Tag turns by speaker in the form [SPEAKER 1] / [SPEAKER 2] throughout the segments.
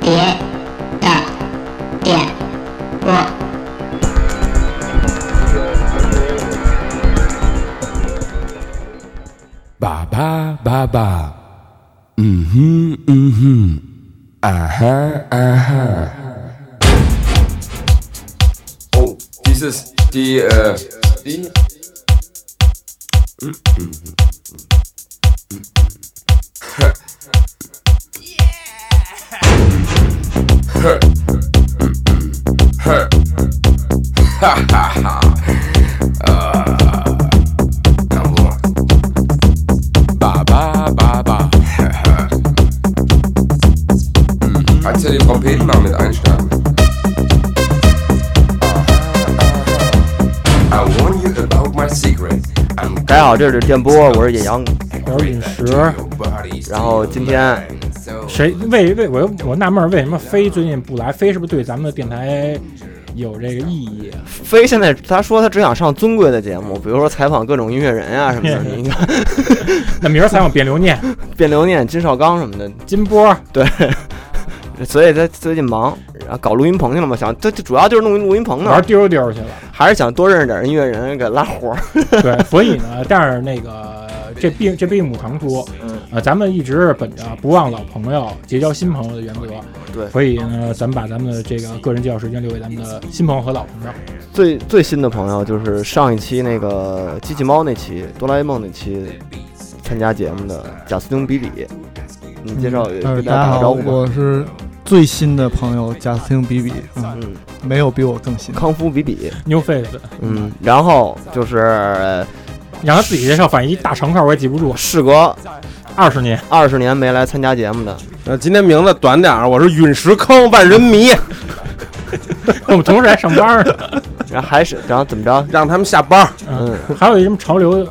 [SPEAKER 1] 别的点播。
[SPEAKER 2] 爸爸，爸爸，嗯
[SPEAKER 3] Mhm,
[SPEAKER 2] 哼，嗯哼，啊哈，啊哈。
[SPEAKER 3] Oh, dieses, die, äh, die? Äh, Amor.
[SPEAKER 2] 爸爸，爸爸，
[SPEAKER 3] Kannst du den Trompeten mal mit einschlagen? I warn you about my secret. I'm
[SPEAKER 4] 大家好，这里是电波，我是野 羊。
[SPEAKER 5] 我是饮食。
[SPEAKER 4] 然后今天
[SPEAKER 5] 谁为为我又我纳闷儿为什么飞最近不来？飞是不是对咱们的电台有这个意义？
[SPEAKER 4] 飞现在他说他只想上尊贵的节目，比如说采访各种音乐人啊什 么的，你应该
[SPEAKER 5] 那明儿采访别留念，
[SPEAKER 4] 卞留念、金少刚什么的。
[SPEAKER 5] 金波
[SPEAKER 4] 所以他最近忙，然后搞录音棚去了嘛，想这这主要就是弄录音棚
[SPEAKER 5] 玩
[SPEAKER 4] 呢，
[SPEAKER 5] 丢丢去了。
[SPEAKER 4] 还是想多认识点音乐人给拉活 儿。
[SPEAKER 5] 对，所以呢，但是那个这并这并不常出，
[SPEAKER 4] 嗯
[SPEAKER 5] 呃，咱们一直本着不忘老朋友、结交新朋友的原则，
[SPEAKER 4] 对
[SPEAKER 5] 所以呢，咱们把咱们的这个个人介绍时间留给咱们的新朋友和老朋友。
[SPEAKER 4] 最最新的朋友就是上一期那个机器猫那期，哆啦 A 梦那期参加节目的贾斯汀比里，你介绍给大家
[SPEAKER 6] 呃，大家
[SPEAKER 4] 打个
[SPEAKER 6] 好，
[SPEAKER 4] 招呼吧。
[SPEAKER 6] 我是最新的朋友贾斯汀比比，嗯，
[SPEAKER 4] 嗯，
[SPEAKER 6] 没有比我更新。
[SPEAKER 4] 康夫比比，
[SPEAKER 5] New Face，
[SPEAKER 4] 嗯，然后就是呃
[SPEAKER 5] 让他自己介绍，反正一大长串我也记不住，
[SPEAKER 4] 事隔
[SPEAKER 5] 二十年。
[SPEAKER 4] 二十年没来参加节目的，
[SPEAKER 7] 呃，今天名字短点儿，我是陨石坑万人迷，
[SPEAKER 5] 我们同时还上班呢，
[SPEAKER 4] 然后还是然后怎么 着？
[SPEAKER 7] 让他们下班儿。
[SPEAKER 4] 嗯，
[SPEAKER 5] 还有一什么潮流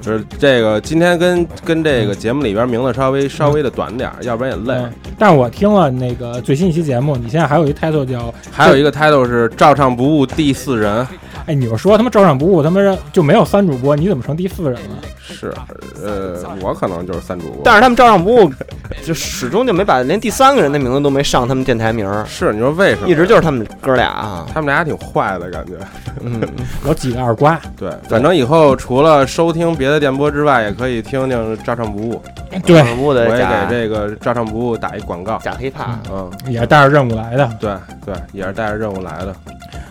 [SPEAKER 7] 就是这个，今天跟跟这个节目里边名字稍微稍微的短点儿，要不然也累
[SPEAKER 5] 嗯。，但是我听了那个最新一期节目，你现在还有一 title 叫
[SPEAKER 7] 还有一个 title 是“照唱不误第四人
[SPEAKER 5] “哎，你就说他妈照上不误，他妈就没有三主播，你怎么成第四人了？”，
[SPEAKER 7] 是，呃，我可能就是三主播。
[SPEAKER 4] 但是他们照上不误，就始终就没把连第三个人的名字都没上他们电台名儿，
[SPEAKER 7] 是你说为什么？
[SPEAKER 4] 一直就是他们哥俩啊。
[SPEAKER 7] 他们俩挺坏的感觉。
[SPEAKER 4] 嗯，
[SPEAKER 5] 有几个耳瓜？
[SPEAKER 7] 对，反正以后除了收听别的电波之外，也可以听听“照唱不误
[SPEAKER 5] 对，
[SPEAKER 4] 上不误”。
[SPEAKER 7] 我
[SPEAKER 4] 的
[SPEAKER 7] 也
[SPEAKER 4] 假
[SPEAKER 7] 给这个“照唱不误”打一广告。
[SPEAKER 4] 假黑怕。
[SPEAKER 7] 嗯，
[SPEAKER 5] 也是带着任务来的
[SPEAKER 7] 对对，也是带着任务来的。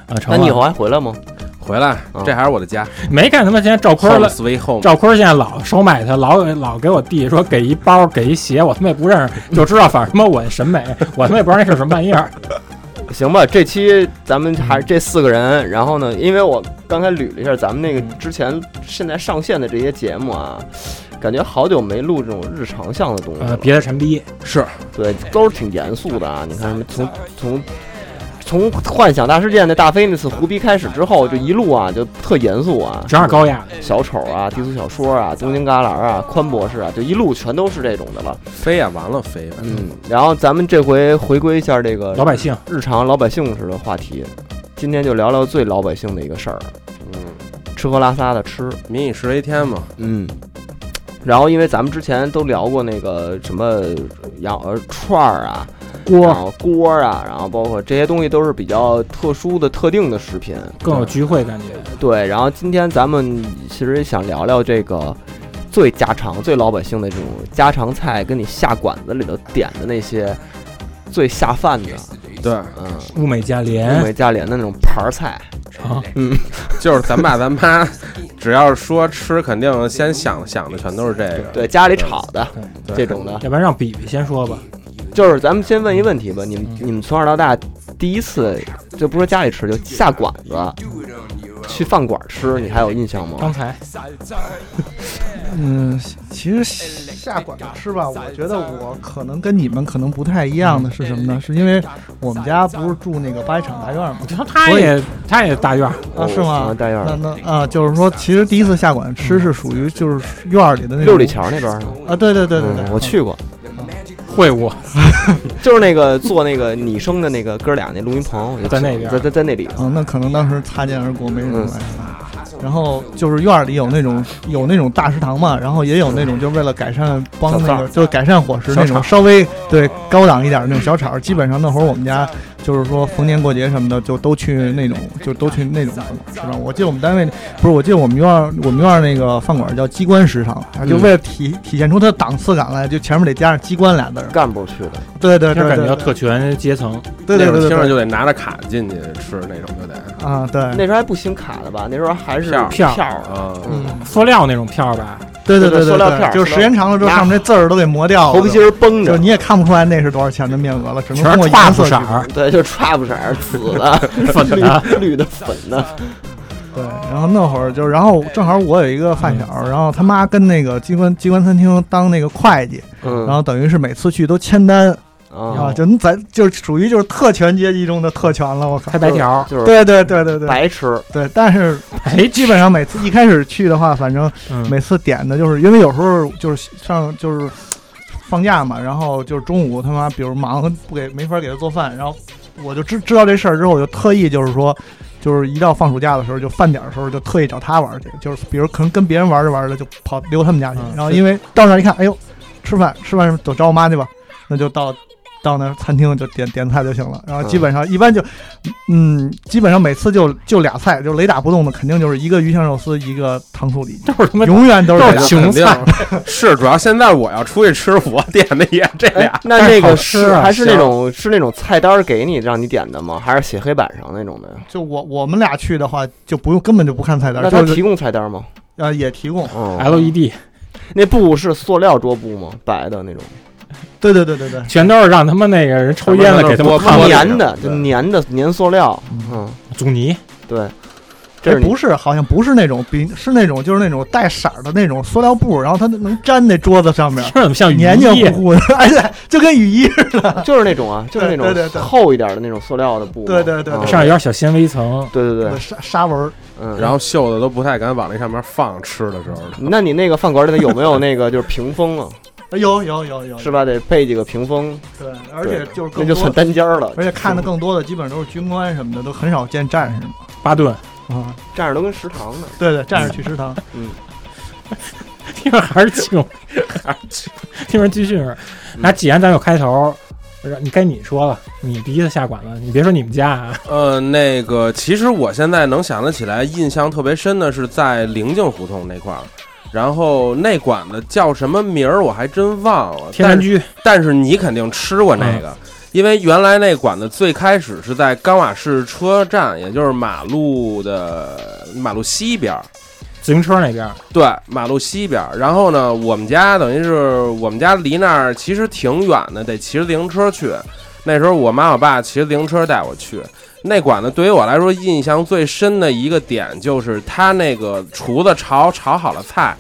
[SPEAKER 5] 啊。
[SPEAKER 4] 那
[SPEAKER 5] 成了
[SPEAKER 4] 你以后还回来吗？
[SPEAKER 7] 回来，这还是我的家。
[SPEAKER 5] 没看他妈现在赵坤儿
[SPEAKER 7] Home
[SPEAKER 5] 了？
[SPEAKER 7] sweet home。
[SPEAKER 5] 赵坤儿现在老收买他，老老给我弟说给一包给一鞋，我他妈也不认识，就知道反正他妈我的审美，我他妈也不知道那是什么玩意儿。
[SPEAKER 4] 行吧，这期咱们还是这四个人。然后呢，因为我刚才捋了一下咱们那个之前现在上线的这些节目啊，感觉好久没录这种日常向的东西
[SPEAKER 5] 呃，
[SPEAKER 4] 了。
[SPEAKER 5] 别的陈逼，
[SPEAKER 4] 对，都是挺严肃的啊。你看，从从从幻想大事件那大飞那次胡逼开始之后，就一路啊就特严肃啊，
[SPEAKER 5] 全是高雅的。
[SPEAKER 4] 小丑啊、低俗小说啊、东京旮旯啊、宽博士啊，就一路全都是这种的了。
[SPEAKER 7] 飞呀，完了飞吧。
[SPEAKER 4] 嗯，然后咱们这回回归一下这
[SPEAKER 5] 老
[SPEAKER 4] 个
[SPEAKER 5] 百姓，
[SPEAKER 4] 日常老百姓式的话题，今天就聊聊最老百姓的一个事儿，
[SPEAKER 7] 嗯，
[SPEAKER 4] 吃喝拉撒的吃。
[SPEAKER 7] 民以食为天嘛。
[SPEAKER 4] 嗯，然后因为咱们之前都聊过那个什么羊呃串儿啊，然
[SPEAKER 5] 锅
[SPEAKER 4] 后锅儿啊，然后包括这些东西都是比较特殊的、特定的食品。
[SPEAKER 5] 更有聚会感觉。
[SPEAKER 4] 对，然后今天咱们其实想聊聊这个最家常、最老百姓的这种家常菜，跟你下馆子里头点的那些最下饭的，
[SPEAKER 7] 对，
[SPEAKER 4] 嗯，
[SPEAKER 5] 物美价廉
[SPEAKER 4] 物，美价廉的那种盘儿菜。
[SPEAKER 5] 啊
[SPEAKER 4] 嗯，
[SPEAKER 7] 就是咱爸咱妈， 只要是说吃，肯定先想想的全都是这个。
[SPEAKER 4] 对，家里炒的
[SPEAKER 7] 对
[SPEAKER 4] 这种的，
[SPEAKER 5] 要不然让比比先说吧。
[SPEAKER 4] 就是咱们先问一问题吧，你们
[SPEAKER 5] 嗯
[SPEAKER 4] 你们从小到大第一次就不说家里吃，就下馆子去饭馆吃，你还有印象吗
[SPEAKER 5] 刚？才
[SPEAKER 6] 嗯，其实下馆子吃吧，我觉得我可能跟你们可能不太一样
[SPEAKER 4] 嗯
[SPEAKER 6] 的是什么呢？是因为我们家不是住那个八一厂大院吗？
[SPEAKER 5] 他也他也大院儿，
[SPEAKER 6] 啊， 是
[SPEAKER 4] 我
[SPEAKER 6] 吗？
[SPEAKER 4] 大院儿
[SPEAKER 6] 那那啊，就是说，其实第一次下馆子吃是属于就是院儿里的那种
[SPEAKER 4] 六里桥那边儿呢，
[SPEAKER 6] 啊，对对对对
[SPEAKER 4] 嗯，
[SPEAKER 6] 对，
[SPEAKER 4] 我去过，
[SPEAKER 5] 会晤
[SPEAKER 4] 就是那个做那个拟声的那个哥俩那录音棚，我就
[SPEAKER 5] 在那
[SPEAKER 4] 去
[SPEAKER 5] 边
[SPEAKER 4] 在在在那里。
[SPEAKER 6] 啊，那可能当时擦肩而过，没什么
[SPEAKER 4] 嗯
[SPEAKER 6] 来。然后就是院儿里有那种有那种大食堂嘛，然后也有那种就为了改善帮那个就是改善伙食那
[SPEAKER 5] 小炒
[SPEAKER 6] 种稍微对高档一点的那种小炒儿，基本上那会儿我们家就是说逢年过节什么的就都去那种就都去那种地方吃饭。我记得我们单位不是，我记得我们院儿我们院儿那个饭馆叫机关食堂，就为了体体现出它的档次感来，就前面得加上机关俩字儿。
[SPEAKER 4] 干部去的，
[SPEAKER 6] 对对
[SPEAKER 5] 那
[SPEAKER 6] 对
[SPEAKER 5] 感觉
[SPEAKER 6] 对，
[SPEAKER 5] 特权阶层，
[SPEAKER 6] 对
[SPEAKER 7] 那
[SPEAKER 6] 对
[SPEAKER 7] 种
[SPEAKER 6] 对
[SPEAKER 7] 听着
[SPEAKER 6] 对
[SPEAKER 7] 就得拿着卡进去吃那种，就得
[SPEAKER 6] 啊对，
[SPEAKER 4] 那时候还不兴卡的吧？那时候还是
[SPEAKER 7] 票儿
[SPEAKER 5] 票儿
[SPEAKER 4] 票儿
[SPEAKER 7] 啊，
[SPEAKER 6] 嗯，
[SPEAKER 5] 塑料那种票吧，
[SPEAKER 6] 对对
[SPEAKER 4] 就是
[SPEAKER 6] 对
[SPEAKER 4] 塑
[SPEAKER 6] 对
[SPEAKER 4] 料片儿
[SPEAKER 6] 对，就是时间长了之后，
[SPEAKER 4] 拿
[SPEAKER 6] 上面那字儿都给磨掉了
[SPEAKER 4] 头皮
[SPEAKER 6] 都。
[SPEAKER 4] 筋儿绷
[SPEAKER 6] 就
[SPEAKER 4] 着
[SPEAKER 6] 是，你也看不出来那是多少钱的面额了，只能
[SPEAKER 5] 全
[SPEAKER 6] 通
[SPEAKER 5] 是
[SPEAKER 6] 过
[SPEAKER 5] 跨
[SPEAKER 6] 颜
[SPEAKER 5] 不
[SPEAKER 6] 色
[SPEAKER 5] 色
[SPEAKER 6] 去
[SPEAKER 5] 儿，
[SPEAKER 4] 对，就 trap 色儿，紫的、
[SPEAKER 5] 粉的，啊
[SPEAKER 4] 绿绿的、粉的，
[SPEAKER 6] 对，然后那会儿就是，然后正好我有一个发小，
[SPEAKER 4] 嗯
[SPEAKER 6] 然后他妈跟那个机关机关餐厅当那个会计，
[SPEAKER 4] 嗯，
[SPEAKER 6] 然后等于是每次去都签单
[SPEAKER 4] 啊
[SPEAKER 6] 啊，，就咱就是属于就是特权阶级中的特权了，我靠
[SPEAKER 5] 开！白条，
[SPEAKER 4] 嗯就是
[SPEAKER 6] 对对对对对
[SPEAKER 4] 白吃，
[SPEAKER 6] 对，但是
[SPEAKER 5] 哎，
[SPEAKER 6] 基本上每次一开始去的话，反正
[SPEAKER 5] 嗯
[SPEAKER 6] 每次点的就是因为有时候就是上就是放假嘛，然后就是中午他妈比如忙不给没法给他做饭，然后我就知知道这事儿之后，我就特意就是说。就是一到放暑假的时候，就饭点儿的时候，就特意找他玩儿去。就是比如可能跟别人玩着玩着，就跑溜他们家去
[SPEAKER 5] 嗯。
[SPEAKER 6] 然后因为到那儿一看，哎呦，吃饭吃饭，走找我妈去吧。那就到到那儿餐厅就点点菜就行了。然后基本上一般就，嗯，基本上每次就就俩菜，就雷打不动的，肯定就是一个鱼香肉丝，一个糖醋里脊。
[SPEAKER 5] 都是他妈
[SPEAKER 6] 永远都是
[SPEAKER 5] 都
[SPEAKER 6] 这
[SPEAKER 5] 是
[SPEAKER 6] 俩。
[SPEAKER 5] 穷菜，
[SPEAKER 7] 是主要现在我要出去吃，我点的也这
[SPEAKER 4] 哎
[SPEAKER 7] 俩，，
[SPEAKER 4] 那
[SPEAKER 5] 但是
[SPEAKER 4] 那
[SPEAKER 5] 好
[SPEAKER 4] 个
[SPEAKER 5] 吃
[SPEAKER 4] 是
[SPEAKER 5] 啊
[SPEAKER 4] 还是
[SPEAKER 7] 香
[SPEAKER 4] 那种是那种菜单儿给你让你点的吗？还是写黑板上那种的？
[SPEAKER 6] 就我我们俩去的话，就不用根本就不看菜单，
[SPEAKER 4] 那他
[SPEAKER 6] 就是
[SPEAKER 4] 提供菜单儿吗？
[SPEAKER 6] 呃也提供。
[SPEAKER 5] 哎
[SPEAKER 4] 嗯，
[SPEAKER 5] LED
[SPEAKER 4] 那布是塑料桌布吗？白的那种，
[SPEAKER 6] 对对对对对，
[SPEAKER 5] 全都是让他们那个人抽烟了给他们
[SPEAKER 7] 他
[SPEAKER 5] 烫
[SPEAKER 7] 们那
[SPEAKER 5] 的
[SPEAKER 7] 儿
[SPEAKER 4] 粘的，
[SPEAKER 7] 对
[SPEAKER 4] 就粘的粘塑料。嗯，
[SPEAKER 5] 阻尼，
[SPEAKER 4] 对，这是
[SPEAKER 6] 哎
[SPEAKER 4] 你
[SPEAKER 6] 不是好像不是那种比是那种就是那种带色儿的那种塑料布，然后它能粘那桌子上面
[SPEAKER 5] 听。着怎么像雨
[SPEAKER 6] 黏黏
[SPEAKER 5] 衣？啊
[SPEAKER 6] 糊糊的，哎对，就跟雨衣似
[SPEAKER 4] 就是那种啊，就是那
[SPEAKER 6] 对对
[SPEAKER 4] 种
[SPEAKER 6] 对
[SPEAKER 4] 厚一点的那种塑料的布嘛。
[SPEAKER 6] 对对对
[SPEAKER 4] 嗯
[SPEAKER 6] 对
[SPEAKER 5] 上面有点小纤维层，
[SPEAKER 4] 对对
[SPEAKER 6] 的
[SPEAKER 4] 对，
[SPEAKER 6] 纱纱纹儿，
[SPEAKER 4] 嗯，
[SPEAKER 7] 然后袖子都不太敢往那上面放吃的时候了。
[SPEAKER 4] 那你那个饭馆里头有没有那个就是屏风啊？
[SPEAKER 6] 哎有有有有，
[SPEAKER 4] 是吧？得配几个屏风，
[SPEAKER 6] 对，而且就是
[SPEAKER 4] 那
[SPEAKER 6] 更
[SPEAKER 4] 就算
[SPEAKER 6] 多，
[SPEAKER 4] 单间儿了。
[SPEAKER 6] 而且看的更多的基本上都是军官什么的，都很少见战士嘛。
[SPEAKER 5] 巴顿，
[SPEAKER 6] 啊，
[SPEAKER 4] 站着都跟食堂呢。
[SPEAKER 6] 对对，战士去食堂，
[SPEAKER 5] 听着还是穷，听着继续，那既然咱有开头，你该你说了，你第一次下馆子，你别说你们家啊，
[SPEAKER 7] 呃，那个，其实我现在能想得起来，印象特别深的是在灵境胡同那块儿，然后那馆子叫什么名儿我还真忘了。
[SPEAKER 5] 天然
[SPEAKER 7] 但是
[SPEAKER 5] 居
[SPEAKER 7] 但是你肯定吃过那个，因为原来那馆子最开始是在冈瓦市车站，也就是马路的马路西边儿。
[SPEAKER 5] 自行车那边，
[SPEAKER 7] 对，马路西边儿。然后呢，我们家等于是我们家离那儿其实挺远的，得骑着自行车去。那时候我妈我爸骑着自行车带我去。那馆子对于我来说印象最深的一个点就是，他那个厨子炒炒好了菜，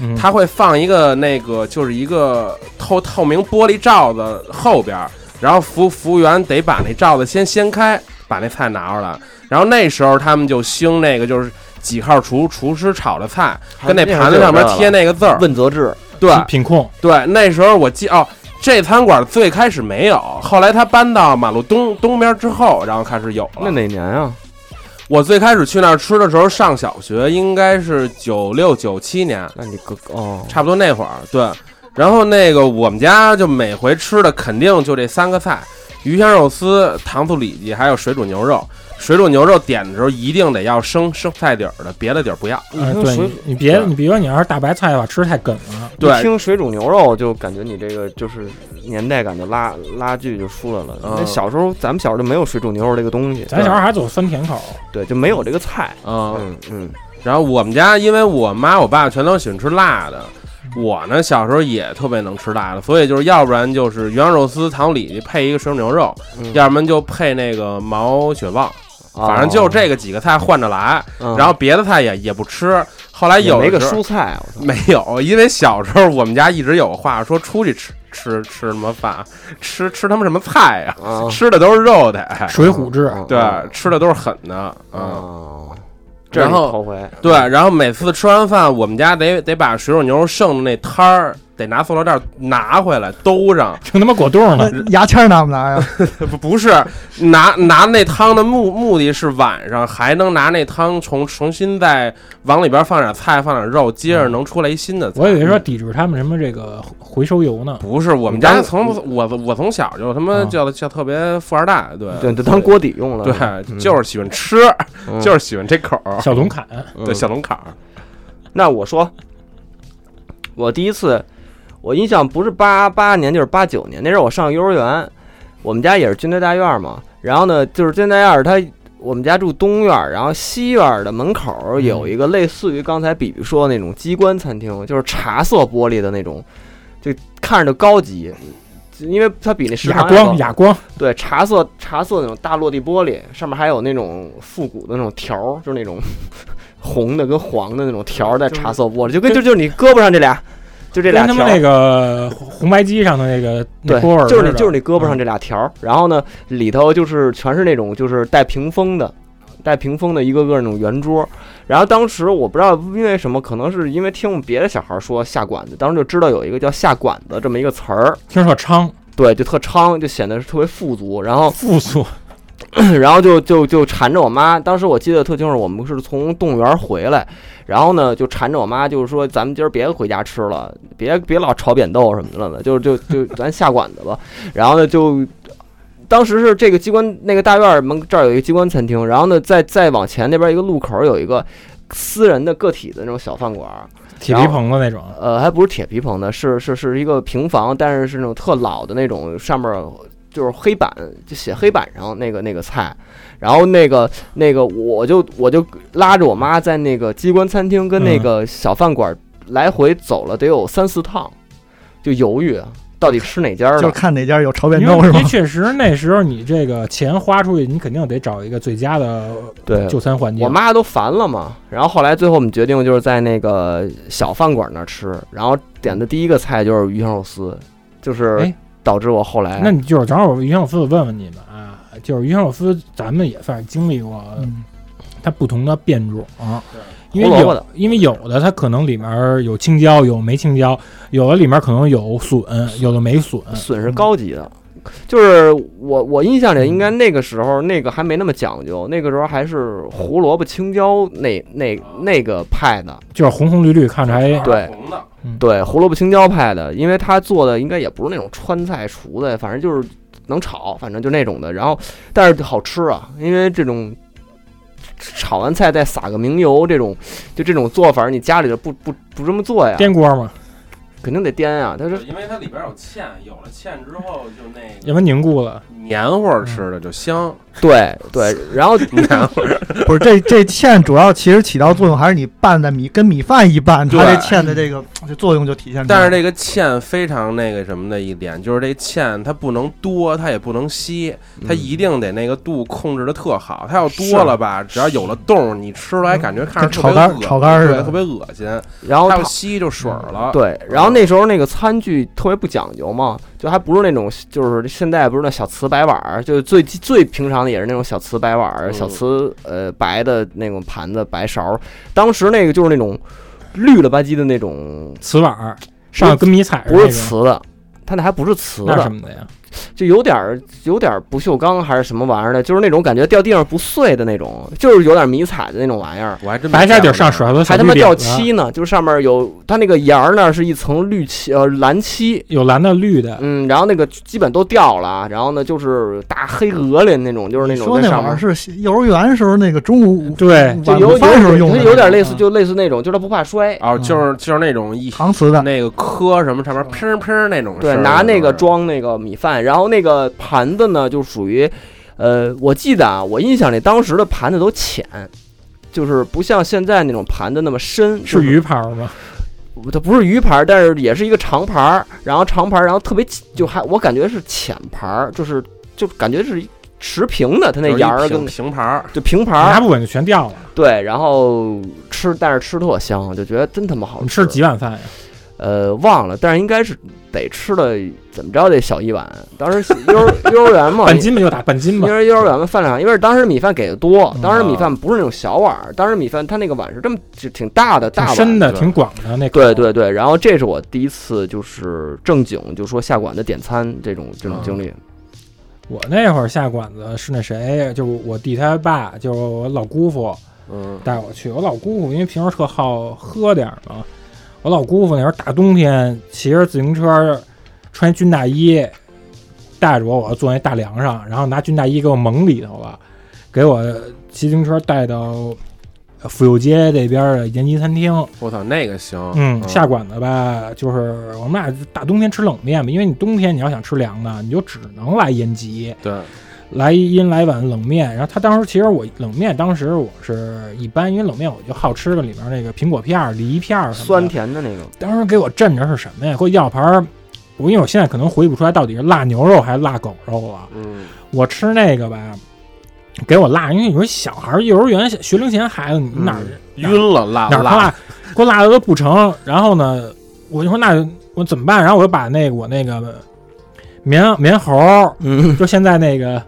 [SPEAKER 5] 嗯，
[SPEAKER 7] 他会放一个那个就是一个透透明玻璃罩子后边儿，然后服服务员得把那罩子先掀开，把那菜拿出来。然后那时候他们就兴那个就是几号厨厨师炒的菜，跟那盘子上面贴那个字儿。
[SPEAKER 4] 问责制，
[SPEAKER 7] 对
[SPEAKER 5] 品控，
[SPEAKER 7] 对，那时候我记哦，这餐馆最开始没有，后来他搬到马路东东边之后，然后开始有
[SPEAKER 4] 那
[SPEAKER 7] 了。
[SPEAKER 4] 哪年啊？
[SPEAKER 7] 我最开始去那儿吃的时候，上小学应该是九六九七年。
[SPEAKER 4] 那你个哦，
[SPEAKER 7] 差不多那会儿，对。然后那个我们家就每回吃的肯定就这三个菜：鱼香肉丝、糖醋里脊，还有水煮牛肉。水煮牛肉点的时候一定得要生生菜底儿的，别的底儿不要。
[SPEAKER 5] 呃
[SPEAKER 4] 你听
[SPEAKER 5] 对
[SPEAKER 4] 水
[SPEAKER 5] 你你别
[SPEAKER 7] 对
[SPEAKER 5] 你比如说你要是大白菜的话，吃太梗了，
[SPEAKER 4] 一
[SPEAKER 7] 对，
[SPEAKER 4] 听水煮牛肉就感觉你这个就是年代感就拉拉距就出来了。
[SPEAKER 7] 嗯
[SPEAKER 4] 那小时候咱们小时候就没有水煮牛肉这个东西，
[SPEAKER 5] 咱小时候还走酸甜口，
[SPEAKER 4] 对就没有这个菜。
[SPEAKER 7] 嗯。
[SPEAKER 4] 嗯嗯，
[SPEAKER 7] 然后我们家因为我妈我爸全都喜欢吃辣的，我呢小时候也特别能吃辣的，所以就是要不然就是鱼香肉丝、糖醋里脊配一个水煮牛肉，
[SPEAKER 4] 嗯
[SPEAKER 7] 要么就配那个毛血旺，反正就
[SPEAKER 4] 哦，
[SPEAKER 7] 这个几个菜换着来。
[SPEAKER 4] 嗯
[SPEAKER 7] 然后别的菜也也不吃。后来
[SPEAKER 4] 也
[SPEAKER 7] 有
[SPEAKER 4] 没
[SPEAKER 7] 的
[SPEAKER 4] 个
[SPEAKER 7] 时候
[SPEAKER 4] 蔬菜，我操
[SPEAKER 7] 没有，因为小时候我们家一直有个话说出去吃吃吃什么饭，吃吃他们什么菜呀、
[SPEAKER 4] 啊，
[SPEAKER 7] 吃的都是肉的，
[SPEAKER 5] 水浒制，
[SPEAKER 4] 嗯
[SPEAKER 7] 对，吃的都是狠的啊。嗯
[SPEAKER 4] 哦，这是
[SPEAKER 7] 然
[SPEAKER 4] 你
[SPEAKER 7] 后
[SPEAKER 4] 头回
[SPEAKER 7] 对，然后每次吃完饭，我们家得得把水煮牛肉剩的那摊儿得拿塑料袋拿回来兜上，
[SPEAKER 5] 成他妈果冻了
[SPEAKER 4] 嗯
[SPEAKER 6] 那。牙签儿拿不 拿呀？
[SPEAKER 7] 不不是拿拿那汤的目目的是晚上还能拿那汤重重新再往里边放点菜放点肉，接着能出来一新的菜。
[SPEAKER 5] 我以为说抵制他们什么这个回收油呢，
[SPEAKER 7] 不是，我们
[SPEAKER 4] 当
[SPEAKER 7] 家从我我从小就他妈
[SPEAKER 5] 啊
[SPEAKER 7] 叫叫特别富二代，对
[SPEAKER 4] 对，就当锅底用了。
[SPEAKER 7] 对，
[SPEAKER 4] 嗯
[SPEAKER 7] 就是喜欢吃，
[SPEAKER 4] 嗯
[SPEAKER 7] 就是喜欢这口儿，
[SPEAKER 5] 小龙坎
[SPEAKER 7] 对
[SPEAKER 4] 嗯
[SPEAKER 7] 小龙坎儿。
[SPEAKER 4] 那我说，我第一次，我印象不是八八年就是八九年，那时候我上幼儿园，我们家也是军队大院嘛。然后呢，就是军队大院，它我们家住东院，然后西院的门口
[SPEAKER 7] 嗯
[SPEAKER 4] 有一个类似于刚才比比说的那种机关餐厅，就是茶色玻璃的那种，就看着就高级，因为它比那食
[SPEAKER 5] 哑
[SPEAKER 4] 堂还高
[SPEAKER 5] 光哑光，
[SPEAKER 4] 对，茶色茶色那种大落地玻璃，上面还有那种复古的那种条儿，就是那种 红的跟黄的那种条儿在茶色玻璃，就跟就就是你胳膊上这俩，就这俩
[SPEAKER 5] 跟
[SPEAKER 4] 条
[SPEAKER 5] 他们
[SPEAKER 4] 儿。
[SPEAKER 5] 那个红白机上的那个那
[SPEAKER 4] 对
[SPEAKER 5] 波儿，似
[SPEAKER 4] 就
[SPEAKER 5] 的，嗯
[SPEAKER 4] 是你就是你胳膊上这俩条儿，然后呢，里头就是全是那种就是带屏风的，带屏风的一个个那种圆桌。然后当时我不知道因为什么，可能是因为听别的小孩说下馆子，当时就知道有一个叫下馆子这么一个词儿，
[SPEAKER 5] 听说昌
[SPEAKER 4] 对，就特昌，就显得特别富足。然后
[SPEAKER 5] 复苏，
[SPEAKER 4] 然后就就就缠着我妈，当时我记得特清楚，我们是从动物园回来，然后呢就缠着我妈，就是说咱们今儿别回家吃了，别别老炒扁豆什么的了，就就就咱下馆子吧。然后呢就，当时是这个机关那个大院门这儿有一个机关餐厅，然后呢再再往前那边一个路口有一个私人的个体的那种小饭馆儿，
[SPEAKER 5] 铁皮棚的那种，
[SPEAKER 4] 呃，还不是铁皮棚的，是是是一个平房，但是是那种特老的那种，上面就是黑板，就写黑板上那个那个菜。然后那个那个，我就我就拉着我妈在那个机关餐厅跟那个小饭馆来回走了得有三四趟，就犹豫啊到底吃哪家
[SPEAKER 6] 就是
[SPEAKER 4] 了。
[SPEAKER 6] 看哪家有炒扁
[SPEAKER 5] 因
[SPEAKER 6] 豆
[SPEAKER 5] 为
[SPEAKER 6] 是
[SPEAKER 5] 因
[SPEAKER 6] 吗
[SPEAKER 5] 为？确实那时候你这个钱花出去，你肯定得找一个最佳的
[SPEAKER 4] 对
[SPEAKER 5] 就餐环境。
[SPEAKER 4] 我妈都烦了嘛，然后后来最后我们决定就是在那个小饭馆那儿吃，然后点的第一个菜就是鱼香肉丝，就是
[SPEAKER 5] 哎
[SPEAKER 4] 导致我后来
[SPEAKER 5] 那你就是正好于香老师，我问问你们啊，就是于香老师，咱们也算是经历过
[SPEAKER 6] 嗯
[SPEAKER 5] 它不同的变种，因
[SPEAKER 4] 胡
[SPEAKER 5] 为
[SPEAKER 4] 萝卜的
[SPEAKER 5] 有因为有的它可能里面有青椒，有没青椒，有的里面可能有笋，有的没笋。
[SPEAKER 4] 笋是高级的，就是我我印象里应该那个时候那个还没那么讲究，那个时候还是胡萝卜青椒那那那个派的，
[SPEAKER 5] 就是红红绿绿，看着还
[SPEAKER 4] 对
[SPEAKER 7] 红的
[SPEAKER 4] 对胡萝卜青椒派的，因为他做的应该也不是那种川菜厨子，反正就是能炒，反正就那种的。然后但是好吃啊，因为这种炒完菜再撒个明油，这种就这种做法，你家里头不不不这么做呀，
[SPEAKER 5] 颠锅嘛，
[SPEAKER 4] 肯定得颠啊。他说
[SPEAKER 7] 因为它里边有芡，有了芡之后就那
[SPEAKER 5] 要不然凝固了。
[SPEAKER 7] 黏糊吃的就香，
[SPEAKER 4] 对对，然后
[SPEAKER 7] 黏糊
[SPEAKER 6] 不是，这这芡主要其实起到作用还是你拌在米跟米饭一拌，它
[SPEAKER 7] 对
[SPEAKER 6] 这芡的这个这作用就体现出来。
[SPEAKER 7] 但是这个芡非常那个什么的一点，就是这芡它不能多，它也不能稀，
[SPEAKER 4] 嗯
[SPEAKER 7] 它一定得那个度控制的特好。它要多了吧，只要有了洞儿，你吃出来感觉看着
[SPEAKER 6] 跟炒
[SPEAKER 7] 特别
[SPEAKER 6] 肝
[SPEAKER 7] 恶
[SPEAKER 6] 炒肝似的
[SPEAKER 7] 对，特别恶心。
[SPEAKER 4] 然后他
[SPEAKER 7] 它要稀就水儿
[SPEAKER 5] 啊
[SPEAKER 7] 了。
[SPEAKER 4] 哦嗯对，然后那时候那个餐具特别不讲究嘛，就还不是那种，就是现在不是那小瓷白碗儿，就是最最平常的也是那种小瓷白碗儿、
[SPEAKER 7] 嗯
[SPEAKER 4] 小瓷呃白的那种盘子、白勺儿。当时那个就是那种绿了吧唧的那种，
[SPEAKER 5] 瓷碗儿上面跟迷彩似的
[SPEAKER 4] 不
[SPEAKER 5] 那
[SPEAKER 4] 是
[SPEAKER 5] 种，
[SPEAKER 4] 瓷的，它那还不是瓷
[SPEAKER 5] 那是什
[SPEAKER 4] 的，
[SPEAKER 5] 么的呀？
[SPEAKER 4] 就有点儿有点儿不锈钢还是什么玩意儿的，就是那种感觉掉地上不碎的那种，就是有点迷彩的那种玩意儿。
[SPEAKER 7] 我还真没
[SPEAKER 5] 白
[SPEAKER 7] 见
[SPEAKER 5] 砂
[SPEAKER 7] 过
[SPEAKER 5] 底上
[SPEAKER 7] 这
[SPEAKER 5] 水
[SPEAKER 7] 个，
[SPEAKER 5] 都
[SPEAKER 4] 还他妈掉漆
[SPEAKER 5] 啊
[SPEAKER 4] 呢，就是上面有它那个沿儿那儿是一层绿漆呃蓝漆，
[SPEAKER 5] 有蓝的绿的，
[SPEAKER 4] 嗯，然后那个基本都掉了啊，然后呢就是大黑鹅了那种，就是那
[SPEAKER 6] 你
[SPEAKER 4] 种
[SPEAKER 6] 说
[SPEAKER 4] 在
[SPEAKER 6] 那
[SPEAKER 4] 上
[SPEAKER 6] 玩意儿
[SPEAKER 4] 面。
[SPEAKER 6] 是幼儿园时候那个中午
[SPEAKER 5] 对，
[SPEAKER 4] 就
[SPEAKER 6] 晚
[SPEAKER 4] 有有
[SPEAKER 6] 饭时候用的
[SPEAKER 4] 它
[SPEAKER 6] 那啊个，
[SPEAKER 4] 有点类似，
[SPEAKER 6] 嗯
[SPEAKER 4] 就类似那种，就是它不怕摔。
[SPEAKER 7] 哦，
[SPEAKER 4] 嗯
[SPEAKER 7] 就是就是那种一
[SPEAKER 6] 搪瓷的，
[SPEAKER 7] 那个磕什么上面砰砰那种声
[SPEAKER 4] 对
[SPEAKER 7] 儿，，
[SPEAKER 4] 拿那个
[SPEAKER 7] 就是
[SPEAKER 4] 装那个米饭，然后那个盘子呢就属于，呃，我记得啊，我印象里当时的盘子都浅，就是不像现在那种盘子那么深。就是
[SPEAKER 5] 鱼盘儿吗？
[SPEAKER 4] 它不是鱼盘儿，但是也是一个长盘儿，然后长盘儿，然后特别浅就还我感觉是浅盘儿，就是就感觉是持平的，它那
[SPEAKER 7] 就是一
[SPEAKER 4] 沿儿
[SPEAKER 7] 平
[SPEAKER 4] 跟
[SPEAKER 7] 平盘儿。
[SPEAKER 4] 就平盘
[SPEAKER 5] 你
[SPEAKER 4] 儿
[SPEAKER 5] 拿。不稳就全掉了。
[SPEAKER 4] 对，然后吃，但是吃特香，就觉得真他妈好
[SPEAKER 5] 你吃
[SPEAKER 4] 吃
[SPEAKER 5] 了几碗饭呀？
[SPEAKER 4] 呃，忘了，但是应该是得吃了，怎么着得小一碗。当 时幼儿幼儿园嘛，
[SPEAKER 5] 半斤吧就打半斤
[SPEAKER 4] 因
[SPEAKER 5] 吧，
[SPEAKER 4] 为幼儿园嘛饭量，因为当时米饭给的多
[SPEAKER 5] 嗯，
[SPEAKER 4] 当时米饭不是那种小碗儿，当时米饭它那个碗是这么就挺大的
[SPEAKER 5] 挺
[SPEAKER 4] 大碗，
[SPEAKER 5] 深的，
[SPEAKER 4] 对
[SPEAKER 5] 挺广的那口
[SPEAKER 4] 对，对对，然后这是我第一次就是正经就说下馆子点餐这种这种经历，
[SPEAKER 5] 哦我那会儿下馆子是那谁，就是我弟他爸，就是我老姑父
[SPEAKER 7] 嗯，
[SPEAKER 5] 带我去。我老姑父因为平时特好喝点儿嘛，我老姑父那会儿大冬天骑着自行车，穿军大衣，带着我，我坐那大梁上，然后拿军大衣给我蒙里头了，给我骑自行车带到妇幼街这边儿的延吉餐厅。
[SPEAKER 7] 我操，那个行，
[SPEAKER 5] 嗯，下馆子吧，就是我们俩就大冬天吃冷面嘛，因为你冬天你要想吃凉的，你就只能来延吉。
[SPEAKER 7] 对，
[SPEAKER 5] 来一阴来碗冷面，然后他当时其实我冷面当时我是一般，因为冷面我就好吃个里面那个苹果片儿、梨片儿什么的
[SPEAKER 4] 酸。甜的那个，
[SPEAKER 5] 当时给我震着是什么呀？给我要盘儿，我因为我现在可能回忆不出来到底是辣牛肉还是辣狗肉啊了。
[SPEAKER 7] 嗯，
[SPEAKER 5] 我吃那个吧，给我辣，因为你说小孩儿幼儿园学龄前孩子，你哪儿、哪儿
[SPEAKER 7] 嗯晕了，辣
[SPEAKER 5] 哪儿
[SPEAKER 7] 辣，
[SPEAKER 5] 辣，给我辣的都不成。然后呢，我就说那我怎么办？然后我就把那个我那个棉棉猴儿
[SPEAKER 4] 嗯，
[SPEAKER 5] 就现在那个呃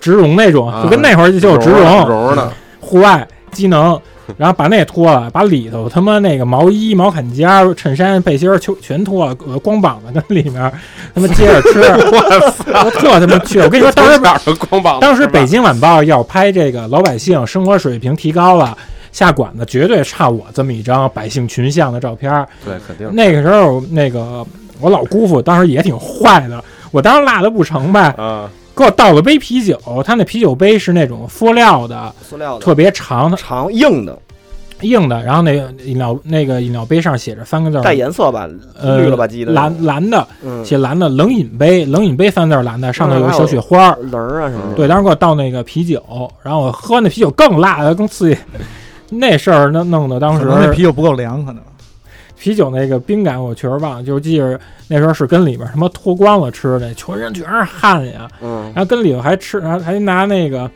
[SPEAKER 5] 植绒那种，
[SPEAKER 7] 啊
[SPEAKER 5] 就跟那会儿就有植
[SPEAKER 7] 绒啊
[SPEAKER 5] 绒，
[SPEAKER 7] 绒的，
[SPEAKER 5] 户外机 能，然后把那也脱了，把里头他妈那个毛衣、毛坎肩儿、衬衫、背心儿全全脱了，呃光膀子跟里面儿他妈接着吃，
[SPEAKER 7] 我操，
[SPEAKER 5] 我特他妈去，我跟你说，当时
[SPEAKER 7] 哪儿光膀子？
[SPEAKER 5] 当时北京晚报要拍这个老百姓生活水平提高了。下馆子绝对差我这么一张百姓群像的照片儿，
[SPEAKER 7] 对，肯定
[SPEAKER 5] 那个时候那个我老姑父当时也挺坏的，我当时辣的不成呗，
[SPEAKER 7] 啊，
[SPEAKER 5] 给我倒了杯啤酒，他那啤酒杯是那种塑料的，
[SPEAKER 4] 塑料的
[SPEAKER 5] 特别长的
[SPEAKER 4] 长硬的，
[SPEAKER 5] 硬的，然后那个饮料那个饮料杯上写着三个字儿，
[SPEAKER 4] 带颜色吧，
[SPEAKER 5] 呃
[SPEAKER 4] 绿了吧唧的，
[SPEAKER 5] 蓝蓝的，
[SPEAKER 4] 嗯，
[SPEAKER 5] 写蓝的冷饮杯，冷饮杯三个字儿蓝的，上头有个小雪花儿。
[SPEAKER 4] 棱儿啊什么的，
[SPEAKER 5] 对，当时给我倒那个啤酒，然后我喝那啤酒更辣的，更刺激。那事儿弄弄的，当
[SPEAKER 6] 可
[SPEAKER 5] 时
[SPEAKER 6] 能那啤酒不够凉，可能
[SPEAKER 5] 啤酒那个冰感我确实忘了，就记着那时候是跟里边儿他妈脱光了吃的，全身全是汗呀。
[SPEAKER 4] 嗯
[SPEAKER 5] 然，后跟里头还吃，然后还拿那个，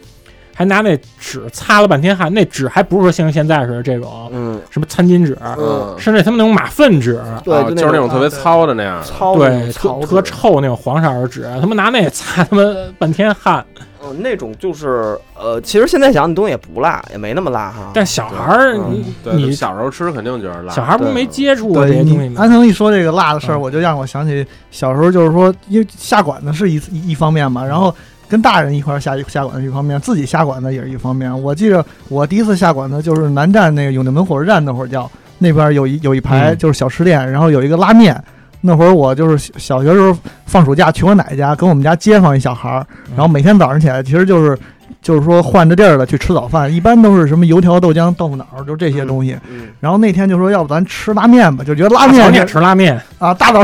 [SPEAKER 5] 还拿那纸擦了半天汗。那纸还不是说像现在似的这种
[SPEAKER 4] 嗯，
[SPEAKER 5] 什么餐巾纸，
[SPEAKER 7] 嗯，
[SPEAKER 5] 是那他们那种马粪纸，
[SPEAKER 4] 对，
[SPEAKER 7] 啊就是那种特别糙的那样，
[SPEAKER 4] 啊糙的
[SPEAKER 5] 对，
[SPEAKER 4] 那种
[SPEAKER 5] 特
[SPEAKER 4] 草
[SPEAKER 5] 特
[SPEAKER 4] 纸
[SPEAKER 5] 臭那种黄色的纸，他们拿那擦他们半天汗。
[SPEAKER 4] 呃，那种就是呃，其实现在想，你东西也不辣，也没那么辣哈。
[SPEAKER 5] 但小孩儿，
[SPEAKER 4] 嗯
[SPEAKER 5] 你
[SPEAKER 7] 对，
[SPEAKER 5] 你
[SPEAKER 7] 小时候吃肯定觉得辣，
[SPEAKER 5] 小孩儿不是
[SPEAKER 4] 对
[SPEAKER 5] 没接触过这
[SPEAKER 6] 对
[SPEAKER 5] 些东西
[SPEAKER 6] 你啊安
[SPEAKER 5] 吗？
[SPEAKER 6] 藤一说这个辣的事儿，
[SPEAKER 5] 嗯
[SPEAKER 6] 我就让我想起小时候，就是说，因为下馆子是一一一方面嘛，然后跟大人一块儿下下馆子是一方面，自己下馆子也是一方面。我记着我第一次下馆子就是南站那个永定门火车站那会儿叫，那边有一有一排
[SPEAKER 5] 嗯
[SPEAKER 6] 就是小吃店，然后有一个拉面。那会儿我就是小小学时候放暑假去我奶奶家，跟我们家街坊一小孩儿，然后每天早上起来其实就是就是说换着地儿的去吃早饭，一般都是什么油条、豆浆、豆腐脑儿，就这些东西。
[SPEAKER 4] 嗯，
[SPEAKER 6] 然后那天就说，要不咱吃拉面吧，就觉得拉
[SPEAKER 5] 大早
[SPEAKER 6] 面
[SPEAKER 5] 点吃拉面，
[SPEAKER 6] 啊，大早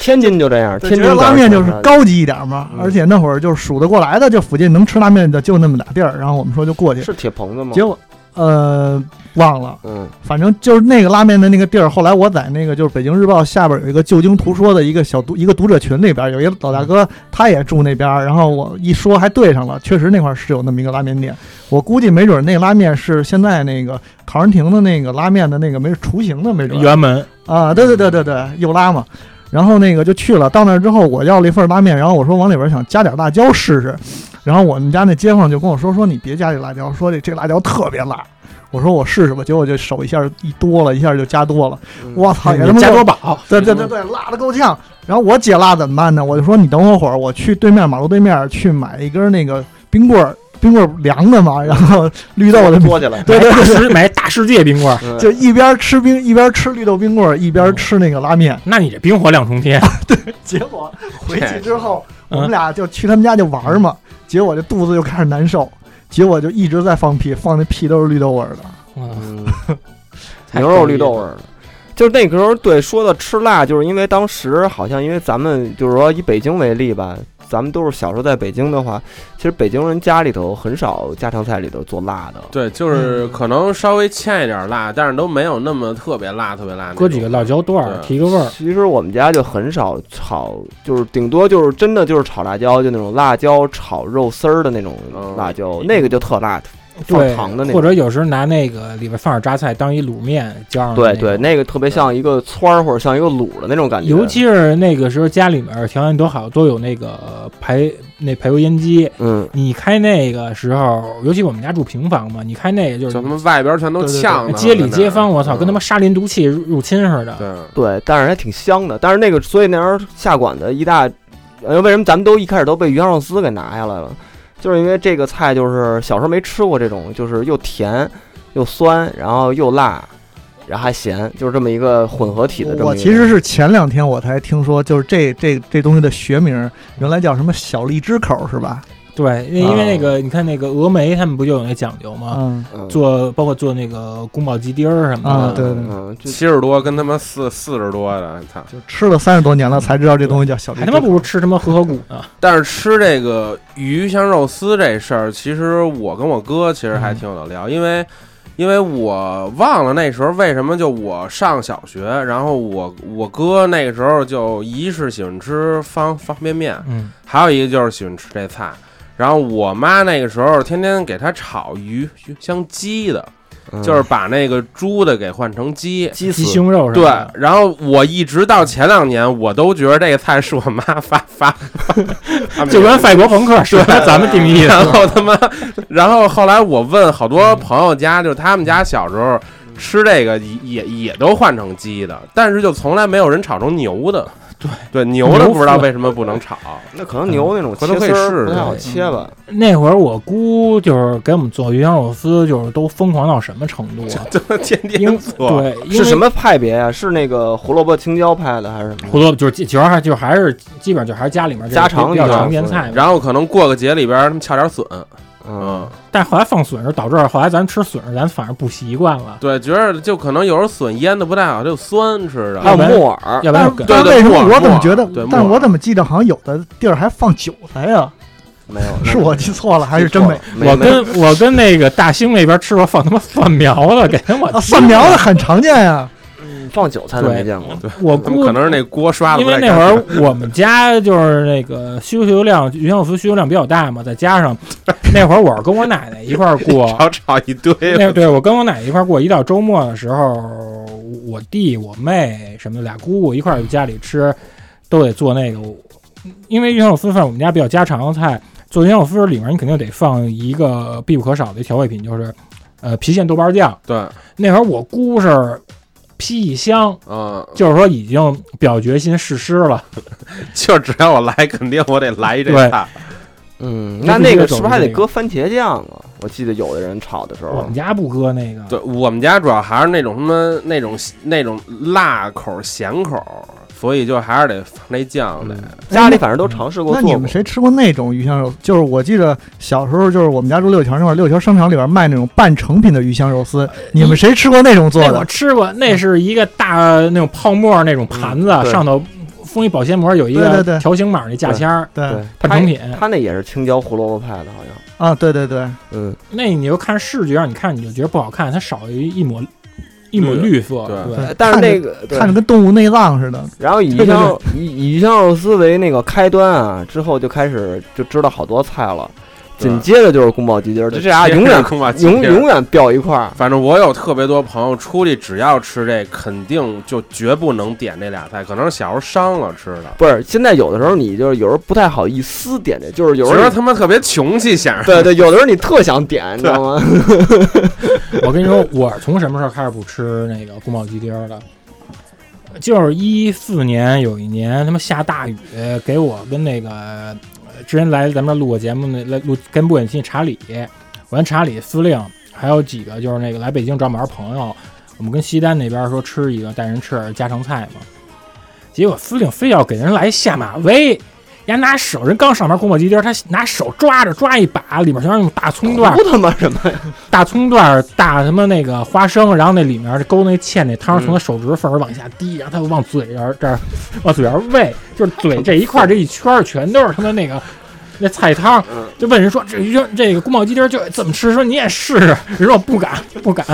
[SPEAKER 4] 天津就这样，
[SPEAKER 6] 就
[SPEAKER 4] 天
[SPEAKER 6] 觉
[SPEAKER 4] 津
[SPEAKER 6] 得拉
[SPEAKER 4] 早
[SPEAKER 6] 面
[SPEAKER 4] 上
[SPEAKER 6] 就是
[SPEAKER 4] 吃
[SPEAKER 6] 高级一点嘛，
[SPEAKER 4] 嗯
[SPEAKER 6] 而且那会儿就是数得过来的，这附近能吃拉面的就那么俩地儿。然后我们说就过去，
[SPEAKER 4] 是铁棚子吗？
[SPEAKER 6] 结果呃忘了，
[SPEAKER 4] 嗯
[SPEAKER 6] 反正就是那个拉面的那个地儿。后来我在那个就是《北京日报》下边有一个旧京图说的一个小读一个读者群里边，有一个老大哥他也住那边儿，然后我一说还对上了，确实那块儿是有那么一个拉面店。我估计没准那拉面是现在那个陶然亭的那个拉面的那个没准雏形 的没准。
[SPEAKER 5] 辕门
[SPEAKER 6] 啊，对对对对对，又拉嘛。然后那个就去了，到那儿之后我要了一份拉面，然后我说往里边想加点辣椒试试，然后我们家那街坊就跟我说说你别加这辣椒，说这这辣椒特别辣。我说我试试吧，结果就手一下一多了，一下就加多了，
[SPEAKER 4] 嗯
[SPEAKER 6] 我操，啊也他妈
[SPEAKER 5] 加多
[SPEAKER 6] 够
[SPEAKER 5] 宝，
[SPEAKER 6] 对对对对，辣的够呛。然后我姐辣怎么办呢？我就说你等我会儿，我去对面马路对面去买一根那个冰棍儿，冰棍儿凉的嘛，然后 绿豆的，
[SPEAKER 4] 多去了。
[SPEAKER 6] 对对
[SPEAKER 5] 买大
[SPEAKER 6] 对
[SPEAKER 5] 世买大世界冰棍儿。
[SPEAKER 4] 嗯
[SPEAKER 6] 就一边吃冰一边吃绿豆冰棍儿，一边吃那个拉面。
[SPEAKER 5] 那你这冰火两重 天，
[SPEAKER 6] 结果回
[SPEAKER 7] 这
[SPEAKER 6] 去之后，
[SPEAKER 5] 嗯
[SPEAKER 6] 我们俩就去他们家就玩儿嘛，结果就肚子就开始难受，结果就一直在放屁，放那屁都是绿豆味儿的。
[SPEAKER 4] 嗯牛肉绿豆味儿的。就是那个时候，对，说到吃辣，就是因为当时好像因为咱们就是说以北京为例吧，咱们都是小时候在北京的话，其实北京人家里头很少家常菜里头做辣的。
[SPEAKER 7] 对，
[SPEAKER 5] 嗯
[SPEAKER 7] 就是可能稍微欠一点辣，但是都没有那么特别辣，特别辣那种。
[SPEAKER 5] 搁几个辣椒段儿
[SPEAKER 7] 对
[SPEAKER 5] 提个味儿，
[SPEAKER 4] 其实我们家就很少炒，就是顶多就是真的就是炒辣椒，就那种辣椒炒肉丝儿的那种
[SPEAKER 7] 嗯
[SPEAKER 4] 辣椒，那个就特辣，放
[SPEAKER 5] 对
[SPEAKER 4] 糖的那
[SPEAKER 5] 或
[SPEAKER 4] 种。
[SPEAKER 5] 者有时候拿那个里边放点榨菜当一卤面浇上。
[SPEAKER 4] 对对，，那个特别像一个汆儿或者像一个卤的那种感觉。
[SPEAKER 5] 尤其是那个时候家里面条件都好，都有那个排那排油烟机。
[SPEAKER 4] 嗯，
[SPEAKER 5] 你开那个时候，尤其我们家住平房嘛，你开那个就
[SPEAKER 7] 就他
[SPEAKER 5] 是
[SPEAKER 7] 妈外边全都
[SPEAKER 6] 对对对
[SPEAKER 7] 呛的，
[SPEAKER 5] 街里街坊，我操，
[SPEAKER 7] 嗯
[SPEAKER 5] 跟他妈沙林毒气入入侵似的。
[SPEAKER 7] 对，
[SPEAKER 4] 对，但是还挺香的。但是那个，所以那时候下馆子一大，呃，为什么咱们都一开始都被鱼香肉丝给拿下来了？就是因为这个菜就是小时候没吃过这种，就是又甜又酸，然后又辣，然后还咸，就是这么一个混合体的这么一个。
[SPEAKER 6] 我其实是前两天我才听说，就是这这这东西的学名原来叫什么小荔枝口是吧？
[SPEAKER 5] 对，那因为那
[SPEAKER 6] 啊
[SPEAKER 5] 个你看那个峨眉他们不就有那讲究吗？
[SPEAKER 6] 嗯，
[SPEAKER 4] 嗯
[SPEAKER 5] 做包括做那个宫保鸡丁儿什么
[SPEAKER 6] 啊
[SPEAKER 5] 的，
[SPEAKER 6] 对对
[SPEAKER 4] 嗯，就
[SPEAKER 7] 七十多跟他妈四四十多的，操！
[SPEAKER 6] 就吃了三十多年了才知道这东西叫小荔
[SPEAKER 5] 还
[SPEAKER 6] 枝
[SPEAKER 5] 他
[SPEAKER 6] 口。
[SPEAKER 5] 妈不如吃他妈和合谷呢。
[SPEAKER 7] 但是吃这个鱼香肉丝这事儿，其实我跟我哥其实还挺有得聊，因为因为我忘了那时候为什么就我上小学，然后我我哥那个时候就一是喜欢吃方方便面，
[SPEAKER 5] 嗯，
[SPEAKER 7] 还有一个就是喜欢吃这菜。然后我妈那个时候天天给他炒鱼鱼香鸡的，
[SPEAKER 4] 嗯
[SPEAKER 7] 就是把那个猪的给换成鸡。
[SPEAKER 4] 鸡丝
[SPEAKER 5] 鸡胸肉什么
[SPEAKER 7] 对
[SPEAKER 5] 的，，
[SPEAKER 7] 然后我一直到前两年，我都觉得这个菜是我妈 发发，发
[SPEAKER 5] 就跟法国朋克 是吧？咱们定义
[SPEAKER 7] 然
[SPEAKER 5] 的。
[SPEAKER 7] 后他妈，然后后来我问好多朋友家，就是他们家小时候吃这个也也也都换成鸡的，但是就从来没有人炒成牛的。
[SPEAKER 5] 对
[SPEAKER 7] 对，牛的不知道为什么不能炒。
[SPEAKER 4] 那可能牛那种切
[SPEAKER 7] 回头可以
[SPEAKER 4] 丝儿
[SPEAKER 7] 试试
[SPEAKER 4] 不太好切吧？
[SPEAKER 5] 那会儿我姑就是给我们做鱼香肉丝，就是都疯狂到什么程度 啊？
[SPEAKER 7] 这他妈天
[SPEAKER 5] 因
[SPEAKER 7] 天做，
[SPEAKER 5] 对，因为
[SPEAKER 4] 是什么派别啊？是那个胡萝卜青椒派的还是什么？
[SPEAKER 5] 胡萝卜就是主要还就是还是基本上就还是家里面这个
[SPEAKER 4] 家常
[SPEAKER 5] 比较
[SPEAKER 4] 里面
[SPEAKER 5] 常见菜嘛。
[SPEAKER 7] 然后可能过个节里边儿他们翘点笋，嗯
[SPEAKER 4] 嗯，，
[SPEAKER 5] 但后来放笋儿导致后来咱吃笋儿，咱反而不习惯了。
[SPEAKER 7] 对，觉得就可能有时候笋腌的不太好，就酸吃
[SPEAKER 4] 还
[SPEAKER 7] 的。
[SPEAKER 4] 有木 耳，
[SPEAKER 5] 要不然
[SPEAKER 6] 但
[SPEAKER 5] 就跟
[SPEAKER 7] 对
[SPEAKER 6] 但
[SPEAKER 7] 对
[SPEAKER 6] 为什么
[SPEAKER 7] 木耳
[SPEAKER 6] 我怎么觉得
[SPEAKER 7] 木耳对？
[SPEAKER 6] 但
[SPEAKER 7] 木
[SPEAKER 6] 我
[SPEAKER 7] 耳
[SPEAKER 6] 怎么记得好像有的地儿还放韭菜呀？
[SPEAKER 4] 没有，
[SPEAKER 6] 是我记错了还是真没？
[SPEAKER 4] 没？
[SPEAKER 5] 我
[SPEAKER 4] 没
[SPEAKER 5] 跟我跟那个大兴那边吃过放他妈蒜苗的，给我
[SPEAKER 6] 啊，蒜苗子很常见呀。
[SPEAKER 4] 放韭菜都没见过。
[SPEAKER 5] 我
[SPEAKER 7] 他们
[SPEAKER 5] 姑
[SPEAKER 7] 可能是那锅刷的
[SPEAKER 5] 因
[SPEAKER 7] 不
[SPEAKER 5] 为
[SPEAKER 7] 太
[SPEAKER 5] 那会
[SPEAKER 7] 干净。
[SPEAKER 5] 儿我们家就是那个需求量，鱼香肉丝需求量比较大嘛，再加 上那会儿我是跟我奶奶一块儿过，
[SPEAKER 7] 炒炒一堆，
[SPEAKER 5] 那对我跟我奶奶一块儿过，一到周末的时候，我弟、我妹什么的俩姑姑一块儿去家里吃，都得做那个，因为鱼香肉丝饭我们家比较家常菜，做鱼香肉丝里面你肯定得放一个必不可少的调味品，就是呃郫县豆瓣酱。
[SPEAKER 7] 对，
[SPEAKER 5] 那会儿我姑是批一箱，
[SPEAKER 7] 嗯，
[SPEAKER 5] 就是说已经表决心誓师了。
[SPEAKER 7] 就只要我来，肯定我得来一这
[SPEAKER 5] 对
[SPEAKER 7] 菜。
[SPEAKER 4] 嗯，
[SPEAKER 5] 那
[SPEAKER 4] 那
[SPEAKER 5] 必须
[SPEAKER 4] 那个
[SPEAKER 5] 得
[SPEAKER 4] 是
[SPEAKER 5] 走
[SPEAKER 4] 不是还得
[SPEAKER 5] 这个嗯
[SPEAKER 4] 搁番茄酱啊？我记得有的人炒的时
[SPEAKER 5] 我
[SPEAKER 4] 候
[SPEAKER 5] 们，家不搁那个，
[SPEAKER 7] 对我们家主要还是那种什么那种那种辣口咸口，所以就还是得放那酱的。
[SPEAKER 4] 家里反正都尝试过
[SPEAKER 6] 那
[SPEAKER 4] 做
[SPEAKER 6] 你
[SPEAKER 4] 过
[SPEAKER 6] 们谁吃过那种鱼香肉？就是我记得小时候，就是我们家住六桥那会儿，六桥商场里边卖那种半成品的鱼香肉丝，你们谁吃过那种做
[SPEAKER 5] 那我
[SPEAKER 6] 的？
[SPEAKER 5] 吃过，那是一个大那种泡沫那种盘子，啊
[SPEAKER 4] 嗯对
[SPEAKER 5] 上头封一保鲜膜，有一
[SPEAKER 6] 对
[SPEAKER 5] 个
[SPEAKER 6] 对对
[SPEAKER 5] 条形码那价签儿，
[SPEAKER 6] 对
[SPEAKER 4] 对
[SPEAKER 5] 半成品。
[SPEAKER 4] 他那也是青椒胡萝卜派的，好像。
[SPEAKER 6] 啊，对对对，
[SPEAKER 4] 嗯，
[SPEAKER 5] 那你就看视觉上，你看你就觉得不好看，它少一一抹一抹
[SPEAKER 7] 绿
[SPEAKER 5] 绿色。
[SPEAKER 7] 对
[SPEAKER 5] 对
[SPEAKER 6] 对
[SPEAKER 4] 嗯但是
[SPEAKER 6] 看着
[SPEAKER 4] 那个对
[SPEAKER 6] 看着跟动物内脏似的。
[SPEAKER 4] 然后以鱼香以以鱼香肉丝为那个开端啊，之后就开始就知道好多菜了。
[SPEAKER 7] 对
[SPEAKER 4] 紧接着就是宫保鸡丁儿，就这俩永远
[SPEAKER 7] 空吧，
[SPEAKER 4] 永永远飙一块儿。
[SPEAKER 7] 反正我有特别多朋友出去，只要吃这，肯定就绝不能点这俩菜。可能是小时候伤了吃的，
[SPEAKER 4] 不是，现在有的时候你就是有时候不太好意思点这，就是有
[SPEAKER 7] 觉
[SPEAKER 4] 时
[SPEAKER 7] 得
[SPEAKER 4] 候
[SPEAKER 7] 他妈特别穷气，显 着
[SPEAKER 4] 对对，有的时候你特想点，你知道吗？
[SPEAKER 5] 我跟你说，我从什么时候开始不吃那个宫保鸡丁儿的？就是一四年有一年，他妈下大雨，给我跟那个呃之前来咱们这录过节目那来录跟不远亲查理，我跟查理司令还有几个就是那个来北京找我们玩儿朋友，我们跟西单那边说吃一个带人吃点家常菜嘛，结果司令非要给人来下马威。人家拿手，人刚上班宫保鸡丁儿，他拿手抓着抓一把，里面全是那种大葱段儿，
[SPEAKER 4] 不他妈什么呀？
[SPEAKER 5] 大葱段儿、大什么那个花生，然后那里面勾那芡那汤儿从他手指缝儿往下滴，然后他又往嘴沿儿这儿往嘴沿儿喂，就是嘴这一块儿这一圈儿全都是他妈
[SPEAKER 4] 嗯
[SPEAKER 5] 那个那菜汤儿。就问人说这鱼香这个宫保鸡丁儿就这么吃，说你也试试，人说我不敢不敢。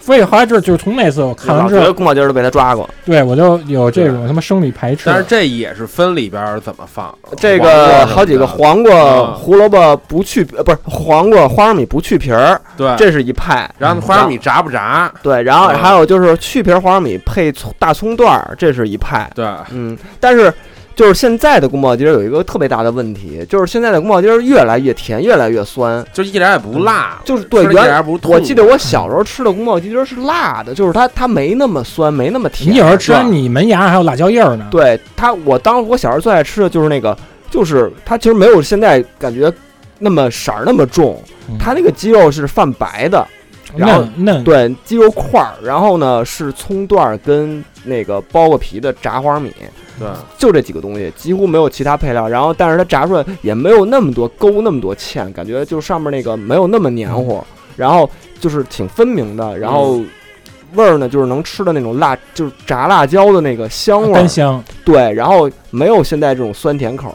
[SPEAKER 5] 所以后来这就是从那次我看完
[SPEAKER 4] 老觉
[SPEAKER 5] 之
[SPEAKER 4] 得
[SPEAKER 5] 后，
[SPEAKER 4] 宫保鸡儿都被他抓过。
[SPEAKER 5] 对我就有这种他妈生理排斥
[SPEAKER 7] 但。是这也是分里边儿怎么放，
[SPEAKER 4] 这
[SPEAKER 7] 黄瓜
[SPEAKER 4] 个
[SPEAKER 7] 什么
[SPEAKER 4] 好几个
[SPEAKER 7] 的
[SPEAKER 4] 黄瓜、
[SPEAKER 7] 嗯
[SPEAKER 4] 胡萝卜不去呃，不是黄瓜、花生米不去皮儿，
[SPEAKER 7] 对，
[SPEAKER 4] 这是一派。
[SPEAKER 7] 然后花生米炸不炸？
[SPEAKER 4] 对，然后
[SPEAKER 7] 嗯
[SPEAKER 4] 还有就是去皮儿花生米配葱大葱段儿，这是一派。
[SPEAKER 7] 对，
[SPEAKER 4] 嗯，但是就是现在的宫保鸡丁有一个特别大的问题，就是现在的宫保鸡丁越来越甜，越来越酸。
[SPEAKER 7] 就一点也不辣，
[SPEAKER 4] 就是对
[SPEAKER 7] 吃着一点
[SPEAKER 4] 原
[SPEAKER 7] 也不痛。
[SPEAKER 4] 我记得我小时候吃的宫保鸡丁是辣的，就是它它没那么酸，没那么甜。
[SPEAKER 5] 你有时候吃完你门牙还有辣椒叶儿呢，
[SPEAKER 4] 对它，我当我小时候最爱吃的就是那个，就是它其实没有现在感觉那么色儿那么重
[SPEAKER 5] 嗯，
[SPEAKER 4] 它那个鸡肉是泛白的，然后
[SPEAKER 5] 嫩嫩，
[SPEAKER 4] 对鸡肉块儿，然后呢是葱段儿跟那个剥个皮的炸花米，
[SPEAKER 7] 对，
[SPEAKER 4] 就这几个东西，几乎没有其他配料。然后，但是它炸出来也没有那么多勾，那么多芡，感觉就上面那个没有那么黏糊，
[SPEAKER 7] 嗯
[SPEAKER 4] 然后就是挺分明的。然后味儿呢，就是能吃的那种辣，就是炸辣椒的那个香
[SPEAKER 7] 啊
[SPEAKER 4] 味儿
[SPEAKER 5] 干。香。
[SPEAKER 4] 对，然后没有现在这种酸甜口，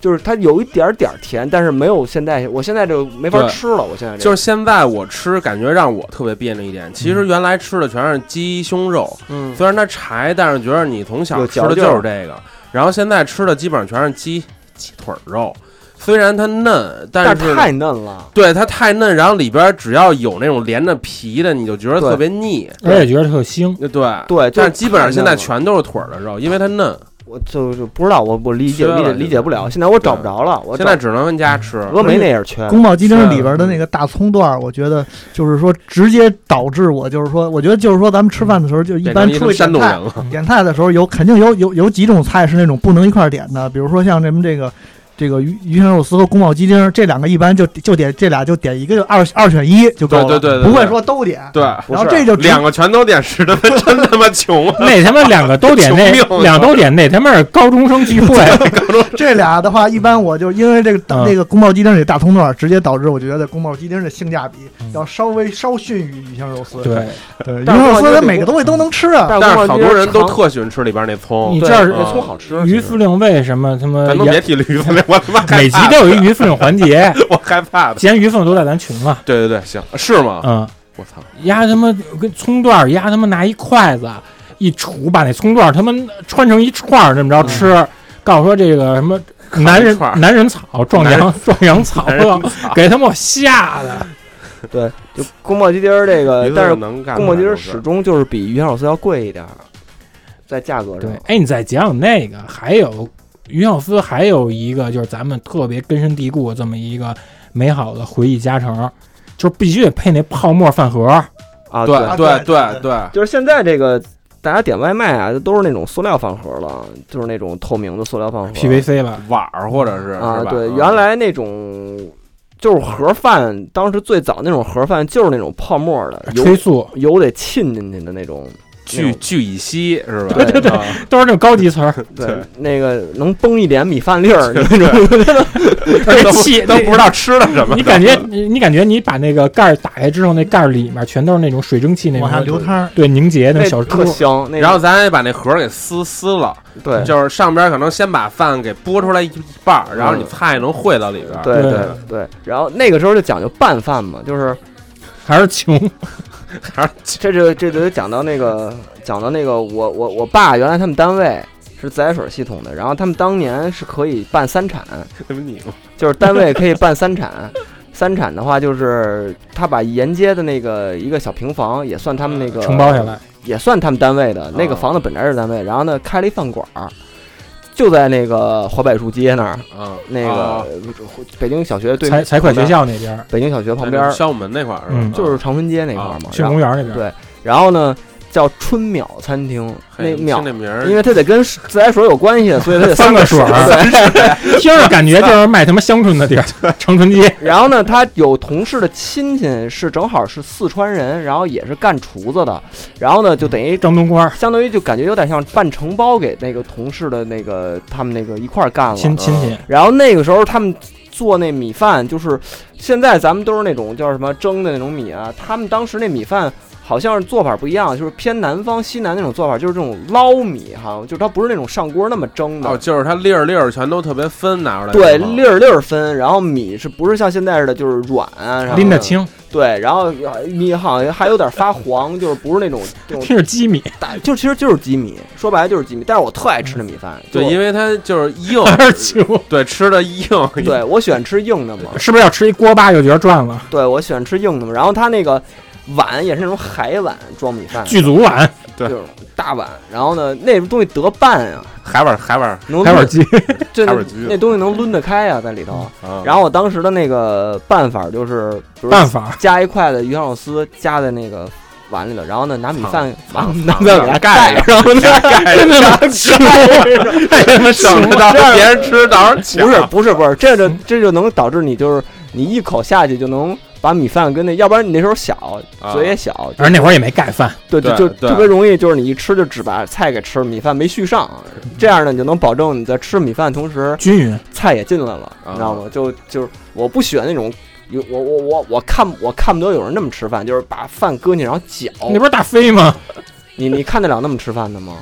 [SPEAKER 4] 就是它有一点点甜，但是没有现在，我现在就没法
[SPEAKER 7] 对
[SPEAKER 4] 吃了。我现在这
[SPEAKER 7] 就是是现在我吃，感觉让我特别别扭一点。其实原来吃的全是鸡胸肉，
[SPEAKER 4] 嗯，
[SPEAKER 7] 虽然它柴，但是觉得你从小
[SPEAKER 4] 有
[SPEAKER 7] 吃
[SPEAKER 4] 嚼
[SPEAKER 7] 的
[SPEAKER 4] 劲
[SPEAKER 7] 就
[SPEAKER 4] 儿
[SPEAKER 7] 是这个。然后现在吃的基本上全是鸡鸡腿儿肉，虽然它嫩，但
[SPEAKER 4] 但
[SPEAKER 7] 是
[SPEAKER 4] 是太嫩了。
[SPEAKER 7] 对它太嫩，然后里边只要有那种连着皮的，你就觉得特别腻。
[SPEAKER 5] 而且觉得特腥，
[SPEAKER 7] 对对
[SPEAKER 4] 对就是
[SPEAKER 7] 但是基本上现在
[SPEAKER 4] 太
[SPEAKER 7] 全都是腿儿的肉，因为它嫩。
[SPEAKER 4] 我就是不知道，我我理解
[SPEAKER 7] 缺
[SPEAKER 4] 理
[SPEAKER 7] 了
[SPEAKER 4] 解
[SPEAKER 7] 现在
[SPEAKER 4] 理解不了。现在我找不着了，我
[SPEAKER 7] 现在
[SPEAKER 4] 找
[SPEAKER 7] 只能跟家吃。
[SPEAKER 4] 峨眉那也是缺。
[SPEAKER 6] 宫保鸡丁里边的那个大葱段儿，我觉得就是说直接导致我就是说，我觉得就是说咱们吃饭的时候就一
[SPEAKER 7] 变
[SPEAKER 6] 般
[SPEAKER 7] 成一
[SPEAKER 6] 出
[SPEAKER 7] 个
[SPEAKER 6] 去
[SPEAKER 7] 山
[SPEAKER 6] 点
[SPEAKER 7] 东人
[SPEAKER 6] 菜，
[SPEAKER 7] 了，
[SPEAKER 6] 点菜的时候有肯定有有有几种菜是那种不能一块儿点的，比如说像咱们这个这个鱼鱼香肉丝和宫保鸡丁这两个，一般就就点这俩就点一个就二二选一就够了，
[SPEAKER 7] 对对对对对
[SPEAKER 6] 不会说都点。
[SPEAKER 7] 对，
[SPEAKER 6] 然后这
[SPEAKER 4] 哦
[SPEAKER 6] 就直
[SPEAKER 7] 两个全都点十的，真他妈 穷 啊！
[SPEAKER 5] 那他妈两个都点那
[SPEAKER 7] 救命啊
[SPEAKER 5] 两个都点那他妈是高中生 聚会，
[SPEAKER 6] 这俩的话，一般我就因为这个
[SPEAKER 5] 嗯
[SPEAKER 6] 这个宫保鸡丁这大葱段儿，直接导致我觉得宫保鸡丁的性价比要稍微稍逊于鱼香肉丝。
[SPEAKER 5] 对，
[SPEAKER 6] 嗯对，鱼
[SPEAKER 4] 但是
[SPEAKER 6] 香肉
[SPEAKER 4] 宫
[SPEAKER 6] 丝
[SPEAKER 4] 保鸡
[SPEAKER 6] 它
[SPEAKER 4] 丁
[SPEAKER 6] 每个东西都能吃啊。
[SPEAKER 4] 但
[SPEAKER 7] 但是好多人都
[SPEAKER 4] 特。
[SPEAKER 7] 特喜欢吃里边那葱
[SPEAKER 5] 你，
[SPEAKER 4] 对
[SPEAKER 5] 这儿
[SPEAKER 7] 哦
[SPEAKER 4] 那葱好吃
[SPEAKER 5] 于司令为什么他妈
[SPEAKER 7] 咱都
[SPEAKER 5] 也
[SPEAKER 7] 别提驴 子了，我他妈害怕
[SPEAKER 5] 每集都有一于司令环节？
[SPEAKER 7] 我害怕的。
[SPEAKER 5] 既然于司令都在咱群了，
[SPEAKER 7] 对对对，行，是吗？
[SPEAKER 5] 嗯，
[SPEAKER 7] 我操！
[SPEAKER 5] 丫他妈跟葱段儿，丫他妈拿一筷子一杵，把那葱段儿他妈穿成一串儿这么着吃，告诉说这个什么男人
[SPEAKER 7] 嗯串儿
[SPEAKER 5] 男人草壮
[SPEAKER 7] 男人
[SPEAKER 5] 阳壮阳草
[SPEAKER 7] 男人，
[SPEAKER 5] 给他们我吓的。
[SPEAKER 4] 对，就宫保鸡丁儿这个
[SPEAKER 7] 驴，子
[SPEAKER 4] 呃但是
[SPEAKER 7] 能干
[SPEAKER 4] 宫保鸡丁
[SPEAKER 7] 儿
[SPEAKER 4] 儿始终就是比鱼香肉丝要贵一点儿，在价格
[SPEAKER 5] 对
[SPEAKER 4] 上。，
[SPEAKER 5] 哎，你再讲讲那个，还有于小思，还有一个就是咱们特别根深蒂固的这么一个美好的回忆加成，就是必须得配那泡沫饭盒。
[SPEAKER 4] 啊，
[SPEAKER 7] 对
[SPEAKER 6] 啊
[SPEAKER 7] 对
[SPEAKER 6] 对
[SPEAKER 7] 对
[SPEAKER 6] 对
[SPEAKER 7] 对，
[SPEAKER 4] 就是现在这个大家点外卖啊，都是那种塑料饭盒了，就是那种透明的塑料饭盒。
[SPEAKER 5] PVC 吧，
[SPEAKER 7] 碗儿或者是
[SPEAKER 4] 啊
[SPEAKER 7] 是，吧
[SPEAKER 4] 对，
[SPEAKER 7] 嗯
[SPEAKER 4] 原来那种就是盒饭，当时最早那种盒饭就是那种泡沫的，
[SPEAKER 5] 吹
[SPEAKER 4] 油
[SPEAKER 5] 塑
[SPEAKER 4] 油得沁进去的那种。
[SPEAKER 7] 聚聚乙烯是吧？啊
[SPEAKER 4] 对对
[SPEAKER 7] 对，
[SPEAKER 5] 都是那种高级词儿，
[SPEAKER 4] 对，那个能崩一脸米饭粒 儿那种。
[SPEAKER 7] 都
[SPEAKER 5] 气
[SPEAKER 7] 都不知道吃了什么。
[SPEAKER 5] 你感觉你感觉你把那个盖儿打开之后，那盖儿里面全都是那种水蒸气那
[SPEAKER 6] 往下
[SPEAKER 5] 种，
[SPEAKER 6] 流汤儿，
[SPEAKER 5] 对凝结那
[SPEAKER 4] 那
[SPEAKER 5] 小珠
[SPEAKER 4] 特。香，那
[SPEAKER 7] 然后咱也把那盒儿给撕撕了，
[SPEAKER 4] 对
[SPEAKER 7] 就是上边儿可能先把饭给拨出来一一半儿，然后你菜能烩到里边儿。
[SPEAKER 4] 嗯对
[SPEAKER 5] 对
[SPEAKER 4] 对对，然后那个时候就讲究拌饭嘛，就是
[SPEAKER 5] 还是穷，
[SPEAKER 7] 呃还是
[SPEAKER 4] 这就这就得讲到那个讲到那个我我我爸原来他们单位是自来水系统的，然后他们当年是可以办三产，
[SPEAKER 7] 这不你吗？
[SPEAKER 4] 就是单位可以办三产。三产的话，就是他把沿街的那个一个小平房也算他们那个
[SPEAKER 5] 承包下，来，
[SPEAKER 4] 也算他们单位
[SPEAKER 7] 啊
[SPEAKER 4] 的那个房子本来是单位，然后呢开了一饭馆儿，就在那个华柏树街那儿，
[SPEAKER 7] 啊，
[SPEAKER 4] 那个、
[SPEAKER 7] 啊
[SPEAKER 4] 北京小学对
[SPEAKER 5] 财财会
[SPEAKER 4] 旁
[SPEAKER 5] 学
[SPEAKER 4] 边，
[SPEAKER 5] 校那边儿，
[SPEAKER 4] 北京小学旁边
[SPEAKER 7] 在
[SPEAKER 4] 儿
[SPEAKER 7] 那宣武门那块儿是吧啊
[SPEAKER 5] 嗯？
[SPEAKER 4] 就是长春街那块儿嘛，
[SPEAKER 5] 庆
[SPEAKER 4] 然后
[SPEAKER 5] 公园那边儿
[SPEAKER 4] 对，然后呢叫春淼餐厅，那
[SPEAKER 7] 嘿听
[SPEAKER 4] 淼，
[SPEAKER 7] 这名儿，
[SPEAKER 4] 因为它得跟自来水有关系，所以它得
[SPEAKER 5] 翻
[SPEAKER 4] 个
[SPEAKER 5] 个水儿
[SPEAKER 4] 对，
[SPEAKER 5] 听着感觉就是卖他妈乡村的地儿， 长春街。
[SPEAKER 4] 然后呢，他有同事的亲戚是正好是四川人，然后也是干厨子的，然后呢就等于。
[SPEAKER 5] 张东官儿，
[SPEAKER 4] 相当于就感觉有点像半承包给那个同事的那个他们那个一块儿干了，
[SPEAKER 5] 亲亲戚，
[SPEAKER 4] 然后那个时候他们做那米饭，就是现在咱们都是那种叫什么蒸的那种米啊，他们当时那米饭好像是做法不一样，就是偏南方西南那种做法，就是这种捞米哈，就是它不是那种上锅那么蒸的，
[SPEAKER 7] 哦，就是它粒儿粒儿全都特别分，拿出来
[SPEAKER 4] 对，
[SPEAKER 7] 之后
[SPEAKER 4] 粒儿粒儿分，然后米是不是像现在似的，就是软啊，然后
[SPEAKER 5] 拎得清，
[SPEAKER 4] 对，然后米好像还有点发黄，就是不是那种这种
[SPEAKER 5] 听着鸡米，
[SPEAKER 4] 大，就其实就是鸡米，说白了就是鸡米，但是我特爱吃那米饭，
[SPEAKER 7] 对，
[SPEAKER 4] 就
[SPEAKER 7] 因为它就是 硬，
[SPEAKER 5] 二球
[SPEAKER 7] 对，吃的硬，
[SPEAKER 4] 对我喜欢吃硬的嘛，
[SPEAKER 5] 是不是要吃一锅巴就觉得赚了？
[SPEAKER 4] 对我喜欢吃硬的嘛，然后它那个碗也是那种海碗装米饭，
[SPEAKER 5] 剧组碗
[SPEAKER 4] 就是大碗，然后呢那东西得拌啊，
[SPEAKER 7] 海碗海碗
[SPEAKER 4] 能
[SPEAKER 5] 海碗
[SPEAKER 4] 抡
[SPEAKER 5] 鸡，
[SPEAKER 4] 就那
[SPEAKER 7] 海碗鸡
[SPEAKER 4] 那东西能抡得开啊，在里头。
[SPEAKER 7] 啊，
[SPEAKER 4] 然后我当时的那个办法就是，比如
[SPEAKER 5] 办法
[SPEAKER 4] 加一筷子鱼香肉丝夹在那个碗里了，然后呢拿米饭拿
[SPEAKER 7] 藏
[SPEAKER 4] 拿米饭给它盖上，然后呢
[SPEAKER 7] 盖着 省着到时候别人吃，到时候抢
[SPEAKER 4] 不是不是不是，这就这就能导致你就是你一口下去就能把米饭跟那，要不然你那时候小
[SPEAKER 7] 啊
[SPEAKER 4] 嘴也小，就
[SPEAKER 5] 而那会儿也没盖饭，
[SPEAKER 4] 对
[SPEAKER 7] 对
[SPEAKER 4] 就就
[SPEAKER 7] 对
[SPEAKER 4] 特别容易就是你一吃就只把菜给吃，米饭没续上，这样呢你就能保证你在吃米饭的同时
[SPEAKER 5] 均匀。
[SPEAKER 4] 菜也进来了，
[SPEAKER 7] 啊
[SPEAKER 4] 你知道吗？就就是我不喜欢那种。有我我我我看我看不得有人那么吃饭，就是把饭搁进去然后搅。
[SPEAKER 5] 那不是大飞吗？
[SPEAKER 4] 你你看得了那么吃饭的吗？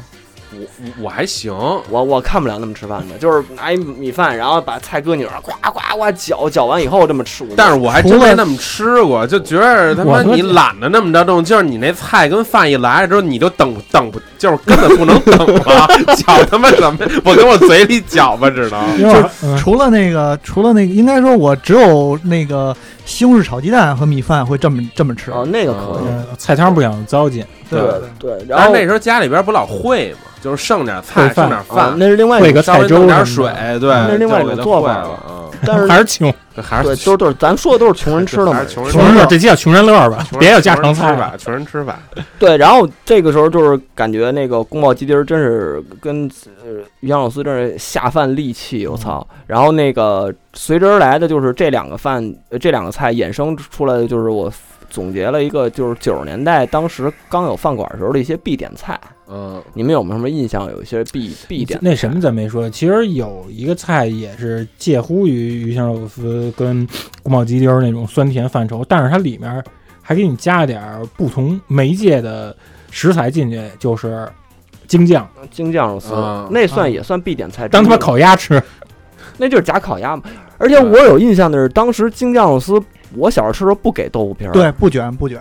[SPEAKER 7] 我我我还行，
[SPEAKER 4] 我我看不了那么吃饭的，就是拿一米饭，然后把菜搁进去，呱呱呱搅搅完以后这么吃。
[SPEAKER 7] 但是我还真没那么吃过，就觉着他妈
[SPEAKER 5] 我说
[SPEAKER 7] 你懒得那么着弄，就是你那菜跟饭一来之后，你就等等不，就是根本不能等了， 搅他妈什么？我跟我嘴里搅吧，只能。
[SPEAKER 5] 因为我嗯
[SPEAKER 6] 除了那个，除了那个，应该说我只有那个西红柿炒鸡蛋和米饭会这么这么吃。
[SPEAKER 4] 哦，那个可以，
[SPEAKER 5] 嗯菜汤不想糟践，
[SPEAKER 6] 对
[SPEAKER 7] 对
[SPEAKER 6] 对
[SPEAKER 4] 对。然
[SPEAKER 7] 但是
[SPEAKER 4] 后
[SPEAKER 7] 那时候家里边不老烩嘛，就是剩点菜，
[SPEAKER 5] 烩饭
[SPEAKER 7] 剩点
[SPEAKER 4] 啊，
[SPEAKER 7] 饭，
[SPEAKER 4] 那是另外一
[SPEAKER 5] 烩
[SPEAKER 4] 个，
[SPEAKER 5] 个
[SPEAKER 7] 哎稍
[SPEAKER 5] 菜
[SPEAKER 7] 微
[SPEAKER 5] 粥什
[SPEAKER 7] 弄点
[SPEAKER 5] 么
[SPEAKER 7] 水
[SPEAKER 5] 的，，
[SPEAKER 7] 对，
[SPEAKER 4] 那是另外一
[SPEAKER 7] 就给
[SPEAKER 4] 种
[SPEAKER 7] 它
[SPEAKER 4] 做
[SPEAKER 7] 烩
[SPEAKER 4] 法
[SPEAKER 7] 了，
[SPEAKER 4] 但是
[SPEAKER 5] 还是穷。
[SPEAKER 7] 嗯，还
[SPEAKER 4] 对，
[SPEAKER 7] 是
[SPEAKER 4] 都都是咱说的都是穷人吃的
[SPEAKER 7] 还
[SPEAKER 4] 嘛
[SPEAKER 7] 是。穷人
[SPEAKER 5] 穷人
[SPEAKER 7] 吃
[SPEAKER 5] 乐，
[SPEAKER 7] 法
[SPEAKER 5] 这期叫穷人乐吧，别有家常菜了。
[SPEAKER 7] 穷人吃法，穷人吃法，
[SPEAKER 4] 对，然后这个时候就是感觉那个宫保鸡丁儿真是跟呃鱼香肉丝真是下饭利器，我操！
[SPEAKER 5] 嗯
[SPEAKER 4] 然后那个随之而来的就是这两个饭，呃这两个菜衍生出来的就是我总结了一个就是九十年代当时刚有饭馆时候的一些必点菜，
[SPEAKER 7] 嗯，
[SPEAKER 4] 你们有没有什么印象？有一些必必点
[SPEAKER 5] 嗯那什么咱没说，其实有一个菜也是介乎于鱼香肉丝跟宫保鸡丁儿那种酸甜范畴，但是它里面还给你加点儿不同媒介的食材进去，就是京酱
[SPEAKER 4] 京酱肉丝
[SPEAKER 7] 啊，
[SPEAKER 4] 那算
[SPEAKER 5] 啊
[SPEAKER 4] 也算必点菜之一。
[SPEAKER 5] 当他妈烤鸭吃，
[SPEAKER 4] 那就是假烤鸭嘛。而且我有印象的是，当时京酱肉丝，我小时候吃的时候不给豆腐皮儿，
[SPEAKER 6] 对，，不卷不卷，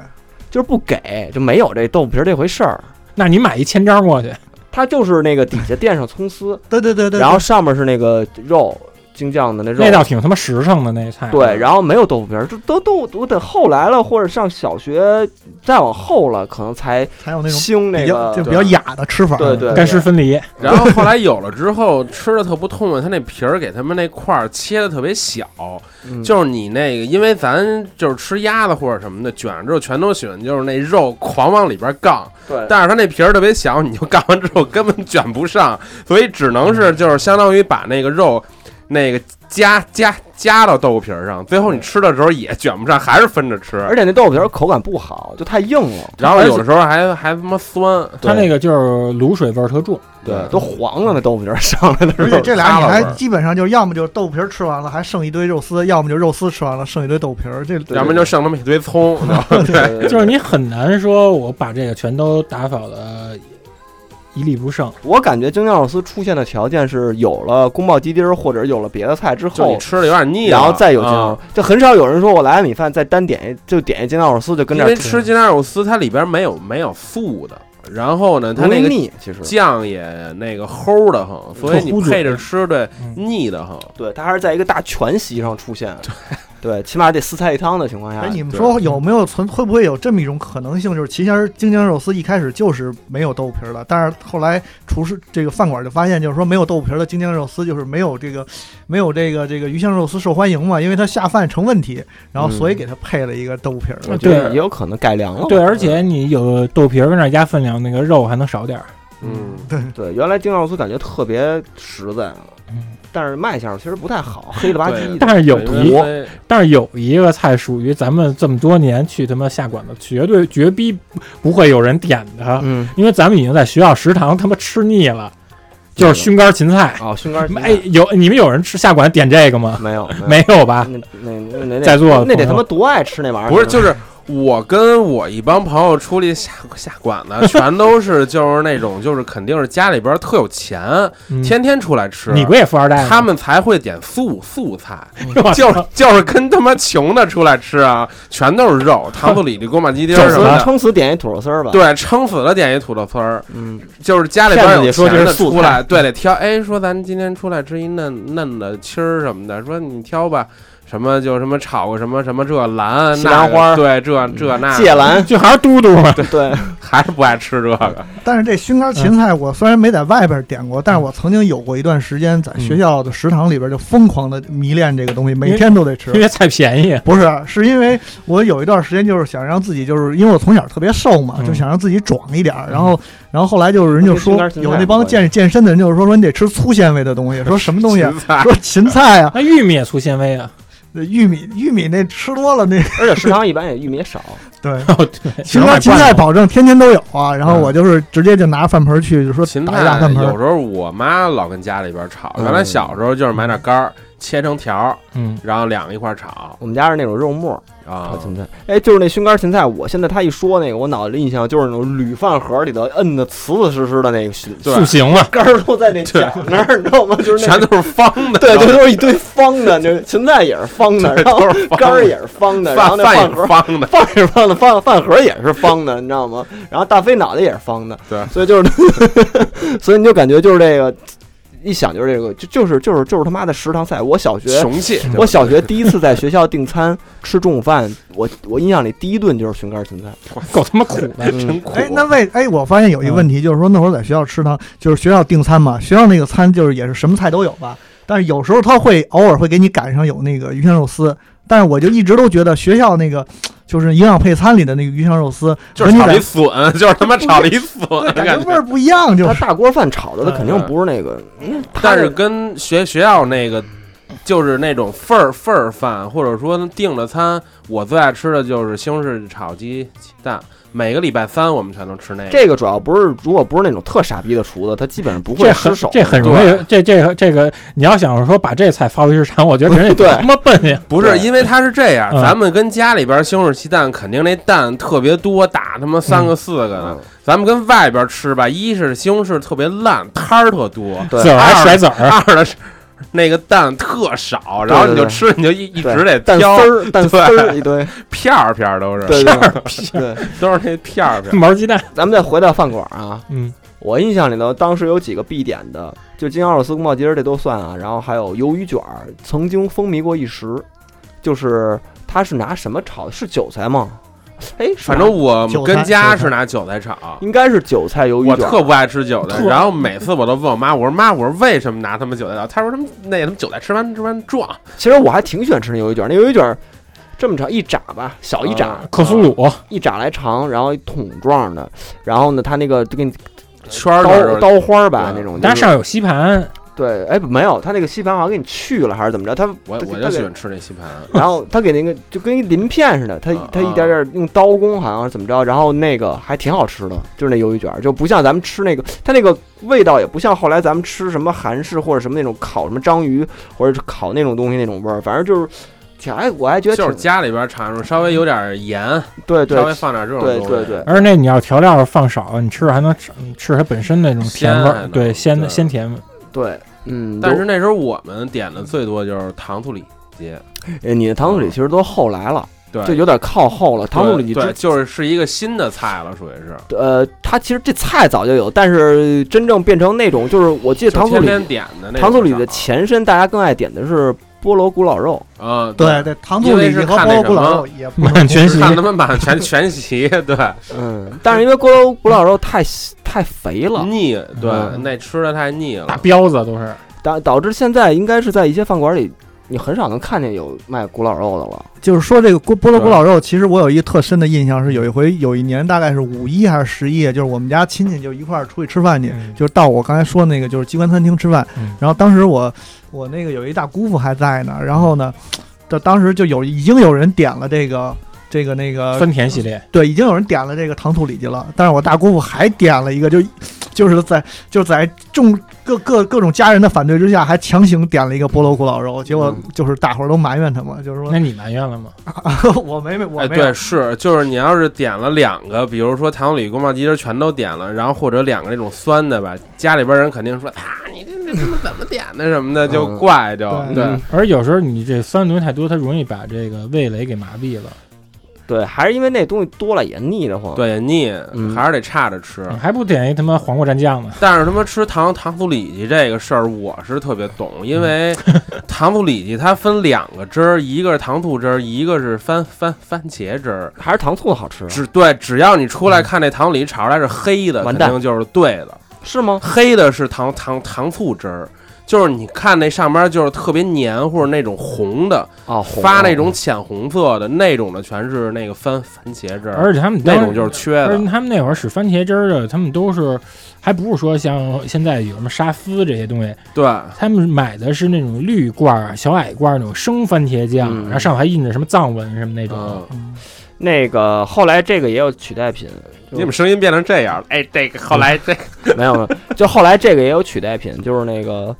[SPEAKER 4] 就是不给，就没有这豆腐皮儿这回事儿。
[SPEAKER 5] 那你买一千张过去，
[SPEAKER 4] 它就是那个底下垫上葱丝，
[SPEAKER 6] 对对对对。
[SPEAKER 4] 然后上面是那个肉，京酱的那
[SPEAKER 5] 那
[SPEAKER 4] 肉
[SPEAKER 5] 倒。挺他妈实诚的那菜。啊
[SPEAKER 4] 对，然后没有豆腐皮儿，这都都我等后来了，或者上小学再往后了，可能才
[SPEAKER 6] 还有那种
[SPEAKER 4] 兴那
[SPEAKER 6] 比较就
[SPEAKER 4] 个
[SPEAKER 6] 比较雅的吃法。
[SPEAKER 4] 对对
[SPEAKER 5] 干湿分离，
[SPEAKER 7] 然后后来有了之后，吃的特不痛快，它那皮儿给他们那块儿切的特别小，
[SPEAKER 4] 嗯
[SPEAKER 7] 就是你那个，因为咱就是吃鸭子或者什么的，卷上之后全都喜欢，就是那肉狂往里边杠，
[SPEAKER 4] 对
[SPEAKER 7] 但是它那皮儿特别小，你就杠完之后根本卷不上，所以只能
[SPEAKER 4] 嗯
[SPEAKER 7] 是就是相当于把那个肉那个夹夹夹到豆腐皮儿上，最后你吃的时候也卷不上，还是分着吃，
[SPEAKER 4] 而且那豆腐皮儿口感不好，就太硬了，
[SPEAKER 7] 然后有的时候还还他妈酸，
[SPEAKER 5] 它那个就是卤水味儿特重，
[SPEAKER 4] 对，都黄了那豆腐皮儿 上来的时候
[SPEAKER 6] 而且这俩你
[SPEAKER 7] 擦了
[SPEAKER 6] 还
[SPEAKER 7] 会 儿
[SPEAKER 6] 基本上就是要么就是豆腐皮儿吃完了还剩一堆肉丝，要么就肉丝吃完了剩一堆豆腐皮儿。这
[SPEAKER 7] 要不然就剩那么一堆葱，你知道吗
[SPEAKER 4] 对，对
[SPEAKER 5] 就是你很难说我把这个全都打扫的一粒不剩。
[SPEAKER 4] 我感觉京酱肉丝出现的条件是有了宫保鸡丁儿或者有了别的菜之
[SPEAKER 7] 就你
[SPEAKER 4] 后，
[SPEAKER 7] 吃的有点腻了，
[SPEAKER 4] 然后再有京酱肉
[SPEAKER 7] 啊，，
[SPEAKER 4] 就很少有人说我来碗米饭再单点一就点一京酱肉丝就跟
[SPEAKER 7] 因
[SPEAKER 4] 这儿
[SPEAKER 7] 为吃鸡蛋肉丝它里边没有没有素的，然后呢，它
[SPEAKER 4] 容
[SPEAKER 7] 那
[SPEAKER 4] 易
[SPEAKER 7] 个
[SPEAKER 4] 腻，其实
[SPEAKER 7] 酱也那个齁的很，所以你配着吃，对，
[SPEAKER 5] 嗯
[SPEAKER 7] 腻的很。
[SPEAKER 4] 对它还是在一个大全席上出现，对，起码得四菜一汤的情况下
[SPEAKER 6] 哎，，你们说有没有存会不会有这么一种可能性，就是其实京酱肉丝一开始就是没有豆腐皮儿的，但是后来厨师这个饭馆就发现，就是说没有豆腐皮儿的京酱肉丝就是没有这个没有这个这个鱼香肉丝受欢迎嘛，因为它下饭成问题，然后
[SPEAKER 4] 嗯
[SPEAKER 6] 所以给它配了一个豆腐皮儿。
[SPEAKER 4] 我觉得
[SPEAKER 5] 对
[SPEAKER 4] 也有可能改良
[SPEAKER 7] 哦
[SPEAKER 4] 了。
[SPEAKER 5] 对，而且你有豆皮儿跟那儿压分量，那个肉还能少点儿。
[SPEAKER 7] 嗯，
[SPEAKER 4] 对，原来京酱肉丝感觉特别实在，啊
[SPEAKER 5] 嗯，
[SPEAKER 4] 但是卖相其实不太好，黑了吧唧的。
[SPEAKER 5] 但是有一
[SPEAKER 7] 因为
[SPEAKER 5] 但是有一个菜属于咱们这么多年去他妈下馆子，绝对绝逼不不会有人点的，
[SPEAKER 4] 嗯，
[SPEAKER 5] 因为咱们已经在学校食堂他妈吃腻了，就是熏干芹
[SPEAKER 7] 啊
[SPEAKER 5] 菜。
[SPEAKER 4] 哦，熏干鸡
[SPEAKER 5] 哎，有你们有人吃下馆
[SPEAKER 7] 哎
[SPEAKER 5] 点这个吗？
[SPEAKER 4] 没有
[SPEAKER 7] 嗯
[SPEAKER 5] 没有吧？
[SPEAKER 4] 那那那那
[SPEAKER 5] 在座
[SPEAKER 4] 那得
[SPEAKER 5] 朋友
[SPEAKER 4] 他妈多爱吃那玩意儿，
[SPEAKER 7] 不是就是我跟我一帮朋友出去下下馆子，全都是就是那种就是肯定是家里边儿特有钱，
[SPEAKER 5] 嗯
[SPEAKER 7] 天天出来吃。
[SPEAKER 5] 你不也富二代吗？
[SPEAKER 7] 他们才会点素素菜，
[SPEAKER 5] 我操
[SPEAKER 7] 就是就是跟他妈穷的出来吃啊，全都是肉，糖醋 里脊、宫保鸡丁
[SPEAKER 4] 撑
[SPEAKER 7] 儿什
[SPEAKER 4] 死
[SPEAKER 7] 么的。
[SPEAKER 4] 撑死点一土豆丝儿吧。，
[SPEAKER 7] 对，撑死了点一土豆丝儿，
[SPEAKER 4] 嗯，
[SPEAKER 7] 就是家里边儿有
[SPEAKER 4] 骗子
[SPEAKER 7] 钱
[SPEAKER 4] 也说这
[SPEAKER 7] 的
[SPEAKER 4] 是素
[SPEAKER 7] 出
[SPEAKER 4] 菜
[SPEAKER 7] 来，对得挑。哎，说咱今天出来吃一嫩嫩的青儿什么的，说你挑吧，什么就什么炒个什么什么这兰
[SPEAKER 4] 西
[SPEAKER 7] 那
[SPEAKER 4] 兰
[SPEAKER 7] 个
[SPEAKER 4] 花儿嗯
[SPEAKER 7] 对这这那
[SPEAKER 4] 芥兰，
[SPEAKER 5] 就还是嘟嘟嘛。
[SPEAKER 4] 对，
[SPEAKER 7] 还是不爱吃这个。
[SPEAKER 6] 但是这熏干芹菜，我虽然没在外边点过，但是我曾经有过一段时间在学校的食堂里边就疯狂的迷恋这个东西，每天都得吃
[SPEAKER 7] 啊
[SPEAKER 5] 因。为菜便宜，啊
[SPEAKER 6] 不是，是因为我有一段时间就是想让自己，就是因为我从小特别瘦嘛，
[SPEAKER 5] 嗯
[SPEAKER 6] 就想让自己壮一点儿。然后，然后后来就是人就说
[SPEAKER 4] 跟跟芹菜，
[SPEAKER 6] 有那帮健健身的人就是说说你得吃粗纤维的东西，说什么东西啊
[SPEAKER 7] 芹？菜
[SPEAKER 6] 说芹菜啊，
[SPEAKER 5] 那玉米也粗纤维啊。
[SPEAKER 6] 玉米玉米那吃多了那
[SPEAKER 4] 而且食堂一般也玉米也少，
[SPEAKER 6] 对。
[SPEAKER 5] 哦，对，
[SPEAKER 6] 芹
[SPEAKER 5] 买
[SPEAKER 6] 菜芹
[SPEAKER 5] 罐
[SPEAKER 6] 菜
[SPEAKER 5] 头
[SPEAKER 6] 保证天天都有啊，然后
[SPEAKER 5] 嗯
[SPEAKER 6] 我就是直接就拿饭盆去，就说
[SPEAKER 7] 芹
[SPEAKER 6] 打
[SPEAKER 7] 菜
[SPEAKER 6] 一大饭盆
[SPEAKER 7] 有。时候我妈老跟家里边炒，
[SPEAKER 4] 嗯
[SPEAKER 7] 原来小时候就是买点干儿切成条儿，
[SPEAKER 5] 嗯，
[SPEAKER 7] 然后两个一块儿炒
[SPEAKER 4] 我们家是那种肉末儿
[SPEAKER 7] 啊
[SPEAKER 4] 炒。芹菜，哎，就是那熏干芹菜。我现在他一说那个，我脑子里印象就是那种铝饭盒里头摁的瓷瓷实实的那个熏，
[SPEAKER 7] 对
[SPEAKER 5] 塑形嘛，
[SPEAKER 4] 干儿都在那角那儿，你知 道吗？就是那
[SPEAKER 7] 全
[SPEAKER 4] 个。
[SPEAKER 7] 都是方的，
[SPEAKER 4] 对，就都是一堆方的，那芹菜也是方的，然后
[SPEAKER 7] 都是方
[SPEAKER 4] 干儿
[SPEAKER 7] 的
[SPEAKER 4] 也是方的，然后那
[SPEAKER 7] 饭饭
[SPEAKER 4] 饭
[SPEAKER 7] 也
[SPEAKER 4] 盒
[SPEAKER 7] 是方的，
[SPEAKER 4] 饭是方的，饭饭盒也是方的，你知道吗？然后大飞脑袋也是方的，
[SPEAKER 7] 对
[SPEAKER 4] 所以就是， 所以你就感觉就是这个，一想就是这个，就就是就是就是他妈的食堂菜。我小学
[SPEAKER 7] 穷气。
[SPEAKER 4] 我小学第一次在学校订餐吃中午饭，我我印象里第一顿就是寻干芹菜，
[SPEAKER 5] 够他妈苦的。
[SPEAKER 4] 嗯、
[SPEAKER 7] 苦啊嗯
[SPEAKER 6] 哎，那为哎，我发现有一个问题，就是说那会儿在学校吃呢，就是学校订餐嘛，学校那个餐就是也是什么菜都有吧，但是有时候他会偶尔会给你赶上有那个鱼香肉丝，但是我就一直都觉得学校那个就是营养配餐里的那个鱼香肉丝
[SPEAKER 7] 就
[SPEAKER 6] 和
[SPEAKER 7] 是
[SPEAKER 6] 你在
[SPEAKER 7] 炒了一笋， 就是他妈炒了 一笋，
[SPEAKER 6] 对感
[SPEAKER 7] 感
[SPEAKER 6] 觉味
[SPEAKER 7] 觉。
[SPEAKER 6] 儿不一样，就
[SPEAKER 4] 他
[SPEAKER 6] 是
[SPEAKER 4] 大锅饭炒的，他肯定不是那个，
[SPEAKER 7] 但是跟学学校那个，就是那种份儿份儿饭，或者说订了餐，我最爱吃的就是西红柿炒鸡蛋。每个礼拜三我们全都吃那个。
[SPEAKER 4] 这个主要不是，如果不是那种特傻逼的厨子，他基本上不会
[SPEAKER 5] 这很
[SPEAKER 4] 失手。
[SPEAKER 5] 这很容易，这这个这个，你要想说把这菜发挥市场，我觉得 人
[SPEAKER 4] 对
[SPEAKER 5] 家他妈笨呀，
[SPEAKER 7] 不是因为它是这样，
[SPEAKER 5] 嗯
[SPEAKER 7] 咱们跟家里边西红柿鸡蛋肯定那蛋特别多，打他妈三个四个的
[SPEAKER 4] 嗯。
[SPEAKER 7] 咱们跟外边吃吧，一是西红柿特别烂，摊儿特多，
[SPEAKER 4] 对
[SPEAKER 5] 籽儿还甩籽儿，
[SPEAKER 7] 二的是那个蛋特少，
[SPEAKER 4] 对
[SPEAKER 7] 然后你就
[SPEAKER 4] 对
[SPEAKER 7] 吃，你就一一
[SPEAKER 4] 对
[SPEAKER 7] 直得
[SPEAKER 4] 蛋丝
[SPEAKER 7] 挑
[SPEAKER 4] 儿、蛋丝儿一堆，
[SPEAKER 7] 片儿片儿都是，
[SPEAKER 4] 对对对。
[SPEAKER 7] 都是那片儿片儿。
[SPEAKER 5] 毛鸡蛋，
[SPEAKER 4] 咱们再回到饭馆啊，
[SPEAKER 5] 嗯，
[SPEAKER 4] 我印象里头，当时有几个必点的，就金香肉丝、宫保鸡丁这都算啊，然后还有鱿鱼卷儿，曾经风靡过一时，就是它是拿什么炒的？是韭菜吗？哎，是
[SPEAKER 7] 反
[SPEAKER 4] 吧
[SPEAKER 7] 正我们
[SPEAKER 6] 韭
[SPEAKER 7] 跟
[SPEAKER 6] 菜韭
[SPEAKER 7] 家
[SPEAKER 6] 菜
[SPEAKER 7] 是拿韭菜炒，
[SPEAKER 4] 应该是韭菜鱿
[SPEAKER 7] 我
[SPEAKER 4] 鱼卷
[SPEAKER 7] 特
[SPEAKER 4] 儿。
[SPEAKER 7] 不爱吃韭菜，
[SPEAKER 5] 特
[SPEAKER 7] 然后每次我都问我妈，我说妈，我说为什么拿他们韭菜炒？她说他们那他们韭菜吃完吃完壮，
[SPEAKER 4] 其实我还挺喜欢吃那鱿鱼卷儿，那鱿鱼卷儿这么长一炸吧，小一炸，
[SPEAKER 7] 啊
[SPEAKER 5] 克苏鲁，
[SPEAKER 4] 一炸来长，然后一桶状的，然后呢，它那个就给你
[SPEAKER 7] 圈儿
[SPEAKER 4] 刀
[SPEAKER 7] 的
[SPEAKER 4] 刀花儿吧
[SPEAKER 7] 对
[SPEAKER 4] 那种，
[SPEAKER 5] 但
[SPEAKER 4] 就是
[SPEAKER 5] 上有吸盘，
[SPEAKER 4] 对，哎没有，它那个吸盘好像给你去了还是怎么着？它
[SPEAKER 7] 我
[SPEAKER 4] 它它
[SPEAKER 7] 我就
[SPEAKER 4] 给
[SPEAKER 7] 喜欢吃那吸盘，
[SPEAKER 4] 然后他给那个就跟一鳞片似的，他
[SPEAKER 7] 啊
[SPEAKER 4] 他
[SPEAKER 7] 啊
[SPEAKER 4] 一点点用刀工好像是怎么着，然后那个还挺好吃的，就是那鱿鱼卷儿，就不像咱们吃那个，它那个味道也不像后来咱们吃什么韩式或者什么那种烤什么章鱼或者是烤那种东西那种味儿，反正就是挺还我还觉得
[SPEAKER 7] 就是
[SPEAKER 4] 挺
[SPEAKER 7] 家里边尝尝，稍微有点盐，
[SPEAKER 4] 对对
[SPEAKER 7] 稍微放点这种
[SPEAKER 4] 对
[SPEAKER 7] 东西
[SPEAKER 4] 对对，
[SPEAKER 5] 而那你要调料放少，你吃着还能吃吃它本身的那种甜味
[SPEAKER 7] 鲜还
[SPEAKER 5] 儿，
[SPEAKER 7] 能
[SPEAKER 5] 对，鲜
[SPEAKER 7] 对
[SPEAKER 5] 鲜甜味。
[SPEAKER 4] 对，嗯，
[SPEAKER 7] 但是那时候我们点的最多就是糖醋里脊，
[SPEAKER 4] 有哎你的糖醋里其实都后来了，
[SPEAKER 7] 对，
[SPEAKER 4] 就有点靠后了，糖醋里
[SPEAKER 7] 嗯对对
[SPEAKER 4] 之。
[SPEAKER 7] 就是是一个新的菜了，属于是。
[SPEAKER 4] 呃，它其实这菜早就有，但是真正变成那种，就是我记得
[SPEAKER 7] 就
[SPEAKER 4] 糖醋
[SPEAKER 7] 天
[SPEAKER 4] 里
[SPEAKER 7] 天点的那
[SPEAKER 4] 糖醋里
[SPEAKER 7] 种
[SPEAKER 4] 的
[SPEAKER 7] 少
[SPEAKER 4] 前身，大家更爱点的是菠萝古老肉，
[SPEAKER 7] 啊，
[SPEAKER 6] 对，对，糖醋里脊和菠萝咕老肉 也不能
[SPEAKER 5] 满 全席
[SPEAKER 7] 看他们满 全全席，对，
[SPEAKER 4] 嗯，但是因为菠萝古老肉太太肥了，
[SPEAKER 7] 腻，对，
[SPEAKER 5] 嗯
[SPEAKER 7] 那吃的太腻
[SPEAKER 5] 大
[SPEAKER 7] 了。
[SPEAKER 5] 彪子都是，
[SPEAKER 4] 导导致现在应该是在一些饭馆里，你很少能看见有卖古老肉的了。
[SPEAKER 6] 就是说这个锅菠萝咕
[SPEAKER 7] 对
[SPEAKER 6] 老肉，其实我有一特深的印象是有一回有一年大概是五一还是十一，就是我们家亲戚就一块儿出去吃饭去，
[SPEAKER 5] 嗯
[SPEAKER 6] 就是到我刚才说那个就是机关餐厅吃饭，
[SPEAKER 5] 嗯
[SPEAKER 6] 然后当时我我那个有一大姑父还在呢，然后 呢，这当时就有已经有人点了这个这个那个
[SPEAKER 5] 酸甜系列，
[SPEAKER 6] 对，已经有人点了这个糖醋里脊了，但是我大姑父还点了一个，就 就是在就在众各各各种家人的反对之下，还强行点了一个菠萝咕老肉，结
[SPEAKER 7] 嗯
[SPEAKER 6] 果就是大伙儿都埋怨他嘛，就是
[SPEAKER 5] 那你埋怨了吗？
[SPEAKER 6] 说 我没没我
[SPEAKER 7] 哎，
[SPEAKER 6] 没有
[SPEAKER 7] 对，是就是你要是点了两个，比如说糖醋里脊、宫保鸡丁全都点了，然后或者两个那种酸的吧，家里边人肯定说啊，你这这他妈怎么点的什么的，就
[SPEAKER 3] 嗯
[SPEAKER 7] 怪就
[SPEAKER 6] 对
[SPEAKER 7] 对
[SPEAKER 3] 嗯
[SPEAKER 5] 而有时候你这酸的东西太多，它容易把这个味蕾给麻痹了。
[SPEAKER 4] 对，还是因为那东西多了也腻得慌。，
[SPEAKER 7] 对腻
[SPEAKER 4] 嗯，
[SPEAKER 7] 还是得差着吃。
[SPEAKER 6] 嗯
[SPEAKER 5] 你还不点一他妈黄瓜蘸酱呢？
[SPEAKER 7] 但是他妈吃糖糖醋里脊这个事儿，我是特别懂，因为糖醋里脊它分两个汁儿，一个是糖醋汁儿，一个是番番番茄汁儿。
[SPEAKER 4] 还是糖醋的好吃，
[SPEAKER 7] 只对，只要你出来看那糖醋里脊炒出来是黑的，
[SPEAKER 4] 完
[SPEAKER 7] 肯
[SPEAKER 4] 蛋
[SPEAKER 7] 定就是对的。
[SPEAKER 4] 是吗？
[SPEAKER 7] 黑的是糖糖糖醋汁儿，就是你看那上面就是特别黏糊那种红的，
[SPEAKER 4] 哦，红
[SPEAKER 7] 发
[SPEAKER 4] 的
[SPEAKER 7] 那种浅红色的那种的，全是那个番番茄汁儿，
[SPEAKER 5] 而且他们当
[SPEAKER 7] 那
[SPEAKER 5] 时
[SPEAKER 7] 种就是缺
[SPEAKER 5] 而
[SPEAKER 7] 的
[SPEAKER 5] 且。他们那会儿使番茄汁儿的，他们都是还不是说像现在有什么沙司这些东西，
[SPEAKER 7] 对，
[SPEAKER 5] 他们买的是那种绿罐儿、小矮罐儿那种生番茄酱，
[SPEAKER 4] 嗯
[SPEAKER 5] 然后上面还印着什么藏文什么那种。
[SPEAKER 7] 嗯，
[SPEAKER 4] 那个后来这个也有取代品，
[SPEAKER 7] 你怎么声音变成这样了？哎，这个后来这个
[SPEAKER 4] 没有没有，就后来这个也有取代品，就是那个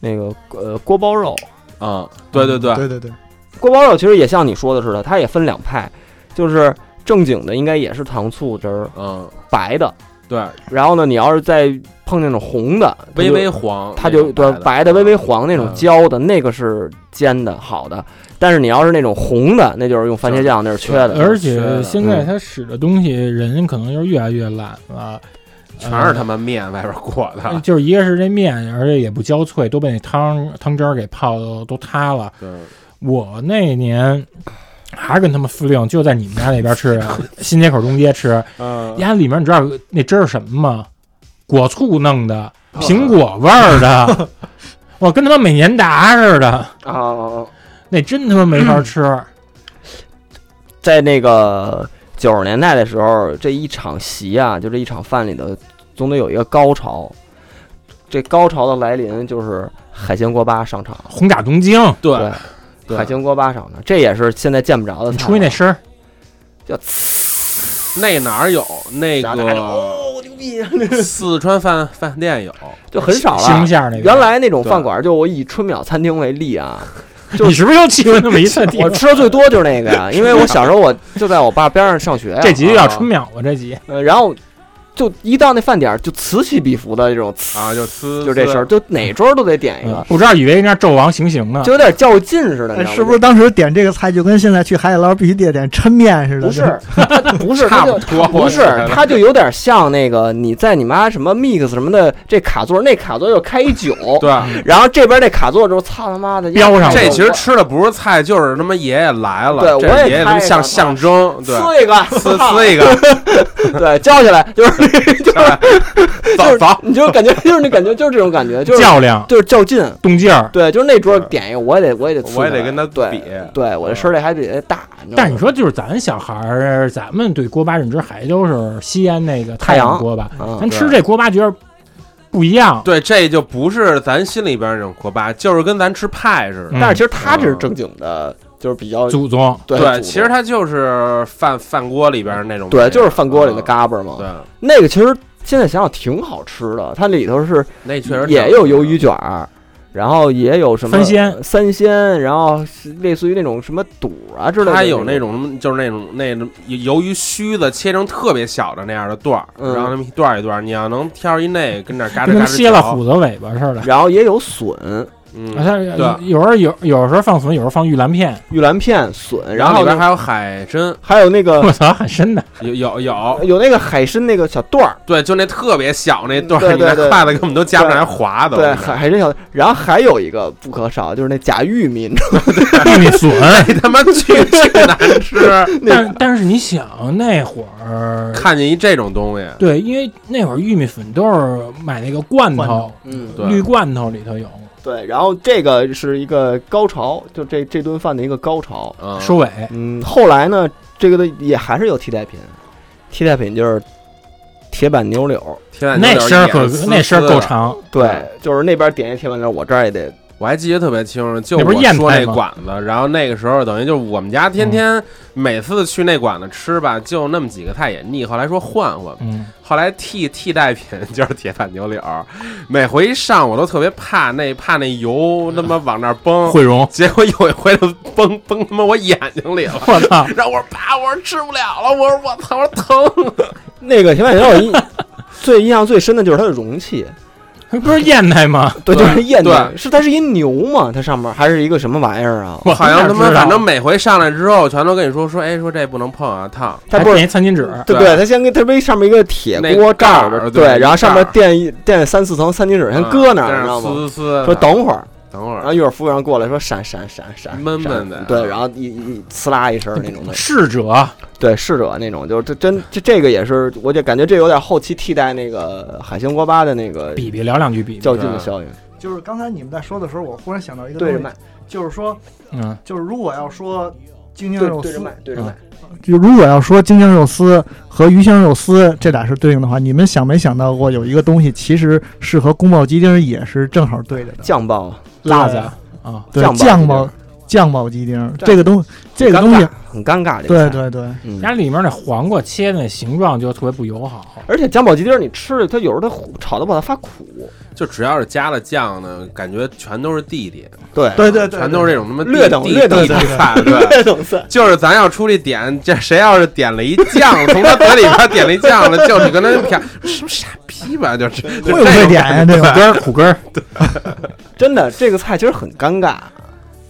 [SPEAKER 4] 那个呃锅包肉，
[SPEAKER 7] 嗯，对对对，
[SPEAKER 6] 对对对，
[SPEAKER 4] 锅包肉其实也像你说的似的，它也分两派，就是正经的应该也是糖醋汁儿
[SPEAKER 7] 嗯，
[SPEAKER 4] 白的，
[SPEAKER 7] 对，
[SPEAKER 4] 然后呢，你要是再碰见那种红的，它
[SPEAKER 7] 微
[SPEAKER 4] 就
[SPEAKER 7] 微黄，
[SPEAKER 4] 它就对
[SPEAKER 7] 那种
[SPEAKER 4] 白的微微黄那种
[SPEAKER 7] 嗯
[SPEAKER 4] 焦的，那个是煎的好的，但是你要是那种红的，那就是用番茄酱，那是缺的。
[SPEAKER 5] 而且现在他使的东西，人可能就是越来越懒了，
[SPEAKER 7] 全是他妈面外边裹
[SPEAKER 5] 呃
[SPEAKER 4] 嗯
[SPEAKER 7] 的。
[SPEAKER 5] 就是一个是这面，而且也不焦脆，都被那汤汤汁儿给泡的都塌了。
[SPEAKER 7] 对，
[SPEAKER 5] 我那年还是跟他们司令，就在你们家那边 吃的，新街口中街吃。
[SPEAKER 7] 嗯，
[SPEAKER 5] 鸭里面你知道那汁儿什么吗？果醋弄的，
[SPEAKER 4] 啊
[SPEAKER 5] 苹果味 儿的，我跟他妈美年达似的，
[SPEAKER 4] 啊，
[SPEAKER 7] 哦
[SPEAKER 5] 那真他妈没法吃。
[SPEAKER 4] 嗯在那个九十年代的时候，这一场席啊，就这一场饭里的，总得有一个高潮。这高潮的来临就是海鲜锅巴上场，
[SPEAKER 5] 红炸东京，
[SPEAKER 7] 对，对
[SPEAKER 4] 海鲜锅巴上场，这也是现在见不着的
[SPEAKER 5] 你
[SPEAKER 4] 菜了。
[SPEAKER 5] 出去那声儿，
[SPEAKER 7] 那哪儿有那
[SPEAKER 4] 啥哪儿有哦
[SPEAKER 7] 个？
[SPEAKER 4] 啊
[SPEAKER 7] 四川饭饭店有，
[SPEAKER 4] 就很少
[SPEAKER 5] 西红
[SPEAKER 4] 了。
[SPEAKER 5] 柿那边。
[SPEAKER 4] 原来那种饭馆，就我以春淼餐厅为例啊，就
[SPEAKER 5] 你是不是又去过那么一次地
[SPEAKER 4] 我
[SPEAKER 5] 方？
[SPEAKER 4] 吃的最多就是那个呀，因为我小时候我就在我爸边上上学呀、
[SPEAKER 5] 这集就要春淼啊，这集
[SPEAKER 4] 呃，然后就一到那饭点儿就此起彼伏的这种，
[SPEAKER 7] 啊，就呲，
[SPEAKER 4] 就这事儿，就哪桌都得点一个，
[SPEAKER 5] 我知道以为人家纣王行刑呢
[SPEAKER 4] 哎就。有点较劲似的，你知
[SPEAKER 6] 哎
[SPEAKER 4] 道吗
[SPEAKER 6] 是不是当时点这个菜就跟现在去海底捞必须得点抻面似的？
[SPEAKER 4] 不是，他不是，
[SPEAKER 7] 差
[SPEAKER 4] 他就
[SPEAKER 7] 不多，
[SPEAKER 4] 不是
[SPEAKER 7] 我觉，得
[SPEAKER 4] 他就有点像那个你在你妈什么 mix 什么的这卡座，那卡座又开一酒，
[SPEAKER 7] 对。
[SPEAKER 4] 然后这边那卡座就操他妈的
[SPEAKER 5] 标上了
[SPEAKER 7] 这其实吃的不是菜，就是他妈爷爷来了，
[SPEAKER 4] 对
[SPEAKER 7] 这
[SPEAKER 4] 我也
[SPEAKER 7] 爷爷他
[SPEAKER 4] 开
[SPEAKER 7] 妈
[SPEAKER 4] 一个
[SPEAKER 7] 像象征，对，
[SPEAKER 4] 撕一个，
[SPEAKER 7] 撕撕一个，
[SPEAKER 4] 对，叫起来就是
[SPEAKER 7] 走走，
[SPEAKER 4] 你就感觉就是那感觉就是这种感觉，就是
[SPEAKER 5] 较量、
[SPEAKER 4] 就是较劲，
[SPEAKER 5] 动静儿。
[SPEAKER 4] 对，就是那桌点一个，我也得我也得
[SPEAKER 7] 我也得
[SPEAKER 4] 呲
[SPEAKER 7] 跟他
[SPEAKER 4] 对
[SPEAKER 7] 比嗯
[SPEAKER 4] 对，我这声儿得还得大。知道吗
[SPEAKER 5] 但是你说，就是咱小孩儿，咱们对锅巴认知还都是西安那个
[SPEAKER 4] 太
[SPEAKER 5] 太
[SPEAKER 4] 阳
[SPEAKER 5] 阳锅巴，
[SPEAKER 4] 嗯，
[SPEAKER 5] 咱吃这锅巴觉得不一样。
[SPEAKER 7] 对，这就不是咱心里边那种锅巴，就是跟咱吃派似的。
[SPEAKER 5] 嗯
[SPEAKER 4] 但是其实他这是正经的，就是比较
[SPEAKER 5] 祖宗，
[SPEAKER 4] 对
[SPEAKER 7] 对，
[SPEAKER 4] 对，
[SPEAKER 7] 其实它就是饭饭锅里边那种味儿，
[SPEAKER 4] 对就是饭锅里的
[SPEAKER 7] 嘎。
[SPEAKER 4] 嘎巴嘛。
[SPEAKER 7] 嗯对，
[SPEAKER 4] 那个其实现在想想挺好吃的，它里头是
[SPEAKER 7] 那确实
[SPEAKER 4] 也有鱿鱼卷儿，然后也有什么
[SPEAKER 5] 三鲜
[SPEAKER 4] 三鲜，然后是类似于那种什么肚啊之类的，
[SPEAKER 7] 它有那
[SPEAKER 4] 那
[SPEAKER 7] 种什么，就是那种那种鱿鱼须子切成特别小的那样的段儿，
[SPEAKER 4] 嗯
[SPEAKER 7] 然后那么一段儿一段儿，你要能挑一那跟那儿嘎
[SPEAKER 5] 跟
[SPEAKER 7] 吱
[SPEAKER 5] 他们
[SPEAKER 7] 嘎吱
[SPEAKER 5] 歇了
[SPEAKER 7] 嚼
[SPEAKER 5] 虎，子尾巴似的。
[SPEAKER 4] 然后也有笋、
[SPEAKER 7] 嗯，
[SPEAKER 5] 啊，它
[SPEAKER 7] 对
[SPEAKER 5] 有时候有有时候放笋，有时候放玉兰片。
[SPEAKER 4] 玉兰片、笋，
[SPEAKER 7] 然
[SPEAKER 4] 然
[SPEAKER 7] 后里
[SPEAKER 4] 后
[SPEAKER 7] 边
[SPEAKER 4] 呢
[SPEAKER 7] 还有海参，
[SPEAKER 4] 还有那个
[SPEAKER 7] 嗯
[SPEAKER 5] 我操，很 深的，
[SPEAKER 7] 有有有，
[SPEAKER 4] 有那个海参那个小段儿，
[SPEAKER 7] 对，就那特别小那段
[SPEAKER 4] 对
[SPEAKER 7] 儿，你拿
[SPEAKER 4] 对对
[SPEAKER 7] 筷子根本都夹不上，还滑的。
[SPEAKER 4] 对，海海参小，然后还有一个不可少就是那假玉米，你知道
[SPEAKER 5] 玉米笋。
[SPEAKER 7] 你他妈巨巨难 吃，
[SPEAKER 5] 但但是你想那会儿，
[SPEAKER 7] 看见一这种东西，
[SPEAKER 5] 对，因为那会儿玉米笋都是买那个罐
[SPEAKER 6] 罐
[SPEAKER 5] 头
[SPEAKER 6] 头，
[SPEAKER 4] 嗯
[SPEAKER 7] 对
[SPEAKER 5] 绿罐头里头有。
[SPEAKER 4] 对，然后这个是一个高潮，就这这顿饭的一个高潮。
[SPEAKER 7] 嗯，
[SPEAKER 5] 收尾，
[SPEAKER 4] 嗯，后来呢，这个的也还是有替代品，替代品就是铁板牛柳。
[SPEAKER 7] 天呐啊
[SPEAKER 5] 那
[SPEAKER 7] 有点
[SPEAKER 5] 声儿可
[SPEAKER 7] 眼丝丝
[SPEAKER 5] 那声儿够
[SPEAKER 7] 的
[SPEAKER 5] 长，
[SPEAKER 7] 嗯
[SPEAKER 4] 对，就是那边点一铁板牛柳，我这儿也得
[SPEAKER 7] 我还记得特别清楚，就
[SPEAKER 5] 那
[SPEAKER 7] 我
[SPEAKER 5] 不是砚
[SPEAKER 7] 说
[SPEAKER 5] 台
[SPEAKER 7] 那
[SPEAKER 5] 吗嗯
[SPEAKER 7] 馆子，然后那个时候等于就是我们家天天每次去那馆子吃吧，就那么几个菜也腻。后来说换换，
[SPEAKER 5] 嗯，
[SPEAKER 7] 后来替替代品就是铁板牛柳儿，每回一上我都特别怕那怕那油他妈往那儿崩，
[SPEAKER 5] 汇 荣，
[SPEAKER 7] 结果有一回就崩崩他妈我眼睛里了，
[SPEAKER 5] 我操，
[SPEAKER 7] 然后我说爸，我说吃不了了，我说我操，我说疼。
[SPEAKER 4] 那个铁板牛肉 印最印象最深的就是它的容器，
[SPEAKER 5] 不是砚台吗？
[SPEAKER 4] 对，就是
[SPEAKER 7] 对
[SPEAKER 4] 燕的，
[SPEAKER 7] 对
[SPEAKER 4] 是它是一牛嘛？它上面还是一个什么玩意儿啊？
[SPEAKER 5] 我
[SPEAKER 7] 好像他妈
[SPEAKER 5] 哪知道
[SPEAKER 7] 反正每回上来之后，全都跟你说说，哎，说这不能碰啊，烫。
[SPEAKER 4] 它
[SPEAKER 5] 还
[SPEAKER 4] 不是
[SPEAKER 5] 垫一餐巾纸，
[SPEAKER 4] 对
[SPEAKER 7] 对
[SPEAKER 4] 对，它先跟它不是上面一个铁
[SPEAKER 7] 那
[SPEAKER 4] 锅
[SPEAKER 7] 盖
[SPEAKER 4] 罩
[SPEAKER 7] 儿
[SPEAKER 4] 着，
[SPEAKER 7] 对
[SPEAKER 4] 对，然后上面
[SPEAKER 7] 盖儿
[SPEAKER 4] 垫一垫三四层餐巾纸，先
[SPEAKER 7] 嗯
[SPEAKER 4] 搁那
[SPEAKER 7] 在
[SPEAKER 4] 儿，你知道吗？
[SPEAKER 7] 撕撕撕，
[SPEAKER 4] 说等会儿，
[SPEAKER 7] 等会
[SPEAKER 4] 然
[SPEAKER 7] 儿
[SPEAKER 4] 后，一会儿服务员过来说闪闪闪闪，
[SPEAKER 7] 闷
[SPEAKER 4] 闪
[SPEAKER 7] 闷的嗯
[SPEAKER 4] 对，然后一一一呲啦一声那种的，
[SPEAKER 5] 逝者
[SPEAKER 4] 对，逝者那种，就是这真这这个也是，我就感觉这有点后期替代那个海鲜锅巴的那个
[SPEAKER 5] 比比聊两句比比，
[SPEAKER 4] 较劲的效应，
[SPEAKER 6] 就是刚才你们在说的时候，我忽然想到一个
[SPEAKER 4] 对着
[SPEAKER 6] 东
[SPEAKER 4] 卖
[SPEAKER 6] 西，，就是说，
[SPEAKER 5] 嗯，
[SPEAKER 6] 就是如果要说京酱
[SPEAKER 4] 对
[SPEAKER 6] 肉
[SPEAKER 4] 对着
[SPEAKER 6] 丝嗯
[SPEAKER 4] 卖，，对着卖，
[SPEAKER 6] 就如果要说京酱肉丝和鱼香肉丝这俩是对应的话，你们想没想到过有一个东西其实是和宫保鸡丁也是正好对着的？
[SPEAKER 4] 酱爆
[SPEAKER 5] 辣子
[SPEAKER 7] 嗯
[SPEAKER 5] 啊，
[SPEAKER 6] 对
[SPEAKER 4] 酱爆
[SPEAKER 6] 酱
[SPEAKER 4] 鸡
[SPEAKER 6] 爆
[SPEAKER 4] 丁
[SPEAKER 6] 酱爆鸡丁
[SPEAKER 4] 对
[SPEAKER 6] 这个东这个
[SPEAKER 4] 尴
[SPEAKER 6] 东西
[SPEAKER 4] 尬，，很尴尬，这个
[SPEAKER 6] 对
[SPEAKER 4] 菜，
[SPEAKER 6] 对对，
[SPEAKER 4] 嗯
[SPEAKER 5] 它里面那黄瓜切的那形状就特别不友好，
[SPEAKER 4] 而且酱爆鸡丁儿你吃了，它有时候它糊炒的把它发苦，
[SPEAKER 7] 就只要是加了酱呢，感觉全都是弟弟，
[SPEAKER 4] 对，
[SPEAKER 6] 对对对，
[SPEAKER 7] 全都是这种他妈
[SPEAKER 4] 略懂
[SPEAKER 7] 弟弟
[SPEAKER 4] 略懂
[SPEAKER 7] 弟弟菜，对。
[SPEAKER 4] 这种菜，
[SPEAKER 7] 就是咱要出去点，这谁要是点了一酱，从他嘴里边点了一酱了，就是跟他瞟，是不是傻逼吧？就是
[SPEAKER 6] 会不会
[SPEAKER 4] 啊
[SPEAKER 6] 点啊呀？这
[SPEAKER 5] 苦
[SPEAKER 6] 个，
[SPEAKER 5] 根儿苦根儿，
[SPEAKER 4] 真的这个菜其实很尴尬。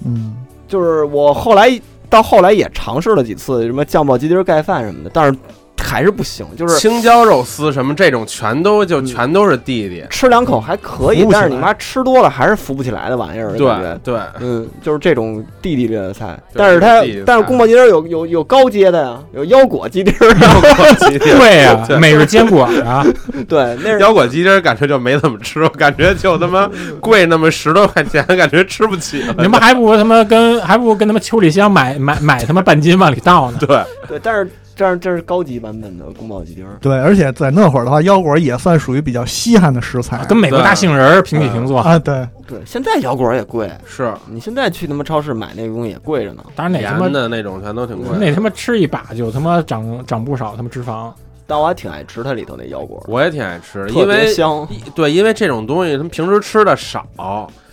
[SPEAKER 6] 嗯，
[SPEAKER 4] 就是我后来到后来也尝试了几次什么酱爆鸡丁儿盖饭什么的，但是还是不行，就是
[SPEAKER 7] 青椒肉丝什么这种，全都
[SPEAKER 4] 嗯
[SPEAKER 7] 就全都是弟弟。
[SPEAKER 4] 吃两口还可以
[SPEAKER 6] 扶，不起
[SPEAKER 4] 但
[SPEAKER 6] 来
[SPEAKER 4] 是你妈吃多了还是扶不起来的玩意儿，感
[SPEAKER 7] 对
[SPEAKER 4] 觉。
[SPEAKER 7] 对，
[SPEAKER 4] 嗯，就是这种弟弟类的菜，
[SPEAKER 7] 就是
[SPEAKER 4] 但是它
[SPEAKER 7] 弟弟的菜
[SPEAKER 4] 但是宫保鸡丁儿有有有高阶的呀，有腰果鸡丁儿，啊
[SPEAKER 7] 腰果鸡丁，
[SPEAKER 5] 对呀
[SPEAKER 7] 对，
[SPEAKER 5] 每日坚果啊，
[SPEAKER 4] 对，那是
[SPEAKER 7] 腰果鸡丁感觉就没怎么吃，我感觉就他妈贵那么十多块钱，感觉吃不起了。
[SPEAKER 5] 你们还不如他妈跟还不如跟他妈秋里香买买买他妈半斤往里倒呢，
[SPEAKER 7] 对，
[SPEAKER 4] 对，但是这是这是高级版本的宫保鸡丁儿，
[SPEAKER 6] 对，而且在那会儿的话，腰果也算属于比较稀罕的食材，
[SPEAKER 5] 跟美国大杏仁儿平起平坐。
[SPEAKER 6] 啊，对，
[SPEAKER 4] 对，现在腰果也贵，
[SPEAKER 7] 是
[SPEAKER 4] 你现在去他妈超市买那个东西也贵着呢，
[SPEAKER 5] 当然那他妈
[SPEAKER 7] 盐的哎那种全都挺贵。
[SPEAKER 5] 那他妈吃一把就他妈长长不少他妈脂肪，
[SPEAKER 4] 但我还挺爱吃它里头那腰果，
[SPEAKER 7] 我也挺爱吃，
[SPEAKER 4] 特
[SPEAKER 7] 因
[SPEAKER 4] 别
[SPEAKER 7] 为
[SPEAKER 4] 香，
[SPEAKER 7] 一对，因为这种东西他们平时吃的少，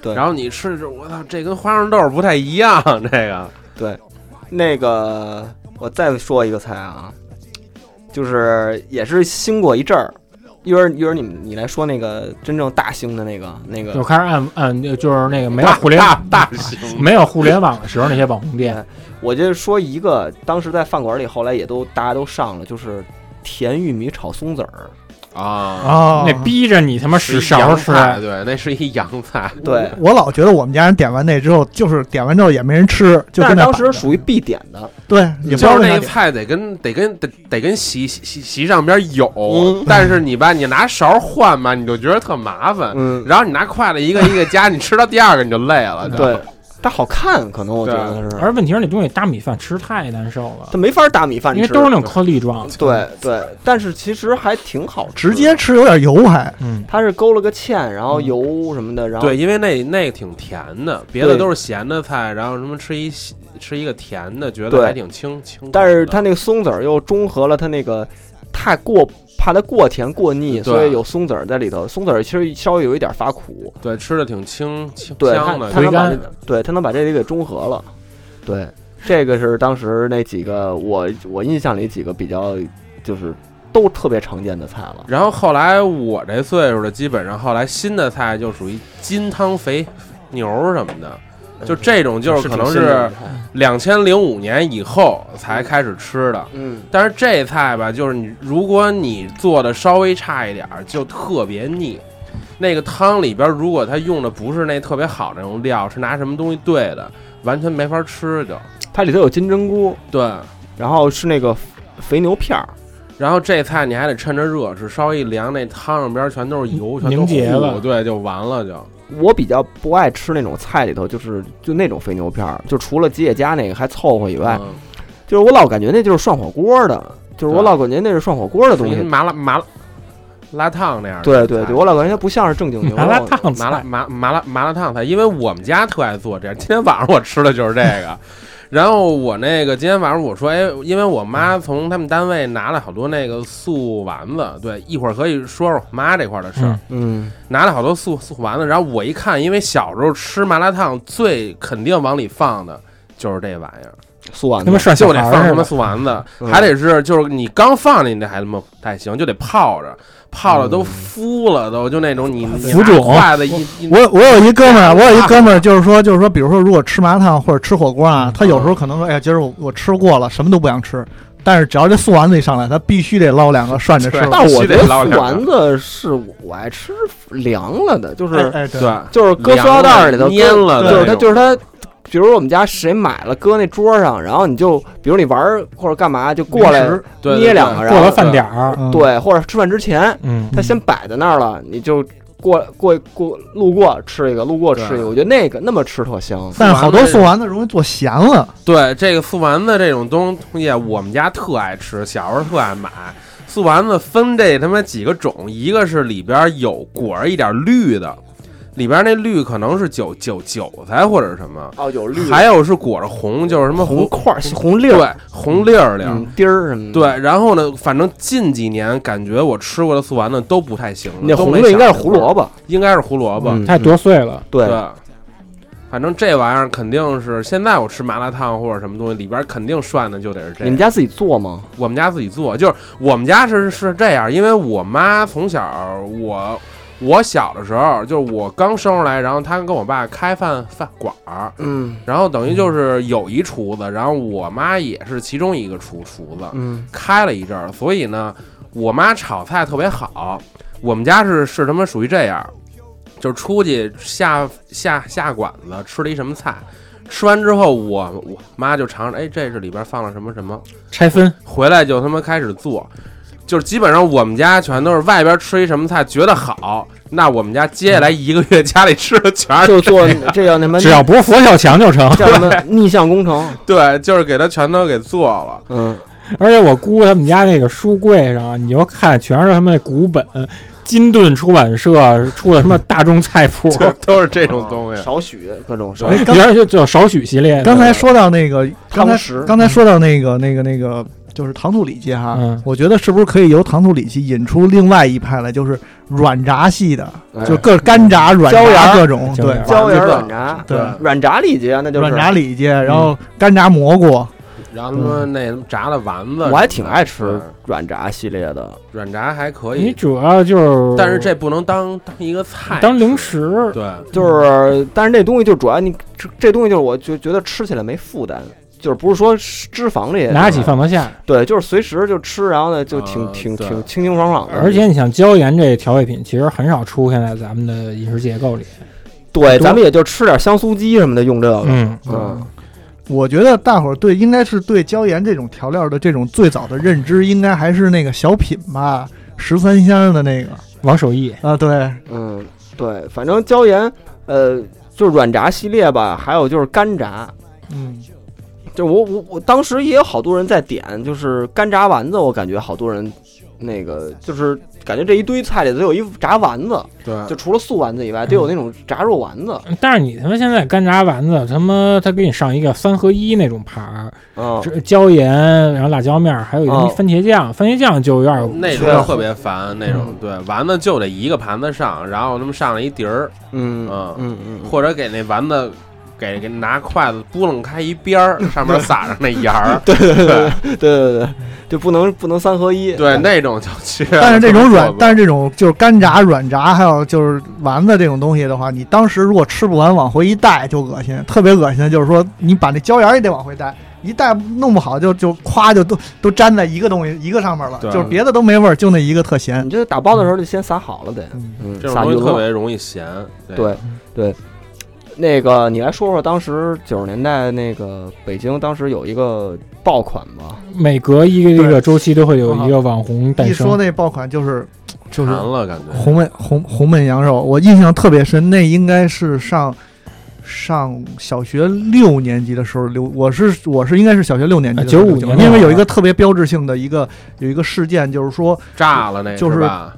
[SPEAKER 4] 对，
[SPEAKER 7] 然后你吃着，我操，这跟花生豆不太一样，这
[SPEAKER 5] 啊
[SPEAKER 7] 个
[SPEAKER 4] 对，那个我再说一个菜啊，就是也是兴过一阵儿。一会儿一会儿你们你来说那个真正大兴的那个那
[SPEAKER 5] 就
[SPEAKER 4] 个，
[SPEAKER 5] 开始按按就是那个没有
[SPEAKER 7] 大
[SPEAKER 5] 互联
[SPEAKER 7] 大大型。
[SPEAKER 5] 没有互联网的时候那些网红店，
[SPEAKER 4] 我就说一个，当时在饭馆里，后来也都大家都上了，就是甜玉米炒松子儿。
[SPEAKER 7] 啊，
[SPEAKER 6] 哦，
[SPEAKER 5] 那逼着你他妈使
[SPEAKER 7] 是
[SPEAKER 5] 勺
[SPEAKER 7] 洋
[SPEAKER 5] 吃，
[SPEAKER 7] 菜，对，那是一洋菜，
[SPEAKER 4] 对，
[SPEAKER 6] 我老觉得我们家人点完那之后，就是点完之后也没人吃，就
[SPEAKER 4] 但是
[SPEAKER 6] 跟那
[SPEAKER 4] 当
[SPEAKER 6] 摆
[SPEAKER 4] 时
[SPEAKER 6] 着
[SPEAKER 4] 属于必点的，
[SPEAKER 6] 对，也不知
[SPEAKER 7] 就
[SPEAKER 6] 道
[SPEAKER 7] 是
[SPEAKER 6] 为啥
[SPEAKER 7] 那个
[SPEAKER 6] 点
[SPEAKER 7] 菜得跟得跟得得跟席席席上边有
[SPEAKER 4] 嗯，
[SPEAKER 7] 但是你吧，你拿勺换吧，你就觉得特麻烦，
[SPEAKER 4] 嗯，
[SPEAKER 7] 然后你拿筷子一个一个夹，你吃到第二个你就累了，知道吗
[SPEAKER 4] 对，它好看，可能我觉得它是，
[SPEAKER 5] 而问题是那东西搭米饭吃太难受了
[SPEAKER 4] 它，没法打米饭
[SPEAKER 5] 因为
[SPEAKER 4] 吃，
[SPEAKER 5] 都是那种颗粒状。，
[SPEAKER 4] 对对，但是其实还挺好吃的，
[SPEAKER 6] 直接吃有点油还，
[SPEAKER 5] 嗯，
[SPEAKER 4] 它是勾了个芡，然后油什么的，然后
[SPEAKER 7] 对，因为那那个挺甜的，别的
[SPEAKER 4] 对
[SPEAKER 7] 都是咸的菜，然后什么吃一西吃一个甜的，觉得
[SPEAKER 4] 对
[SPEAKER 7] 还挺清清口的。
[SPEAKER 4] 但是它那个松子儿又中和了它那个太过怕它过甜过腻，
[SPEAKER 7] 对
[SPEAKER 4] 所以有松子儿在里头。松子儿其实稍微有一点发苦，
[SPEAKER 7] 对吃的挺清清
[SPEAKER 4] 对它
[SPEAKER 7] 香的，
[SPEAKER 4] 它能把
[SPEAKER 5] 回甘
[SPEAKER 4] 这对它能把这里给中和了。对，这个是当时那几个我我印象里几个比较就是都特别常见的菜了。
[SPEAKER 7] 然后后来我这岁数的，基本上后来新的菜就属于金汤肥牛什么的，就这种就是可
[SPEAKER 4] 嗯
[SPEAKER 7] 能
[SPEAKER 4] 挺新颖
[SPEAKER 7] 是
[SPEAKER 4] 的菜
[SPEAKER 7] 两千零五年以后才开始吃的。
[SPEAKER 4] 嗯，
[SPEAKER 7] 但是这菜吧，就是你如果你做的稍微差一点儿，就特别腻。那个汤里边，如果它用的不是那特别好的那种料，是拿什么东西兑的，完全没法吃就。
[SPEAKER 4] 它里头有金针菇，
[SPEAKER 7] 对，
[SPEAKER 4] 然后是那个肥牛片儿，
[SPEAKER 7] 然后这菜你还得趁着热吃，稍微一凉，那汤上边全都是油，全都
[SPEAKER 5] 凝结
[SPEAKER 7] 糊
[SPEAKER 5] 了
[SPEAKER 7] 对，就完了就。
[SPEAKER 4] 我比较不爱吃那种菜里头，就是就那种肥牛片儿，就除了吉野家那个还凑合以外，
[SPEAKER 7] 嗯
[SPEAKER 4] 就是我老感觉那就是涮火锅的，就是我老感觉那是涮火锅的东
[SPEAKER 7] 因为
[SPEAKER 4] 西。
[SPEAKER 7] 麻辣麻辣拉烫那样的
[SPEAKER 4] 对
[SPEAKER 7] 菜。
[SPEAKER 4] 对对，我老感觉它不像是正经嗯牛
[SPEAKER 5] 麻辣
[SPEAKER 4] 肉。
[SPEAKER 5] 烫
[SPEAKER 7] 麻辣
[SPEAKER 5] 菜，
[SPEAKER 7] 麻麻辣麻辣烫菜，因为我们家特爱做这样。今天晚上我吃的就是这个，然后我那个今天晚上我说，哎，因为我妈
[SPEAKER 5] 嗯
[SPEAKER 7] 从他们单位拿了好多那个素丸子，对，一会儿可以说说我妈这块儿的事儿。
[SPEAKER 5] 嗯
[SPEAKER 4] 嗯，
[SPEAKER 7] 拿了好多素素丸子，然后我一看，因为小时候吃麻辣烫最肯定往里放的就是这玩意儿，
[SPEAKER 4] 素丸
[SPEAKER 5] 他妈
[SPEAKER 4] 子。
[SPEAKER 5] 涮小
[SPEAKER 7] 就
[SPEAKER 5] 孩
[SPEAKER 7] 得
[SPEAKER 5] 儿
[SPEAKER 7] 放
[SPEAKER 5] 似
[SPEAKER 7] 什么
[SPEAKER 5] 的，
[SPEAKER 7] 素 丸子，
[SPEAKER 4] 嗯
[SPEAKER 7] 还得是就是你刚放进去还他妈不太行，就得泡着，泡着都敷了都，就那种你
[SPEAKER 5] 嗯
[SPEAKER 7] 你
[SPEAKER 5] 浮
[SPEAKER 7] 拿
[SPEAKER 5] 肿
[SPEAKER 7] 筷子一一
[SPEAKER 6] 我我有一哥们儿，我有一哥们儿，就是说，就是说，比如说，如果吃麻辣烫或者吃火锅啊，他有时候可能说，哎呀，今儿我我吃过了，什么都不想吃，但是只要这素丸子一上来，他必须得捞两个涮着吃。
[SPEAKER 7] 对
[SPEAKER 4] 但我觉得
[SPEAKER 7] 须得
[SPEAKER 4] 素
[SPEAKER 7] 捞两个
[SPEAKER 4] 丸子是我爱吃凉了的，就是、
[SPEAKER 6] 哎哎对
[SPEAKER 7] 对，
[SPEAKER 4] 就是搁塑料袋里头搁
[SPEAKER 7] 凉了的
[SPEAKER 4] 就是它
[SPEAKER 7] 那种
[SPEAKER 4] 就是它。比如我们家谁买了搁那桌上，然后你就比如你玩儿或者干嘛就过来
[SPEAKER 6] 零食
[SPEAKER 7] 对
[SPEAKER 4] 捏两个
[SPEAKER 5] 过了
[SPEAKER 4] 然后
[SPEAKER 5] 饭点儿，
[SPEAKER 6] 嗯
[SPEAKER 4] 对，或者吃饭之前
[SPEAKER 5] 嗯，
[SPEAKER 4] 它先摆在那儿了，你就过过过路过吃一个，路过吃一
[SPEAKER 7] 对
[SPEAKER 4] 个，我觉得那个那么吃特香。
[SPEAKER 6] 但是好多素丸子容易做咸了，
[SPEAKER 7] 对这个素丸子这种东西，我们家特爱吃，小时候特爱买。素丸子分这他妈几个种，一个是里边有果儿一点绿的，里边那绿可能是韭韭韭菜或者什么，
[SPEAKER 4] 哦，有绿
[SPEAKER 7] 还有是果儿红，就是什么
[SPEAKER 4] 红
[SPEAKER 7] 红
[SPEAKER 4] 块儿、红粒儿、
[SPEAKER 7] 对红粒儿粒儿。
[SPEAKER 4] 嗯丁儿什么的。
[SPEAKER 7] 对，然后呢？反正近几年感觉我吃过的素丸子都不太行了。
[SPEAKER 4] 那
[SPEAKER 7] 都
[SPEAKER 4] 红
[SPEAKER 7] 没
[SPEAKER 4] 的应该是
[SPEAKER 7] 想
[SPEAKER 4] 胡萝卜，
[SPEAKER 7] 应该是胡萝卜。
[SPEAKER 4] 嗯
[SPEAKER 5] 它多碎了，
[SPEAKER 4] 对，
[SPEAKER 7] 反正这玩意儿肯定是现在我吃麻辣烫或者什么东西里边肯定涮的就得是这个。
[SPEAKER 4] 你们家自己做吗？
[SPEAKER 7] 我们家自己做，就是我们家是是这样，因为我妈从小我我小的时候，就是我刚生出来，然后她跟我爸开饭饭馆儿，
[SPEAKER 4] 嗯
[SPEAKER 7] 然后等于就是有一厨子，然后我妈也是其中一个厨厨子，
[SPEAKER 4] 嗯，
[SPEAKER 7] 开了一阵儿，所以呢，我妈炒菜特别好。我们家是是他妈属于这样，就是出去下下下馆子吃了一什么菜，吃完之后我我妈就尝尝，哎，这是里边放了什么什么，
[SPEAKER 5] 拆分，
[SPEAKER 7] 回来就他妈开始做，就是基本上我们家全都是外边吃一什么菜觉得好，那我们家接下来一个月家里吃的全是
[SPEAKER 4] 就做这叫什 么？
[SPEAKER 5] 只要不是佛跳墙就成。
[SPEAKER 4] 叫什么逆向工 程？
[SPEAKER 7] 对，就是给他全都给做了。
[SPEAKER 4] 嗯，
[SPEAKER 5] 而且我姑他们家那个书柜上，你就看全是他们那古本，金盾出版社出的什么大众菜谱，
[SPEAKER 7] 就都是这种东
[SPEAKER 6] 啊
[SPEAKER 7] 西，
[SPEAKER 4] 哦少许各种少
[SPEAKER 6] 哎
[SPEAKER 4] 许。
[SPEAKER 6] 刚
[SPEAKER 5] 别人就就少许系列的，
[SPEAKER 6] 刚才说到那个，刚才
[SPEAKER 4] 食
[SPEAKER 6] 刚才说到那个那个那个，就是糖醋里脊哈
[SPEAKER 5] 嗯，
[SPEAKER 6] 我觉得是不是可以由糖醋里脊引出另外一派来，就是软炸系的，
[SPEAKER 4] 哎
[SPEAKER 6] 就各干炸、软
[SPEAKER 4] 椒
[SPEAKER 6] 炸
[SPEAKER 4] 盐
[SPEAKER 6] 各种，
[SPEAKER 5] 椒
[SPEAKER 6] 对
[SPEAKER 5] 盐
[SPEAKER 4] 椒盐软炸，
[SPEAKER 6] 对，
[SPEAKER 4] 软炸里脊啊，那就是
[SPEAKER 6] 软炸里脊，然后干炸蘑菇，
[SPEAKER 7] 然后他妈
[SPEAKER 6] 嗯
[SPEAKER 7] 那炸的丸子，
[SPEAKER 4] 我还挺爱吃软炸系列的。
[SPEAKER 7] 软炸还可
[SPEAKER 5] 你
[SPEAKER 7] 以，
[SPEAKER 5] 主要就是，
[SPEAKER 7] 但是这不能当当一个菜
[SPEAKER 5] 当零
[SPEAKER 7] 吃。
[SPEAKER 5] 食，
[SPEAKER 7] 对，
[SPEAKER 4] 就是，但是这东西就主要你这这东西就是，我就觉得吃起来没负担，就是不是说脂肪这些东西，
[SPEAKER 5] 拿起放得下。
[SPEAKER 4] 对，就是随时就吃，然后呢就挺、
[SPEAKER 7] 啊
[SPEAKER 4] 挺
[SPEAKER 7] 对
[SPEAKER 4] 挺清清爽爽的，
[SPEAKER 5] 而且你想椒盐这调味品，其实很少出现在咱们的饮食结构里。
[SPEAKER 4] 对，咱们也就吃点香酥鸡什么的用这个，
[SPEAKER 5] 嗯，
[SPEAKER 4] 嗯，
[SPEAKER 6] 我觉得大伙儿对应该是对椒盐这种调料的这种最早的认知，应该还是那个小品吧，十三香的那个
[SPEAKER 5] 王守义，
[SPEAKER 6] 啊，对，
[SPEAKER 4] 嗯，对，反正椒盐，呃，就是软炸系列吧，还有就是干炸，
[SPEAKER 6] 嗯，
[SPEAKER 4] 就我我我当时也有好多人在点，就是干炸丸子，我感觉好多人那个就是感觉这一堆菜里头有一炸丸子，
[SPEAKER 7] 对
[SPEAKER 4] 就除了素丸子以外，得有那种炸肉丸子，
[SPEAKER 5] 但是你他妈现在干炸丸子，他妈他给你上一个三合一那种盘儿，
[SPEAKER 7] 哦
[SPEAKER 4] 嗯，
[SPEAKER 5] 这椒盐，然后辣椒面儿，还有一个
[SPEAKER 4] 哦
[SPEAKER 5] 番茄酱，番茄酱就有点儿
[SPEAKER 7] 那
[SPEAKER 4] 对
[SPEAKER 7] 种特别烦，那
[SPEAKER 6] 嗯
[SPEAKER 7] 种对丸子就得一个盘子上，然后他们上了一碟儿，
[SPEAKER 4] 嗯
[SPEAKER 7] 嗯
[SPEAKER 4] 嗯嗯，
[SPEAKER 7] 或者给那丸子给给拿筷子拨楞开一边儿， 上面撒上那芽儿，对
[SPEAKER 4] 对对对，就不能不能三合一。
[SPEAKER 7] 对，啊那种就去。
[SPEAKER 6] 但是这种软，但
[SPEAKER 7] 是
[SPEAKER 6] 是这种就是干炸、软炸，还有就是丸子这种东西的话，你当时如果吃不完往回一带就恶心，特别恶心的就是说你把那椒盐也得往回带，一带弄不好就就夸就都都粘在一个东西一个上面了，
[SPEAKER 7] 对啊
[SPEAKER 6] 就是别的都没味儿，就那一个特咸
[SPEAKER 4] 你。这打包的时候就先撒好了得，
[SPEAKER 6] 嗯
[SPEAKER 4] 嗯，
[SPEAKER 7] 这种
[SPEAKER 4] 撒
[SPEAKER 7] 东
[SPEAKER 4] 匀
[SPEAKER 7] 西特
[SPEAKER 4] 了。
[SPEAKER 7] 别容易咸。
[SPEAKER 4] 对对，那个你来说说当时九十年代那个北京当时有一个爆款吧？
[SPEAKER 5] 每隔一个一个周期都会有一个网红诞
[SPEAKER 6] 一说
[SPEAKER 5] 生。
[SPEAKER 6] 那爆款就是就
[SPEAKER 7] 馋
[SPEAKER 6] 是
[SPEAKER 7] 了感觉。
[SPEAKER 6] 红焖红红焖羊肉，我印象特别深，那应该是上上小学六年级的时候留，我是我是应该是小学六年级的时候
[SPEAKER 5] 95
[SPEAKER 6] 留
[SPEAKER 5] 年
[SPEAKER 6] 因为
[SPEAKER 5] 那会儿
[SPEAKER 6] 有一个特别标志性的一个有一个事件，就是说
[SPEAKER 7] 炸了那
[SPEAKER 6] 就是
[SPEAKER 7] 吧？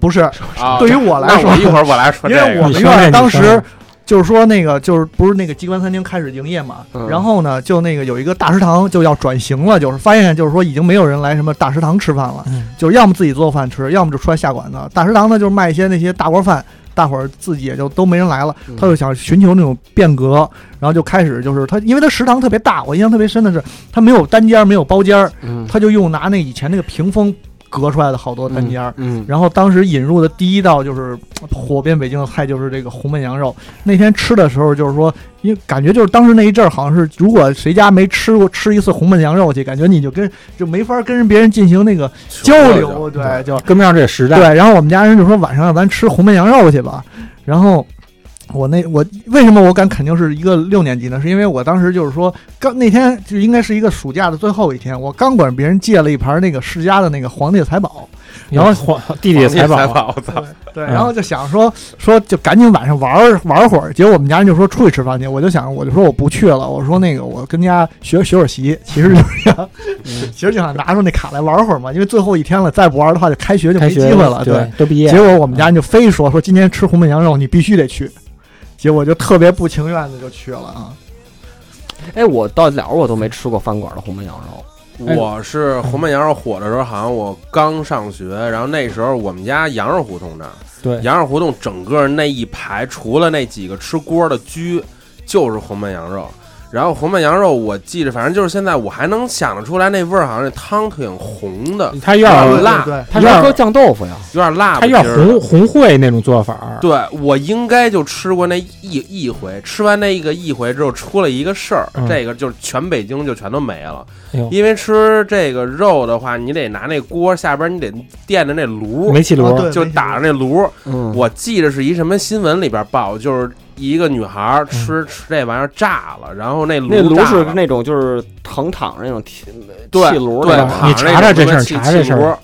[SPEAKER 6] 不是，
[SPEAKER 7] 啊，
[SPEAKER 6] 对于我来
[SPEAKER 7] 那
[SPEAKER 6] 说
[SPEAKER 7] 我， 一会儿我来说这
[SPEAKER 6] 因为
[SPEAKER 7] 个
[SPEAKER 6] 我
[SPEAKER 5] 你
[SPEAKER 6] 们
[SPEAKER 5] 说这
[SPEAKER 6] 院
[SPEAKER 5] 啊
[SPEAKER 6] 儿
[SPEAKER 5] 你
[SPEAKER 6] 当
[SPEAKER 5] 说
[SPEAKER 6] 时
[SPEAKER 5] 这
[SPEAKER 6] 就是说那个就是不是那个机关餐厅开始营业嘛，
[SPEAKER 4] 嗯
[SPEAKER 6] 然后呢就那个有一个大食堂就要转型了，就是发现就是说已经没有人来什么大食堂吃饭了，
[SPEAKER 5] 嗯，
[SPEAKER 6] 就是要么自己做饭吃，要么就出来下馆子。大食堂呢就是卖一些那些大锅饭，大伙儿自己也就都没人来了，
[SPEAKER 4] 嗯
[SPEAKER 6] 他就想寻求那种变革，然后就开始就是他因为他食堂特别大，我印象特别深的是他没有单间儿没有包间儿，
[SPEAKER 4] 嗯
[SPEAKER 6] 他就用拿那以前那个屏风隔出来的好多单间儿。
[SPEAKER 4] 嗯
[SPEAKER 6] 然后当时引入的第一道就是呃火遍北京的菜，就是这个红焖羊肉。那天吃的时候，就是说，因为感觉就是当时那一阵儿，好像是如果谁家没吃过吃一次红焖羊肉去，感觉你就跟就没法跟别人进行那个交流，对，就
[SPEAKER 5] 跟不上这时代，
[SPEAKER 6] 对。然后我们家人就说晚上要咱吃红焖羊肉去吧。然后我那我为什么我敢肯定是一个六年级呢？是因为我当时就是说刚那天就应该是一个暑假的最后一天，我刚管别人借了一盘那个世家的那个皇帝财宝。然后
[SPEAKER 5] 后弟弟
[SPEAKER 7] 采
[SPEAKER 5] 财宝，
[SPEAKER 7] 访，我操，
[SPEAKER 6] 对，
[SPEAKER 5] 嗯
[SPEAKER 6] 然后就想说说就赶紧晚上玩儿玩会儿，结果我们家人就说出去吃饭去，我就想我就说我不去了，我说那个我跟家学学会儿习，其实就是想，
[SPEAKER 5] 嗯
[SPEAKER 6] 其实就想拿出那卡来玩会儿嘛，因为最后一天了，再不玩的话就开学就
[SPEAKER 5] 开
[SPEAKER 6] 没
[SPEAKER 5] 学
[SPEAKER 6] 机会了，
[SPEAKER 5] 对
[SPEAKER 6] 对。，
[SPEAKER 5] 都毕业
[SPEAKER 6] 结，果我们家人就非说说今天吃红焖羊肉，你必须得去，结果就特别不情愿的就去了啊。
[SPEAKER 4] 哎，我到了我都没吃过饭馆的红焖羊肉。
[SPEAKER 5] 哎
[SPEAKER 7] 我是红焖羊肉火的时候，好像我刚上学，然后那时候我们家羊肉胡同那儿，
[SPEAKER 5] 对
[SPEAKER 7] 羊肉胡同整个那一排，除了那几个吃锅的居，就是红焖羊肉。然后红焖羊肉，我记着，反正就是现在我还能想得出来那味儿，好像那汤挺红的，
[SPEAKER 5] 他有
[SPEAKER 7] 啊
[SPEAKER 5] 点
[SPEAKER 6] 对
[SPEAKER 7] 辣
[SPEAKER 6] 对，
[SPEAKER 4] 他
[SPEAKER 5] 有点
[SPEAKER 4] 是
[SPEAKER 5] 儿
[SPEAKER 4] 搁酱豆腐呀，
[SPEAKER 7] 有点辣
[SPEAKER 5] 他
[SPEAKER 7] 不
[SPEAKER 5] 有
[SPEAKER 7] 劲儿
[SPEAKER 5] 点
[SPEAKER 7] 的，
[SPEAKER 5] 红红会那种做法儿，
[SPEAKER 7] 对我应该就吃过那一一回，吃完那个一回之后出了一个事儿，
[SPEAKER 5] 嗯
[SPEAKER 7] 这个就是全北京就全都没了。
[SPEAKER 5] 哎呦
[SPEAKER 7] 因为吃这个肉的话，你得拿那锅下边你得垫着那炉，
[SPEAKER 5] 煤气
[SPEAKER 6] 啊
[SPEAKER 5] 炉，
[SPEAKER 6] 对
[SPEAKER 7] 就打着那炉。
[SPEAKER 4] 嗯，
[SPEAKER 7] 我记着是一什么新闻里边报，就是一个女孩
[SPEAKER 5] 嗯
[SPEAKER 7] 儿吃、吃这玩意儿炸了，然后那炉
[SPEAKER 4] 那
[SPEAKER 7] 炉
[SPEAKER 4] 炉是那种就是横躺着那种气
[SPEAKER 7] 对
[SPEAKER 4] 气炉
[SPEAKER 7] 对
[SPEAKER 4] 那
[SPEAKER 5] 吧
[SPEAKER 4] 种，
[SPEAKER 7] 躺着
[SPEAKER 5] 你查查这事儿
[SPEAKER 7] 那气
[SPEAKER 5] 查查这事儿
[SPEAKER 7] 气炉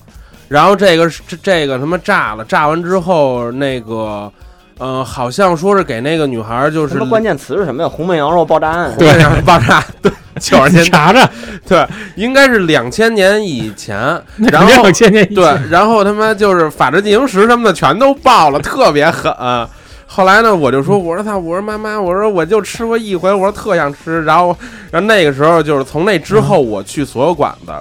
[SPEAKER 7] 然后这个是这这个他妈炸了，炸完之后那个。呃，好像说是给那个女孩儿，就
[SPEAKER 4] 什
[SPEAKER 7] 是
[SPEAKER 4] 么关键词是什么呀？红焖羊肉爆炸案。
[SPEAKER 7] 对，爆炸， 对，九十
[SPEAKER 5] 你
[SPEAKER 7] 年代
[SPEAKER 5] 查查，
[SPEAKER 7] 应该是两千年以前，
[SPEAKER 5] 那
[SPEAKER 7] 然
[SPEAKER 5] 肯定
[SPEAKER 7] 后
[SPEAKER 5] 有千年一
[SPEAKER 7] 对
[SPEAKER 5] 见，
[SPEAKER 7] 然后他妈就是《法制进行时》什么的全都爆了，特别狠。后来呢，我就说，我说操，我说妈妈，我说我就吃过一回，我说特想吃。然后，然后那个时候就是从那之后，我去所有馆子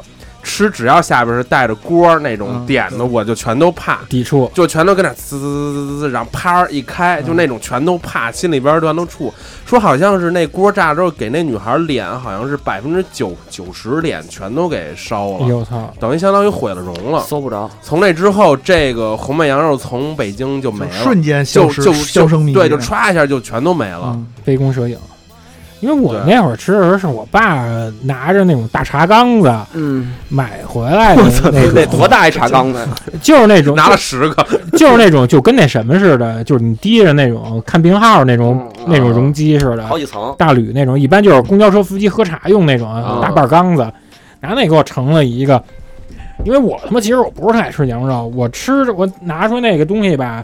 [SPEAKER 7] 吃，只要下边是带着锅儿那种
[SPEAKER 6] 嗯
[SPEAKER 7] 点的，我就全都怕。
[SPEAKER 5] 抵触，
[SPEAKER 7] 就全都跟那滋滋滋滋滋滋，然后啪儿一开，就那种全都怕，心里边儿全都怵。说好像是那锅炸之后给那女孩儿脸，好像是百分之九九十脸全都给烧
[SPEAKER 5] 哎
[SPEAKER 7] 了，
[SPEAKER 5] 呦我操，
[SPEAKER 7] 等于相当于毁了容了。
[SPEAKER 4] 搜不着，
[SPEAKER 7] 从那之后，这个红焖羊肉从北京就没
[SPEAKER 6] 就
[SPEAKER 7] 了，
[SPEAKER 6] 瞬间消
[SPEAKER 7] 就
[SPEAKER 6] 失
[SPEAKER 7] 就
[SPEAKER 6] 销声匿迹，
[SPEAKER 7] 对，就歘一下就全都没了。
[SPEAKER 6] 嗯
[SPEAKER 5] 杯弓蛇影。因为我
[SPEAKER 7] 对
[SPEAKER 5] 那会儿吃的时候，是我爸拿着那种大茶缸子
[SPEAKER 4] 嗯，
[SPEAKER 5] 买回来的那
[SPEAKER 4] 得
[SPEAKER 5] 种，
[SPEAKER 4] 多大一茶缸 子？
[SPEAKER 5] 嗯就是那种
[SPEAKER 7] 拿了十个，
[SPEAKER 5] 就是那种就跟那什么似的，就是你提着那种看病号那种
[SPEAKER 4] 嗯
[SPEAKER 5] 那种容积似的
[SPEAKER 4] 好，几层。
[SPEAKER 5] 大铝那种，一般就是公交车司机喝茶用那种
[SPEAKER 4] 啊
[SPEAKER 5] 大半缸子，然后那给我盛了一个，因为我他妈其实我不是太爱吃羊肉，我吃我拿出那个东西吧，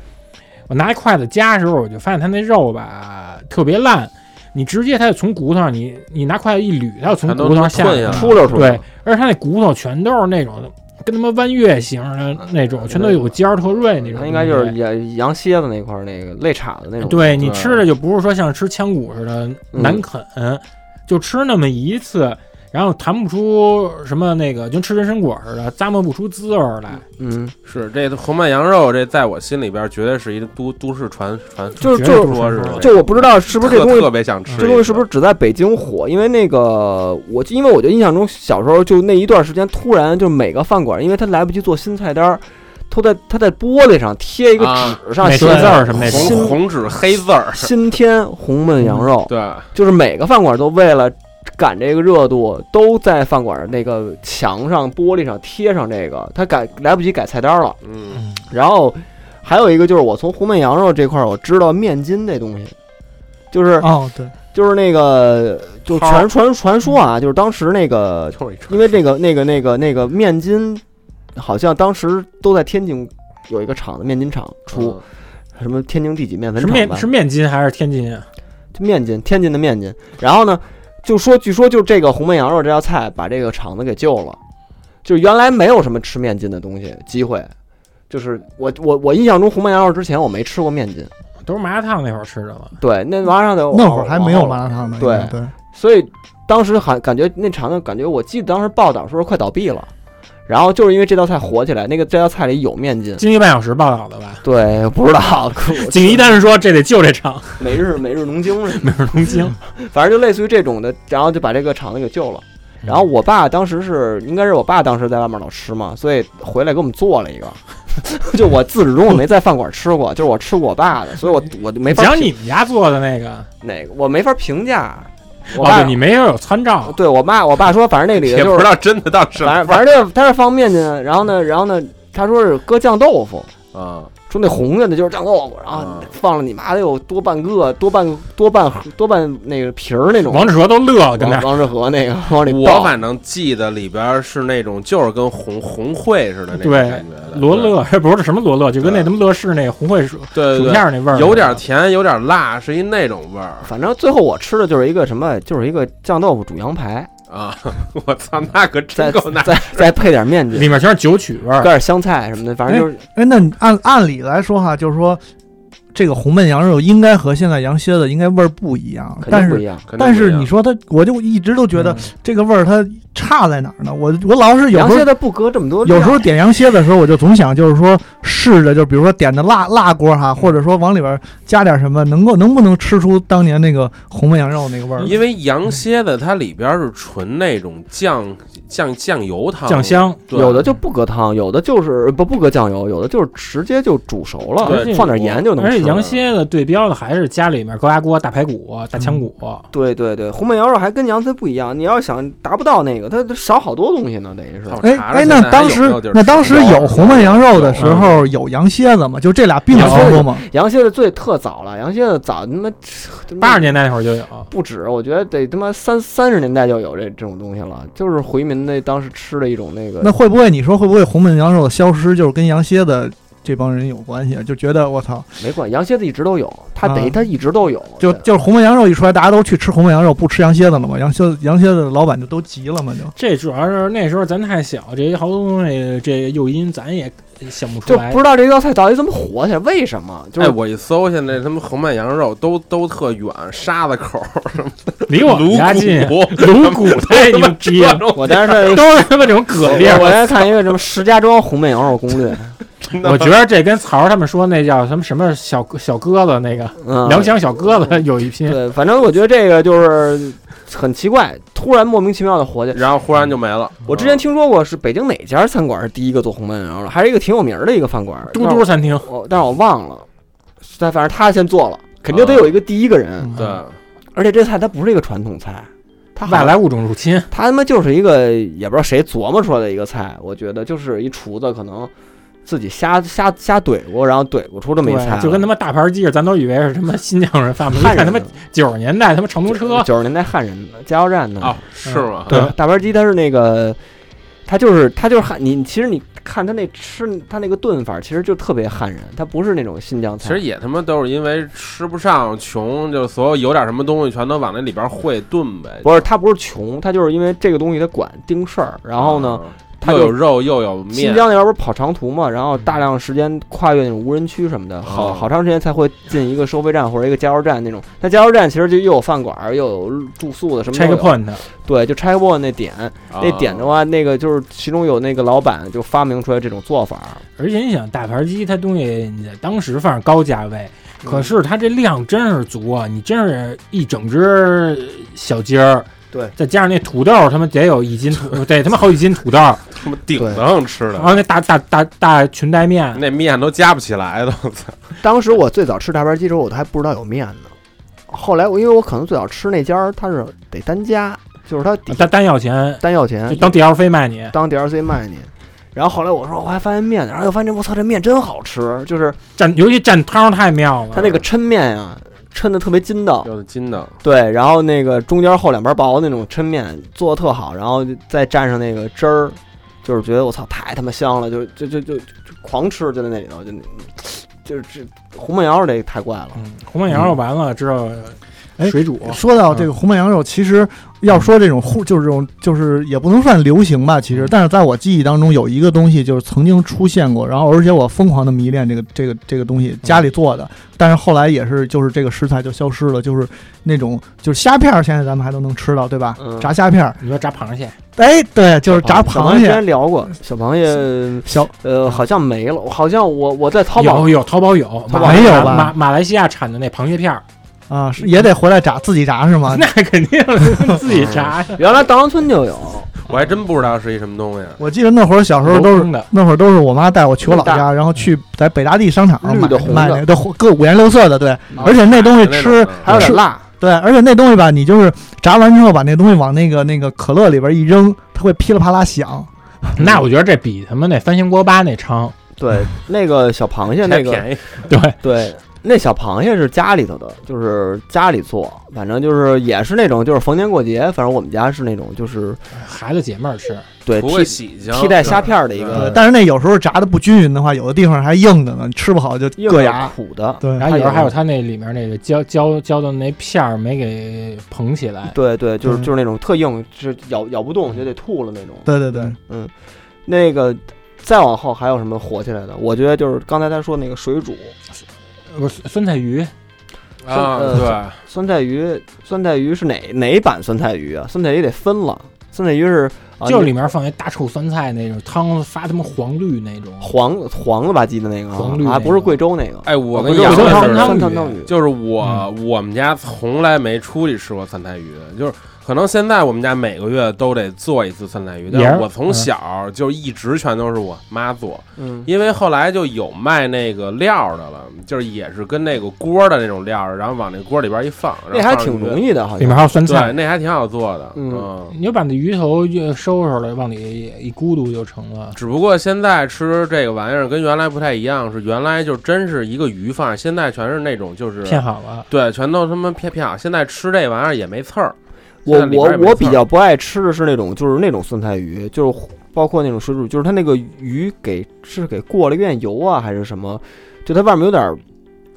[SPEAKER 5] 我拿一筷子夹的时候，我就发现它那肉吧特别烂，你直接它就从骨头上，你你拿筷子一捋，它就从
[SPEAKER 7] 全都
[SPEAKER 5] 骨头上下
[SPEAKER 7] 吞下来
[SPEAKER 5] 来
[SPEAKER 7] 了
[SPEAKER 4] 出溜出溜
[SPEAKER 5] 对，而且它那骨头全都是那种跟他妈弯月形的那种，全都有尖儿特锐那种
[SPEAKER 4] 啊
[SPEAKER 5] 东西。
[SPEAKER 4] 它应该就是羊羊蝎子那块儿那个肋叉子那种。嗯
[SPEAKER 5] 对你吃的就不是说像吃腔骨似的难啃，就吃那么一次，然后谈不出什么那个，就跟吃人参果似的，咂摸不出滋味儿来。
[SPEAKER 4] 嗯，
[SPEAKER 7] 是这红焖羊肉，这在我心里边绝对是一个都都市传传
[SPEAKER 4] 就
[SPEAKER 5] 绝
[SPEAKER 4] 是
[SPEAKER 5] 对
[SPEAKER 4] 嗯就
[SPEAKER 5] 不
[SPEAKER 4] 是
[SPEAKER 5] 是
[SPEAKER 7] 说是
[SPEAKER 5] 传说
[SPEAKER 4] 就我不知道是不是这
[SPEAKER 7] 特
[SPEAKER 4] 东西
[SPEAKER 7] 特，别想吃一个，
[SPEAKER 4] 这东西是不是只在北京火？因为那个我因为我就印象中小时候就那一段时间，突然就每个饭馆，因为他来不及做新菜单儿，都在他在玻璃上贴一个
[SPEAKER 7] 啊
[SPEAKER 4] 纸上
[SPEAKER 5] 每
[SPEAKER 4] 写
[SPEAKER 5] 个字
[SPEAKER 4] 着
[SPEAKER 5] 儿什么那种，
[SPEAKER 7] 红红纸黑字儿？
[SPEAKER 4] “新天红焖羊肉”，
[SPEAKER 7] 对，
[SPEAKER 4] 就是每个饭馆都为了赶这个热度，都在饭馆那个墙上、玻璃上贴上这个，他改来不及改菜单了。
[SPEAKER 7] 嗯，
[SPEAKER 4] 然后还有一个就是，我从红焖羊肉这块儿我知道面筋这东西，就是
[SPEAKER 6] 哦对，
[SPEAKER 4] 就是那个就
[SPEAKER 7] 泡儿
[SPEAKER 4] 传传传说啊，就是当时那个
[SPEAKER 7] 就是一串
[SPEAKER 4] 因为那个那个那个那个面筋，好像当时都在天津有一个厂子面筋厂
[SPEAKER 7] 嗯
[SPEAKER 4] 出，什么天津第几面粉
[SPEAKER 5] 是
[SPEAKER 4] 厂
[SPEAKER 5] 面
[SPEAKER 4] 吧
[SPEAKER 5] 是面筋还是天津啊？
[SPEAKER 4] 就面筋，天津的面筋。然后呢，就说据说就这个红焖羊肉这道菜把这个厂子给救了，就是原来没有什么吃面筋的东西机会，就是我我我印象中红焖羊肉之前我没吃过面筋，
[SPEAKER 5] 都是麻辣烫那会儿吃的了。
[SPEAKER 4] 对，那麻辣烫的
[SPEAKER 6] 那会儿还没
[SPEAKER 7] 哦
[SPEAKER 6] 有麻辣烫呢。
[SPEAKER 4] 对
[SPEAKER 6] 应该对，
[SPEAKER 4] 所以当时还感觉那厂子感觉，我记得当时报道说快倒闭了，然后就是因为这道菜火起来，那个这道菜里有面筋。
[SPEAKER 5] 经一半小时报道的吧？
[SPEAKER 4] 对，不知道，
[SPEAKER 5] 锦衣当时说这得救这场，
[SPEAKER 4] 每日每日农经是吗
[SPEAKER 5] 美味东京。
[SPEAKER 4] 嗯反正就类似于这种的，然后就把这个厂子给救了。
[SPEAKER 5] 嗯
[SPEAKER 4] 然后我爸当时是，应该是我爸当时在外面老吃嘛，所以回来给我们做了一个。 就我自始至终我没在饭馆吃 过，就是我吃过我爸的，所以我我就没法
[SPEAKER 5] 讲
[SPEAKER 4] 评
[SPEAKER 5] 你们家做的那个，
[SPEAKER 4] 哪个，我没法评价。我
[SPEAKER 5] 哦，
[SPEAKER 4] 爸、
[SPEAKER 5] 对，你没有有参照，
[SPEAKER 4] 对我妈，我爸说，反正那里
[SPEAKER 7] 也
[SPEAKER 4] 就
[SPEAKER 7] 不
[SPEAKER 4] 是
[SPEAKER 7] 知道真的到什
[SPEAKER 4] 反
[SPEAKER 7] 么
[SPEAKER 4] 正反正他是放面筋，然后呢，然后呢，他说是搁酱豆腐，
[SPEAKER 7] 啊，
[SPEAKER 4] 说那红的那就是酱豆腐，然后
[SPEAKER 7] 啊
[SPEAKER 4] 放了你妈的有多半个多半多半多半那个皮儿那种，
[SPEAKER 5] 王志和都乐了，跟那
[SPEAKER 4] 王
[SPEAKER 5] 儿
[SPEAKER 4] 王志和那个往里
[SPEAKER 7] 我
[SPEAKER 4] 倒，
[SPEAKER 7] 反正记得里边是那种就是跟红红会似的那种
[SPEAKER 5] 对
[SPEAKER 7] 感觉的，
[SPEAKER 5] 罗勒， 不是什么罗勒，就跟那
[SPEAKER 7] 对
[SPEAKER 5] 他妈乐事那红烩薯
[SPEAKER 7] 对
[SPEAKER 5] 薯
[SPEAKER 7] 对
[SPEAKER 5] 片
[SPEAKER 7] 对，
[SPEAKER 5] 儿那味儿，
[SPEAKER 7] 有点甜，有点辣，是一那种味儿
[SPEAKER 4] 反正最后我吃的就是一个什么，就是一个酱豆腐煮羊排，
[SPEAKER 7] 啊！ 我操，那可
[SPEAKER 4] 再
[SPEAKER 7] 真够难。
[SPEAKER 4] 再再配点面筋，
[SPEAKER 5] 里面全是酒曲味
[SPEAKER 4] 搁
[SPEAKER 5] 儿。
[SPEAKER 4] 点香菜什么的，反正就是
[SPEAKER 6] 哎，那你按按理来说哈，就是说这个红焖羊肉应该和现在羊蝎子应该味儿不一样，
[SPEAKER 4] 肯
[SPEAKER 6] 但
[SPEAKER 4] 定不一
[SPEAKER 6] 是
[SPEAKER 4] 样。
[SPEAKER 7] 肯定
[SPEAKER 6] 但
[SPEAKER 7] 不一
[SPEAKER 6] 是
[SPEAKER 7] 样
[SPEAKER 6] 你说它，我就一直都觉得
[SPEAKER 5] 嗯
[SPEAKER 6] 这个味儿它差在哪儿呢？我我老是有
[SPEAKER 4] 羊
[SPEAKER 6] 时
[SPEAKER 4] 蝎
[SPEAKER 6] 候
[SPEAKER 4] 子不隔这么多料，
[SPEAKER 6] 有时候点羊蝎子的时候，我就总想就是说试着，就比如说点的辣辣锅哈，或者说往里边加点什么，能够能不能吃出当年那个红焖羊肉那个味儿？
[SPEAKER 7] 因为羊蝎子它里边儿是纯那种酱酱酱油汤
[SPEAKER 5] 酱，香，
[SPEAKER 7] 对
[SPEAKER 4] 有的就不隔汤，有的就是不不搁酱油，有的就是直接就煮熟了
[SPEAKER 7] 对，
[SPEAKER 4] 放点盐就能
[SPEAKER 5] 而且
[SPEAKER 4] 吃。
[SPEAKER 5] 羊蝎子对标的还是家里面高压锅、大排骨、大腔骨，
[SPEAKER 4] 对对对，红焖羊肉还跟羊蝎不一样，你要想达不到那个，它它少好多东西呢，等于是。
[SPEAKER 7] 操
[SPEAKER 6] 哎
[SPEAKER 7] 查查
[SPEAKER 6] 哎，
[SPEAKER 7] 现
[SPEAKER 6] 那
[SPEAKER 7] 在还
[SPEAKER 6] 当
[SPEAKER 7] 有没
[SPEAKER 6] 时
[SPEAKER 7] 有地儿
[SPEAKER 6] 那
[SPEAKER 7] 吃
[SPEAKER 6] 当时
[SPEAKER 7] 羊
[SPEAKER 6] 有
[SPEAKER 7] 肉
[SPEAKER 6] 红焖羊肉的时
[SPEAKER 7] 有嗯
[SPEAKER 6] 候有羊蝎子吗？就这俩并
[SPEAKER 5] 羊蝎
[SPEAKER 6] 行
[SPEAKER 5] 子
[SPEAKER 6] 说吗？
[SPEAKER 4] 羊蝎子最特早了，羊蝎子早他妈
[SPEAKER 5] 八十年代那会儿就有。
[SPEAKER 4] 不止，我觉得得他妈三三十年代就有这这种东西了，就是回民那当时吃的一种那个。
[SPEAKER 6] 那会不会你说会不会红焖羊肉的消失就是跟羊蝎子这帮人有关系啊？就觉得我操，
[SPEAKER 4] 没关系，羊蝎子一直都有，它
[SPEAKER 6] 啊
[SPEAKER 4] 得它一直都有。
[SPEAKER 6] 就
[SPEAKER 4] 哦对
[SPEAKER 6] 就是红焖羊肉一出来，大家都去吃红焖羊肉，不吃羊蝎子了嘛？羊蝎子羊蝎子的老板就都急了嘛？就
[SPEAKER 5] 这主要是那时候咱太小，这些好多东西，这诱因咱也想不出
[SPEAKER 4] 就
[SPEAKER 5] 来
[SPEAKER 4] 不。知道这道菜到底怎么火起来，为什么？就
[SPEAKER 7] 哎，
[SPEAKER 4] 是
[SPEAKER 7] 我一搜，现在他们红焖羊肉都都特远，沙子口、
[SPEAKER 5] 离我
[SPEAKER 7] 颅
[SPEAKER 5] 们家近，
[SPEAKER 7] 骨、
[SPEAKER 5] 颅骨太牛逼
[SPEAKER 7] 这
[SPEAKER 5] 了，
[SPEAKER 7] 种
[SPEAKER 4] 我当时 在
[SPEAKER 5] 都是他妈这种葛地儿。
[SPEAKER 4] 我在看一个什么石家庄红焖羊肉攻 略，
[SPEAKER 5] 我觉得这跟曹儿他们说那叫什么什么小小鸽子那个
[SPEAKER 4] 嗯，
[SPEAKER 5] 粮饷小鸽子有一拼，
[SPEAKER 4] 对，反正我觉得这个就是很奇怪，突然莫名其妙的火起来。
[SPEAKER 7] 然后忽然就没了。
[SPEAKER 4] 我之前听说过是北京哪家餐馆是第一个做红焖羊肉的，还是一个挺有名儿的一个饭馆，
[SPEAKER 5] 嘟嘟餐厅。
[SPEAKER 4] 我但是我忘了，但反正他先做了，肯定得有一个第一个人。
[SPEAKER 6] 嗯
[SPEAKER 7] 对，
[SPEAKER 4] 而且这菜它不是一个传统菜，它
[SPEAKER 5] 外
[SPEAKER 4] 好
[SPEAKER 5] 来物种入侵，
[SPEAKER 4] 它他妈就是一个也不知道谁琢磨出来的一个菜，我觉得就是一厨子可能自己瞎瞎瞎怼过，然后怼过出这么一菜
[SPEAKER 5] 对，
[SPEAKER 4] 来，
[SPEAKER 5] 就跟他妈大盘鸡似的，咱都以为是他妈新疆人发明的，
[SPEAKER 4] 汉
[SPEAKER 5] 一
[SPEAKER 4] 人
[SPEAKER 5] 看他妈九十年代他妈长途车，
[SPEAKER 4] 九十年代汉人的加油站的
[SPEAKER 6] 嗯
[SPEAKER 7] 啊，是吗？
[SPEAKER 5] 对
[SPEAKER 4] 大盘鸡它是那个，它就是它就是汉你，其实你看它那吃它那个炖法，其实就特别汉人，它不是那种新疆
[SPEAKER 7] 其
[SPEAKER 4] 菜。
[SPEAKER 7] 实也他妈都是因为吃不上、穷，就所有有点什么东西全都往那里边烩炖呗。
[SPEAKER 4] 不是，它不是穷，它就是因为这个东西它管盯事儿，然后呢，
[SPEAKER 7] 啊，
[SPEAKER 4] 它
[SPEAKER 7] 又
[SPEAKER 4] 就
[SPEAKER 7] 有肉又有面，
[SPEAKER 4] 新疆那边不是跑长途嘛，然后
[SPEAKER 5] 嗯
[SPEAKER 4] 大量时间跨越那种无人区什么的，好
[SPEAKER 7] 哦
[SPEAKER 4] 好长时间才会进一个收费站或者一个加油站那种。那加油站其实就又有饭馆儿，又有住宿的什么都
[SPEAKER 5] 拆
[SPEAKER 4] 有
[SPEAKER 5] 个 point，
[SPEAKER 4] 对，就 check point 那点，
[SPEAKER 7] 啊
[SPEAKER 4] 那点的话，那个就是其中有那个老板就发明出来这种做法儿，
[SPEAKER 5] 而且你想大盘鸡它东西你在当时反正高价位，可是它这量真是足啊，你真是一整只小鸡儿。
[SPEAKER 4] 对，
[SPEAKER 5] 再加上那土豆，他妈得有一斤土，得他妈好几斤土豆，然
[SPEAKER 7] 他妈顶上吃的，
[SPEAKER 5] 后那大大大大裙带面，
[SPEAKER 7] 那面都夹不起来的。我操！
[SPEAKER 4] 当时我最早吃大盘鸡的时候，我都还不知道有面呢。后来我因为我可能最早吃那家儿，它是得单加，就是它底
[SPEAKER 5] 单单要钱，
[SPEAKER 4] 单要
[SPEAKER 5] 就
[SPEAKER 4] 钱
[SPEAKER 5] 当 DLC 卖你。
[SPEAKER 4] 当 DLC 卖你。然后后来我说我还发现面呢，然后又发现我操这面真好吃，就是
[SPEAKER 5] 蘸，尤其蘸汤太妙了。
[SPEAKER 4] 它那个抻面啊，抻的特别筋道。
[SPEAKER 7] 要是筋的，
[SPEAKER 4] 对，然后那个中间厚两边薄那种抻面做的特好，然后再蘸上那个汁儿，就是觉得我操太他妈香了，就就就就就狂吃就在那里头，就就是这红焖羊肉这太怪了。
[SPEAKER 5] 嗯，红焖羊肉完了之后，
[SPEAKER 6] 哎
[SPEAKER 5] 水煮，
[SPEAKER 6] 说
[SPEAKER 4] 嗯
[SPEAKER 6] 到这个红焖羊肉，其实要说这种互就是这种就是也不能算流行吧，
[SPEAKER 4] 嗯
[SPEAKER 6] 其实，但是在我记忆当中有一个东西就是曾经出现过，然后而且我疯狂的迷恋这个这个这个东
[SPEAKER 4] 嗯
[SPEAKER 6] 西，家里做的，但是后来也是就是这个食材就消失了，就是那种就是虾片，儿，现在咱们还都能吃到，对吧？
[SPEAKER 4] 嗯
[SPEAKER 6] 炸虾片，儿，
[SPEAKER 5] 你说炸螃蟹，
[SPEAKER 6] 哎，对，就是炸
[SPEAKER 4] 啊小
[SPEAKER 6] 螃
[SPEAKER 4] 之
[SPEAKER 6] 蟹，
[SPEAKER 4] 前聊过，小螃蟹，
[SPEAKER 6] 小
[SPEAKER 4] 呃，好像没了，好像我我在淘宝
[SPEAKER 5] 有有淘宝有，马
[SPEAKER 6] 淘宝
[SPEAKER 5] 来
[SPEAKER 6] 没有
[SPEAKER 5] 马
[SPEAKER 6] 吧
[SPEAKER 5] 马马来西亚产的那螃蟹片儿，
[SPEAKER 6] 啊是也得回来炸，自己炸是吗？
[SPEAKER 5] 那肯定的自己炸呀，
[SPEAKER 4] 原来大郎村就有，
[SPEAKER 7] 我还真不知道是一什么东西。
[SPEAKER 6] 我记得那会儿小时候都
[SPEAKER 5] 镂
[SPEAKER 6] 是
[SPEAKER 5] 空的，
[SPEAKER 6] 那会儿都是我妈带我去我老
[SPEAKER 4] 绿
[SPEAKER 6] 家，
[SPEAKER 4] 的
[SPEAKER 6] 然后去在北大地商场
[SPEAKER 4] 绿
[SPEAKER 6] 买
[SPEAKER 4] 的红的
[SPEAKER 6] 买那个各五颜六色的，对，而且那东西吃
[SPEAKER 7] 那种
[SPEAKER 4] 嗯还有点辣，
[SPEAKER 6] 对，而且那东西吧，你就是炸完之后把那东西往那个那个可乐里边一扔，它会噼里啪啦响。
[SPEAKER 5] 那我觉得这比他妈那番茄锅巴那 猖，
[SPEAKER 4] 对，那个小螃蟹
[SPEAKER 7] 还
[SPEAKER 4] 那个
[SPEAKER 7] 便宜，
[SPEAKER 5] 对，
[SPEAKER 4] 对，那小螃蟹是家里头的，就是家里做，反正就是也是那种，就是逢年过节，反正我们家是那种，就是
[SPEAKER 5] 孩子姐妹儿吃，
[SPEAKER 4] 对
[SPEAKER 7] 不会
[SPEAKER 4] 替
[SPEAKER 7] 洗净，
[SPEAKER 4] 替代虾片儿的一
[SPEAKER 6] 对
[SPEAKER 4] 个，
[SPEAKER 6] 呃但是那有时候炸的不均匀的话，有的地方还硬的呢，你吃不好就
[SPEAKER 4] 硬
[SPEAKER 6] 硌
[SPEAKER 4] 的
[SPEAKER 6] 牙。
[SPEAKER 4] 苦的。
[SPEAKER 6] 对，
[SPEAKER 5] 然后有时
[SPEAKER 4] 还有
[SPEAKER 5] 嗯候还有他那里面那个浇浇浇的那片儿没给捧起来，
[SPEAKER 4] 对对，就是
[SPEAKER 6] 嗯
[SPEAKER 4] 就是那种特硬，是咬咬不动就得吐了那种。
[SPEAKER 6] 对对对，
[SPEAKER 4] 那个再往后还有什么火起来的？我觉得就是刚才他说那个水煮
[SPEAKER 5] 不是酸菜鱼，
[SPEAKER 7] 啊，
[SPEAKER 4] 呃
[SPEAKER 7] 对，
[SPEAKER 4] 酸菜鱼，酸菜鱼是哪哪版酸菜鱼啊？酸菜鱼得分了，酸菜鱼是啊
[SPEAKER 5] 就是里面放一大臭酸菜那种汤发他妈黄绿那种，
[SPEAKER 4] 黄黄了吧唧的那个啊
[SPEAKER 5] 黄绿
[SPEAKER 4] 啊，
[SPEAKER 5] 那
[SPEAKER 4] 不是
[SPEAKER 5] 个
[SPEAKER 4] 贵州那个。
[SPEAKER 7] 哎，我跟
[SPEAKER 4] 贵
[SPEAKER 7] 你
[SPEAKER 4] 州
[SPEAKER 7] 讲
[SPEAKER 5] 我
[SPEAKER 4] 酸
[SPEAKER 5] 觉得
[SPEAKER 7] 的
[SPEAKER 5] 酸汤，
[SPEAKER 7] 是
[SPEAKER 4] 汤嗯
[SPEAKER 5] 鱼
[SPEAKER 4] 汤鱼，
[SPEAKER 7] 就是我我们家从来没出去吃过酸菜鱼，就是可能现在我们家每个月都得做一次酸菜鱼，
[SPEAKER 5] 也
[SPEAKER 7] 但
[SPEAKER 5] 是
[SPEAKER 7] 是我从
[SPEAKER 5] 嗯
[SPEAKER 7] 小就一直全都是我妈做，
[SPEAKER 4] 嗯，
[SPEAKER 7] 因为后来就有卖那个料儿的了，就是也是跟那个锅儿的那种料儿，然后往那锅儿里边一放，
[SPEAKER 4] 那还挺容
[SPEAKER 7] 容易。
[SPEAKER 4] 易的，好
[SPEAKER 5] 里
[SPEAKER 4] 像
[SPEAKER 5] 面还有酸
[SPEAKER 7] 对，
[SPEAKER 5] 菜，
[SPEAKER 7] 那还挺好做的，
[SPEAKER 4] 嗯
[SPEAKER 7] 嗯。
[SPEAKER 5] 你就把那鱼头就收拾了，往里一咕嘟就成了。
[SPEAKER 7] 只不过现在吃这个玩意儿跟原来不太一样，是原来就真是一个鱼放，现在全是那种就是
[SPEAKER 5] 片好了，
[SPEAKER 7] 对，全都他妈骗骗好。现在吃这玩意儿也没刺儿，
[SPEAKER 4] 我
[SPEAKER 7] 现在里边
[SPEAKER 4] 我
[SPEAKER 7] 也没
[SPEAKER 4] 我
[SPEAKER 7] 刺
[SPEAKER 4] 比
[SPEAKER 7] 儿
[SPEAKER 4] 较不爱吃的是那种，就是那种酸菜鱼，就是包括那种水煮，就是它那个鱼给是给过了一遍油啊，还是什么？就它外面有点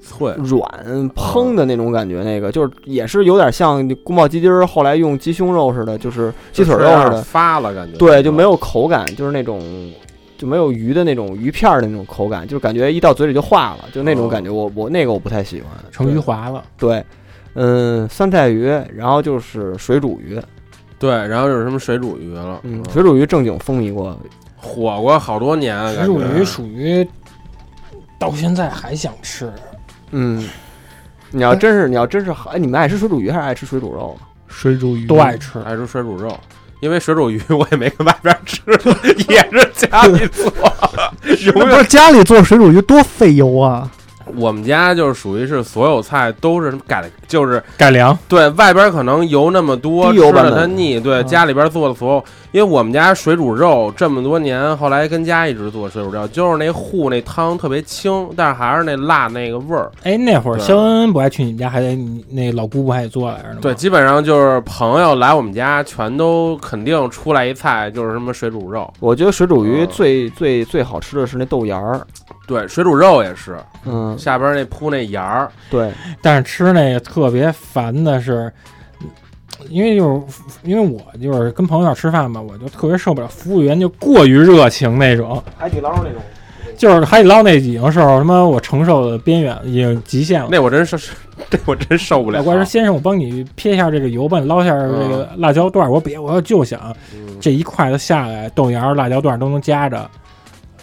[SPEAKER 7] 脆，
[SPEAKER 4] 嗯
[SPEAKER 7] 嗯
[SPEAKER 4] 软蓬的那种感觉，那个就是也是有点像宫保鸡丁儿后来用鸡胸肉似的，就是鸡腿肉
[SPEAKER 7] 就是有
[SPEAKER 4] 似
[SPEAKER 7] 点
[SPEAKER 4] 的，
[SPEAKER 7] 发了感觉。
[SPEAKER 4] 对，就没有口感，就是那种就没有鱼的那种鱼片儿的那种口感，就是感觉一到嘴里就化了，就那种
[SPEAKER 7] 嗯
[SPEAKER 4] 感觉我。我那个我不太喜欢。
[SPEAKER 5] 成鱼滑了，
[SPEAKER 4] 对，嗯，酸菜鱼，然后就是水煮鱼，
[SPEAKER 7] 对，然后就是什么水煮鱼了，
[SPEAKER 4] 嗯，水煮鱼正经风靡过，
[SPEAKER 7] 火过好多年啊，
[SPEAKER 5] 水
[SPEAKER 7] 感
[SPEAKER 5] 煮
[SPEAKER 7] 觉
[SPEAKER 5] 鱼属于到现在还想吃，
[SPEAKER 4] 嗯，你要真是你要真是好，哎，你们爱吃水煮鱼还是爱吃水煮肉？啊
[SPEAKER 6] 水煮鱼
[SPEAKER 5] 都爱吃。
[SPEAKER 7] 还是水煮肉。因为水煮鱼我也没跟外边吃， 也是家 里做。
[SPEAKER 6] 那不是家里做水煮鱼多费油啊！
[SPEAKER 7] 我们家就是属于是所有菜都是改，就是
[SPEAKER 5] 改良
[SPEAKER 7] 对外边可能油那么多，
[SPEAKER 4] 低
[SPEAKER 7] 吃
[SPEAKER 4] 油版
[SPEAKER 7] 了
[SPEAKER 4] 本
[SPEAKER 7] 它腻。对，
[SPEAKER 6] 嗯
[SPEAKER 7] 家里边做的所有，因为我们家水煮肉这么多年，后来跟家一直做水煮肉，就是那糊那汤特别清，但是还是那辣那个味儿。
[SPEAKER 5] 哎，那会儿
[SPEAKER 7] 对
[SPEAKER 5] 肖恩恩不爱去你们家，还得你那老姑不还得做来着呢吗？
[SPEAKER 7] 对，基本上就是朋友来我们家，全都肯定出来一菜就是什么水煮肉，
[SPEAKER 4] 我觉得水煮鱼
[SPEAKER 7] 嗯
[SPEAKER 4] 最、最最好吃的是那豆芽儿，
[SPEAKER 7] 对，水煮肉也是
[SPEAKER 4] 嗯，
[SPEAKER 7] 下边那铺那芽儿，
[SPEAKER 4] 对，
[SPEAKER 5] 但是吃那个特别烦的是，因为就是因为我就是跟朋友一块儿吃饭吧，我就特别受不了服务员就过于热情那种，
[SPEAKER 4] 海底捞那种，
[SPEAKER 5] 就是海底捞那已经是他妈我承受的边缘已经极限了。
[SPEAKER 7] 那我真受，这我真受不了
[SPEAKER 5] 老。怪说：“先生，我帮你撇一下这个油，帮你捞一下这个辣椒段儿。”我别，我要就想
[SPEAKER 7] 嗯
[SPEAKER 5] 这一筷子下来，豆芽儿、辣椒段儿都能夹着，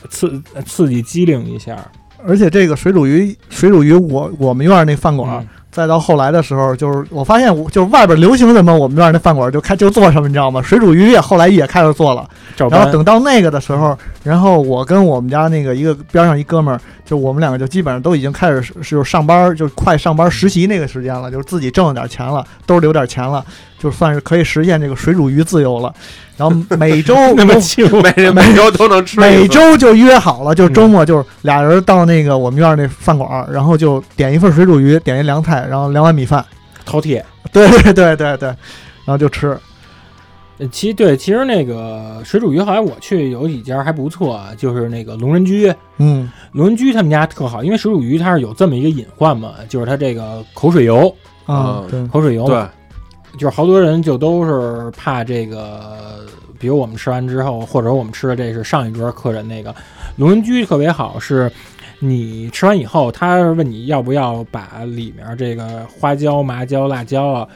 [SPEAKER 5] 刺刺激机灵一下。
[SPEAKER 6] 而且这个水煮鱼，水煮鱼我我们院儿那饭馆，
[SPEAKER 5] 嗯
[SPEAKER 6] 再到后来的时候，就是我发现我就是外边流行什么，我们院儿那饭馆就开就做什么，你知道吗？水煮鱼也后来也开始做了。
[SPEAKER 5] 照
[SPEAKER 6] 然后
[SPEAKER 5] 搬
[SPEAKER 6] 等到那个的时候，然后我跟我们家那个一个边上一哥们儿，就我们两个就基本上都已经开始是就是上班儿，就快上班实习那个时间了，就是自己挣了点钱了，兜里有点钱了，就算是可以实现这个水煮鱼自由了。然后每周
[SPEAKER 5] 那么欺负
[SPEAKER 7] 每人每周都能吃一次，
[SPEAKER 6] 每周就约好了，就周末就是俩人到那个我们院儿那饭馆儿，然后就点一份水煮鱼，点一 凉菜，然后两碗米饭。
[SPEAKER 5] 饕餮，
[SPEAKER 6] 对对对对对，然后就吃。
[SPEAKER 5] 呃其实对，其实那个水煮鱼后来我去有几家还不错，啊，就是那个龙人居，
[SPEAKER 6] 嗯
[SPEAKER 5] 龙人居他们家特好，因为水煮鱼它是有这么一个隐患嘛，就是它这个口水油，
[SPEAKER 6] 啊
[SPEAKER 7] 嗯，
[SPEAKER 6] 对，
[SPEAKER 5] 口水油嘛
[SPEAKER 7] 对，
[SPEAKER 5] 就是好多人就都是怕这个，比如我们吃完之后，或者我们吃的这是上一桌客人那个龙人居特别好，是你吃完以后，他问你要不要把里面这个花椒、麻椒、辣椒啊，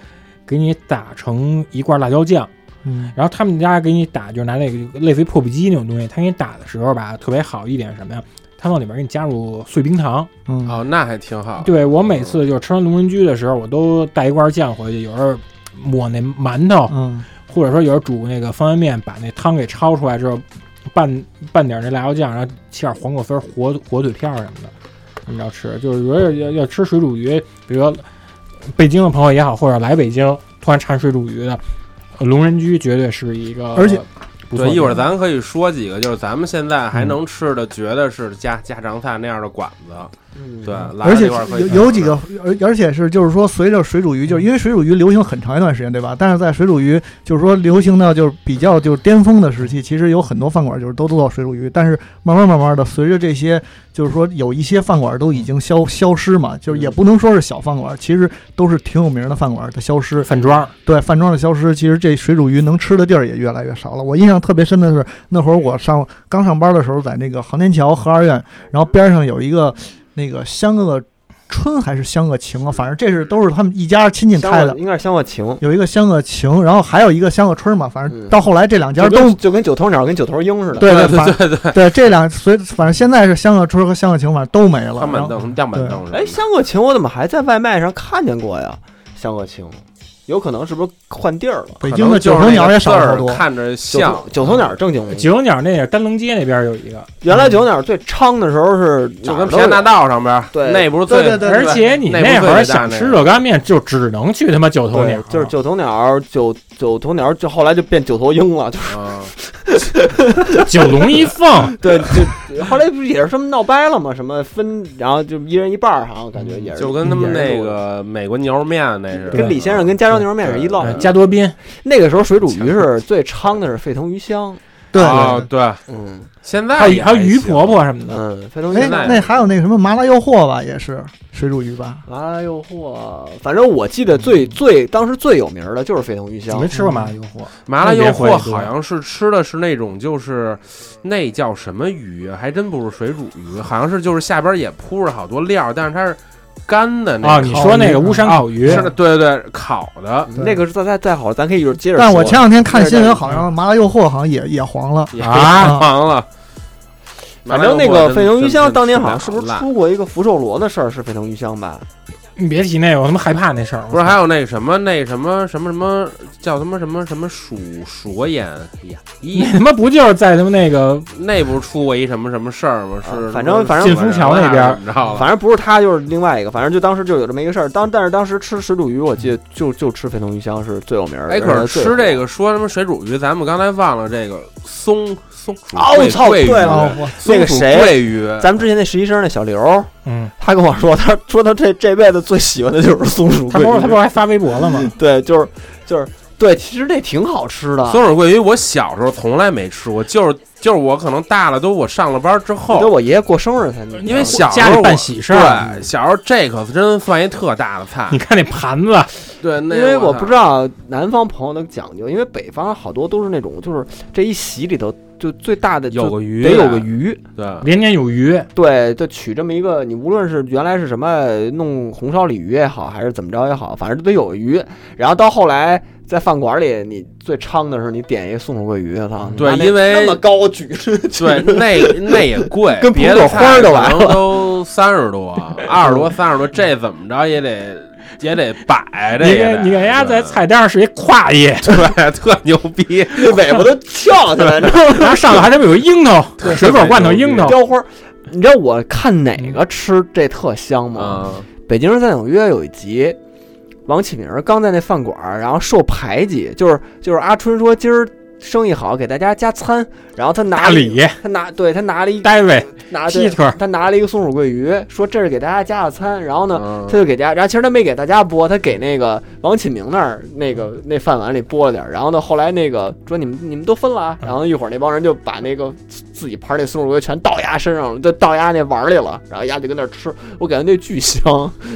[SPEAKER 5] 给你打成一罐辣椒酱。
[SPEAKER 6] 嗯
[SPEAKER 5] 然后他们家给你打，就是拿那个类似于破壁机那种东西，他给你打的时候吧，特别好一点是什么呀？他往里面给你加入碎冰糖，
[SPEAKER 6] 嗯
[SPEAKER 7] 哦，那还挺好。
[SPEAKER 5] 对我每次就吃完龙人居的时候，我都带一罐酱回去，有时候抹那馒头，
[SPEAKER 6] 嗯
[SPEAKER 5] 或者说有时候煮那个方便面，把那汤给焯出来之后，拌拌点那辣椒酱，然后切点黄瓜丝、火火腿片儿什么的，这么着吃。就是如果要要要吃水煮鱼，比如说北京的朋友也好，或者来北京突然馋水煮鱼的，呃龙人居绝对是一个
[SPEAKER 6] 而且
[SPEAKER 5] 不错的
[SPEAKER 7] 对，一会儿
[SPEAKER 6] 嗯
[SPEAKER 7] 咱可以说几个，就是咱们现在还能吃的，觉得是家家常菜那样的馆子。对，来
[SPEAKER 6] 而
[SPEAKER 7] 了
[SPEAKER 6] 且
[SPEAKER 7] 一会儿可以
[SPEAKER 6] 有
[SPEAKER 7] 看
[SPEAKER 6] 有几
[SPEAKER 7] 看
[SPEAKER 6] 个，而而且是就是说，随着水煮鱼，就是因为水煮鱼流行很长一段时间，对吧？但是在水煮鱼就是说流行到就是比较就是巅峰的时期，其实有很多饭馆就是都做水煮鱼，但是慢慢慢慢的，随着这些就是说有一些饭馆都已经消消失嘛，就是
[SPEAKER 7] 嗯
[SPEAKER 6] 也不能说是小饭馆，其实都是挺有名的饭馆的消失。
[SPEAKER 5] 饭庄儿，
[SPEAKER 6] 对饭庄的消失，其实这水煮鱼能吃的地儿也越来越少了。我印象特别深的是，那会儿我上刚上班的时候，在那个航天桥核二院，然后边上有一个那个香个春还是香个晴啊，反正这是都是他们一家亲戚
[SPEAKER 4] 香
[SPEAKER 6] 开
[SPEAKER 4] 火
[SPEAKER 6] 的。
[SPEAKER 4] 应该是香火情，
[SPEAKER 6] 有一个香个晴，然后还有一个香个春嘛，反正
[SPEAKER 4] 嗯
[SPEAKER 6] 到后来这两家
[SPEAKER 4] 就
[SPEAKER 6] 都
[SPEAKER 4] 跟就跟九头鸟跟九头鹰似的。
[SPEAKER 6] 对
[SPEAKER 7] 对
[SPEAKER 6] 反
[SPEAKER 7] 对对对，
[SPEAKER 6] 对这两随反正现在是香个春和香个晴，反正都没了。
[SPEAKER 7] 看
[SPEAKER 6] 然
[SPEAKER 7] 板
[SPEAKER 6] 后
[SPEAKER 7] 凳、亮板凳是吧
[SPEAKER 4] 哎，香火情我怎么还在外卖上看见过呀？香火情，有可能是不是换地儿了？
[SPEAKER 6] 北
[SPEAKER 7] 可
[SPEAKER 6] 京
[SPEAKER 7] 能
[SPEAKER 6] 的
[SPEAKER 7] 就
[SPEAKER 6] 九
[SPEAKER 7] 是
[SPEAKER 6] 头
[SPEAKER 7] 那
[SPEAKER 6] 鸟
[SPEAKER 7] 个
[SPEAKER 6] 也少
[SPEAKER 7] 字
[SPEAKER 6] 了
[SPEAKER 7] 儿
[SPEAKER 6] 好多。
[SPEAKER 7] 看着
[SPEAKER 4] 九
[SPEAKER 7] 像
[SPEAKER 4] 头九头鸟正经无
[SPEAKER 5] 九龙角那个丹棱街那边有一个，
[SPEAKER 4] 原来九头鸟最猖的时候是
[SPEAKER 7] 就
[SPEAKER 4] 哪儿
[SPEAKER 7] 跟
[SPEAKER 4] 都
[SPEAKER 7] 平安大
[SPEAKER 4] 有
[SPEAKER 7] 道上边儿，
[SPEAKER 4] 对
[SPEAKER 7] 那不是
[SPEAKER 6] 对
[SPEAKER 7] 最
[SPEAKER 6] 对对
[SPEAKER 5] 而且你
[SPEAKER 7] 那不是
[SPEAKER 5] 会儿
[SPEAKER 7] 最大
[SPEAKER 5] 想
[SPEAKER 7] 那
[SPEAKER 5] 吃
[SPEAKER 7] 个
[SPEAKER 5] 热干面，就只能去他妈九头鸟
[SPEAKER 4] 对，，就是九头鸟九九头鸟，就后来就变九头鹰了，就是
[SPEAKER 7] 嗯
[SPEAKER 5] 九龙一凤。
[SPEAKER 4] 对，就后来不是也是这么闹掰了吗？什么分，然后就一人一半儿，好像感觉也是
[SPEAKER 7] 嗯就跟他们那个美国牛肉面那是，
[SPEAKER 4] 跟李先生跟加州牛肉面是一唠
[SPEAKER 5] 呃。加多宾，
[SPEAKER 4] 那个时候水煮鱼是最猖的是沸腾鱼 香，
[SPEAKER 6] 对，
[SPEAKER 7] 哦对，
[SPEAKER 4] 嗯
[SPEAKER 7] 现在
[SPEAKER 5] 还
[SPEAKER 7] 也
[SPEAKER 5] 有还有
[SPEAKER 7] 行
[SPEAKER 5] 鱼婆，婆什么的，
[SPEAKER 4] 嗯，沸腾鱼
[SPEAKER 6] 哎
[SPEAKER 4] 香。，
[SPEAKER 6] 那还有那个什么麻辣诱惑吧，也是水煮鱼吧？
[SPEAKER 4] 麻辣诱惑，哎反正我记得最最当时最有名儿的就是沸腾鱼
[SPEAKER 5] 我
[SPEAKER 4] 香
[SPEAKER 5] 没，吃过麻辣诱惑。
[SPEAKER 7] 麻辣
[SPEAKER 5] 那
[SPEAKER 7] 诱
[SPEAKER 5] 边会
[SPEAKER 7] 惑
[SPEAKER 5] 多
[SPEAKER 7] 好像是吃的是那种就是那叫什么鱼，啊还真不是水煮鱼，好像是就是下边也铺着好多料，但是它是干的那
[SPEAKER 5] 啊，
[SPEAKER 7] 种
[SPEAKER 5] 你说那个巫山烤鱼，啊
[SPEAKER 7] 是的，对对对，烤的。
[SPEAKER 4] 那个是再再再好，咱可以一会儿接着说。
[SPEAKER 6] 但我前两天看新闻，好像麻辣诱惑好像也也黄了。
[SPEAKER 7] 啊，黄了。
[SPEAKER 4] 反正那个沸腾鱼香当年好像是
[SPEAKER 7] 是
[SPEAKER 4] 不是出过一个福寿螺的事儿？是沸腾鱼香吧？
[SPEAKER 5] 你别提那个，我他妈害怕那事儿。
[SPEAKER 7] 不是还有那什么那什么什么什么叫他妈什么什么鼠鼠眼呀？
[SPEAKER 5] 你
[SPEAKER 7] 咦，
[SPEAKER 5] 他妈不就是在他妈那个
[SPEAKER 7] 那不是出过一什么什么事儿吗？
[SPEAKER 4] 啊
[SPEAKER 7] 是
[SPEAKER 4] 反正反正
[SPEAKER 5] 进福桥那边儿
[SPEAKER 7] 你知道了？
[SPEAKER 4] 反正不是他就是另外一个，反正就当时就有这么一个事儿。当但是当时吃水煮鱼，我记得就就吃沸腾鱼香是最有名儿的。
[SPEAKER 7] 哎，可
[SPEAKER 4] 而
[SPEAKER 7] 是
[SPEAKER 4] 且最
[SPEAKER 7] 吃这个说什么水煮鱼，咱们刚才忘了这个松松鼠
[SPEAKER 4] 哦
[SPEAKER 7] 桂
[SPEAKER 4] 操
[SPEAKER 7] 桂鱼
[SPEAKER 4] 对了
[SPEAKER 6] 啊，我
[SPEAKER 7] 松
[SPEAKER 4] 那个
[SPEAKER 7] 鼠
[SPEAKER 4] 谁
[SPEAKER 7] 桂鱼，
[SPEAKER 4] 咱们之前那实习生那小刘儿，
[SPEAKER 5] 嗯，
[SPEAKER 4] 他跟我说，他说他这这辈子最喜欢的就是松鼠
[SPEAKER 5] 他
[SPEAKER 4] 桂
[SPEAKER 5] 不是他不
[SPEAKER 4] 鱼，
[SPEAKER 5] 是还发微博了吗？
[SPEAKER 4] 对，就是就是对，其实那挺好吃的。
[SPEAKER 7] 松鼠桂鱼，我小时候从来没吃过，就是就是我可能大了，都我上了班之
[SPEAKER 4] 你知道
[SPEAKER 7] 后，
[SPEAKER 4] 我爷爷过生日才能
[SPEAKER 7] 因为小时
[SPEAKER 5] 家
[SPEAKER 7] 候
[SPEAKER 5] 里
[SPEAKER 7] 我
[SPEAKER 5] 办。喜事儿，
[SPEAKER 7] 对，小时候这可真算一特大的菜
[SPEAKER 5] 你。看那盘子，
[SPEAKER 7] 对，那
[SPEAKER 4] 嗯因为我
[SPEAKER 7] 操
[SPEAKER 4] 不知道南方朋友的讲究，因为北方好多都是那种，就是这一席里头就最大的就
[SPEAKER 7] 有个鱼啊
[SPEAKER 4] 得有个鱼，啊
[SPEAKER 7] 对，
[SPEAKER 5] 连年有余。
[SPEAKER 4] 对，就取这么一个，你无论是原来是什么弄红烧鲤鱼也好，还是怎么着也好，反正都得有个鱼。然后到后来在饭馆里，你最猖的是你点一松鼠桂鱼，操，
[SPEAKER 7] 嗯对
[SPEAKER 4] 拿那
[SPEAKER 7] 因为
[SPEAKER 4] 那么高 举，
[SPEAKER 7] 对， 那那也贵，
[SPEAKER 4] 跟
[SPEAKER 7] 别
[SPEAKER 4] 苹
[SPEAKER 7] 的
[SPEAKER 4] 果花儿都完
[SPEAKER 7] 菜可能都三十 多、二十多、三十多，这怎么着也得也得摆这
[SPEAKER 5] 你
[SPEAKER 7] 也
[SPEAKER 5] 给
[SPEAKER 7] 得
[SPEAKER 5] 你给人家在
[SPEAKER 7] 对
[SPEAKER 5] 菜单上是一跨页，
[SPEAKER 7] 对特牛逼，
[SPEAKER 4] 那尾巴都翘起来，你知道吗？
[SPEAKER 5] 然后上头还他妈有一樱桃，水果罐头樱桃。
[SPEAKER 4] 雕花儿。你知道我看哪个吃这特香吗？
[SPEAKER 7] 嗯，
[SPEAKER 4] 北京人在纽约有一集，王启明刚在那饭馆儿，然后受排挤，就是就是阿春说今儿生意好，给大家加餐。然后他拿
[SPEAKER 5] 大
[SPEAKER 4] 了
[SPEAKER 5] 理、
[SPEAKER 4] 他拿对他拿了一
[SPEAKER 7] 啊
[SPEAKER 5] 大卫、
[SPEAKER 4] 拿对
[SPEAKER 5] Peter，
[SPEAKER 4] 他拿了一个松鼠桂鱼，说这是给大家加的餐。然后呢，
[SPEAKER 7] 嗯
[SPEAKER 4] 他就给大家，然后其实他没给大家播，他给那个王启明那儿那个那饭碗里播了点儿。然后呢，后来那个说你们你们都分了啊，
[SPEAKER 7] 嗯
[SPEAKER 4] 然后一会儿那帮人就把那个自自己盘那松鼠桂鱼全倒鸭身上了，就倒鸭那碗里了，然后鸭就跟那儿吃，我感觉那巨香，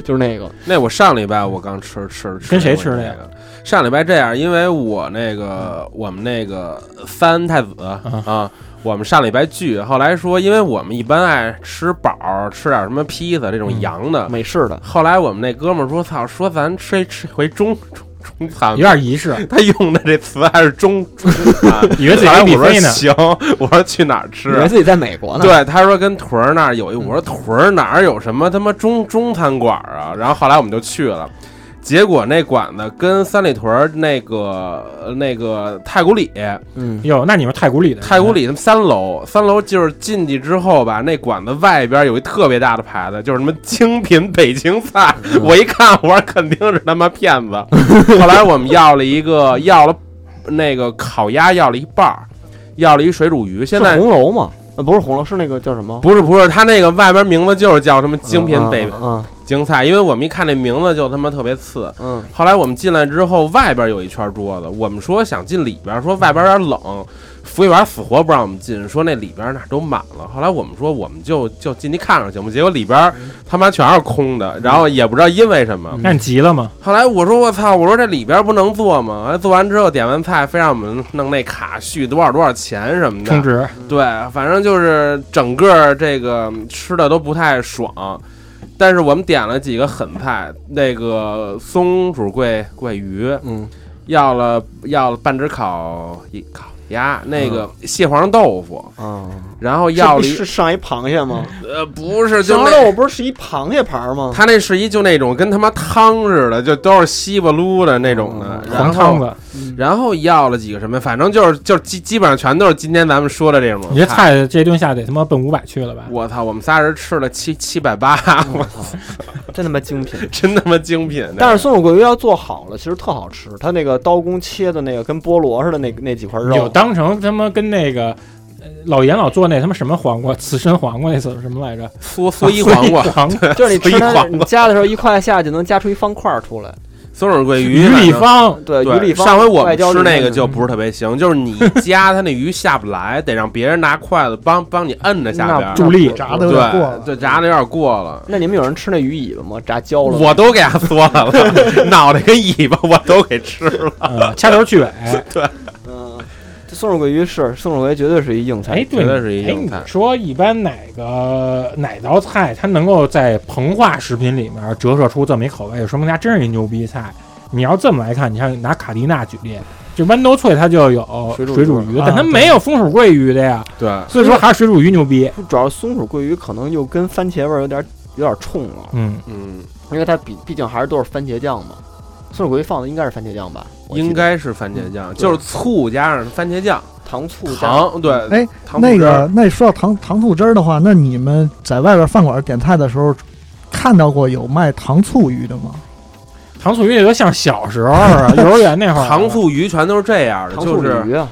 [SPEAKER 4] 就是那个
[SPEAKER 7] 那我上礼拜我刚吃吃吃
[SPEAKER 5] 跟谁吃的
[SPEAKER 7] 那
[SPEAKER 5] 呀
[SPEAKER 7] 个？上礼拜这样，因为我那个我们那个三太子啊，我们上礼拜聚，后来说，因为我们一般爱吃饱，吃点什么披萨这种
[SPEAKER 5] 嗯
[SPEAKER 7] 洋的。
[SPEAKER 4] 美式的。
[SPEAKER 7] 后来我们那哥们儿说：“操，说咱吃吃回中中中餐
[SPEAKER 5] 有
[SPEAKER 7] 吧。”
[SPEAKER 5] 点仪式，
[SPEAKER 7] 他用的这词还是中中 餐。
[SPEAKER 5] 以为自己
[SPEAKER 7] 后来
[SPEAKER 5] 跟
[SPEAKER 7] 我
[SPEAKER 5] 比
[SPEAKER 7] 说
[SPEAKER 5] 菲呢。
[SPEAKER 7] 行，我说去哪儿吃
[SPEAKER 4] 以
[SPEAKER 7] 啊？
[SPEAKER 4] 为自己在美国呢，
[SPEAKER 7] 对，他说跟屯儿那儿有一，我说屯儿哪儿有什么他妈中中餐馆儿啊？然后后来我们就去了，结果那馆子跟三里屯儿那个呃那个太古里，
[SPEAKER 4] 嗯，
[SPEAKER 5] 哟，那你们太古里的
[SPEAKER 7] 太古里他们三楼，三楼就是进去之后吧，那馆子外边有一特别大的牌子，就是什么精品北京菜。我一看，我说肯定是他妈骗子。后来我们要了一个，要了那个烤鸭，要了一半儿，要了一水煮鱼。现在
[SPEAKER 4] 是红楼嘛，呃不是红楼，是那个叫什么？
[SPEAKER 7] 哦不是不是，他那个外边名字就是叫什么精品北
[SPEAKER 4] 嗯嗯
[SPEAKER 7] 京菜，因为我们一看这名字就他妈特别次。
[SPEAKER 4] 嗯，
[SPEAKER 7] 后来我们进来之后，外边有一圈桌子，我们说想进里边，说外边有点冷，服务员死活不让我们进，说那里边哪儿都满了。后来我们说我们就就进去看看行吗？结果里边他妈全是空的，然后也不
[SPEAKER 4] 嗯
[SPEAKER 7] 知道因为什么。
[SPEAKER 5] 那你急了吗？
[SPEAKER 7] 后来我说我操，我说这里边不能坐吗？后来做完之后点完菜，非让我们弄那卡续多少多少钱什么的，
[SPEAKER 5] 充值
[SPEAKER 7] 对，反正就是整个这个吃的都不太爽，但是我们点了几个狠菜，那个松鼠桂桂鱼，
[SPEAKER 4] 嗯，
[SPEAKER 7] 要了要了半只烤一烤鸭，那个蟹黄豆腐，
[SPEAKER 4] 嗯，
[SPEAKER 7] 然后要
[SPEAKER 4] 是
[SPEAKER 7] 了一
[SPEAKER 4] 是上一螃蟹吗？
[SPEAKER 7] 呃不是就
[SPEAKER 4] 上
[SPEAKER 7] 那
[SPEAKER 4] 楼我不是是一螃蟹盘吗？
[SPEAKER 7] 他那是一就那种跟他妈汤似的，就都是稀巴撸的那种的，然
[SPEAKER 5] 黄
[SPEAKER 7] 后
[SPEAKER 5] 汤子，
[SPEAKER 7] 然后要了几个什么，反正就是就是基基本上全都是今天咱们说的这种
[SPEAKER 5] 你这菜这顿下得他妈奔五百去了吧？
[SPEAKER 7] 我操，我们仨人吃了七七百八，我
[SPEAKER 4] 真他妈精品！
[SPEAKER 7] 真他妈精品。
[SPEAKER 4] 但是松鼠桂鱼要做好了，其实特好吃。它那个刀工切的那个跟菠萝似的那那几块
[SPEAKER 5] 有
[SPEAKER 4] 肉，
[SPEAKER 5] 当成他妈跟那个呃老严老做那他妈什么黄瓜，刺身黄瓜那次是什么来着？，
[SPEAKER 7] 苏苏一黄瓜
[SPEAKER 5] 黄瓜
[SPEAKER 4] 就是你
[SPEAKER 7] 所以
[SPEAKER 4] 吃它，
[SPEAKER 7] 黄瓜
[SPEAKER 4] 你夹的时候一块下去能夹出一方块儿出来。
[SPEAKER 7] 松鼠桂鱼
[SPEAKER 5] 鱼立
[SPEAKER 7] 反正
[SPEAKER 5] 方，
[SPEAKER 4] 对，
[SPEAKER 7] 对
[SPEAKER 4] 鱼立方。
[SPEAKER 7] 上回我
[SPEAKER 4] 外
[SPEAKER 7] 们
[SPEAKER 4] 焦
[SPEAKER 7] 吃
[SPEAKER 4] 里嫩
[SPEAKER 7] 那个就不是特别行，就是你夹它那鱼下不来，得让别人拿筷子帮帮你摁着下边
[SPEAKER 4] 那
[SPEAKER 7] 儿。
[SPEAKER 5] 助力
[SPEAKER 6] 炸的有点过
[SPEAKER 7] 对
[SPEAKER 6] 了，
[SPEAKER 7] 对，炸的有点过了，
[SPEAKER 4] 那你们有人吃那鱼尾巴吗？炸焦了。
[SPEAKER 7] 我都给它缩了，脑袋跟尾巴我都给吃 了。
[SPEAKER 5] 嗯，掐头去 尾。
[SPEAKER 4] 嗯，这松鼠桂鱼是松鼠桂鱼，绝对是一硬
[SPEAKER 5] 哎，
[SPEAKER 4] 菜。
[SPEAKER 5] 对，
[SPEAKER 7] 绝对是一
[SPEAKER 5] 哎，
[SPEAKER 7] 硬
[SPEAKER 5] 你
[SPEAKER 7] 菜
[SPEAKER 5] 说一般哪个哪道菜它能够在膨化食品里面折射出这么一口味，说明它真是一牛逼菜。你要这么来看，你像拿卡迪娜举例，就豌豆脆它就有
[SPEAKER 4] 水煮鱼
[SPEAKER 5] 水煮鱼，
[SPEAKER 6] 啊
[SPEAKER 5] 但它没有松鼠桂鱼的呀，
[SPEAKER 7] 对，
[SPEAKER 5] 所以说还是水煮鱼牛逼。
[SPEAKER 4] 主要松鼠桂鱼可能又跟番茄味儿有点有点冲了。
[SPEAKER 5] 嗯，
[SPEAKER 7] 嗯，
[SPEAKER 4] 因为它比毕竟还是都是番茄酱嘛。松鼠桂鱼放的应该是番茄酱吧？我记得
[SPEAKER 7] 应该是番茄酱，就是醋加上番茄酱、
[SPEAKER 4] 糖醋加
[SPEAKER 7] 糖，对，
[SPEAKER 6] 哎
[SPEAKER 7] 糖醋
[SPEAKER 6] 那
[SPEAKER 7] 汁儿
[SPEAKER 6] 个，那说到糖糖醋汁儿的话，那你们在外边饭馆点菜的时候，看到过有卖糖醋鱼的吗？
[SPEAKER 5] 糖醋鱼也都像小时候啊， 幼儿园那会儿
[SPEAKER 7] 糖醋鱼全都是这样的，
[SPEAKER 4] 糖
[SPEAKER 7] 就
[SPEAKER 4] 醋
[SPEAKER 7] 是
[SPEAKER 4] 鲤鱼啊，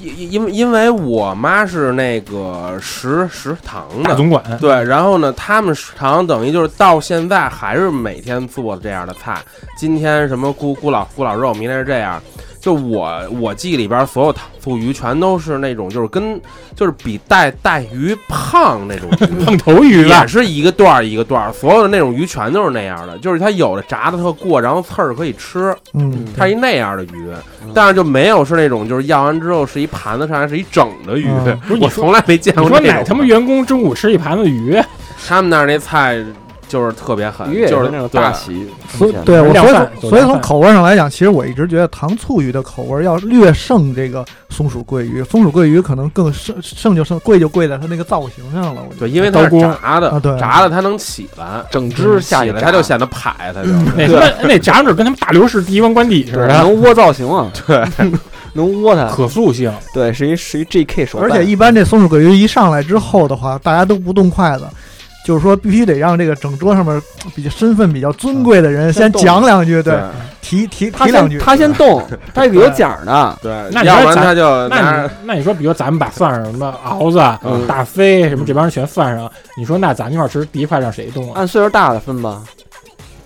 [SPEAKER 7] 因因为因为我妈是那个食食堂
[SPEAKER 5] 大
[SPEAKER 7] 的，
[SPEAKER 5] 总管，。
[SPEAKER 7] 对，然后呢，他们食堂等于就是到现在还是每天做这样的菜，今天什么咕咕老咕老肉，明天是这样。就我我记忆里边所有糖醋鱼全都是那种就是跟就是比带带鱼胖那种 鱼
[SPEAKER 5] 碰头鱼啊吧
[SPEAKER 7] 也，是一个段儿一个段儿，所有的那种鱼全都是那样的，就是它有的炸的特过，然后刺儿可以吃，
[SPEAKER 6] 嗯，
[SPEAKER 7] 它是一那样的鱼，
[SPEAKER 5] 嗯
[SPEAKER 7] 但是就没有是那种就是要完之后是一盘子上来是一整的鱼
[SPEAKER 6] 嗯，
[SPEAKER 5] 不是你
[SPEAKER 7] 我
[SPEAKER 5] 说
[SPEAKER 7] 从来没见
[SPEAKER 5] 你
[SPEAKER 7] 过
[SPEAKER 5] 说
[SPEAKER 7] 这
[SPEAKER 5] 哪
[SPEAKER 7] 种
[SPEAKER 5] 他妈员工中午吃一盘子鱼，
[SPEAKER 7] 他们那儿那菜就是特别狠
[SPEAKER 4] 鱼也，
[SPEAKER 7] 就是
[SPEAKER 4] 那种大
[SPEAKER 7] 对
[SPEAKER 4] 喜，
[SPEAKER 6] 所以对我
[SPEAKER 5] 量
[SPEAKER 6] 所以
[SPEAKER 5] 贩
[SPEAKER 6] 从
[SPEAKER 5] 走
[SPEAKER 6] 所以
[SPEAKER 5] 量
[SPEAKER 6] 从
[SPEAKER 5] 贩
[SPEAKER 6] 口味上来讲，其实我一直觉得糖醋鱼的口味要略胜这个松鼠桂鱼，松鼠桂鱼可能更胜胜就胜，贵就贵在它那个造型上了。我觉得
[SPEAKER 7] 对，因为它
[SPEAKER 5] 刀
[SPEAKER 7] 是
[SPEAKER 5] 工
[SPEAKER 7] 炸的，
[SPEAKER 6] 啊对
[SPEAKER 7] 炸的它能起来，
[SPEAKER 4] 整只下
[SPEAKER 7] 起
[SPEAKER 4] 去
[SPEAKER 7] 来
[SPEAKER 4] 炸
[SPEAKER 7] 它就显得排，它就
[SPEAKER 5] 那他妈那炸着跟他们大流士第一关关底似
[SPEAKER 4] 对
[SPEAKER 5] 的，
[SPEAKER 4] 能窝造型啊， 对， 能窝它，
[SPEAKER 5] 可塑性。
[SPEAKER 4] 对，是一是一 G K 手
[SPEAKER 6] 而
[SPEAKER 4] 办，
[SPEAKER 6] 且一般这松鼠桂鱼一上来之后的话，大家都不动筷子，就是说必须得让这个整桌上面比较身份比较尊贵的人
[SPEAKER 4] 先
[SPEAKER 6] 先
[SPEAKER 4] 动
[SPEAKER 6] 讲两句，
[SPEAKER 7] 对
[SPEAKER 6] 对，提提
[SPEAKER 4] 他
[SPEAKER 6] 提两句
[SPEAKER 4] 先。他先动，他是有奖的。
[SPEAKER 7] 对，
[SPEAKER 5] 那你
[SPEAKER 7] 要不
[SPEAKER 5] 说
[SPEAKER 7] 然
[SPEAKER 5] 咱
[SPEAKER 7] 他就
[SPEAKER 5] 那
[SPEAKER 7] 拿
[SPEAKER 5] 你那你说，比如咱们把算上什么熬子、啊
[SPEAKER 7] 嗯
[SPEAKER 5] 大飞什么这帮人全算上，你说那咱们一块儿吃第一块让谁动啊？
[SPEAKER 4] 按岁数大的分吧，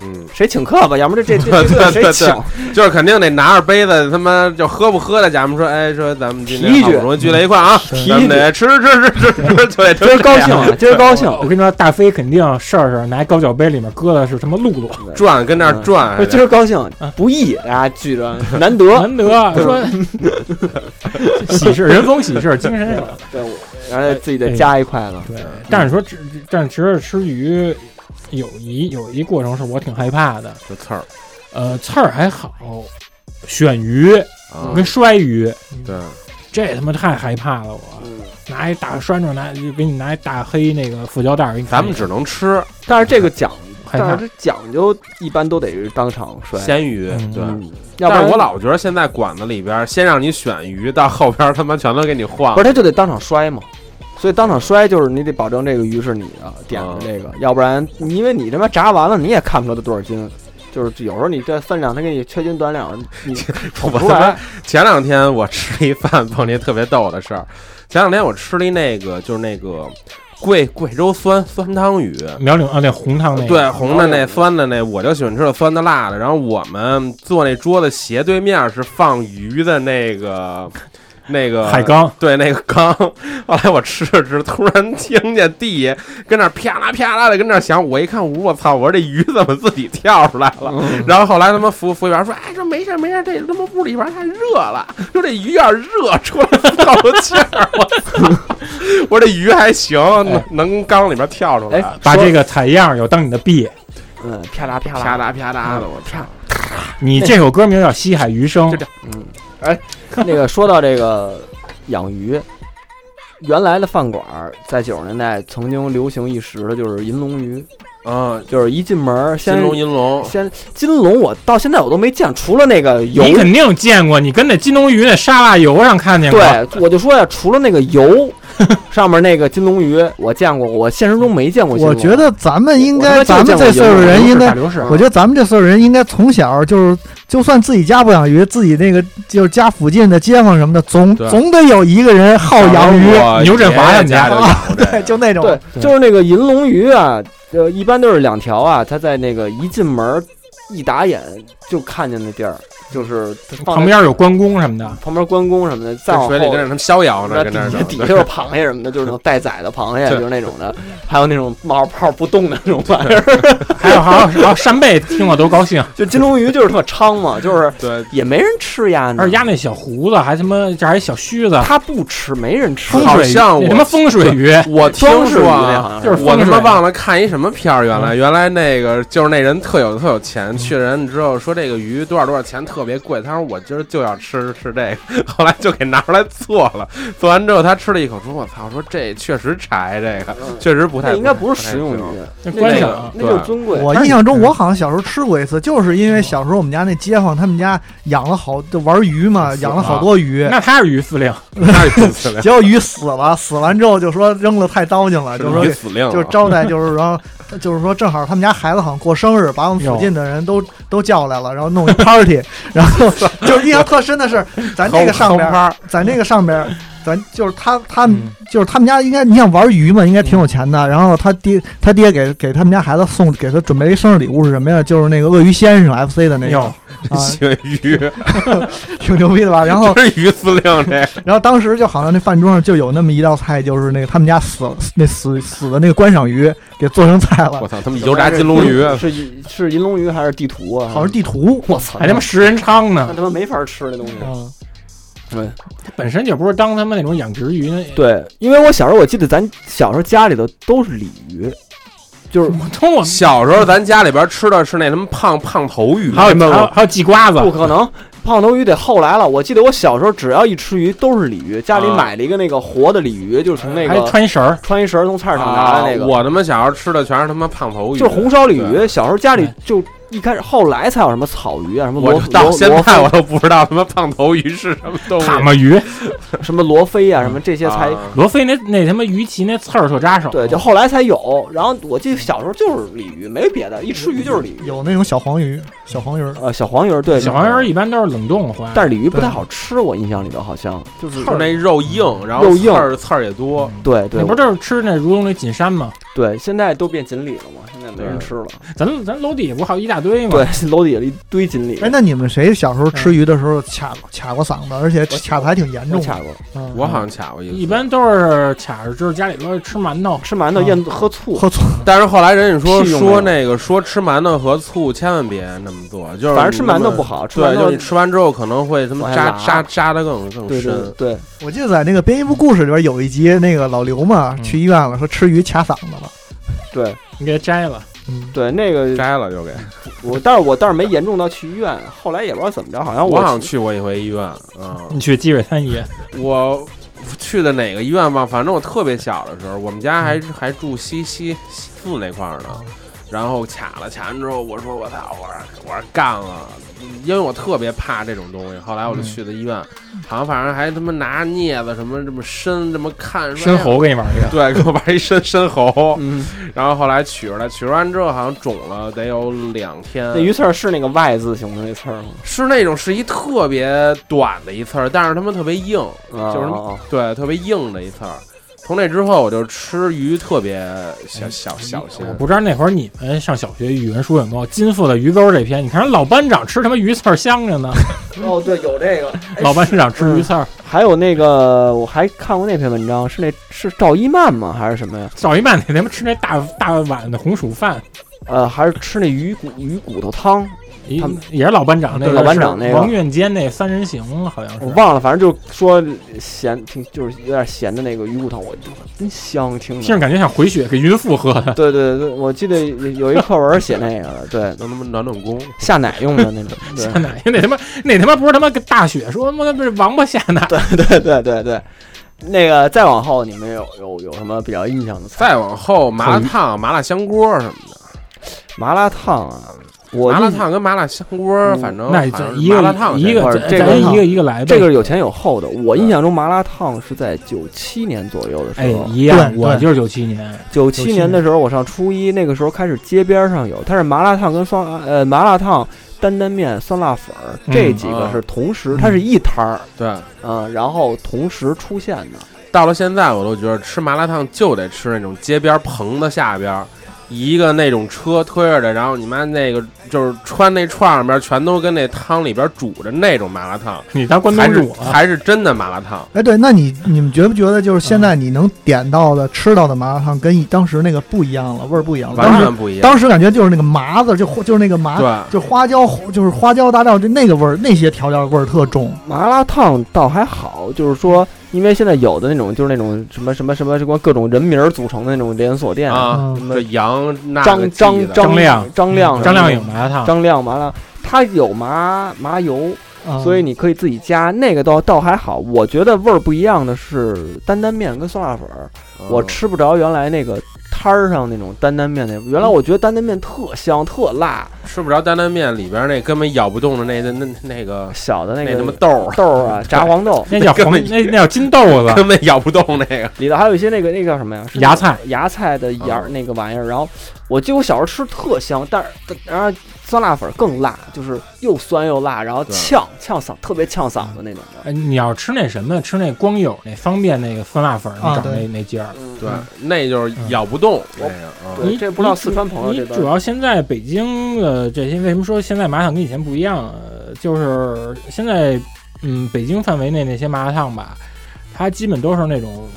[SPEAKER 7] 嗯，
[SPEAKER 4] 谁请客吧，要么这这这
[SPEAKER 7] 对对
[SPEAKER 4] 这谁
[SPEAKER 7] 对
[SPEAKER 4] 请？
[SPEAKER 7] 就是肯定得拿着杯子，他妈就喝不喝的，咱们说，哎，说咱们今
[SPEAKER 4] 提一
[SPEAKER 7] 天
[SPEAKER 4] 句
[SPEAKER 7] 好不容易聚在一块儿啊，
[SPEAKER 5] 提一句
[SPEAKER 7] 咱们得吃吃吃吃吃吃，对，
[SPEAKER 4] 今儿高兴啊，今儿高兴。
[SPEAKER 5] 我跟你说，大飞肯定事儿是拿高脚杯里面搁的是什么露露，
[SPEAKER 7] 转跟
[SPEAKER 5] 嗯
[SPEAKER 7] 那儿转，
[SPEAKER 4] 今儿高兴，不易，大家聚着难得。
[SPEAKER 5] 难得说 喜事人逢喜事精神有。
[SPEAKER 4] 对，我然后自己再加一筷子。
[SPEAKER 5] 对，
[SPEAKER 7] 嗯
[SPEAKER 5] 但是说吃，但是其实吃鱼有一有一过程是我挺害怕的，
[SPEAKER 7] 就刺儿
[SPEAKER 5] 呃，刺儿还好，选鱼
[SPEAKER 7] 啊，
[SPEAKER 5] 跟摔鱼，
[SPEAKER 7] 对，
[SPEAKER 5] 这他妈太害怕了我。
[SPEAKER 7] 嗯
[SPEAKER 5] 拿一大拴住，拿就给你拿一大黑那个塑胶袋儿，给你
[SPEAKER 7] 咱们
[SPEAKER 5] 只
[SPEAKER 7] 只能吃
[SPEAKER 4] 但是这个讲，
[SPEAKER 5] 害
[SPEAKER 4] 但
[SPEAKER 5] 怕。
[SPEAKER 4] 是这讲究一般都得是当场摔，
[SPEAKER 7] 鲜鱼
[SPEAKER 5] 嗯，
[SPEAKER 7] 对。
[SPEAKER 4] 嗯要不
[SPEAKER 7] 但
[SPEAKER 4] 然
[SPEAKER 7] 是我老觉得现在馆子里边儿先让你选鱼，到后边儿他妈全都给你换
[SPEAKER 4] 不是
[SPEAKER 7] 了。
[SPEAKER 4] 他就得当场摔嘛。所以当场摔就是你得保证这个鱼是你的点的这个，要不然因为你他妈炸完了你也看不出它多少斤，就是有时候你这分量它给你缺斤短两，你瞅不
[SPEAKER 7] 我
[SPEAKER 4] 出
[SPEAKER 7] 他妈
[SPEAKER 4] 来。
[SPEAKER 7] 前两天我吃了一饭，碰见特别逗的事儿。前两天我吃了一那个，就是那个贵贵州酸酸汤鱼，
[SPEAKER 5] 苗岭啊，那红汤那个，
[SPEAKER 7] 对，红的那酸的那，我就喜欢吃的酸的辣的。然后我们坐那桌子斜对面是放鱼的那个那个
[SPEAKER 5] 海缸，
[SPEAKER 7] 对，那个缸。后来我吃着吃，突然听见地下跟那儿啪啦啪啦的跟那儿响，我一看，我操！我说这鱼怎么自己跳出来了？然后后来他妈服服务员说：“哎，说没事儿没事儿，这他妈屋里边太热了，说这鱼有点热，出来透了气儿。”我操！我说这鱼还行，能能缸里边跳出来。
[SPEAKER 4] 哎，
[SPEAKER 5] 把
[SPEAKER 4] 说
[SPEAKER 5] 这个采样有当你的币。
[SPEAKER 4] 嗯啪啦啪啦
[SPEAKER 7] 啪嗒啪嗒的，我操！
[SPEAKER 5] 你这首歌名叫《西海余生
[SPEAKER 7] 就》，这
[SPEAKER 4] 嗯 那个说到这个养鱼，原来的饭馆儿在九十年代曾经流行一时的就是银龙鱼，
[SPEAKER 7] 嗯，
[SPEAKER 4] 就是一进门儿先
[SPEAKER 7] 金龙银龙，
[SPEAKER 4] 先金龙，我到现在我都没见，除了那个油，
[SPEAKER 5] 你肯定见过，你跟那金龙鱼那沙拉油上看见过。
[SPEAKER 4] 对，我就说呀，除了那个油上面那个金龙鱼，我见过，我现实中没见过金龙。
[SPEAKER 6] 我觉得咱们应该，
[SPEAKER 4] 我他妈就
[SPEAKER 6] 咱
[SPEAKER 4] 见
[SPEAKER 6] 们
[SPEAKER 4] 过
[SPEAKER 6] 这岁数人应该
[SPEAKER 5] 大，流士，
[SPEAKER 6] 我觉得咱们这岁数人应该从小就是，就算自己家不养鱼，自己那个就是家附近的街坊什么的，总
[SPEAKER 7] 对
[SPEAKER 6] 总得有一个人好养鱼，
[SPEAKER 7] 我
[SPEAKER 5] 牛振华
[SPEAKER 7] 啊
[SPEAKER 5] 他
[SPEAKER 7] 爷爷
[SPEAKER 5] 们家
[SPEAKER 7] 家就有这
[SPEAKER 6] 对，
[SPEAKER 7] 个
[SPEAKER 6] 就那种。
[SPEAKER 4] 对，就是那个银龙鱼啊，呃，一般都是两条啊，它在那个一进门儿一打眼就看见那地儿，就是它放在
[SPEAKER 5] 旁边有关公什么 的，
[SPEAKER 4] 旁边关公什么的，再
[SPEAKER 7] 在
[SPEAKER 4] 往
[SPEAKER 7] 水里
[SPEAKER 4] 后
[SPEAKER 7] 跟那什么逍遥呢，
[SPEAKER 4] 那
[SPEAKER 7] 跟那儿
[SPEAKER 4] 底
[SPEAKER 7] 整
[SPEAKER 4] 底下就是螃蟹什么的，就是那种带崽的螃蟹，
[SPEAKER 7] 对
[SPEAKER 4] 就是那种的，还有那种冒着泡不动的那种玩 意儿。
[SPEAKER 5] 还有还有还有扇贝，听我都高兴。
[SPEAKER 4] 就金龙鱼就是他妈猖嘛，就是
[SPEAKER 7] 对，
[SPEAKER 4] 也没人吃呀，
[SPEAKER 5] 而且压那小胡子还他妈这还有小须子，
[SPEAKER 4] 他不吃，没人吃
[SPEAKER 5] 风。
[SPEAKER 7] 好
[SPEAKER 5] 水鱼
[SPEAKER 7] 像
[SPEAKER 5] 那
[SPEAKER 7] 我
[SPEAKER 5] 他妈风水鱼，
[SPEAKER 7] 我听
[SPEAKER 4] 装饰鱼
[SPEAKER 7] 说
[SPEAKER 4] 那
[SPEAKER 7] 啊
[SPEAKER 4] 好像
[SPEAKER 5] 就是
[SPEAKER 7] 我他
[SPEAKER 5] 风
[SPEAKER 7] 妈
[SPEAKER 5] 水
[SPEAKER 7] 忘了看一什么片儿，原来原来那个就是那人特有特有钱，去人之后说这个鱼多少多少钱特别贵，他说我今儿就要吃吃这个， 后来就给拿出来做了，做完之后他吃了一口，说我操，说这确实柴，这个确实不太
[SPEAKER 4] 那应该不啊是
[SPEAKER 7] 太
[SPEAKER 4] 食用
[SPEAKER 7] 行
[SPEAKER 4] 鱼，
[SPEAKER 5] 那
[SPEAKER 4] 那
[SPEAKER 5] 观
[SPEAKER 4] 那
[SPEAKER 5] 赏
[SPEAKER 4] 个。
[SPEAKER 5] 啊
[SPEAKER 4] 那就是尊贵。
[SPEAKER 6] 我印象中，我好像小时候吃过一次，就是因为小时候我们家那街坊他们家养了好就玩鱼嘛，养了好 多鱼，
[SPEAKER 5] 那他是鱼司令，
[SPEAKER 7] 那是鱼死令，
[SPEAKER 6] 结果鱼死了，死完之后就说扔了太糟践了，就说
[SPEAKER 7] 是鱼死
[SPEAKER 5] 嗯
[SPEAKER 7] 令了，
[SPEAKER 6] 就是招待就是然后就是说正好他们家孩子好像过生日，把我们附近的人都都叫来了，然后弄一 party，然 后就是印象特深的是咱这个上边儿，咱这个上边儿，咱就是他他们
[SPEAKER 5] 嗯
[SPEAKER 6] 就是他们家应该你想玩鱼嘛，应该挺有钱的，然后他爹他爹给给他们家孩子送给他准备一生日礼物是什么呀？就是那个鳄鱼先生 FC 的那个
[SPEAKER 5] 哟，
[SPEAKER 6] 啊，
[SPEAKER 7] 喜欢 鱼，
[SPEAKER 6] 挺牛逼的 吧？然后
[SPEAKER 7] 这是鱼司令这
[SPEAKER 6] 然后当时就好像那饭桌上就有那么一道菜，就是那个他们家死那死死的那个观赏鱼给做成菜了
[SPEAKER 7] 我。操，他们油炸金龙鱼，啊
[SPEAKER 4] 是是银龙鱼还是地图啊？
[SPEAKER 6] 好像是地图，
[SPEAKER 4] 我操，
[SPEAKER 5] 哎还他妈食人鲳
[SPEAKER 4] 那
[SPEAKER 5] 呢，
[SPEAKER 4] 他妈没法吃那东西。
[SPEAKER 6] 嗯，
[SPEAKER 4] 对
[SPEAKER 5] 本身就不是当他们那种养殖鱼那
[SPEAKER 4] 对，因为我小时候我记得咱小时候家里头都是鲤鱼，就是
[SPEAKER 5] 我从我
[SPEAKER 7] 小时候咱家里边吃的是那什么胖胖头鱼，
[SPEAKER 5] 还有
[SPEAKER 4] 没有
[SPEAKER 5] 还有还有地瓜子，
[SPEAKER 4] 不可能。胖头鱼得后来了，我记得我小时候只要一吃鱼都是鲤鱼，家里
[SPEAKER 7] 啊
[SPEAKER 4] 买了一个那个活的鲤鱼，就是从那
[SPEAKER 5] 还
[SPEAKER 4] 个
[SPEAKER 5] 穿一绳儿，
[SPEAKER 4] 穿
[SPEAKER 7] 啊
[SPEAKER 4] 一绳儿从菜市场拿的那个，
[SPEAKER 7] 啊我他妈小时候吃的全是他妈胖头鱼，
[SPEAKER 4] 就是红烧鲤
[SPEAKER 7] 对
[SPEAKER 4] 鱼。小时候家里就一开始后来才有什么草鱼啊，什么
[SPEAKER 7] 我
[SPEAKER 4] 罗
[SPEAKER 7] 就到
[SPEAKER 4] 罗
[SPEAKER 7] 现
[SPEAKER 4] 罗
[SPEAKER 7] 在我
[SPEAKER 4] 非
[SPEAKER 7] 都不知道他妈胖头鱼是什么动物，
[SPEAKER 5] 蛤蟆鱼，
[SPEAKER 4] 什么罗非啊，什么这些才
[SPEAKER 7] 啊
[SPEAKER 5] 罗非那那他妈鱼鳍那刺儿特扎手，
[SPEAKER 4] 对，就后来才有。然后我记得小时候就是鲤鱼，没别的，一吃鱼就是鲤鱼。
[SPEAKER 6] 有那种小黄鱼、小黄鱼儿，
[SPEAKER 4] 呃，小黄鱼儿对，
[SPEAKER 5] 小黄鱼儿一般都是冷冻回来的，
[SPEAKER 4] 但是鲤鱼不太好吃，我印象里头好像就是
[SPEAKER 7] 就是那肉硬，然后
[SPEAKER 4] 肉硬嗯
[SPEAKER 7] 刺儿刺儿也多。
[SPEAKER 4] 对对
[SPEAKER 5] 你不就是吃那如龙那锦山吗？
[SPEAKER 4] 对，现在都变锦鲤了嘛，现在没人吃了。
[SPEAKER 5] 咱咱楼底下不还有一大堆吗？
[SPEAKER 4] 对，楼底下一堆锦鲤
[SPEAKER 6] 哎，，那你们谁小时候吃鱼的时候卡卡过嗓子，而且卡的还挺严
[SPEAKER 4] 我
[SPEAKER 6] 重
[SPEAKER 4] 卡
[SPEAKER 6] 的？
[SPEAKER 4] 过，
[SPEAKER 6] 嗯
[SPEAKER 7] 我好像卡过一次，
[SPEAKER 5] 一般都是卡着就是家里边吃馒头，
[SPEAKER 4] 吃馒头
[SPEAKER 6] 啊
[SPEAKER 4] 咽喝醋，
[SPEAKER 6] 喝醋，
[SPEAKER 7] 但是后来人家说
[SPEAKER 4] 屁用
[SPEAKER 7] 说
[SPEAKER 4] 没
[SPEAKER 7] 那个说吃馒头和醋千万别那么做，就是
[SPEAKER 4] 反正吃
[SPEAKER 7] 你他
[SPEAKER 4] 馒
[SPEAKER 7] 妈
[SPEAKER 4] 头不好，吃
[SPEAKER 7] 对，
[SPEAKER 4] 馒
[SPEAKER 7] 就
[SPEAKER 4] 头
[SPEAKER 7] 是你吃完之后可能会他妈
[SPEAKER 4] 往下
[SPEAKER 7] 扎
[SPEAKER 4] 拉
[SPEAKER 7] 扎扎的更更
[SPEAKER 4] 对对
[SPEAKER 7] 深。
[SPEAKER 4] 对，
[SPEAKER 6] 我记得在那个编一部故事里边有一集，那个老刘嘛
[SPEAKER 5] 嗯
[SPEAKER 6] 去医院了，说吃鱼卡嗓子了。
[SPEAKER 4] 对
[SPEAKER 5] 你给它摘了。
[SPEAKER 6] 嗯，
[SPEAKER 4] 对，那个
[SPEAKER 7] 摘了就给
[SPEAKER 4] 我，但是我倒是没严重到去医院，后来也不知道怎么着，好像
[SPEAKER 7] 我好像
[SPEAKER 4] 去
[SPEAKER 7] 去过一回医院，嗯，
[SPEAKER 5] 你去积水滩医院，
[SPEAKER 7] 我去的哪个医院吧，反正我特别小的时候，我们家还还住西西西四那块儿呢，然后卡了，卡完之后我说我操，我说我说干了，因为我特别怕这种东西，后来我就
[SPEAKER 5] 嗯
[SPEAKER 7] 去的医院，好像反正还他妈拿镊子什么这么伸这么看，说
[SPEAKER 5] 生。
[SPEAKER 7] 哎呀
[SPEAKER 5] 猴给你玩一个，
[SPEAKER 7] 对，给我玩一伸伸喉，
[SPEAKER 4] 嗯，
[SPEAKER 7] 然后后来取出来，取出完之后好像肿了得有两天。
[SPEAKER 4] 那鱼刺儿是那个 Y 字形的那刺儿吗？
[SPEAKER 7] 是那种是一特别短的一刺儿，但是他们特别硬，
[SPEAKER 4] 就
[SPEAKER 7] 就是对，特别硬的一刺儿。从那之后，我就吃鱼特别小小小心
[SPEAKER 5] 我。不知道那会儿你们上小学语文书有没有《金富的鱼钩》这篇？你看人老班长吃他妈鱼刺儿 香着呢，
[SPEAKER 4] 哦，对，有这个。
[SPEAKER 5] 老班长
[SPEAKER 4] 嗯
[SPEAKER 5] 吃鱼刺儿，
[SPEAKER 4] 还有那个，我还看过那篇文章，是那是赵一曼吗？还是什么呀？
[SPEAKER 5] 赵一曼得他妈吃那大大碗的红薯饭，
[SPEAKER 4] 呃，还是吃那鱼骨鱼骨头汤，
[SPEAKER 5] 也
[SPEAKER 4] 他们
[SPEAKER 5] 也是老班长那个
[SPEAKER 4] 对老班长那个
[SPEAKER 5] 是王愿坚那三人行好像
[SPEAKER 4] 我
[SPEAKER 5] 是。
[SPEAKER 4] 忘了，反正就是说咸，挺就是有点咸的那个鱼骨头，我真香，听
[SPEAKER 5] 听
[SPEAKER 4] 着
[SPEAKER 5] 着。感觉像回血给孕妇喝的，
[SPEAKER 4] 对对对，我记得有一课文写那个的，对，
[SPEAKER 7] 能他妈暖暖宫，
[SPEAKER 4] 下奶用的那种，对
[SPEAKER 5] 下奶 那他妈那他妈不是他妈大雪说他妈不是王八下奶，
[SPEAKER 4] 对对对对。那个再往后，你们有有有什么比较印象的菜？
[SPEAKER 7] 再往后麻辣烫、麻辣香锅什么的，
[SPEAKER 4] 麻辣烫啊，我
[SPEAKER 7] 麻辣
[SPEAKER 4] 印
[SPEAKER 7] 烫跟麻辣香锅，
[SPEAKER 4] 嗯
[SPEAKER 7] 反正
[SPEAKER 5] 那咱
[SPEAKER 7] 好像是
[SPEAKER 5] 一
[SPEAKER 7] 麻辣
[SPEAKER 5] 个
[SPEAKER 7] 烫
[SPEAKER 5] 一
[SPEAKER 7] 先
[SPEAKER 5] 个
[SPEAKER 4] 会儿
[SPEAKER 5] 咱
[SPEAKER 4] 这个
[SPEAKER 5] 咱一个一个来呗。
[SPEAKER 4] 这个是有前有后的。我印象中麻辣烫是在九七年左右的时
[SPEAKER 5] 哎
[SPEAKER 4] 候，
[SPEAKER 5] 一样，
[SPEAKER 6] 对
[SPEAKER 5] 我
[SPEAKER 6] 对
[SPEAKER 5] 就是九七年，
[SPEAKER 4] 九七年的时候我上初一，那个时候开始街边上有，它是麻辣烫跟酸呃麻辣烫、担担面、酸辣粉儿
[SPEAKER 5] 嗯啊
[SPEAKER 4] 这几个是同时，它是一摊儿。
[SPEAKER 7] 对。
[SPEAKER 4] 嗯，然后同时出现的，
[SPEAKER 7] 到了现在，我都觉得吃麻辣烫就得吃那种街边棚子下边儿，一个那种车推着的，然后你妈那个就是穿那串儿上边儿全都跟那汤里边儿煮着那种麻辣烫，
[SPEAKER 5] 你当关
[SPEAKER 7] 还
[SPEAKER 5] 东
[SPEAKER 7] 是
[SPEAKER 5] 煮啊了。
[SPEAKER 7] 还是真的麻辣烫。
[SPEAKER 6] 哎，对，那你你们觉不觉得就是现在你能点到的、吃到的麻辣烫跟当时那个不一样了，味儿不一样了？
[SPEAKER 7] 完
[SPEAKER 6] 当时
[SPEAKER 7] 全不一样。
[SPEAKER 6] 当时感觉就是那个麻子，就就是那个麻，
[SPEAKER 7] 对，
[SPEAKER 6] 就花椒，就是花椒大料，就那个味儿，那些调料味儿特重。
[SPEAKER 4] 麻辣烫倒还好，就是说，因为现在有的那种就是那种什么什么什么什么各种人名儿组成的那种连锁店，
[SPEAKER 7] 啊
[SPEAKER 6] 嗯，
[SPEAKER 7] 这羊那个
[SPEAKER 4] 张
[SPEAKER 7] 鸡
[SPEAKER 4] 张
[SPEAKER 7] 的
[SPEAKER 5] 张亮
[SPEAKER 4] 张亮
[SPEAKER 5] 张亮
[SPEAKER 4] 有
[SPEAKER 5] 有麻辣烫，
[SPEAKER 4] 张亮麻辣，它有麻麻油，
[SPEAKER 6] 啊
[SPEAKER 4] 所以你可以自己加，那个倒倒还好。我觉得味儿不一样的是担担面跟酸辣粉儿，
[SPEAKER 7] 嗯
[SPEAKER 4] 我吃不着原来那个摊儿上那种担担面那。原来我觉得担担面特香特辣，
[SPEAKER 7] 吃不着担担面里边那根本咬不动的那那那那个
[SPEAKER 4] 小的那
[SPEAKER 7] 那
[SPEAKER 4] 个
[SPEAKER 7] 他妈豆儿，
[SPEAKER 4] 豆儿啊，炸黄豆
[SPEAKER 5] 那叫
[SPEAKER 7] 根
[SPEAKER 5] 黄，
[SPEAKER 7] 本
[SPEAKER 5] 那那叫金豆子，
[SPEAKER 7] 根本咬不动那个。
[SPEAKER 4] 里头还有一些那个那个叫什么呀？是
[SPEAKER 5] 芽菜
[SPEAKER 4] 芽菜的芽儿那个玩意儿。然后我记得我小时候吃特香，但是然后酸辣粉儿更辣，就是又酸又辣，然后
[SPEAKER 7] 对
[SPEAKER 4] 呛呛嗓，特别呛嗓子那种的。
[SPEAKER 5] 哎，你要吃那什么，吃那光友那方便那个酸辣粉儿，你
[SPEAKER 6] 啊
[SPEAKER 5] 找那
[SPEAKER 6] 对
[SPEAKER 5] 那家儿。
[SPEAKER 4] 嗯
[SPEAKER 7] 对，那就是咬不动那个。嗯
[SPEAKER 4] 对
[SPEAKER 5] 你
[SPEAKER 4] 这不知道
[SPEAKER 5] 你
[SPEAKER 4] 四川朋友
[SPEAKER 5] 你
[SPEAKER 4] 这边
[SPEAKER 5] 主要现在北京的这些，为什么说现在麻辣烫跟以前不一样？呃就是现在，嗯，北京范围内那些麻辣烫吧，它基本都是那种，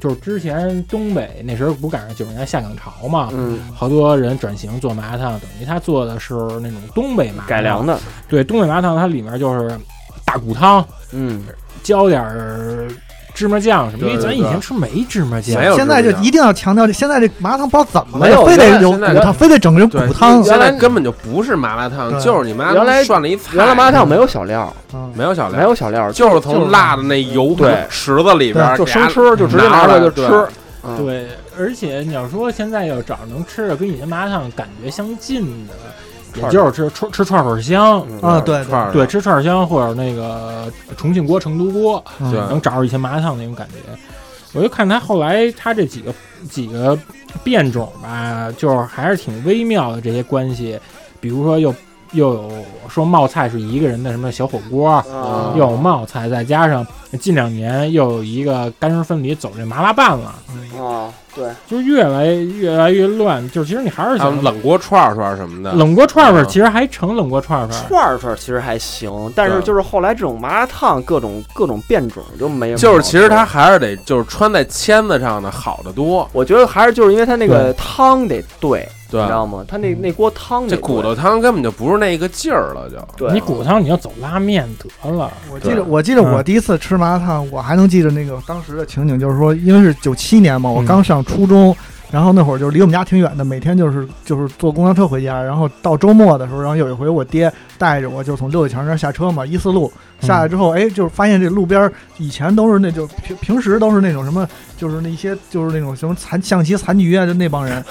[SPEAKER 5] 就是之前东北那时候不赶上九十年代下岗潮嘛，
[SPEAKER 4] 嗯，
[SPEAKER 5] 好多人转型做麻辣烫，等于他做的是那种东北麻辣烫
[SPEAKER 4] 改良。的，
[SPEAKER 5] 对，东北麻辣烫它里面就是大骨汤，
[SPEAKER 4] 嗯。
[SPEAKER 5] 浇点儿芝麻酱什么，因为
[SPEAKER 7] 对
[SPEAKER 5] 咱
[SPEAKER 7] 对
[SPEAKER 5] 以
[SPEAKER 7] 对
[SPEAKER 5] 前吃没芝麻酱，
[SPEAKER 7] 没有
[SPEAKER 6] 现在就一定要强调这，现在这麻辣烫不知道怎么了，
[SPEAKER 4] 没有
[SPEAKER 6] 非
[SPEAKER 4] 原
[SPEAKER 6] 得
[SPEAKER 4] 来
[SPEAKER 6] 有
[SPEAKER 7] 现在
[SPEAKER 6] 骨汤，非得整成
[SPEAKER 7] 对
[SPEAKER 6] 骨汤。
[SPEAKER 7] 现在根本就不是麻辣烫，
[SPEAKER 6] 对
[SPEAKER 7] 就是你妈
[SPEAKER 4] 原来
[SPEAKER 7] 涮了一菜，
[SPEAKER 4] 原来麻辣烫没有小料，
[SPEAKER 6] 嗯
[SPEAKER 7] 没有小料，
[SPEAKER 4] 没有小料，
[SPEAKER 7] 就是从辣的那油
[SPEAKER 4] 对
[SPEAKER 7] 池子里边儿
[SPEAKER 4] 就
[SPEAKER 7] 给
[SPEAKER 4] 生
[SPEAKER 7] 它
[SPEAKER 4] 吃，就直接拿出来就
[SPEAKER 7] 拿出来
[SPEAKER 4] 吃。嗯，
[SPEAKER 5] 对，而且你要说现在要找能吃的跟以前麻辣烫感觉相近的，也就是吃吃吃串串香，
[SPEAKER 7] 嗯
[SPEAKER 6] 啊，对
[SPEAKER 7] 串儿
[SPEAKER 5] 对，吃串香或者那个重庆锅、成都锅，
[SPEAKER 6] 嗯
[SPEAKER 7] 对
[SPEAKER 5] 能找着以前麻辣烫那种感觉。我就看他后来他这几个几个变种吧，就是还是挺微妙的这些关系，比如说又又有说冒菜是一个人的什么小火锅，
[SPEAKER 7] 啊
[SPEAKER 5] 又有冒菜，再加上近两年又有一个干湿分离走这麻辣拌了，
[SPEAKER 6] 嗯
[SPEAKER 4] 啊，对，
[SPEAKER 5] 就越来越来越乱。就是其实你还是
[SPEAKER 7] 还有
[SPEAKER 5] 想
[SPEAKER 7] 冷锅串儿串儿什么的，
[SPEAKER 5] 嗯冷锅串串，
[SPEAKER 7] 嗯
[SPEAKER 5] 其实还成冷锅串串。
[SPEAKER 4] 串儿串儿其实还行，但是
[SPEAKER 7] 对
[SPEAKER 4] 就是后来这种麻辣烫各种各种变种就没有。
[SPEAKER 7] 就是其实它还是得就是穿在签子上的好的多，
[SPEAKER 4] 我觉得还是就是因为它那个汤得对，
[SPEAKER 7] 对
[SPEAKER 4] 你知，道吗？它那那锅汤得
[SPEAKER 7] 这
[SPEAKER 4] 对
[SPEAKER 7] 骨头汤根本就不是那个劲儿了，就
[SPEAKER 4] 对啊
[SPEAKER 5] 你骨汤你就走拉面得了，
[SPEAKER 6] 我记得
[SPEAKER 7] 对
[SPEAKER 6] 我记得
[SPEAKER 5] 嗯
[SPEAKER 6] 我第一次吃麻辣烫，我还能记得那个当时的情景，就是说，因为是九七年嘛，我
[SPEAKER 5] 嗯
[SPEAKER 6] 刚上初中，然后那会儿就是离我们家挺远的，每天就是就是坐公交车回家，然后到周末的时候，然后有一回我爹带着我就从六里桥那儿下车嘛，一四路
[SPEAKER 5] 嗯
[SPEAKER 6] 下来之后，哎，就是发现这路边儿以前都是那就平平时都是那种什么，就是那些就是那种什么残象棋残局啊，就那帮人，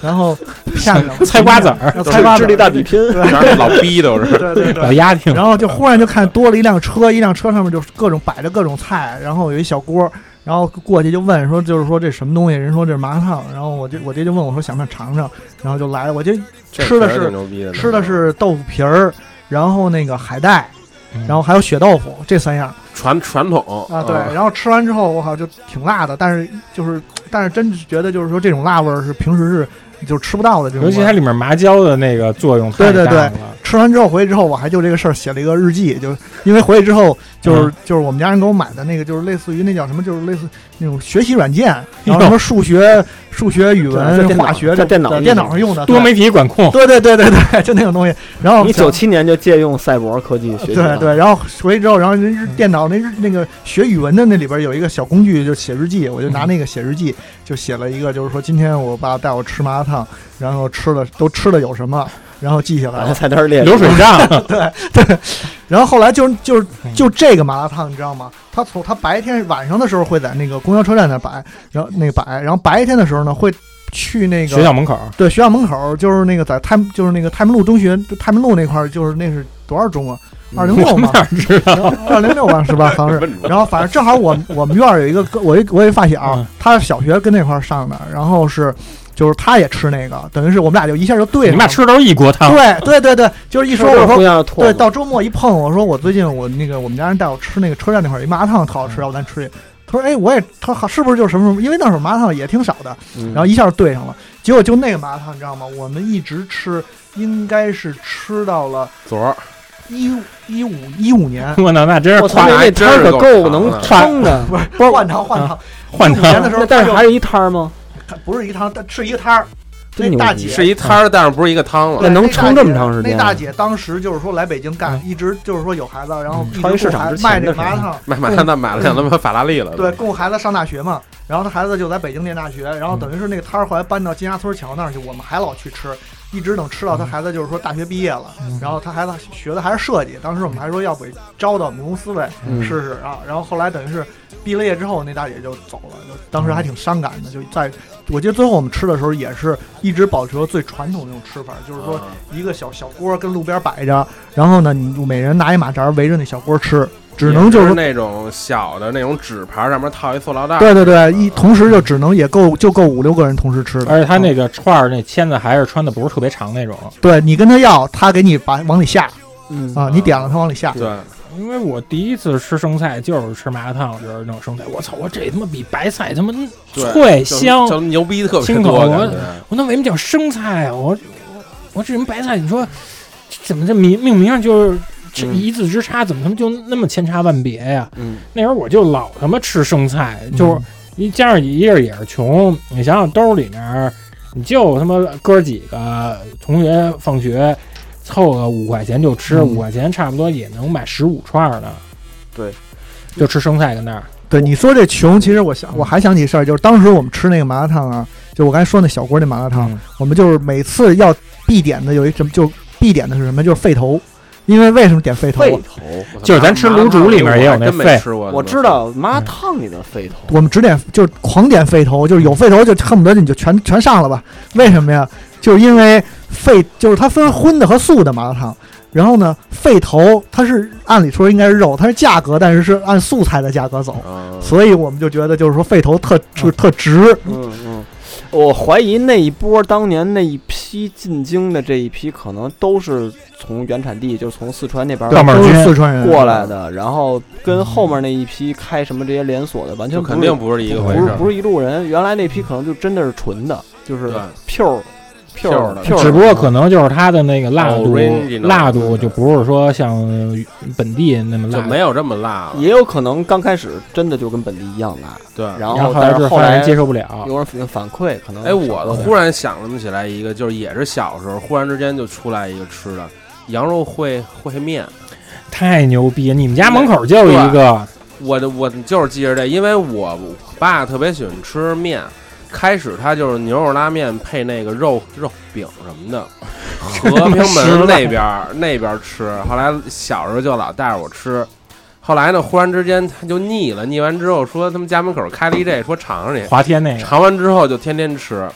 [SPEAKER 6] 然后下去了
[SPEAKER 5] 菜瓜子儿，
[SPEAKER 6] 然后菜瓜子儿，
[SPEAKER 4] 拼，
[SPEAKER 7] 全是老逼都是。
[SPEAKER 6] 对对对
[SPEAKER 5] 老，鸭 挺
[SPEAKER 6] 然后就忽然就看多了一辆车，一辆车上面就是各种摆着各种菜，然后有一小锅，然后过去就问说，就是说这什么东西？人说这是麻辣烫，然后我就我爹就问我说想不想尝尝，然后就来，我就吃的
[SPEAKER 7] 这确实挺
[SPEAKER 6] 是
[SPEAKER 7] 牛逼的，
[SPEAKER 6] 吃的是豆腐皮儿，然后那个海带，
[SPEAKER 5] 嗯
[SPEAKER 6] 然后还有血豆腐这三样
[SPEAKER 7] 传传统
[SPEAKER 6] 啊，对，
[SPEAKER 7] 嗯
[SPEAKER 6] 然后吃完之后我靠就挺辣的，但是就是但是真觉得就是说这种辣味儿是平时是就吃不到的这种
[SPEAKER 5] 尤
[SPEAKER 6] 味儿，
[SPEAKER 5] 其它里面麻椒的那个作用太
[SPEAKER 6] 对对
[SPEAKER 5] 大
[SPEAKER 6] 对
[SPEAKER 5] 了。
[SPEAKER 6] 吃完之后回去之后，我还就这个事儿写了一个日记，就是因为回去之后，就是、
[SPEAKER 5] 嗯
[SPEAKER 6] 就是我们家人给我买的那个，就是类似于那叫什么，就是类似那种学习软件，然后什么数学、数学、语
[SPEAKER 4] 在
[SPEAKER 6] 文、
[SPEAKER 4] 电脑
[SPEAKER 6] 化学，
[SPEAKER 4] 在电脑
[SPEAKER 6] 在
[SPEAKER 4] 里
[SPEAKER 6] 电脑上用的
[SPEAKER 5] 多
[SPEAKER 6] 没
[SPEAKER 5] 媒体管控，
[SPEAKER 6] 对对对对对，就那种东西。然后
[SPEAKER 4] 你九七年就借用赛博科技学习
[SPEAKER 6] 对
[SPEAKER 4] 了，
[SPEAKER 6] 对，然后回去之后，然后那日电脑那日那个学语文的那里边有一个小工具，就写日记，我就拿那个写日记，就写了一个，就是说今天我爸带我吃麻辣烫，然后吃了都吃的有什么，然后记下来
[SPEAKER 4] 把
[SPEAKER 6] 了
[SPEAKER 4] 它。菜单列出
[SPEAKER 5] 流
[SPEAKER 4] 来
[SPEAKER 5] 水账，
[SPEAKER 6] 然后后来就就
[SPEAKER 5] 嗯
[SPEAKER 6] 就这个麻辣烫，你知道吗？他从他白天晚上的时候会在那个公交车站那摆，然后那个摆，然后白天的时候呢会去那个
[SPEAKER 5] 学校门口
[SPEAKER 6] 对学校门口，就是那个在太就是那个太平路中学太平路那块儿，就是那是多少中啊？
[SPEAKER 5] 嗯
[SPEAKER 6] 二零 六嘛，
[SPEAKER 5] 知道？
[SPEAKER 6] 二零六吧是吧？好像是。然后反正正好我我们院儿有一个哥，我一我有一发小
[SPEAKER 5] 嗯，
[SPEAKER 6] 他小学跟那块儿上的，然后是就是他也吃那个，等于是我们俩就一下就对
[SPEAKER 5] 你们
[SPEAKER 6] 上
[SPEAKER 5] 俩
[SPEAKER 6] 了。
[SPEAKER 5] 吃啊的都是一锅汤，
[SPEAKER 6] 对对对对，就是一说
[SPEAKER 4] 就是
[SPEAKER 6] 我说
[SPEAKER 4] 互相拓
[SPEAKER 6] 对，到周末一碰，我说我最近我那个我们家人带我吃那个车站那块儿一麻辣烫，特好吃，要不咱吃去。他说：“哎，我也他好是不是就是什么什么？因为那会儿麻辣烫也挺少的，
[SPEAKER 4] 嗯
[SPEAKER 6] 然后一下就对上了。结果就那个麻辣烫，你知道吗？我们一直吃，应该是吃到了
[SPEAKER 7] 昨儿
[SPEAKER 6] 一五一五一五年
[SPEAKER 5] 我操，那真
[SPEAKER 4] 我
[SPEAKER 5] 是
[SPEAKER 4] 操，
[SPEAKER 5] 跨
[SPEAKER 4] 那那摊儿可够能
[SPEAKER 5] 撑
[SPEAKER 4] 撑的， 不是啊
[SPEAKER 6] 换汤换汤，
[SPEAKER 5] 换
[SPEAKER 6] 一五年
[SPEAKER 5] 汤
[SPEAKER 6] 的时候，
[SPEAKER 4] 但是
[SPEAKER 6] 他
[SPEAKER 4] 还是一摊儿吗？
[SPEAKER 6] 就不是一个汤，但是一个摊儿。
[SPEAKER 4] 真
[SPEAKER 6] 那
[SPEAKER 4] 牛
[SPEAKER 6] 大
[SPEAKER 4] 逼
[SPEAKER 6] 姐
[SPEAKER 7] 是一摊儿，但是不是一个汤了
[SPEAKER 4] 那。能
[SPEAKER 6] 大
[SPEAKER 4] 撑
[SPEAKER 6] 姐
[SPEAKER 4] 这么长时间嗯
[SPEAKER 6] 那大姐当时就是说来北京干，一直就是说有孩子，然后
[SPEAKER 5] 嗯
[SPEAKER 6] 一直
[SPEAKER 4] 超级市
[SPEAKER 6] 供
[SPEAKER 4] 场
[SPEAKER 6] 孩
[SPEAKER 4] 之
[SPEAKER 6] 子
[SPEAKER 4] 前
[SPEAKER 6] 卖这
[SPEAKER 4] 的
[SPEAKER 6] 个麻辣
[SPEAKER 4] 事
[SPEAKER 6] 烫，
[SPEAKER 7] 买买他那买了辆他妈法拉利了，
[SPEAKER 6] 对，供孩子上大学嘛，然后他孩子就在北京念大学，然
[SPEAKER 7] 嗯
[SPEAKER 6] 后等于是那个摊儿后来搬到金家村桥那儿去，我们还老去吃，一直等吃到他
[SPEAKER 7] 嗯
[SPEAKER 6] 孩子就是说大学毕业了，然后他孩子学的还是设计，当时我们还说要不招到我们公司呗
[SPEAKER 4] 嗯
[SPEAKER 6] 试试啊，然后后来等于是毕了业之后，那大姐就走了，就当时还挺伤感的，就在我记得最后我们吃的时候也是一直保持着最传统的那种吃法，就是说
[SPEAKER 7] 嗯
[SPEAKER 6] 一个小小锅跟路边摆着，然后呢你每人拿一马扎围着那小锅吃，只能就
[SPEAKER 7] 就是
[SPEAKER 6] 说
[SPEAKER 7] 那种小的那种纸盘，上面套一塑料袋。
[SPEAKER 6] 对对对，一同时就只能也够就够五六个人同时吃的，啊
[SPEAKER 5] 而且他那个串儿那签子还是穿的不是特别长那种，
[SPEAKER 6] 对你跟他要，他给你把往里下
[SPEAKER 4] 嗯
[SPEAKER 6] 啊，你点了他往里下，
[SPEAKER 7] 对，
[SPEAKER 5] 因为我第一次吃生菜就是吃麻辣烫的时候弄生菜，我操，我这他妈比白菜他妈
[SPEAKER 7] 对
[SPEAKER 5] 脆
[SPEAKER 7] 就
[SPEAKER 5] 香，
[SPEAKER 7] 就牛逼特别
[SPEAKER 5] 清口
[SPEAKER 7] 多，
[SPEAKER 5] 我
[SPEAKER 7] 感觉
[SPEAKER 5] 我那为什么叫生菜啊？我我我这人白菜，你说怎么这名命名上就是这
[SPEAKER 4] 嗯
[SPEAKER 5] 一字之差，怎么他妈就那么千差万别呀、
[SPEAKER 4] 嗯，
[SPEAKER 5] 那时候我就老他妈吃生菜，就是一加上一个也是穷，你想想兜里面儿你就他妈哥几个同学放学凑个五块钱就吃，
[SPEAKER 6] 嗯
[SPEAKER 5] 五块钱差不多也能买十五串儿呢。
[SPEAKER 4] 对，
[SPEAKER 5] 就吃生菜跟那儿，
[SPEAKER 6] 对，你说这穷，其实我想我还想起一事儿，就是当时我们吃那个麻辣烫啊，就我刚才说那小锅那麻辣烫，
[SPEAKER 5] 嗯
[SPEAKER 6] 我们就是每次要必点的有一什么，就必点的是什么，就是肺头，因为为什么点肺头？啊
[SPEAKER 4] 肺
[SPEAKER 7] 头，我操
[SPEAKER 5] 就是咱吃卤煮里面也有那
[SPEAKER 7] 麻辣烫我还真没
[SPEAKER 5] 肺
[SPEAKER 7] 吃过
[SPEAKER 4] 我知道麻辣烫里的肺头，
[SPEAKER 6] 我们只点就是狂点肺头，就是有肺头就恨不得你就全全上了吧？为什么呀？就是因为沸就是它分荤的和素的麻辣烫。然后呢，沸头它是按理说应该是肉，它是价格，但是是按素菜的价格走，
[SPEAKER 7] 啊，
[SPEAKER 6] 所以我们就觉得就是说沸头特就是特值，
[SPEAKER 4] 嗯嗯，我怀疑那一波当年那一批进京的这一批，可能都是从原产地，就是从四川那边
[SPEAKER 5] 对
[SPEAKER 6] 都
[SPEAKER 5] 门
[SPEAKER 6] 是
[SPEAKER 5] 军
[SPEAKER 6] 四川人
[SPEAKER 4] 过来的，然后跟后面那一批开什么这些连锁的，完全
[SPEAKER 7] 就
[SPEAKER 4] 不是
[SPEAKER 7] 肯定不是一个
[SPEAKER 4] 不
[SPEAKER 7] 回
[SPEAKER 4] 是
[SPEAKER 7] 事
[SPEAKER 4] 不
[SPEAKER 7] 儿。
[SPEAKER 4] 是一路人。原来那批可能就真的是纯的，就是
[SPEAKER 7] 对
[SPEAKER 4] pure
[SPEAKER 7] pure
[SPEAKER 4] pure
[SPEAKER 7] 的
[SPEAKER 4] pure，
[SPEAKER 5] 只不过可能就是它的那个辣度
[SPEAKER 7] Original
[SPEAKER 5] 辣度就不是说像本地那么
[SPEAKER 7] 就
[SPEAKER 5] 辣，
[SPEAKER 7] 没有这么辣了，
[SPEAKER 4] 也有可能刚开始真的就跟本地一样辣，
[SPEAKER 7] 对。
[SPEAKER 4] 然
[SPEAKER 5] 然后
[SPEAKER 4] 后但
[SPEAKER 5] 就是
[SPEAKER 4] 后
[SPEAKER 5] 后来
[SPEAKER 4] 来
[SPEAKER 5] 接受不了，
[SPEAKER 4] 有人反反馈，可能
[SPEAKER 7] 嗯哎，我
[SPEAKER 4] 少了
[SPEAKER 7] 忽然想那么起来一个，就是也是小时候，忽然之间就出来一个吃的羊肉烩烩面。
[SPEAKER 5] 太牛逼！你们家门口就有一个，
[SPEAKER 7] 我的我就是记着这，因为我我爸特别喜欢吃面，开始他就是牛肉拉面配那个肉肉饼什么的，和平门那边儿那边儿吃。后来小时候就老带着我吃，后来呢，忽然之间他就腻了，腻完之后说他们家门口开了一这，说尝尝去。
[SPEAKER 5] 华天那个，
[SPEAKER 7] 尝完之后就天天吃，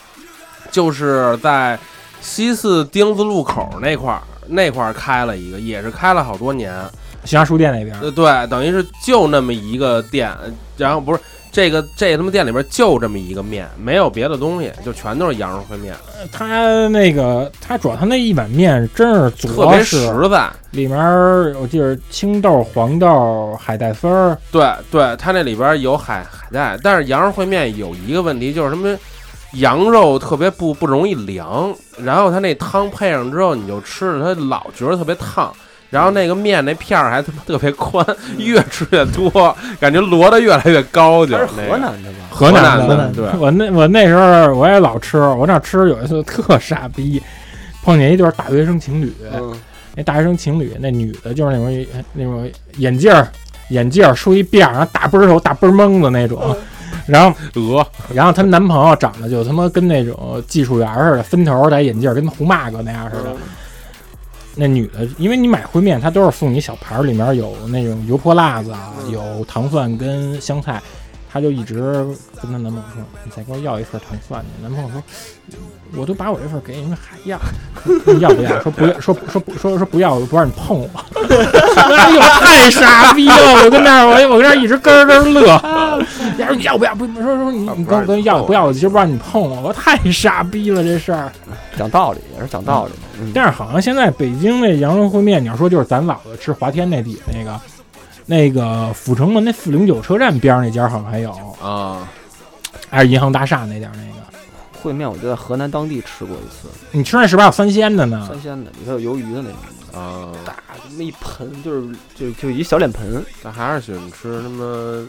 [SPEAKER 7] 就是在西四丁字路口那块儿那块儿开了一个，也是开了好多年。
[SPEAKER 5] 新华书店那边，
[SPEAKER 7] 呃，对，等于是就那么一个店，然后不是这个这他妈店里边就这么一个面，没有别的东西，就全都是羊肉烩面，
[SPEAKER 5] 它那个它主要它那一碗面真是主
[SPEAKER 7] 特
[SPEAKER 5] 要
[SPEAKER 7] 别
[SPEAKER 5] 是
[SPEAKER 7] 实在。
[SPEAKER 5] 里面儿我记得青豆、黄豆、海带丝儿，
[SPEAKER 7] 对对，它那里边有海海带，但是羊肉烩面有一个问题就是什么？羊肉特别不不容易凉，然后它那汤配上之后，你就吃着它老觉得特别烫，然后那个面那片儿还他妈特别宽， 越吃越多，感觉摞的越来越高，就
[SPEAKER 4] 他
[SPEAKER 7] 是
[SPEAKER 4] 是
[SPEAKER 7] 那
[SPEAKER 4] 河
[SPEAKER 7] 个
[SPEAKER 4] 南的吧？
[SPEAKER 5] 河南
[SPEAKER 7] 河
[SPEAKER 6] 河南
[SPEAKER 7] 对，
[SPEAKER 5] 我那我那时候我也老吃，我那吃有一次特傻逼，碰见一对儿大学生情侣，
[SPEAKER 4] 嗯，
[SPEAKER 5] 那大学生情侣，那女的就是那种那种眼镜儿眼镜儿梳一辫儿，然后大背儿头大背儿蒙子那种，然后
[SPEAKER 7] 鹅
[SPEAKER 5] 然后她男朋友长得就他妈跟那种技术员儿似的，分头戴眼镜儿，跟红蚂蚱那样似的。那女的，因为你买烩面，它都是送你小盘儿，里面有那种油泼辣子啊，有糖蒜跟香菜。她就一直跟她男朋友说：“你再给我要一份糖蒜去。”男朋友说：“我都把我这份给你，你还要？嗯要不要？说不要，说说不说说不要，我不让你碰我。” 哎呦，太傻逼了！我跟那儿，我我跟那儿一直咯咯乐。 然后你要不要？不不说说你你跟我跟我要不要？我今儿不让你碰我，我太傻逼了这事儿。
[SPEAKER 4] 讲道理也是讲道理，嗯
[SPEAKER 5] 但是好像现在北京那羊肉烩面，你要说就是咱老的吃华天那底下那个，那个阜成门那四零九车站边儿那家好像还有，
[SPEAKER 7] 啊，
[SPEAKER 5] 还是银行大厦那点儿那个。
[SPEAKER 4] 烩面我就在河南当地吃过一次，
[SPEAKER 5] 你吃那是不是还有三鲜的呢
[SPEAKER 4] 三？鲜的，里头有鱿鱼的那种，
[SPEAKER 7] 啊，
[SPEAKER 4] 大那么一盆，就是就就一小脸盆。
[SPEAKER 7] 但还是喜欢吃他妈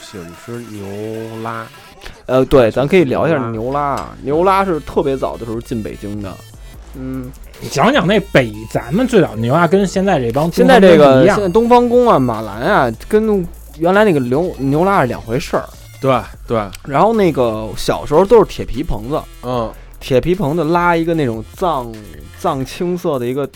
[SPEAKER 7] 喜欢吃牛拉，
[SPEAKER 4] 呃，对，咱可以聊一
[SPEAKER 7] 牛
[SPEAKER 4] 下
[SPEAKER 7] 拉
[SPEAKER 4] 牛拉。牛拉是特别早的时候进北京的，嗯，
[SPEAKER 5] 你讲讲那北咱们最早牛啊，跟现在这帮
[SPEAKER 4] 现在这
[SPEAKER 5] 中国人
[SPEAKER 4] 个
[SPEAKER 5] 一
[SPEAKER 4] 现在
[SPEAKER 5] 样，
[SPEAKER 4] 东方宫啊、马兰啊，跟原来那个牛牛拉是两回事儿。
[SPEAKER 7] 对对，
[SPEAKER 4] 然后那个小时候都是铁皮棚子，
[SPEAKER 7] 嗯，
[SPEAKER 4] 铁皮棚子拉一个那种藏藏青色的一个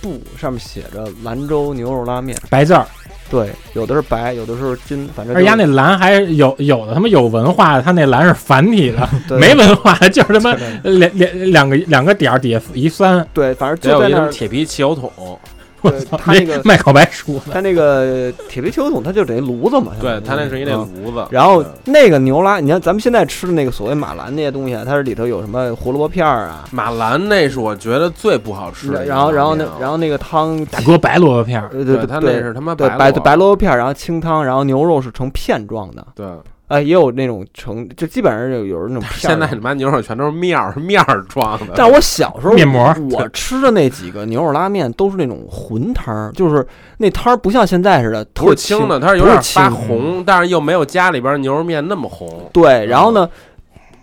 [SPEAKER 4] 布，上面写着兰州牛肉拉面。
[SPEAKER 5] 白字儿，
[SPEAKER 4] 对，有的是白，有的是金，反正
[SPEAKER 5] 而且家那蓝还有有的他妈有文化的，他那蓝是繁体的，
[SPEAKER 4] 对
[SPEAKER 5] 没文化的就是他 妈
[SPEAKER 4] 对
[SPEAKER 5] 两两两个两个点儿底下一翻，
[SPEAKER 4] 对，反正就
[SPEAKER 7] 得有
[SPEAKER 4] 在
[SPEAKER 7] 一
[SPEAKER 4] 那
[SPEAKER 7] 种
[SPEAKER 4] 儿。
[SPEAKER 7] 铁皮汽油桶，
[SPEAKER 5] 我
[SPEAKER 4] 对
[SPEAKER 5] 操，
[SPEAKER 4] 他那个
[SPEAKER 5] 卖烤白薯的。
[SPEAKER 4] 它那个铁皮球桶，它就等于炉子嘛。
[SPEAKER 7] 对，它那是一那
[SPEAKER 4] 嗯
[SPEAKER 7] 炉子，
[SPEAKER 4] 然后那个牛拉，你看咱们现在吃的那个所谓马兰那些东西啊，它是里头有什么胡萝卜片儿啊，
[SPEAKER 7] 马兰那是我觉得最不好吃的一个
[SPEAKER 4] 然后然后那
[SPEAKER 7] 拉面啊
[SPEAKER 4] 然后那个汤，
[SPEAKER 5] 大哥，白萝卜片儿，
[SPEAKER 4] 呃对
[SPEAKER 7] 对
[SPEAKER 4] 对
[SPEAKER 7] 他那
[SPEAKER 4] 对
[SPEAKER 7] 是他妈
[SPEAKER 4] 对
[SPEAKER 7] 白
[SPEAKER 4] 白
[SPEAKER 7] 萝啊
[SPEAKER 4] 白萝卜片儿，然后清汤，然后牛肉是成片状的，
[SPEAKER 7] 对，
[SPEAKER 4] 哎，也有那种成，就基本上有有那种片儿
[SPEAKER 7] 现
[SPEAKER 4] 的。
[SPEAKER 7] 在你妈牛肉全都是面儿 面儿装的，
[SPEAKER 4] 但我小时候
[SPEAKER 5] 面膜
[SPEAKER 4] 我吃的那几个牛肉拉面都是那种混汤儿，就是那汤儿不像现在似的
[SPEAKER 7] 不
[SPEAKER 4] 特
[SPEAKER 7] 是清的，它是有
[SPEAKER 4] 不是
[SPEAKER 7] 点发
[SPEAKER 4] 清嗯
[SPEAKER 7] 红，但是又没有家里边牛肉面那么红。
[SPEAKER 4] 对，然后呢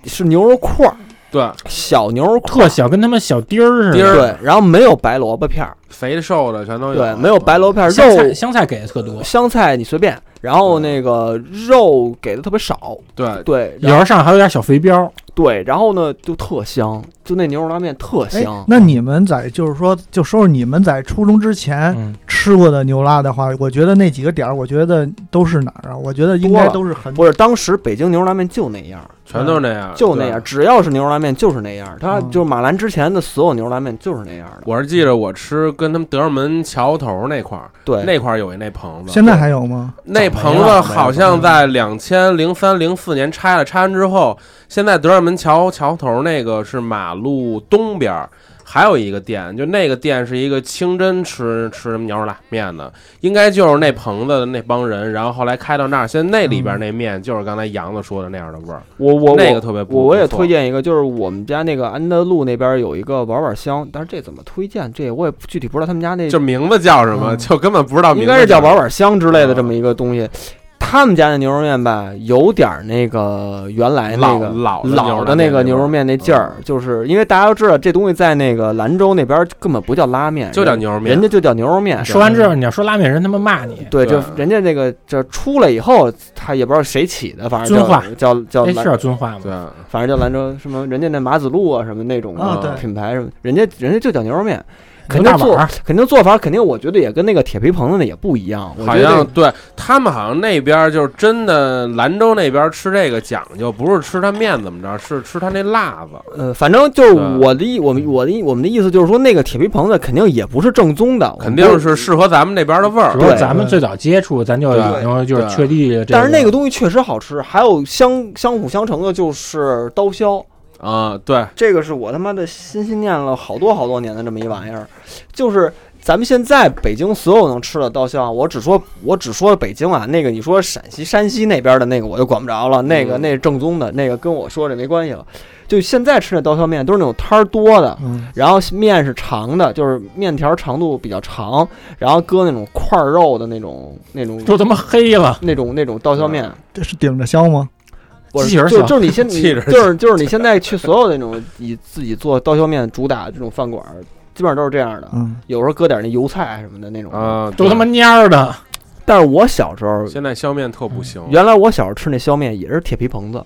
[SPEAKER 4] 是牛肉块儿，
[SPEAKER 7] 对，
[SPEAKER 4] 小牛肉块儿
[SPEAKER 5] 特小，跟他妈小丁儿似
[SPEAKER 7] 丁
[SPEAKER 5] 的。
[SPEAKER 7] 儿
[SPEAKER 4] 对，然后没有白萝卜片儿，
[SPEAKER 7] 肥的瘦的全都有。
[SPEAKER 4] 对，没有白楼片，
[SPEAKER 5] 香菜
[SPEAKER 4] 肉
[SPEAKER 5] 香菜给的特多，
[SPEAKER 4] 香菜你随便，然后那个肉给的特别少，
[SPEAKER 7] 对，
[SPEAKER 4] 对，
[SPEAKER 5] 有时
[SPEAKER 4] 然后
[SPEAKER 5] 候上还有点小肥膘，
[SPEAKER 4] 对，然后呢就特香，就那牛肉拉面特
[SPEAKER 6] 哎
[SPEAKER 4] 香，。
[SPEAKER 6] 那你们在就是说，就说说你们在初中之
[SPEAKER 7] 哎
[SPEAKER 6] 前
[SPEAKER 5] 嗯，
[SPEAKER 6] 吃过的牛拉的话，我觉得那几个点儿，我觉得都是哪儿啊？我觉得应
[SPEAKER 4] 多
[SPEAKER 6] 该
[SPEAKER 4] 了
[SPEAKER 6] 都是很
[SPEAKER 4] 不是，当时北京牛肉拉面就那样，
[SPEAKER 7] 全都是那样，
[SPEAKER 4] 就那样，
[SPEAKER 7] 对。
[SPEAKER 4] 只要是牛肉拉面就是那样。它
[SPEAKER 6] 嗯
[SPEAKER 4] 就是马兰之前的所有牛肉拉面就是那样的。
[SPEAKER 7] 我是记着我吃跟他们德胜门桥头那块儿，
[SPEAKER 4] 对，
[SPEAKER 7] 那块儿有一那棚子，
[SPEAKER 6] 现在还有吗？
[SPEAKER 7] 那棚子好像在两千零三零四年拆了，拆完之后，现在德胜门桥桥头那个是马路东边儿，还有一个店，就那个店是一个清真吃吃什么牛肉拉面的，应该就是那棚子的那帮人，然后后来开到那儿，现在那里边那面就是刚才杨子说的那样的味儿，
[SPEAKER 4] 我我
[SPEAKER 7] 那个特别不
[SPEAKER 4] 我我也
[SPEAKER 7] 不错
[SPEAKER 4] 推荐一个，就是我们家那个安德路那边有一个碗碗香，但是这怎么推荐？这我也不具体不知道他们家那
[SPEAKER 7] 就名字叫什么，
[SPEAKER 6] 嗯
[SPEAKER 7] 就根本不知道
[SPEAKER 4] 嗯
[SPEAKER 7] 名
[SPEAKER 4] 应
[SPEAKER 7] 字，
[SPEAKER 4] 该是叫碗碗香之类的
[SPEAKER 7] 啊
[SPEAKER 4] 这么一个东西。他们家的牛肉面吧，有点儿那个原来那
[SPEAKER 7] 老
[SPEAKER 4] 个
[SPEAKER 7] 老的
[SPEAKER 4] 老
[SPEAKER 7] 的
[SPEAKER 4] 那个
[SPEAKER 7] 牛
[SPEAKER 4] 牛肉
[SPEAKER 7] 面，
[SPEAKER 4] 面那劲
[SPEAKER 7] 嗯
[SPEAKER 4] 儿，就是因为大家都知道这东西在那个兰州那边根本不叫拉面，
[SPEAKER 7] 就叫
[SPEAKER 4] 人
[SPEAKER 7] 牛肉
[SPEAKER 4] 人
[SPEAKER 7] 面，
[SPEAKER 4] 家就叫牛肉
[SPEAKER 7] 哎
[SPEAKER 4] 面。
[SPEAKER 5] 说完之后你要说拉面人他妈骂你，
[SPEAKER 4] 对，就
[SPEAKER 7] 对
[SPEAKER 4] 人家那个这出来以后，他也不知道谁起的，反正
[SPEAKER 5] 遵化
[SPEAKER 4] 叫叫叫
[SPEAKER 5] 哎，
[SPEAKER 4] 兰
[SPEAKER 5] 是叫遵化吗？
[SPEAKER 7] 嗯对，
[SPEAKER 4] 反正叫兰州什么，人家那马子路啊什么那种
[SPEAKER 5] 哦
[SPEAKER 6] 啊
[SPEAKER 4] 的
[SPEAKER 6] 对
[SPEAKER 4] 品牌什么，人家人家就叫牛肉面，肯
[SPEAKER 5] 牛
[SPEAKER 4] 定
[SPEAKER 5] 大
[SPEAKER 4] 做
[SPEAKER 5] 碗儿，
[SPEAKER 4] 肯定做法肯定，我觉得也跟那个铁皮棚子那也不一样。我
[SPEAKER 7] 好
[SPEAKER 4] 觉
[SPEAKER 7] 像
[SPEAKER 4] 得
[SPEAKER 7] 对他们好像那边儿就是真的兰州那边儿吃这个讲究，不是吃它面怎么着，是吃它那辣子。
[SPEAKER 4] 呃，反正就是
[SPEAKER 7] 对
[SPEAKER 4] 我的意，我们我的意我们的意思就是说，那个铁皮棚子肯定也不是正宗的，
[SPEAKER 7] 肯
[SPEAKER 4] 我
[SPEAKER 7] 定
[SPEAKER 4] 们不
[SPEAKER 7] 是适合咱们那边儿的味儿
[SPEAKER 5] 主。要
[SPEAKER 4] 对
[SPEAKER 5] 咱们最早接触，咱就
[SPEAKER 7] 对
[SPEAKER 5] 已经就是
[SPEAKER 7] 对
[SPEAKER 5] 确立了这。
[SPEAKER 4] 但是那个东西确实好吃，还有相相辅相成的就是刀削，
[SPEAKER 7] 啊、对，
[SPEAKER 4] 这个是我他妈的心心念了好多好多年的这么一玩意儿，就是咱们现在北京所有能吃的刀削啊，我只说我只说北京啊，那个你说陕西山西那边的那个我就管不着了，那个
[SPEAKER 7] 嗯
[SPEAKER 4] 那是正宗的，那个跟我说这没关系了。就现在吃那刀削面都是那种摊儿多的，
[SPEAKER 6] 嗯，
[SPEAKER 4] 然后面是长的，就是面条长度比较长，然后搁那种块儿肉的那种那种
[SPEAKER 5] 都他妈黑了，
[SPEAKER 4] 那种那种刀削面，
[SPEAKER 6] 这是顶着削吗？
[SPEAKER 4] 不是
[SPEAKER 5] 机器人
[SPEAKER 4] 就
[SPEAKER 5] 削
[SPEAKER 4] 就是 你现你
[SPEAKER 7] 机器人削
[SPEAKER 4] 就是就是你现在去所有那种以自己做刀削面主打的这种饭馆儿，基本上都是这样的，
[SPEAKER 6] 嗯，
[SPEAKER 4] 有时候搁点那油菜什么的那种。
[SPEAKER 7] 啊、
[SPEAKER 5] 都他妈
[SPEAKER 7] 对
[SPEAKER 5] 蔫儿的。
[SPEAKER 4] 但是我小时候，
[SPEAKER 7] 现在削面特不行，
[SPEAKER 4] 原来我小时候吃那削面也是铁皮棚子，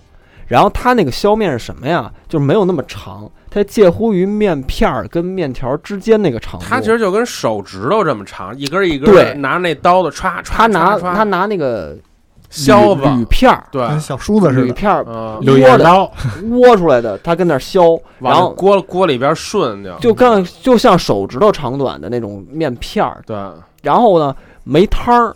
[SPEAKER 4] 然后它那个削面是什么呀？就是没有那么长，它介乎于面片儿跟面条之间那个长度。
[SPEAKER 7] 它其实就跟手指头这么长，一根儿一根
[SPEAKER 4] 对
[SPEAKER 7] 儿拿那刀子歘歘，
[SPEAKER 4] 他拿
[SPEAKER 7] 歘歘
[SPEAKER 4] 他拿那个
[SPEAKER 7] 削
[SPEAKER 4] 铝铝
[SPEAKER 7] 子，
[SPEAKER 4] 片儿，
[SPEAKER 7] 对，
[SPEAKER 6] 跟小梳子似
[SPEAKER 4] 铝
[SPEAKER 6] 的。
[SPEAKER 4] 片儿
[SPEAKER 7] 嗯、
[SPEAKER 5] 柳叶刀，
[SPEAKER 4] 窝出来的，他跟那儿削，然
[SPEAKER 7] 往那
[SPEAKER 4] 后
[SPEAKER 7] 锅锅里边儿顺就
[SPEAKER 4] 就干就像手指头长短的那种面片儿，
[SPEAKER 7] 对，
[SPEAKER 4] 然后呢没摊儿，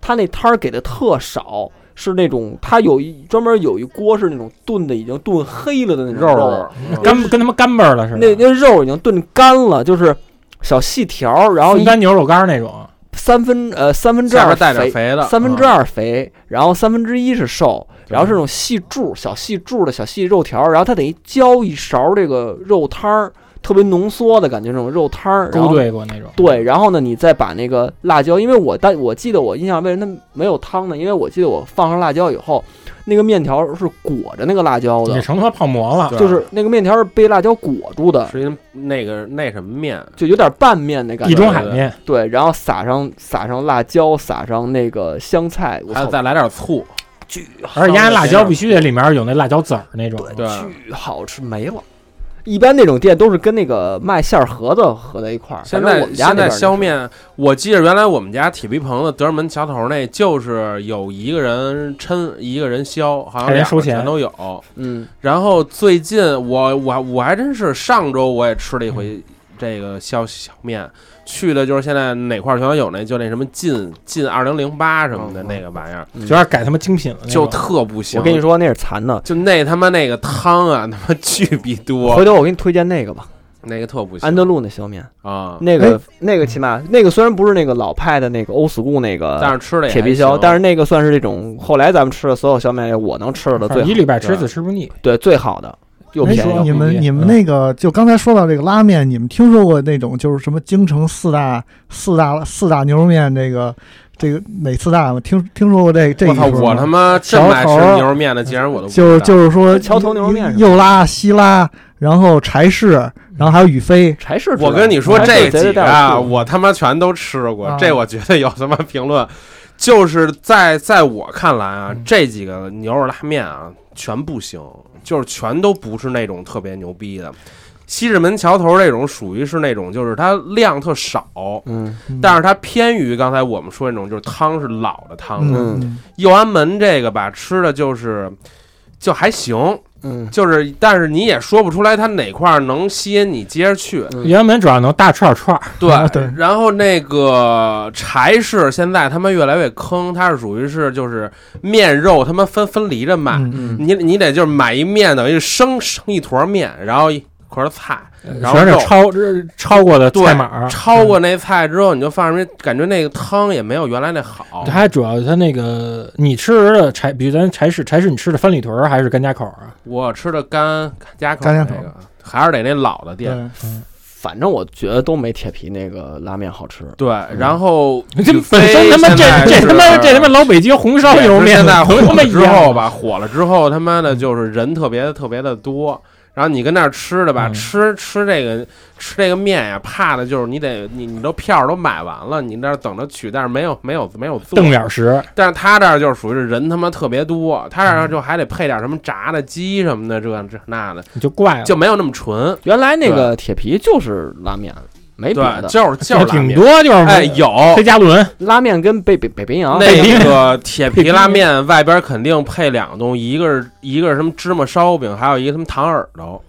[SPEAKER 4] 他那摊儿给的特少，是那种他有一专门有一锅是那种炖的已经炖黑了的那种
[SPEAKER 7] 肉肉，嗯
[SPEAKER 5] 干跟他妈干巴儿了似
[SPEAKER 4] 那
[SPEAKER 5] 的，
[SPEAKER 4] 那肉已经炖干了，就是小细条儿，然后
[SPEAKER 5] 风
[SPEAKER 4] 一
[SPEAKER 5] 干牛肉干儿那种，
[SPEAKER 4] 三分呃三分之
[SPEAKER 7] 下
[SPEAKER 4] 二
[SPEAKER 7] 边带点
[SPEAKER 4] 肥
[SPEAKER 7] 肥的，
[SPEAKER 4] 三分之
[SPEAKER 7] 嗯
[SPEAKER 4] 二肥，然后三分之一是瘦，
[SPEAKER 7] 对
[SPEAKER 4] 然后是那种细柱、小细柱的小细肉条，然后它等于浇一勺这个肉汤儿，特别浓缩的感觉，那种肉汤儿，然
[SPEAKER 5] 勾
[SPEAKER 4] 后
[SPEAKER 5] 兑过那种。
[SPEAKER 4] 对，然后呢，你再把那个辣椒，因为我但我记得我印象为什么它没有汤呢？因为我记得我放上辣椒以后，那个面条是裹着那个辣椒
[SPEAKER 5] 也
[SPEAKER 4] 的，
[SPEAKER 5] 成他妈泡馍了。
[SPEAKER 7] 对
[SPEAKER 4] 就是那个面条是被辣椒裹住的，
[SPEAKER 7] 是因那个那什么面，
[SPEAKER 4] 就有点拌面那感
[SPEAKER 5] 地
[SPEAKER 4] 觉。
[SPEAKER 5] 中海面，
[SPEAKER 4] 对，然后撒上撒上辣椒，撒上那个香菜，我
[SPEAKER 7] 还
[SPEAKER 4] 操
[SPEAKER 7] 有，再来点醋，
[SPEAKER 5] 而且压辣椒必须得里面有那辣椒籽儿那种。
[SPEAKER 7] 对，
[SPEAKER 4] 哎
[SPEAKER 7] 啊
[SPEAKER 4] 巨好吃，没了。一般那种店都是跟那个卖馅儿盒子合在一块儿。
[SPEAKER 7] 现
[SPEAKER 4] 啊反正
[SPEAKER 7] 在
[SPEAKER 4] 我们家
[SPEAKER 7] 现
[SPEAKER 4] 那
[SPEAKER 7] 在
[SPEAKER 4] 边儿
[SPEAKER 7] 削面，我记得原来我们家铁皮棚子德胜门桥头那，就是有一个人抻，一个人削，好像
[SPEAKER 5] 还
[SPEAKER 7] 两
[SPEAKER 5] 人
[SPEAKER 7] 个
[SPEAKER 5] 收钱
[SPEAKER 7] 全都有。
[SPEAKER 4] 嗯，
[SPEAKER 7] 然后最近我我我还真是上周我也吃了一
[SPEAKER 4] 嗯
[SPEAKER 7] 回这个削小面，去的就是现在哪块儿全都有那，就那什么进进二零零八什么的
[SPEAKER 4] 嗯嗯
[SPEAKER 7] 那个玩意儿，
[SPEAKER 5] 有点改他妈精品了那
[SPEAKER 7] 就
[SPEAKER 5] 种。
[SPEAKER 7] 特不行。
[SPEAKER 4] 我跟你，说那是馋的，
[SPEAKER 7] 就那他妈那个汤啊，他妈巨逼多
[SPEAKER 4] 回，头我给你推荐那个吧，
[SPEAKER 7] 那个特不行。
[SPEAKER 4] 安德路那削面，
[SPEAKER 7] 啊，
[SPEAKER 4] 那个
[SPEAKER 5] 哎
[SPEAKER 4] 那个起码那个虽然不是那个老派的那个 old school 那
[SPEAKER 7] 但
[SPEAKER 4] 个
[SPEAKER 7] 是吃的也
[SPEAKER 4] 铁皮削，但是那个算是这种后来咱们吃的所有削面里我能吃到的
[SPEAKER 5] 反正
[SPEAKER 4] 最
[SPEAKER 5] 一
[SPEAKER 4] 好
[SPEAKER 5] 礼拜吃
[SPEAKER 7] 对
[SPEAKER 5] 次吃不腻。
[SPEAKER 4] 对最好的又
[SPEAKER 6] 哎
[SPEAKER 4] 便宜
[SPEAKER 5] 说
[SPEAKER 6] 你
[SPEAKER 5] 嗯
[SPEAKER 7] 啊
[SPEAKER 6] 们你们那个就刚才说到这个拉面，你们听说过那种就是什么京城四大四大四大牛肉面这个这个哪四大吗？听听说过这这
[SPEAKER 7] 我
[SPEAKER 6] 一
[SPEAKER 7] 操！
[SPEAKER 6] 说
[SPEAKER 7] 我
[SPEAKER 6] 吗
[SPEAKER 7] 他妈这么爱吃牛肉面的，竟然我都不知
[SPEAKER 6] 就
[SPEAKER 7] 道
[SPEAKER 6] 就是说
[SPEAKER 4] 桥头牛肉面是吧
[SPEAKER 6] 又拉西拉，然后柴市，然后还有宇飞，
[SPEAKER 4] 柴市知道，
[SPEAKER 7] 我跟你说
[SPEAKER 4] 柴市
[SPEAKER 7] 这
[SPEAKER 4] 绝对
[SPEAKER 7] 几个
[SPEAKER 4] 带
[SPEAKER 7] 啊，
[SPEAKER 4] 我去
[SPEAKER 7] 我他妈全都吃过
[SPEAKER 6] 啊，
[SPEAKER 7] 这我觉得有他妈评论，就是在在我看来啊
[SPEAKER 5] 嗯，
[SPEAKER 7] 这几个牛肉拉面啊全不行，就是全都不是那种特别牛逼的。西直门桥头这种属于是那种，就是它量特少，
[SPEAKER 4] 嗯
[SPEAKER 7] 但是它偏于刚才我们说那种，就是汤是老的汤
[SPEAKER 6] 嗯
[SPEAKER 7] 的。
[SPEAKER 6] 嗯
[SPEAKER 7] 右安门这个吧，吃的就是就还行，
[SPEAKER 4] 嗯
[SPEAKER 7] 就是但是你也说不出来它哪块儿能吸引你接着 去。
[SPEAKER 5] 原本主要能大串串儿，
[SPEAKER 7] 对
[SPEAKER 6] 啊对
[SPEAKER 7] 然后那个柴市现在他们越来越坑，它是属于是就是面肉他们分分离着卖，
[SPEAKER 6] 嗯
[SPEAKER 4] 嗯，
[SPEAKER 7] 你你得就是买一面等于生生一坨面，然后一块菜，然后
[SPEAKER 5] 全是
[SPEAKER 7] 肉
[SPEAKER 5] 超这超过的
[SPEAKER 7] 对
[SPEAKER 5] 菜码
[SPEAKER 6] 啊
[SPEAKER 5] 儿，
[SPEAKER 7] 超过那菜之后你就放上面，感觉那个汤也没有原来那好。
[SPEAKER 5] 它主要它那个你吃的柴，比如咱柴市柴市，你吃的番里屯儿还是甘家口儿啊？
[SPEAKER 7] 我吃的干家口
[SPEAKER 6] 干家
[SPEAKER 7] 那
[SPEAKER 6] 口
[SPEAKER 7] 个，还是得那老的店。
[SPEAKER 6] 对，
[SPEAKER 4] 反正我觉得都没铁皮那个拉面好吃。
[SPEAKER 7] 对，然后
[SPEAKER 5] 这
[SPEAKER 7] 宇
[SPEAKER 5] 本身
[SPEAKER 7] 飞
[SPEAKER 5] 他妈
[SPEAKER 7] 现
[SPEAKER 5] 这
[SPEAKER 7] 在
[SPEAKER 5] 这
[SPEAKER 7] 是
[SPEAKER 5] 他妈这他妈老北京红烧牛肉面
[SPEAKER 7] 现在
[SPEAKER 5] 都
[SPEAKER 7] 火
[SPEAKER 5] 他妈
[SPEAKER 7] 了
[SPEAKER 5] 一
[SPEAKER 7] 之后
[SPEAKER 5] 样
[SPEAKER 7] 吧，火了之后他妈
[SPEAKER 5] 嗯
[SPEAKER 7] 的就是人特别特别的多。然后你跟那儿吃的吧，
[SPEAKER 5] 嗯
[SPEAKER 7] 吃吃这个吃这个面呀，怕的就是你得你你都票都买完了，你那儿等着取，但是没有没有没有座。
[SPEAKER 5] 瞪眼儿时，
[SPEAKER 7] 但是他这儿就是属于是人他妈特别多，
[SPEAKER 5] 嗯
[SPEAKER 7] 他这儿就还得配点什么炸的鸡什么的，这这那的
[SPEAKER 5] 你就怪了，
[SPEAKER 7] 就没有那么纯。
[SPEAKER 4] 原来那个铁皮就是拉面，没别
[SPEAKER 7] 对，
[SPEAKER 4] 的。
[SPEAKER 7] 就是就是拉
[SPEAKER 5] 挺
[SPEAKER 7] 面。
[SPEAKER 5] 多就是
[SPEAKER 7] 哎，有
[SPEAKER 5] 黑加仑
[SPEAKER 4] 拉面跟北北北冰洋
[SPEAKER 7] 那个铁皮拉面外边肯定配两个东西，一个是一个是什么芝麻烧饼，还有一个什么糖耳朵。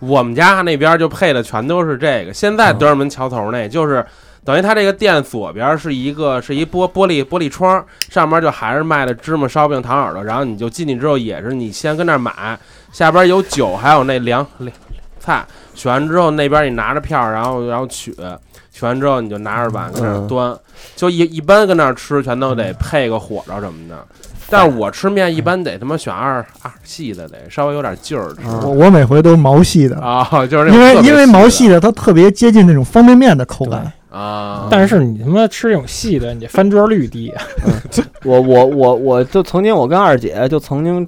[SPEAKER 7] 我们家那边就配的全都是这个。现在德尔门桥头那就是等于它这个店左边是一个是一玻玻璃玻璃窗，上面就还是卖的芝麻烧饼、糖耳朵，然后你就进去之后也是你先跟那儿买，下边有酒，还有那凉凉菜，选完之后那边你拿着票，然后然后取。取完之后你就拿着碗跟那
[SPEAKER 6] 嗯
[SPEAKER 7] 儿端，就一一般跟那儿吃全都得配个火烧什么的。但是我吃面一般得他妈选二二细的，得稍微有点劲儿吃
[SPEAKER 6] 我我每回都是毛细的，
[SPEAKER 7] 嗯啊、就是那
[SPEAKER 6] 嗯因
[SPEAKER 7] 种
[SPEAKER 6] 为
[SPEAKER 7] 特别
[SPEAKER 6] 因为毛细的它特别接近那种方便面的口感，
[SPEAKER 7] 的啊，
[SPEAKER 5] 但是你他妈吃这种细的，你这翻桌率低。啊
[SPEAKER 4] 我我我我就曾经我跟二姐就曾经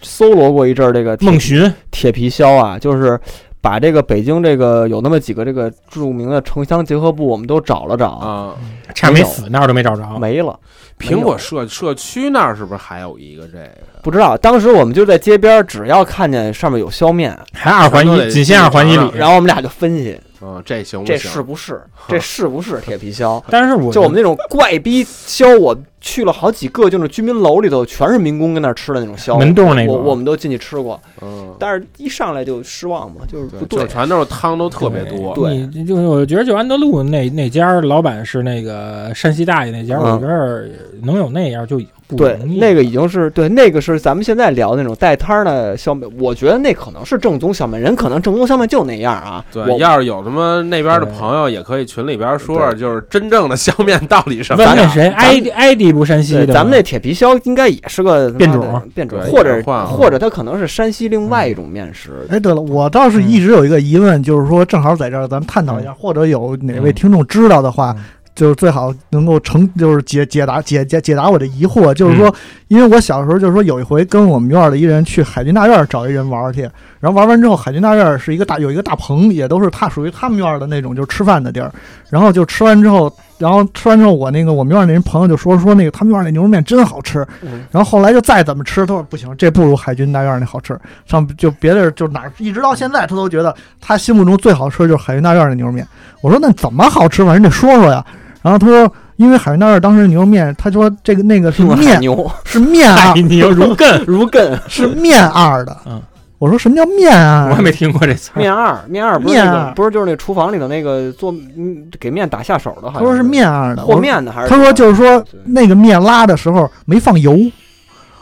[SPEAKER 4] 搜罗过一阵儿这个铁
[SPEAKER 5] 孟寻
[SPEAKER 4] 铁皮削啊，就是把这个北京这个有那么几个这个著名的城乡结合部，我们都找了找，
[SPEAKER 7] 啊，
[SPEAKER 5] 差没死，那儿都没找着。
[SPEAKER 4] 没了，
[SPEAKER 7] 苹果社社区那儿是不是还有一个这个？
[SPEAKER 4] 不知道。当时我们就在街边儿，只要看见上面有削面，
[SPEAKER 5] 还二环
[SPEAKER 7] 全都
[SPEAKER 5] 一，
[SPEAKER 7] 得
[SPEAKER 5] 仅限二环一
[SPEAKER 7] 正
[SPEAKER 5] 里。
[SPEAKER 4] 然后我们俩就分析
[SPEAKER 7] 嗯，这行不
[SPEAKER 4] 这
[SPEAKER 7] 行？
[SPEAKER 4] 是不是这是不是铁皮削。
[SPEAKER 5] 但是我
[SPEAKER 4] 就我们那种怪逼削，我去了好几个，就是居民楼里头全是民工跟那儿吃的那种削，
[SPEAKER 5] 门洞那
[SPEAKER 4] 我
[SPEAKER 5] 种，
[SPEAKER 4] 我们都进去吃过，
[SPEAKER 7] 嗯，
[SPEAKER 4] 但是一上来就失望嘛，就是不
[SPEAKER 7] 对，就是全都是汤都特别多。
[SPEAKER 4] 对
[SPEAKER 5] 你就我觉得就安德路那那家老板是那个山西大爷那家，
[SPEAKER 4] 嗯
[SPEAKER 5] 我觉得能有那样就已不
[SPEAKER 4] 对，
[SPEAKER 5] 容易。
[SPEAKER 4] 那个已经是对，那个是咱们现在聊的那种带摊儿的小面，我觉得那可能是正宗小面，人可能正宗小面就那样啊。
[SPEAKER 7] 对，
[SPEAKER 4] 我
[SPEAKER 7] 要是有什么那边的
[SPEAKER 5] 对
[SPEAKER 7] 朋友，也可以群里边说说，就是真正的削面到底什么
[SPEAKER 5] 问
[SPEAKER 7] 样
[SPEAKER 5] 问？谁？埃迪埃迪不山西
[SPEAKER 4] 对，
[SPEAKER 5] 的吗，
[SPEAKER 4] 咱们那铁皮削应该也是个
[SPEAKER 5] 变种
[SPEAKER 4] 他妈的变种，
[SPEAKER 7] 对
[SPEAKER 4] 或者
[SPEAKER 7] 也换了
[SPEAKER 4] 或者它可能是山西另外一种面食。
[SPEAKER 6] 哎，对了，我倒是一直有一个疑问，就是说，正好在这儿咱们探讨一下，或者有哪位听众知道的话
[SPEAKER 5] 嗯，
[SPEAKER 6] 就是最好能够成，就是解解答解解解答我的疑惑。就是说，因为我小时候就是说有一回跟我们院儿的一人去海军大院儿找一人玩儿去，然后玩完之后，海军大院儿是一个大有一个大棚，也都是他属于他们院儿的那种就是吃饭的地儿。然后就吃完之后，然后吃完之后，我那个我们院儿那人朋友就说说那个他们院儿那牛肉面真好吃，
[SPEAKER 4] 嗯
[SPEAKER 6] 然后后来就再怎么吃，他说不行，这不如海军大院那好吃。上就别的就哪儿，一直到现在他都觉得他心目中最好吃就是海军大院那牛肉面。我说那怎么好吃？反正得说说呀。然后他说，因为海军大院当时牛肉面，他说这个那个是
[SPEAKER 4] 是吧
[SPEAKER 6] 面
[SPEAKER 4] 牛
[SPEAKER 6] 是面
[SPEAKER 5] 哎
[SPEAKER 6] 二
[SPEAKER 5] 你又如艮，
[SPEAKER 4] 如艮
[SPEAKER 6] 是面二的。
[SPEAKER 5] 嗯，
[SPEAKER 6] 我说什么叫面啊
[SPEAKER 5] 我还
[SPEAKER 6] 二？
[SPEAKER 5] 没听过这词儿。
[SPEAKER 4] 面二，面二不是
[SPEAKER 6] 面
[SPEAKER 4] 那
[SPEAKER 6] 二
[SPEAKER 4] 个，不是就是那厨房里头那个做嗯给面打下手的，
[SPEAKER 6] 他
[SPEAKER 4] 好像
[SPEAKER 6] 说是面二的。我
[SPEAKER 4] 和
[SPEAKER 6] 说
[SPEAKER 4] 面的还是
[SPEAKER 6] 他说就是说
[SPEAKER 4] 对
[SPEAKER 6] 那个面拉的时候没放油。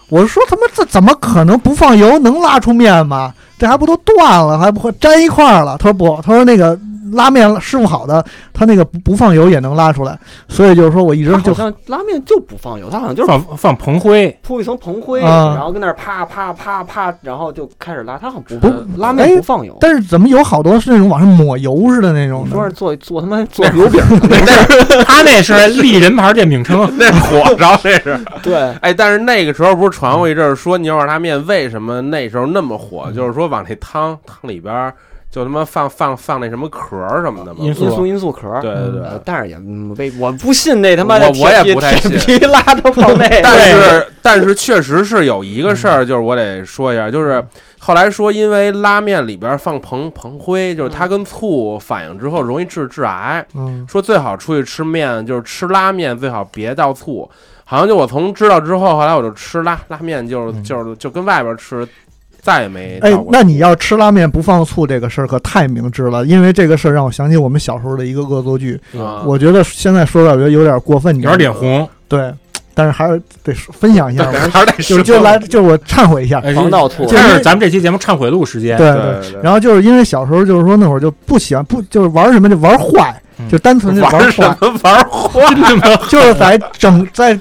[SPEAKER 6] 我说他妈这怎么可能不放油能拉出面吗？这还不都断了，还不会粘一块儿了？他说不，他说那个拉面师傅好的，他那个不不放油也能拉出来，所以就是说我一直
[SPEAKER 4] 它好
[SPEAKER 6] 就
[SPEAKER 4] 像拉面就不放油，它好像就是
[SPEAKER 5] 放放蓬灰，
[SPEAKER 4] 铺一层蓬灰，
[SPEAKER 6] 啊
[SPEAKER 4] 然后跟那儿啪啪啪啪，然后就开始拉。它好像
[SPEAKER 6] 不
[SPEAKER 4] 不拉面
[SPEAKER 6] 哎
[SPEAKER 4] 不放油，
[SPEAKER 6] 但是怎么有好多是那种往上抹油似的那种
[SPEAKER 4] 你
[SPEAKER 6] 的
[SPEAKER 4] 说是做 做他妈做油饼，
[SPEAKER 5] 他那是立人牌电饼铛，
[SPEAKER 7] 那是火着，这是。
[SPEAKER 4] 对，
[SPEAKER 7] 哎，但是那个时候不是传过一阵儿说牛肉拉面为什么那时候那么火，就是说往那汤汤里边儿就他妈放放放那什么壳儿什么的嘛。
[SPEAKER 5] 因
[SPEAKER 7] 嗯
[SPEAKER 4] 因素因素壳儿。
[SPEAKER 7] 对对对
[SPEAKER 4] 呃，但是也嗯被我不信那他妈的
[SPEAKER 7] 我我
[SPEAKER 4] 铁
[SPEAKER 7] 也
[SPEAKER 4] 皮
[SPEAKER 7] 不太信
[SPEAKER 4] 铁皮 拉都放那
[SPEAKER 7] 但
[SPEAKER 4] 个。
[SPEAKER 7] 是但是确实是有一个事儿，就是我得说一下，就是后来说因为拉面里边儿放硼硼灰，就是它跟醋反应之后容易致致癌。
[SPEAKER 6] 嗯，
[SPEAKER 7] 说最好出去吃面，就是吃拉面最好别倒醋。好像就我从知道之后，后来我就吃拉拉面，就是
[SPEAKER 5] 嗯
[SPEAKER 7] 就是就跟外边吃，再也没
[SPEAKER 6] 哎
[SPEAKER 7] 倒，过醋。
[SPEAKER 6] 那你要吃拉面不放醋这个事儿可太明智了，因为这个事儿让我想起我们小时候的一个恶作剧。
[SPEAKER 7] 啊
[SPEAKER 6] 我觉得现在说出来我觉得有点过分，
[SPEAKER 5] 有
[SPEAKER 6] 你知道吗
[SPEAKER 5] 点脸红，
[SPEAKER 6] 对，但是还是得说分享一下吧，
[SPEAKER 7] 还是得
[SPEAKER 6] 就
[SPEAKER 7] 吃
[SPEAKER 6] 就来就我忏悔一下。
[SPEAKER 5] 哎
[SPEAKER 4] 防盗醋
[SPEAKER 5] 这是咱们这期节目忏悔录时间，
[SPEAKER 6] 对
[SPEAKER 7] 对对对
[SPEAKER 6] 然后就是因为小时候就是说那会儿就不喜欢不就是玩什么就玩坏
[SPEAKER 5] 嗯，
[SPEAKER 6] 就单纯就
[SPEAKER 7] 玩什
[SPEAKER 6] 坏，
[SPEAKER 7] 么玩花？
[SPEAKER 5] 真他妈
[SPEAKER 6] 就是在整在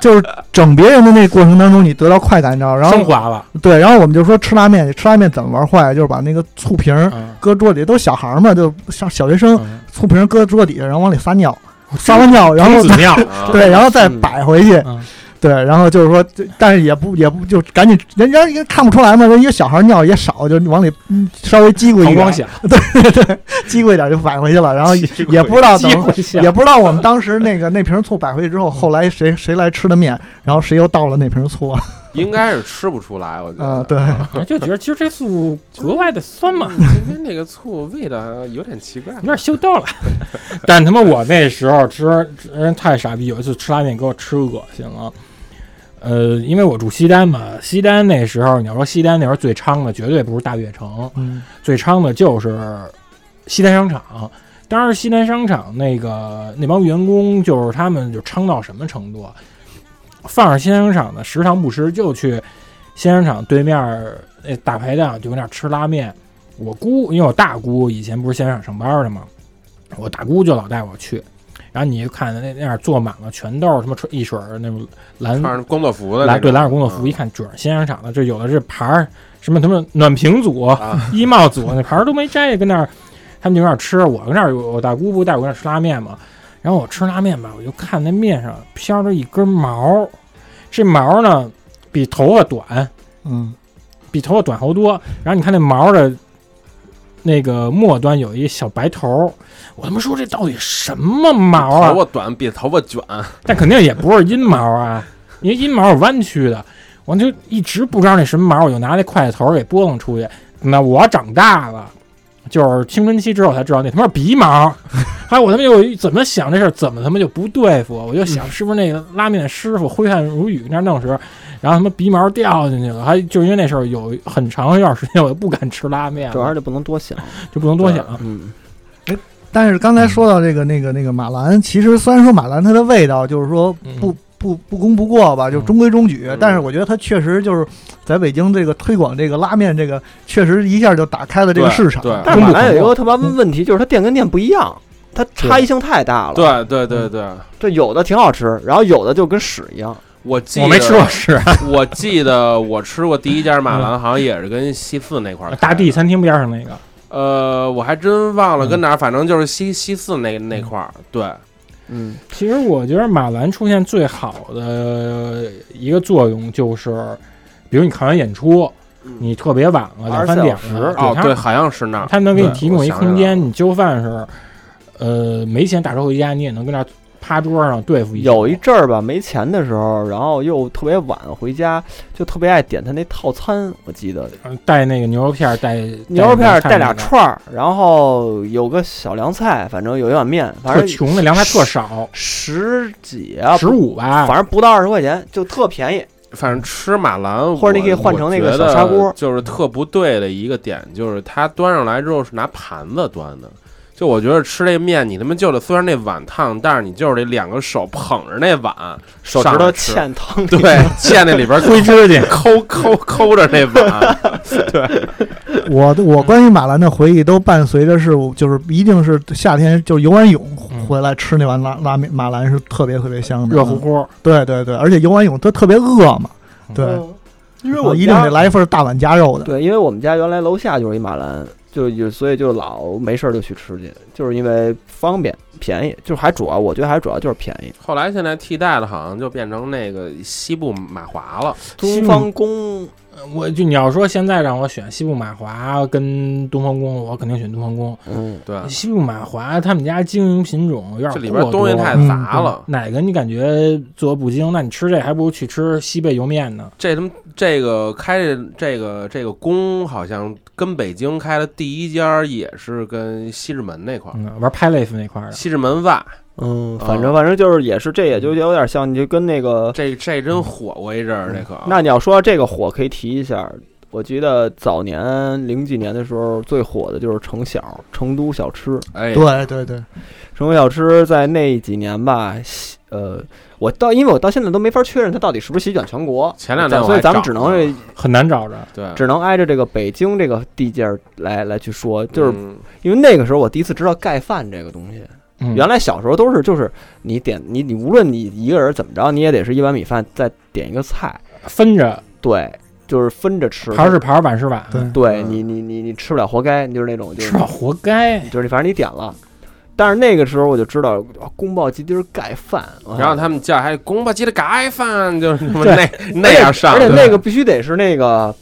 [SPEAKER 6] 就是整别人的那过程当中你得到快感，你知道吗？然
[SPEAKER 5] 升
[SPEAKER 6] 后
[SPEAKER 5] 华了，
[SPEAKER 6] 对，然后我们就说吃拉面，吃拉面怎么玩坏？啊就是把那个醋瓶儿
[SPEAKER 5] 嗯
[SPEAKER 6] 搁桌底，都是小孩儿嘛，就上小学生，
[SPEAKER 5] 嗯
[SPEAKER 6] 醋瓶儿搁桌底下，然后往里撒尿，撒完尿然后
[SPEAKER 5] 童子尿，
[SPEAKER 7] 啊
[SPEAKER 6] 对，然后再
[SPEAKER 4] 嗯
[SPEAKER 6] 摆回去
[SPEAKER 5] 嗯，
[SPEAKER 6] 对，然后就是说，就但是也不也不就赶紧，人家也看不出来嘛，人一个小孩尿也少，就往里嗯稍微叽咕
[SPEAKER 5] 膀
[SPEAKER 6] 一
[SPEAKER 5] 胱
[SPEAKER 6] 点，
[SPEAKER 5] 响，
[SPEAKER 6] 叽咕一点就摆回去了，然后
[SPEAKER 5] 叽咕
[SPEAKER 6] 也不知道怎
[SPEAKER 5] 叽
[SPEAKER 6] 么。
[SPEAKER 5] 咕响
[SPEAKER 6] 也不知道我们当时那个那瓶醋摆回去之后，后来谁谁来吃的面，然后谁又倒了那瓶醋啊？
[SPEAKER 7] 应该是吃不出来，我觉
[SPEAKER 6] 啊
[SPEAKER 5] 嗯
[SPEAKER 7] 得。，
[SPEAKER 6] 对，
[SPEAKER 5] 我就觉得其实这醋格外的酸嘛，
[SPEAKER 7] 嗯今天那个醋味道有点奇怪
[SPEAKER 5] 有。点羞到了。但他妈我那时候吃人太傻逼，有一次吃拉面给我吃恶心了。呃，因为我住西单嘛，西单那时候你要说西单那时候最昌的，绝对不是大悦城，
[SPEAKER 6] 嗯
[SPEAKER 5] 最昌的就是西单商场。当时西单商场那个那帮员工，就是他们就昌到什么程度啊，放着西单商场的食堂不吃，就去西单商场对面儿那大排档就搁那儿吃拉面。我姑，因为我大姑以前不是西单商场上班的嘛，我大姑就老带我去。然后你就看那那儿坐满了，全都是什么穿一水儿那种蓝
[SPEAKER 7] 穿着工作服的那
[SPEAKER 5] 蓝
[SPEAKER 7] 种，
[SPEAKER 5] 对蓝色工作服，
[SPEAKER 7] 嗯
[SPEAKER 5] 一看准是新商场的，这有的是牌儿，什么什么暖瓶组、
[SPEAKER 7] 啊
[SPEAKER 5] 衣帽组，那牌儿都没摘，跟那儿他们就在那儿吃。我跟那儿有我大姑不带我跟那儿吃拉面嘛，然后我吃拉面吧，我就看那面上飘着一根毛，这毛呢比头发短，
[SPEAKER 6] 嗯，
[SPEAKER 5] 比头发短好多。然后你看那毛的，那个末端有一小白头儿，我他妈说这到底什么毛啊？
[SPEAKER 7] 头发短比头发卷，
[SPEAKER 5] 但肯定也不是阴毛啊，因为阴毛是弯曲的。我就一直不知道那什么毛，我就拿那筷子头给拨弄出去。那我长大了，就是青春期之后才知道那他妈是 鼻毛。还有我他妈又怎么想这事儿，怎么他妈就不对付？我就想是不是那个拉面师傅挥汗如雨那儿弄时，然后他妈鼻毛掉进去了，还就因为那时候有很长一段时间我就不敢吃拉面
[SPEAKER 4] 主要
[SPEAKER 5] 了，
[SPEAKER 4] 是就不能多 想，
[SPEAKER 5] 就不能多想。
[SPEAKER 4] 嗯，
[SPEAKER 6] 但是刚才说到这个那个那个马兰，其实虽然说马兰它的味道就是说不、
[SPEAKER 5] 嗯
[SPEAKER 6] 不不攻不过吧，就中规中矩，
[SPEAKER 7] 嗯
[SPEAKER 6] 但是我觉得它确实就是在北京这个推广这个拉面这个，确实一下就打开了这个市场。
[SPEAKER 7] 对对
[SPEAKER 4] 但是马来有一个他妈问题，就是它店跟店不一样，它差异性太大了。，
[SPEAKER 7] 对对对对。
[SPEAKER 4] 这有的挺好吃，然后有的就跟屎一样。
[SPEAKER 7] 我记得
[SPEAKER 5] 我没吃过屎，
[SPEAKER 7] 我记得我吃过第一家马兰，好像也是跟西四那块儿开的
[SPEAKER 5] 大地。餐厅边上那个，
[SPEAKER 7] 呃，我还真忘了跟哪儿，反正就是西西四那那块儿。对，
[SPEAKER 4] 嗯，
[SPEAKER 5] 其实我觉得马兰出现最好的一个作用就是，比如你看完演出，你特别晚了，两三点
[SPEAKER 4] 24
[SPEAKER 5] 了，
[SPEAKER 7] 哦
[SPEAKER 5] 他
[SPEAKER 7] 对，好像是那儿。
[SPEAKER 5] 他能给你
[SPEAKER 7] 对
[SPEAKER 5] 提供一空
[SPEAKER 7] 我想起来
[SPEAKER 5] 间，
[SPEAKER 7] 了
[SPEAKER 5] 你就饭是，呃，没钱打车回家，你也能跟那儿趴桌上对付一宿
[SPEAKER 4] 有一阵儿吧，没钱的时候，然后又特别晚回家，就特别爱点他那套餐，我记得
[SPEAKER 5] 呃带那个牛肉片儿，带
[SPEAKER 4] 牛肉片儿
[SPEAKER 5] 带
[SPEAKER 4] 带俩
[SPEAKER 5] 那个，
[SPEAKER 4] 串儿，然后有个小凉菜，反正有一碗面，反
[SPEAKER 5] 特
[SPEAKER 4] 正
[SPEAKER 5] 穷的凉菜特少，
[SPEAKER 4] 十几啊，
[SPEAKER 5] 十五吧
[SPEAKER 4] 反，正不到二十块钱，就特便宜。
[SPEAKER 7] 反正吃马兰，
[SPEAKER 4] 或者你可以
[SPEAKER 7] 我
[SPEAKER 4] 换成那个小砂锅
[SPEAKER 7] 我觉得就是特不对的一个点，就是它端上来之后是拿盘子端的。就我觉得吃这面，你他妈就得虽然那碗烫，但是你就是得两个手捧着那碗，
[SPEAKER 4] 手指
[SPEAKER 7] 上
[SPEAKER 4] 头
[SPEAKER 7] 来吃
[SPEAKER 4] 嵌汤里，
[SPEAKER 7] 对，嵌那里边儿
[SPEAKER 5] 灰指甲。
[SPEAKER 7] 抠抠抠着那碗，
[SPEAKER 6] 我我关于马兰的回忆都伴随着是，就是一定是夏天就是游完泳
[SPEAKER 5] 嗯
[SPEAKER 6] 回来吃那碗拉拉面马兰是特别特别香的，
[SPEAKER 5] 热乎。乎，
[SPEAKER 6] 对对对，而且游完泳都特别饿嘛，对，
[SPEAKER 4] 嗯因为
[SPEAKER 6] 我
[SPEAKER 5] 啊
[SPEAKER 4] 我
[SPEAKER 6] 一定
[SPEAKER 4] 家
[SPEAKER 6] 得来一份大碗加肉的。
[SPEAKER 4] 对，因为我们家原来楼下就是一马兰，就有所以就老没事儿就去吃去，就是因为方便便宜，就是还主要我觉得还主要就是便宜。
[SPEAKER 7] 后来现在替代了，好像就变成那个西部马华了。
[SPEAKER 4] 东方宫
[SPEAKER 5] 我就你要说现在让我选西部马华跟东方宫，我肯定选东方宫。
[SPEAKER 4] 嗯，
[SPEAKER 7] 对，
[SPEAKER 5] 西部马华他们家经营品种有点
[SPEAKER 7] 这里边
[SPEAKER 5] 过
[SPEAKER 7] 东西
[SPEAKER 5] 多
[SPEAKER 7] 太
[SPEAKER 4] 嗯
[SPEAKER 5] 了
[SPEAKER 7] 杂了。
[SPEAKER 5] 哪个你感觉做得不精？那你吃这还不如去吃西贝莜面呢。
[SPEAKER 7] 这他妈这个开这这个这个宫，好像跟北京开的第一家也是跟西直门那块儿，
[SPEAKER 5] 嗯，玩 Palace 那块儿的，
[SPEAKER 7] 西直门外。啊
[SPEAKER 4] 嗯，反正反正就是也是，这也
[SPEAKER 7] 嗯
[SPEAKER 4] 就有点像，你就跟那个，
[SPEAKER 7] 这这真火过一阵儿，这可
[SPEAKER 4] 嗯那你要说这个火可以提一下。我记得早年零几年的时候，最火的就是城小成都小吃，
[SPEAKER 7] 哎，
[SPEAKER 6] 对对对，
[SPEAKER 4] 成都小吃在那几年吧，席呃，我到因为我到现在都没法确认它到底是不是席卷全国。
[SPEAKER 7] 前两天我
[SPEAKER 4] 所以
[SPEAKER 7] 还
[SPEAKER 4] 咱们只
[SPEAKER 7] 找
[SPEAKER 4] 能
[SPEAKER 7] 呢嗯
[SPEAKER 5] 很难找着。
[SPEAKER 7] 对，
[SPEAKER 4] 只能挨着这个北京这个地界儿来来去说，就是
[SPEAKER 7] 嗯
[SPEAKER 4] 因为那个时候我第一次知道盖饭这个东西。
[SPEAKER 5] 嗯，
[SPEAKER 4] 原来小时候都是就是你点你你无论你一个人怎么着，你也得是一碗米饭再点一个菜，
[SPEAKER 5] 分着
[SPEAKER 4] 对，就是分着吃。
[SPEAKER 5] 盘是盘，碗是碗，
[SPEAKER 6] 对
[SPEAKER 4] 对
[SPEAKER 7] 嗯
[SPEAKER 4] 你你你你吃不了活该，你就是那种就是
[SPEAKER 5] 吃饱活该。
[SPEAKER 4] 就是你反正你点了。但是那个时候我就知道哇宫保鸡丁盖饭，哇
[SPEAKER 7] 然后他们叫还宫保鸡的盖饭，就是什么
[SPEAKER 5] 对
[SPEAKER 7] 那那样上
[SPEAKER 4] 而
[SPEAKER 7] 的，
[SPEAKER 4] 且那个必须得是那个，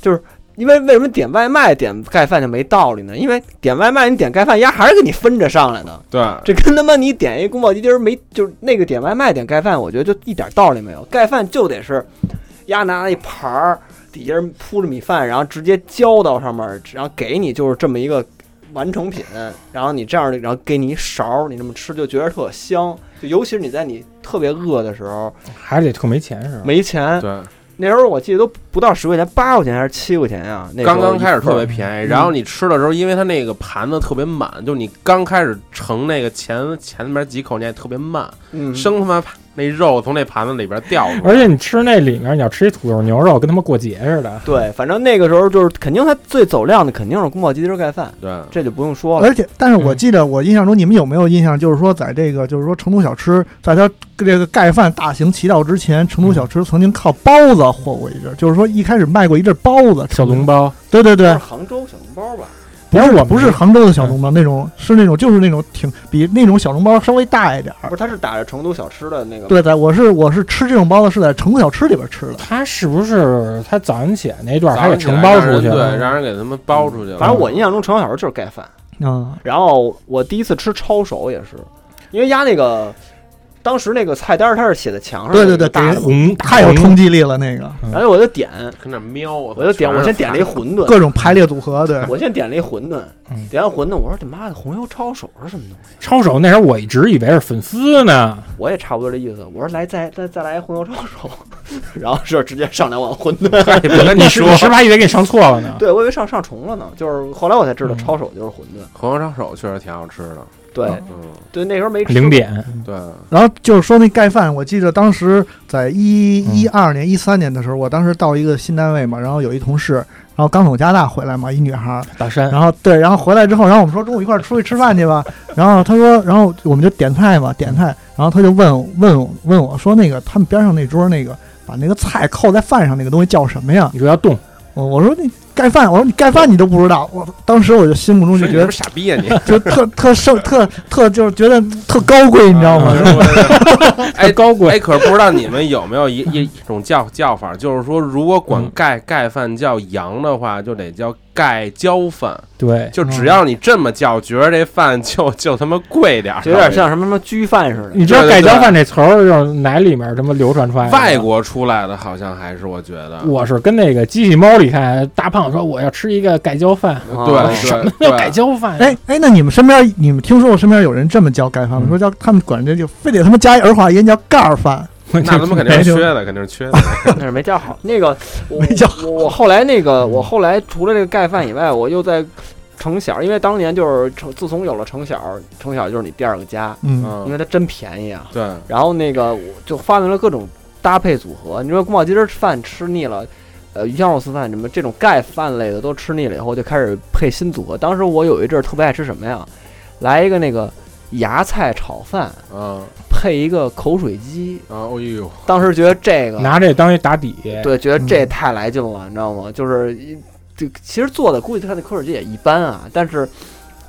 [SPEAKER 4] 就是因为为什么点外卖点盖饭就没道理呢？因为点外卖你点盖饭，丫还是给你分着上来的，
[SPEAKER 7] 对，
[SPEAKER 4] 这跟他妈你点一宫保鸡丁儿没就是那个点外卖点盖饭，我觉得就一点道理没有。盖饭就得是丫拿一盘儿底下铺着米饭，然后直接浇到上面儿，然后给你就是这么一个。完成品，然后你这样的，然后给你一勺儿，你这么吃就觉得特香，就尤其是你在你特别饿的时候，
[SPEAKER 5] 还是得特没钱是吧？
[SPEAKER 4] 没钱，
[SPEAKER 7] 对，
[SPEAKER 4] 那时候我记得都不到十块钱，八块钱还是七块钱啊？那时候
[SPEAKER 7] 刚刚开始特别
[SPEAKER 4] 一份嗯
[SPEAKER 7] 便宜，然后你吃的时候，因为它那个盘子特别满，就是你刚开始盛那个前前面几口，你也特别慢，
[SPEAKER 4] 嗯，
[SPEAKER 7] 生他妈那肉从那盘子里边掉出来，
[SPEAKER 5] 而且你吃那里面，你要吃一土豆牛肉，跟他妈过节似的。
[SPEAKER 4] 对，反正那个时候就是肯定它最走量的肯定是宫保鸡丁盖饭，
[SPEAKER 7] 对，
[SPEAKER 4] 这就不用说了。
[SPEAKER 6] 而且但是
[SPEAKER 5] 嗯
[SPEAKER 6] 我记得我印象中，你们有没有印象？就是说，在这个就是说成都小吃在它这个盖饭大行其道之前，成都小吃曾经靠包子火过一
[SPEAKER 5] 嗯
[SPEAKER 6] 阵儿，就是说一开始卖过一阵儿包子，
[SPEAKER 5] 小笼包，
[SPEAKER 6] 对对
[SPEAKER 4] 就是
[SPEAKER 6] 对，
[SPEAKER 4] 杭州小笼包吧？
[SPEAKER 5] 不是我
[SPEAKER 6] 不是杭州的小笼包那种，是那种就是那种挺比那种小笼包稍微大一点
[SPEAKER 4] 不
[SPEAKER 6] 儿。
[SPEAKER 4] 是，它是打着成都小吃的那个。，
[SPEAKER 6] 啊对，在我是我是吃这种包子是在成都小吃里边吃的，
[SPEAKER 5] 他是不是他早上起来那段
[SPEAKER 7] 早
[SPEAKER 5] 他给
[SPEAKER 7] 上起来
[SPEAKER 5] 承包
[SPEAKER 7] 让
[SPEAKER 5] 出
[SPEAKER 7] 人
[SPEAKER 5] 去
[SPEAKER 7] 对，
[SPEAKER 5] 了？嗯
[SPEAKER 7] 让人给他们包出去了。
[SPEAKER 4] 反正我印象中成都小吃就是盖饭。
[SPEAKER 5] 啊
[SPEAKER 6] 嗯，
[SPEAKER 4] 然后我第一次吃抄手也是，因为压那个当时那个菜单儿它是写在墙上的，
[SPEAKER 6] 对对对
[SPEAKER 4] 大
[SPEAKER 6] 给
[SPEAKER 4] 的
[SPEAKER 5] 红
[SPEAKER 6] 太有冲击力了，那个
[SPEAKER 4] 然后我就点，
[SPEAKER 7] 跟那瞄，
[SPEAKER 4] 我
[SPEAKER 7] 我
[SPEAKER 4] 就点，我先点了一
[SPEAKER 7] 火，
[SPEAKER 4] 馄饨，
[SPEAKER 6] 各种排列组合，对，
[SPEAKER 4] 我先点了一馄饨
[SPEAKER 5] 嗯，
[SPEAKER 4] 点完馄饨我说这妈的红油抄手是什么东西？
[SPEAKER 5] 抄手那时候我一直以为是粉丝呢，
[SPEAKER 4] 我也差不多这意思。我说来再再再来一红油抄手， 然后是直接上两碗馄
[SPEAKER 6] 啊
[SPEAKER 4] 饨。
[SPEAKER 7] 也不跟
[SPEAKER 5] 你是
[SPEAKER 7] 说
[SPEAKER 5] 你，是不是还以为给你上错了呢？
[SPEAKER 4] 对，我以为上上重了呢，就是后来我才知道
[SPEAKER 5] 嗯
[SPEAKER 4] 抄手就是馄饨。
[SPEAKER 7] 红油抄手确实挺好吃的，
[SPEAKER 6] 哦
[SPEAKER 4] 对
[SPEAKER 7] 嗯，
[SPEAKER 4] 对，那时候没吃
[SPEAKER 5] 零点，
[SPEAKER 7] 对，
[SPEAKER 6] 然后就是说那盖饭，我记得当时在一一二年、一三年的时候，我当时到一个新单位嘛，然后有一同事，然后刚从加拿大回来嘛，一女孩儿，
[SPEAKER 5] 大山
[SPEAKER 6] 然后对，然后回来之后，然后我们说中午一块儿出去吃饭去吧，然后她说，然后我们就点菜嘛，点菜，然后她就问问我问我说那个他们边上那桌那个把那个菜扣在饭上那个东西叫什么呀？
[SPEAKER 5] 你说要动，
[SPEAKER 6] 我我说你盖饭，我说你盖饭你都不知道，我当时我就心目中
[SPEAKER 7] 你
[SPEAKER 6] 就觉
[SPEAKER 7] 是
[SPEAKER 6] 得
[SPEAKER 7] 不是傻逼啊 呀你？
[SPEAKER 6] 就特特盛特特就是觉得特高贵，你知道
[SPEAKER 7] 嗯
[SPEAKER 6] 吗？
[SPEAKER 7] 哎，
[SPEAKER 5] 高贵
[SPEAKER 7] 哎，可是不知道你们有没有一一一种叫叫法，就是说，如果管
[SPEAKER 5] 嗯
[SPEAKER 7] 盖盖饭叫羊的话，就得叫盖浇饭。
[SPEAKER 5] 对，
[SPEAKER 7] 就只要你这么叫，觉着这饭就就他妈贵点儿，
[SPEAKER 4] 就有点像什么什么居饭似的。
[SPEAKER 5] 你知道
[SPEAKER 7] 对对
[SPEAKER 5] 盖
[SPEAKER 7] 对
[SPEAKER 5] 浇饭这词儿就是哪里面他妈流传出来的？
[SPEAKER 7] 外国出来的，好像还是我觉得。
[SPEAKER 5] 我是跟那个机器猫里看，大胖说我要吃一个盖浇饭，
[SPEAKER 6] 嗯
[SPEAKER 4] 啊
[SPEAKER 7] 对对
[SPEAKER 5] 要
[SPEAKER 7] 对，
[SPEAKER 5] 盖浇饭呀，
[SPEAKER 6] 哎哎，那你们身边，你们听说过身边有人这么叫盖饭吗？
[SPEAKER 5] 嗯
[SPEAKER 6] 说叫他们管这就非得他妈加一儿化音叫盖儿饭，
[SPEAKER 5] 那
[SPEAKER 7] 那他妈肯定是缺的，肯定是缺 的。
[SPEAKER 4] 那是没叫好。那 个我
[SPEAKER 6] 没叫好
[SPEAKER 4] 我我后来那个我后来除了这个盖饭以外，我又在城小，因为当年就是城，自从有了城小，城小就是你第二个家，
[SPEAKER 6] 嗯，
[SPEAKER 4] 因
[SPEAKER 7] 嗯，
[SPEAKER 4] 为它真便宜啊。
[SPEAKER 7] 对，
[SPEAKER 4] 然后那个我就发明了各种搭配组合。你说宫保鸡丁饭吃腻了，呃鱼香肉丝饭什么这种盖饭类的都吃腻了以后，就开始配新组合。当时我有一阵儿特别爱吃什么呀？来一个那个芽菜炒饭，
[SPEAKER 7] 啊
[SPEAKER 4] 配一个口水鸡。
[SPEAKER 7] 啊！哦呦，
[SPEAKER 4] 当时觉得这个
[SPEAKER 5] 拿这当一打底，
[SPEAKER 4] 对，觉得这太来劲了，你知道吗？就是一这其实做的估计他那口水鸡也一般啊，但是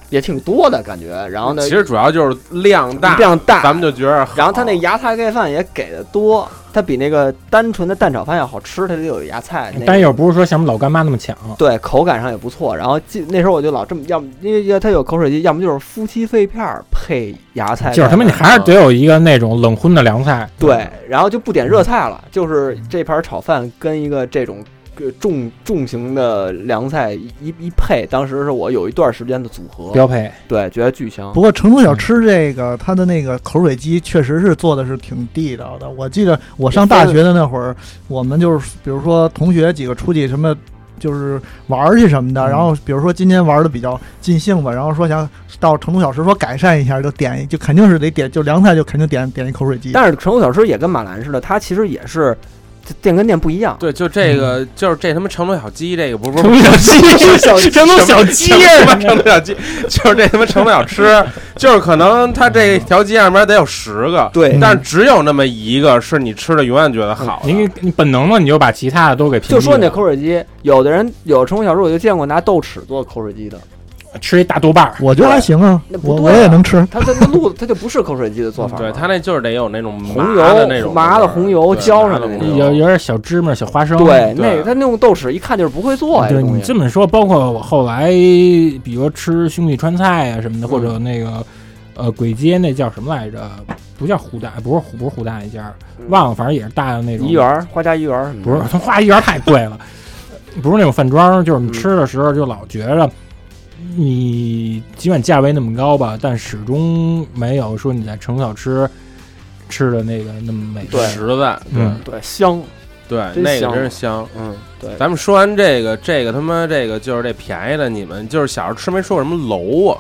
[SPEAKER 4] 也挺多的感觉。然后呢，
[SPEAKER 7] 其实主要就是量大，
[SPEAKER 4] 量大，
[SPEAKER 7] 咱们就觉得好。
[SPEAKER 4] 然后他那芽菜盖饭也给的多，它比那个单纯的蛋炒饭要好吃，它得有芽菜。那个
[SPEAKER 5] 但又不是说像我们老干妈那么抢，
[SPEAKER 4] 对，口感上也不错。然后记那时候我就老这么，要么因为它有口水鸡，要么就是夫妻肺片儿配芽菜盖饭，
[SPEAKER 5] 就是他妈你还是得有一个那种冷荤的凉菜，
[SPEAKER 4] 对，然后就不点热菜了，就是这盘炒饭跟一个这种呃重重型的凉菜一一一配，当时是我有一段时间的组合，
[SPEAKER 5] 标配。
[SPEAKER 4] 对，觉得巨香
[SPEAKER 6] 不。过成都小吃这个，它的那个口水鸡确实是做的是挺地道的。我记得我上大学的那会儿，我们就是比如说同学几个出去什么。就是玩儿去什么的，
[SPEAKER 5] 嗯
[SPEAKER 6] 然后比如说今天玩的比较尽兴吧，然后说想到成都小吃说改善一下，就点一就肯定是得点，就凉菜就肯定点点一口水鸡。
[SPEAKER 4] 但是成都小吃也跟马兰似的，它其实也是这店跟店不一样。
[SPEAKER 7] 对，就这个，就是这他妈成都小鸡，这个不是
[SPEAKER 5] 成都小鸡，
[SPEAKER 4] 小 啊
[SPEAKER 5] 成都小鸡
[SPEAKER 7] 鸡什么成都小鸡， 就是这他妈成都小吃， 就是可能它这条街上面得有十个，
[SPEAKER 4] 对
[SPEAKER 5] 嗯
[SPEAKER 7] 但是只有那么一个是你吃的永远觉得好的。
[SPEAKER 5] 你你本能的你就把其他的都给屏蔽
[SPEAKER 4] 就
[SPEAKER 5] 了
[SPEAKER 4] 说那口水鸡，有的人有成都小吃，我就见过拿豆豉做口水鸡的，
[SPEAKER 5] 吃一大豆瓣儿，
[SPEAKER 6] 我觉得还行啊
[SPEAKER 4] 那，不
[SPEAKER 6] 我
[SPEAKER 4] 对
[SPEAKER 6] 我
[SPEAKER 4] 啊
[SPEAKER 6] 也能吃。
[SPEAKER 4] 它它它路它就不是口水鸡的做法了。
[SPEAKER 7] 嗯对，它那就是得有那种
[SPEAKER 4] 红
[SPEAKER 7] 麻
[SPEAKER 4] 油
[SPEAKER 7] 的那种
[SPEAKER 4] 麻的
[SPEAKER 7] 味儿
[SPEAKER 4] 红油
[SPEAKER 7] 对
[SPEAKER 4] 浇
[SPEAKER 7] 麻
[SPEAKER 4] 上
[SPEAKER 7] 的
[SPEAKER 4] 来那
[SPEAKER 7] 红
[SPEAKER 4] 种
[SPEAKER 7] 油
[SPEAKER 5] 有有点小芝麻、小花生。
[SPEAKER 4] 对，
[SPEAKER 7] 哎对
[SPEAKER 4] 那个它那种豆豉一看就是不会做呀。
[SPEAKER 5] 对
[SPEAKER 4] 这东
[SPEAKER 5] 你
[SPEAKER 4] 西
[SPEAKER 5] 这么说，包括我后来，比如说吃兄弟川菜啊什么的，或
[SPEAKER 4] 嗯
[SPEAKER 5] 者那个呃鬼街那叫什么来着？不叫胡大，不是胡不是胡大那家，忘了，反正也是大的那种。
[SPEAKER 4] 怡嗯园嗯儿花家怡园儿什么的
[SPEAKER 5] 不是， 他花一园太贵了，不是那种饭庄，就是你
[SPEAKER 4] 嗯
[SPEAKER 5] 吃的时候就老觉着，你尽管价位那么高吧，但始终没有说你在成都小吃吃的那个那么美
[SPEAKER 4] 对
[SPEAKER 5] 食。
[SPEAKER 7] 实在，
[SPEAKER 5] 嗯，
[SPEAKER 4] 对香，
[SPEAKER 7] 对，
[SPEAKER 4] 真
[SPEAKER 7] 那个
[SPEAKER 4] 香
[SPEAKER 7] 真是香。
[SPEAKER 4] 嗯，对，
[SPEAKER 7] 咱们说完这个，这个他妈这个就是这便宜的，你们就是小时候吃没吃过什么楼啊？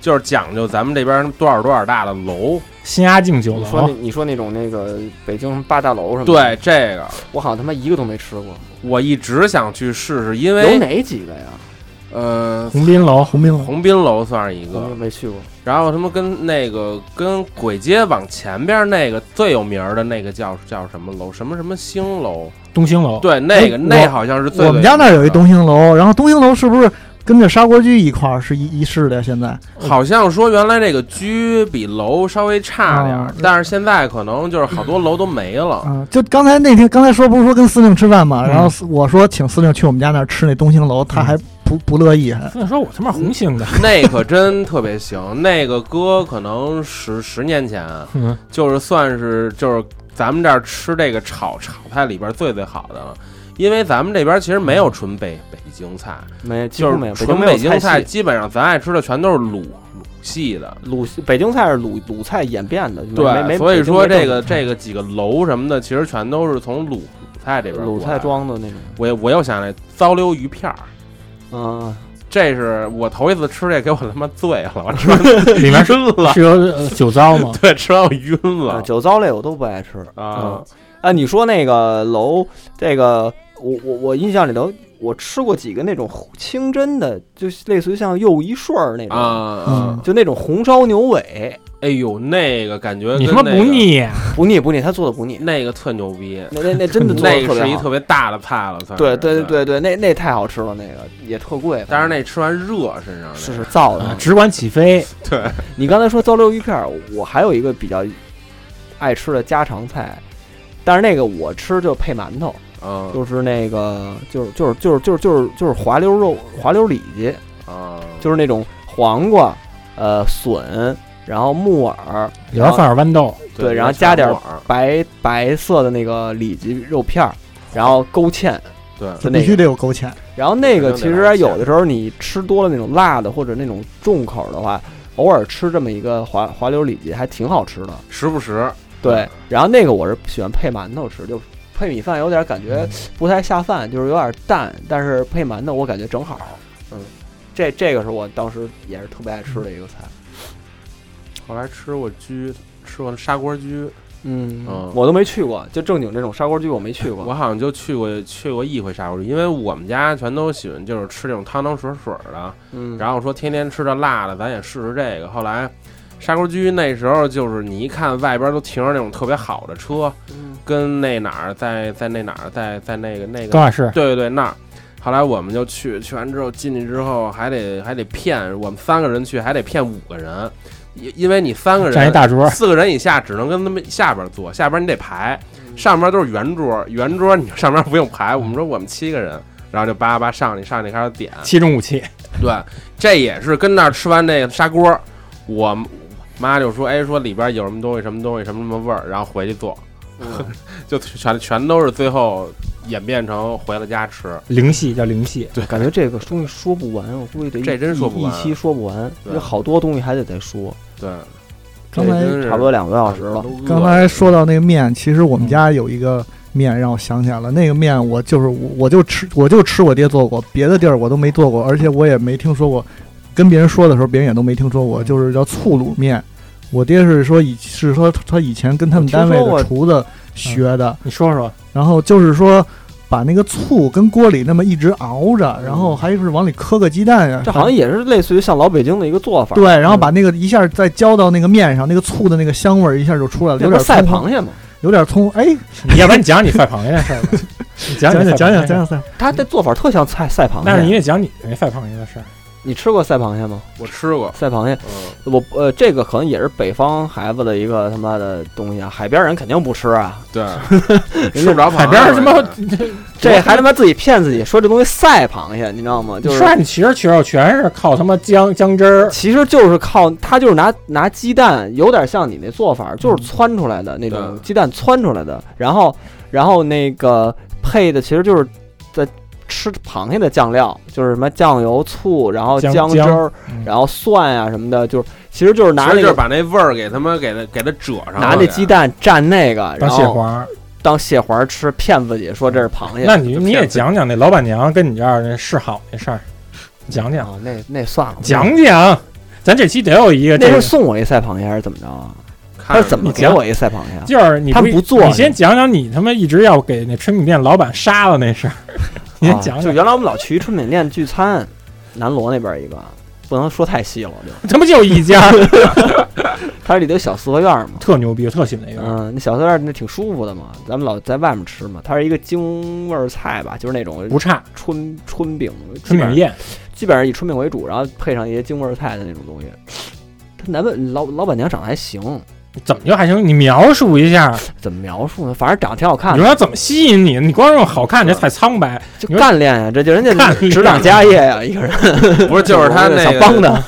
[SPEAKER 7] 就是讲究咱们这边多少多少大的楼，
[SPEAKER 5] 新压境酒
[SPEAKER 4] 你说那
[SPEAKER 5] 楼，
[SPEAKER 4] 你说那种那个北京什么八大楼什么的，
[SPEAKER 7] 对这个
[SPEAKER 4] 我好像他妈一个都没吃过，
[SPEAKER 7] 我一直想去试试，因
[SPEAKER 4] 有
[SPEAKER 7] 为
[SPEAKER 4] 哪几个呀？
[SPEAKER 7] 呃
[SPEAKER 5] 红滨楼，
[SPEAKER 6] 红冰
[SPEAKER 7] 红滨楼算是一
[SPEAKER 4] 我
[SPEAKER 6] 嗯
[SPEAKER 7] 个
[SPEAKER 4] 都，没去过，
[SPEAKER 7] 然后他们跟那个跟鬼街往前边那个最有名儿的那个叫叫什么楼，什么什么星楼，
[SPEAKER 5] 东兴楼，
[SPEAKER 7] 对，那个
[SPEAKER 6] 我
[SPEAKER 7] 那好像是最
[SPEAKER 6] 我们家那儿有一东兴楼，然后东兴楼是不是跟着砂锅居一块儿是一一室的？现在
[SPEAKER 7] 好像说原来这个居比楼稍微差点儿
[SPEAKER 6] 哦，
[SPEAKER 7] 但是现在可能就是好多楼都没了。
[SPEAKER 6] 嗯，就刚才那天，刚才说不是说跟司令吃饭嘛，
[SPEAKER 5] 嗯
[SPEAKER 6] 然后司我说请司令去我们家那儿吃那东兴楼，他还不不乐意，还
[SPEAKER 5] 那说我他妈红 星的，
[SPEAKER 7] 那可真特别行，那个哥可能十十年前
[SPEAKER 5] 嗯，
[SPEAKER 7] 就是算是就是咱们这儿吃这个炒炒菜里边最最好的了，因为咱们这边其实没有纯北北京菜，
[SPEAKER 4] 没，嗯几
[SPEAKER 7] 就
[SPEAKER 4] 乎没有，
[SPEAKER 7] 是
[SPEAKER 4] 北
[SPEAKER 7] 纯
[SPEAKER 4] 京没有
[SPEAKER 7] 北京菜，
[SPEAKER 4] 菜系，
[SPEAKER 7] 基本上咱爱吃的全都是鲁鲁系的。
[SPEAKER 4] 鲁北京菜是鲁鲁菜演变的，没没没
[SPEAKER 7] 对，所以
[SPEAKER 4] 北京
[SPEAKER 7] 说
[SPEAKER 4] 没
[SPEAKER 7] 这个
[SPEAKER 4] 正
[SPEAKER 7] 这个几个楼什么的，其实全都是从鲁菜这边
[SPEAKER 4] 鲁
[SPEAKER 7] 过
[SPEAKER 4] 菜
[SPEAKER 7] 来的
[SPEAKER 4] 庄的那种，
[SPEAKER 7] 我我又想来糟溜鱼片儿，
[SPEAKER 4] 嗯，
[SPEAKER 7] 这是我头一次吃这，给我他妈醉了，我吃
[SPEAKER 5] 里面是
[SPEAKER 7] 晕了，？
[SPEAKER 5] 是有呃酒糟吗
[SPEAKER 7] 对，吃到晕了
[SPEAKER 4] 啊酒糟类我都不爱吃。
[SPEAKER 7] 啊！
[SPEAKER 4] 啊，你说那个楼，这个我我我印象里头，我吃过几个那种清真的，就是类似于像又一顺儿那种，
[SPEAKER 7] 啊
[SPEAKER 6] 嗯！
[SPEAKER 4] 就那种红烧牛尾，
[SPEAKER 7] 哎呦，那个感觉
[SPEAKER 5] 你他
[SPEAKER 7] 跟
[SPEAKER 5] 妈
[SPEAKER 7] 那
[SPEAKER 5] 不
[SPEAKER 7] 个，
[SPEAKER 5] 腻呀？
[SPEAKER 4] 不腻不腻，他做的不腻，
[SPEAKER 7] 那个特牛逼，
[SPEAKER 4] 那那 那真的做的
[SPEAKER 7] 那
[SPEAKER 4] 特
[SPEAKER 7] 个是
[SPEAKER 4] 别
[SPEAKER 7] 一
[SPEAKER 4] 好
[SPEAKER 7] 特。别大的菜了，算是
[SPEAKER 4] 对对。对对，那那太好吃了，那个也特贵。
[SPEAKER 7] 但是那吃完热身上
[SPEAKER 4] 是是造的
[SPEAKER 5] 啊。只管起飞，
[SPEAKER 7] 对
[SPEAKER 4] 你刚才说糟溜鱼片，儿，我还有一个比较爱吃的家常菜，但是那个我吃就配馒头，
[SPEAKER 7] 啊
[SPEAKER 4] 就是那个就是就是就是就是就是就是滑溜肉滑溜里脊，
[SPEAKER 7] 啊，
[SPEAKER 4] 就是那种黄瓜、呃笋，然后木耳、
[SPEAKER 5] 有点放点豌豆，
[SPEAKER 4] 对然后加点儿白白色的那个里脊肉片儿，然后勾芡，
[SPEAKER 7] 对
[SPEAKER 4] 就
[SPEAKER 6] 必
[SPEAKER 4] 那
[SPEAKER 6] 须
[SPEAKER 4] 个。
[SPEAKER 6] 得有勾芡。
[SPEAKER 4] 然后那个其
[SPEAKER 7] 反正得来
[SPEAKER 4] 实
[SPEAKER 7] 芡
[SPEAKER 4] 有的时候你吃多了那种辣的或者那种重口的话，偶尔吃这么一个滑滑溜里脊还挺好吃的。
[SPEAKER 7] 时不时
[SPEAKER 4] 对，然后那个我是喜欢配馒头吃，就配米饭有点感
[SPEAKER 7] 嗯
[SPEAKER 4] 觉不太下饭，就是有点淡，但是配馒头我感觉正好。嗯，这这个是我当时也是特别爱吃的一个菜。
[SPEAKER 7] 后来吃过居，吃过砂锅居，
[SPEAKER 4] 嗯
[SPEAKER 7] 嗯
[SPEAKER 4] 我都没去过，就正经这种砂锅居我没去过。
[SPEAKER 7] 我好像就去过去过一回砂锅居，因为我们家全都喜欢就是吃这种汤汤水水的，
[SPEAKER 4] 嗯，
[SPEAKER 7] 然后说天天吃这辣的，咱也试试这个。后来砂锅居那时候就是你一看外边都停着那种特别好的车，
[SPEAKER 4] 嗯
[SPEAKER 7] 跟那哪儿在在那哪儿在在那个那
[SPEAKER 5] 高
[SPEAKER 7] 个，
[SPEAKER 5] 雅士，
[SPEAKER 7] 对对对那儿。后来我们就去，去完之后进去之后还得还得骗我们三个人去，还得骗五个人，因因为你三个人
[SPEAKER 5] 占一大桌，
[SPEAKER 7] 四个人以下只能跟他们下边坐，下边你得排，上边都是圆桌，圆桌你上边不用排。我们说我们七个人，然后就叭叭叭上去，上去开始点。
[SPEAKER 5] 七中五七，
[SPEAKER 7] 对，这也是跟那儿吃完那个砂锅，我妈就说，哎，说里边有什么东西，什么东西，什么什么味儿，然后回去做，
[SPEAKER 4] 嗯
[SPEAKER 7] 就全全都是最后演变成回了家吃。
[SPEAKER 5] 零系叫零系，
[SPEAKER 4] 感觉这个东西说不完，我估计得一
[SPEAKER 7] 这真说不完
[SPEAKER 4] 一期说不完，
[SPEAKER 7] 对
[SPEAKER 4] 有好多东西还得再说，
[SPEAKER 7] 对，
[SPEAKER 6] 刚才
[SPEAKER 7] 这真是
[SPEAKER 4] 差不多两个多小时了。
[SPEAKER 7] 都饿
[SPEAKER 6] 刚才说到那个面，其实我们家有一个面让我想起来了，那个面我就是我我就吃我就吃我爹做过，别的地儿我都没做过，而且我也没听说过，
[SPEAKER 4] 嗯
[SPEAKER 6] 跟别人说的时候别人也都没听说过，就是叫醋卤面。我爹是说以是说他以前跟他们单位
[SPEAKER 4] 我听说过
[SPEAKER 6] 的厨子学的，
[SPEAKER 5] 你说说，
[SPEAKER 4] 嗯
[SPEAKER 6] 然后就是说把那个醋跟锅里那么一直熬着，然后还是往里磕个鸡蛋呀，
[SPEAKER 4] 这好像也是类似于像老北京的一个做法，
[SPEAKER 6] 对，，然后把那个一下再浇到那个面上，那个醋的那个香味儿一下就出来了，有
[SPEAKER 4] 那不是
[SPEAKER 6] 点
[SPEAKER 4] 赛
[SPEAKER 6] 葱
[SPEAKER 4] 螃蟹嘛，
[SPEAKER 6] 有点葱，哎，
[SPEAKER 5] 你要不然你讲你赛螃蟹的事儿吧，你讲
[SPEAKER 6] 讲
[SPEAKER 5] 你
[SPEAKER 6] 讲
[SPEAKER 5] 赛
[SPEAKER 6] 讲
[SPEAKER 5] 螃蟹的
[SPEAKER 6] 讲
[SPEAKER 5] 事儿
[SPEAKER 6] 讲赛
[SPEAKER 4] 它这做法特像赛赛螃蟹。
[SPEAKER 5] 那你也讲你那赛螃蟹的事儿，
[SPEAKER 4] 你吃过赛螃蟹吗？
[SPEAKER 7] 我吃过，
[SPEAKER 4] 赛螃蟹，
[SPEAKER 7] 嗯，
[SPEAKER 4] 我呃，这个可能也是北方孩子的一个他妈的东西啊，海边人肯定不吃啊，
[SPEAKER 7] 对， 吃不着
[SPEAKER 5] 海
[SPEAKER 7] 旁
[SPEAKER 5] 边儿他妈
[SPEAKER 4] 这还他妈自己骗自己说这东西赛螃蟹，你知道吗？就
[SPEAKER 5] 你
[SPEAKER 4] 是
[SPEAKER 5] 涮你其实去肉全是靠他妈姜姜汁儿，
[SPEAKER 4] 其实就是靠它就是拿拿鸡蛋，有点像你那做法，就是汆出来的那种
[SPEAKER 7] 对
[SPEAKER 4] 鸡蛋汆出来的，然后然后那个配的其实就是在吃螃蟹的酱料，就是什么酱油、醋，然后
[SPEAKER 5] 姜
[SPEAKER 4] 汁儿
[SPEAKER 5] 姜嗯，
[SPEAKER 4] 然后蒜啊什么的，就是其实就是拿
[SPEAKER 7] 其实
[SPEAKER 4] 那
[SPEAKER 7] 就是
[SPEAKER 4] 个
[SPEAKER 7] 把那味儿给他妈给他给他褶上了，
[SPEAKER 4] 拿那鸡蛋蘸那个，
[SPEAKER 5] 当
[SPEAKER 4] 然
[SPEAKER 5] 蟹
[SPEAKER 4] 后
[SPEAKER 5] 黄儿。
[SPEAKER 4] 当蟹黄吃，骗自己说这是螃
[SPEAKER 7] 哎
[SPEAKER 4] 蟹。
[SPEAKER 5] 那你你也讲讲那老板娘跟你这儿那示好那事儿，讲讲
[SPEAKER 4] 啊，那那算了，
[SPEAKER 7] 嗯
[SPEAKER 5] 讲讲，咱这期得有一个
[SPEAKER 4] 那
[SPEAKER 5] 这
[SPEAKER 4] 是
[SPEAKER 5] 个。
[SPEAKER 4] 送我一赛螃蟹还是怎么着啊？他
[SPEAKER 7] 看着
[SPEAKER 4] 是怎么
[SPEAKER 7] 你
[SPEAKER 4] 给我一赛螃蟹啊？
[SPEAKER 5] 就是你
[SPEAKER 4] 他们不做
[SPEAKER 5] 你先讲讲你他妈一直要给那春饼店老板杀了那 事儿，你先讲
[SPEAKER 4] 啊就
[SPEAKER 5] 讲，
[SPEAKER 4] 原来我们老去一春饼店聚餐，南锣那边一个，不能说太细了，就
[SPEAKER 5] 他妈就一家，
[SPEAKER 4] 它里头有小四合院嘛，
[SPEAKER 5] 特牛逼，我特喜欢那个。
[SPEAKER 4] 嗯，那小四合院那挺舒服的嘛，咱们老在外面吃嘛，它是一个京味儿菜吧，就是那种
[SPEAKER 5] 不差，
[SPEAKER 4] 春春饼，基
[SPEAKER 5] 春
[SPEAKER 4] 本上
[SPEAKER 5] 饼宴
[SPEAKER 4] 基本上以春饼为主，然后配上一些京味儿菜的那种东西。他南本老老板娘长得还行，
[SPEAKER 5] 怎么就还行？你描述一下，
[SPEAKER 4] 怎么描述呢？反正长得挺好看
[SPEAKER 5] 你说
[SPEAKER 4] 的，
[SPEAKER 5] 他怎么吸引你？你光用好看，你这太苍白。
[SPEAKER 4] 就
[SPEAKER 5] 你说
[SPEAKER 4] 干练呀，这就人家
[SPEAKER 5] 干练
[SPEAKER 4] 执掌家业呀，一个人
[SPEAKER 7] 不是就是他那
[SPEAKER 4] 想
[SPEAKER 7] 个
[SPEAKER 4] 帮他，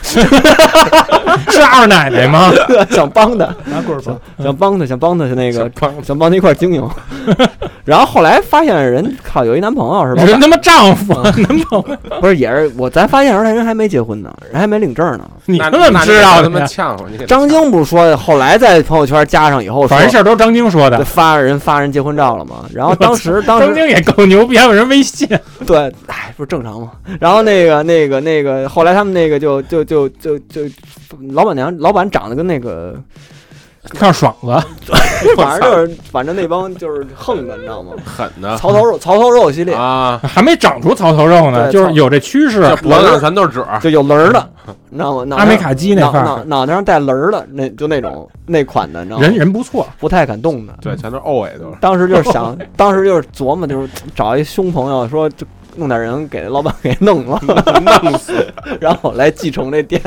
[SPEAKER 5] 是二奶 奶吗？
[SPEAKER 4] 想帮他，
[SPEAKER 6] 拿棍儿吧，
[SPEAKER 5] 嗯
[SPEAKER 4] 想帮他，想帮他，就那个
[SPEAKER 7] 帮
[SPEAKER 4] 想帮他一块儿经营。 然后后来发现人靠有一男朋友是
[SPEAKER 5] 人
[SPEAKER 4] 吧？
[SPEAKER 5] 他妈丈夫，
[SPEAKER 4] 嗯不是也是我，咱发现时候人还没结婚呢，人还没领证呢。
[SPEAKER 5] 你
[SPEAKER 7] 那
[SPEAKER 5] 他妈怎么知道
[SPEAKER 7] 那你给他妈
[SPEAKER 5] 的？
[SPEAKER 7] 呛我，你给他
[SPEAKER 4] 张
[SPEAKER 7] 呛
[SPEAKER 4] 晶不是说后来在朋友圈加上以后说
[SPEAKER 5] 反正事儿都是张晶说
[SPEAKER 4] 对
[SPEAKER 5] 的。
[SPEAKER 4] 发人发人结婚照了嘛？然后当时当
[SPEAKER 5] 张
[SPEAKER 4] 时
[SPEAKER 5] 晶也够牛逼，还有人 微信。
[SPEAKER 4] 对，哎，不是正常吗？然后那个那个那个，后来他们那个就就就就就老板娘老板长得跟那个
[SPEAKER 5] 看爽子，
[SPEAKER 4] 反正就是反正那帮就是横的，你知道吗？
[SPEAKER 7] 狠
[SPEAKER 5] 啊
[SPEAKER 7] 的
[SPEAKER 4] 槽头肉槽头肉系列
[SPEAKER 7] 啊，
[SPEAKER 5] 还没长出槽头肉呢，
[SPEAKER 4] 对
[SPEAKER 5] 就是
[SPEAKER 4] 操
[SPEAKER 5] 有这趋势
[SPEAKER 7] 这。脖子上全都是褶儿，
[SPEAKER 4] 就有轮儿的，你知道吗？脑袋
[SPEAKER 5] 啊阿美卡基那
[SPEAKER 4] 脑
[SPEAKER 5] 范
[SPEAKER 4] 脑
[SPEAKER 5] 儿，
[SPEAKER 4] 脑袋上带轮儿的，那就那种那款的，你知道吗？
[SPEAKER 5] 人人不错，
[SPEAKER 4] 不太敢动的。
[SPEAKER 7] 对，全都是欧尾 都是。
[SPEAKER 4] 当时就是 想，当时就是琢磨，就是找一凶朋友说，就弄点人给老板 给弄了，弄死，然后来继承这 店。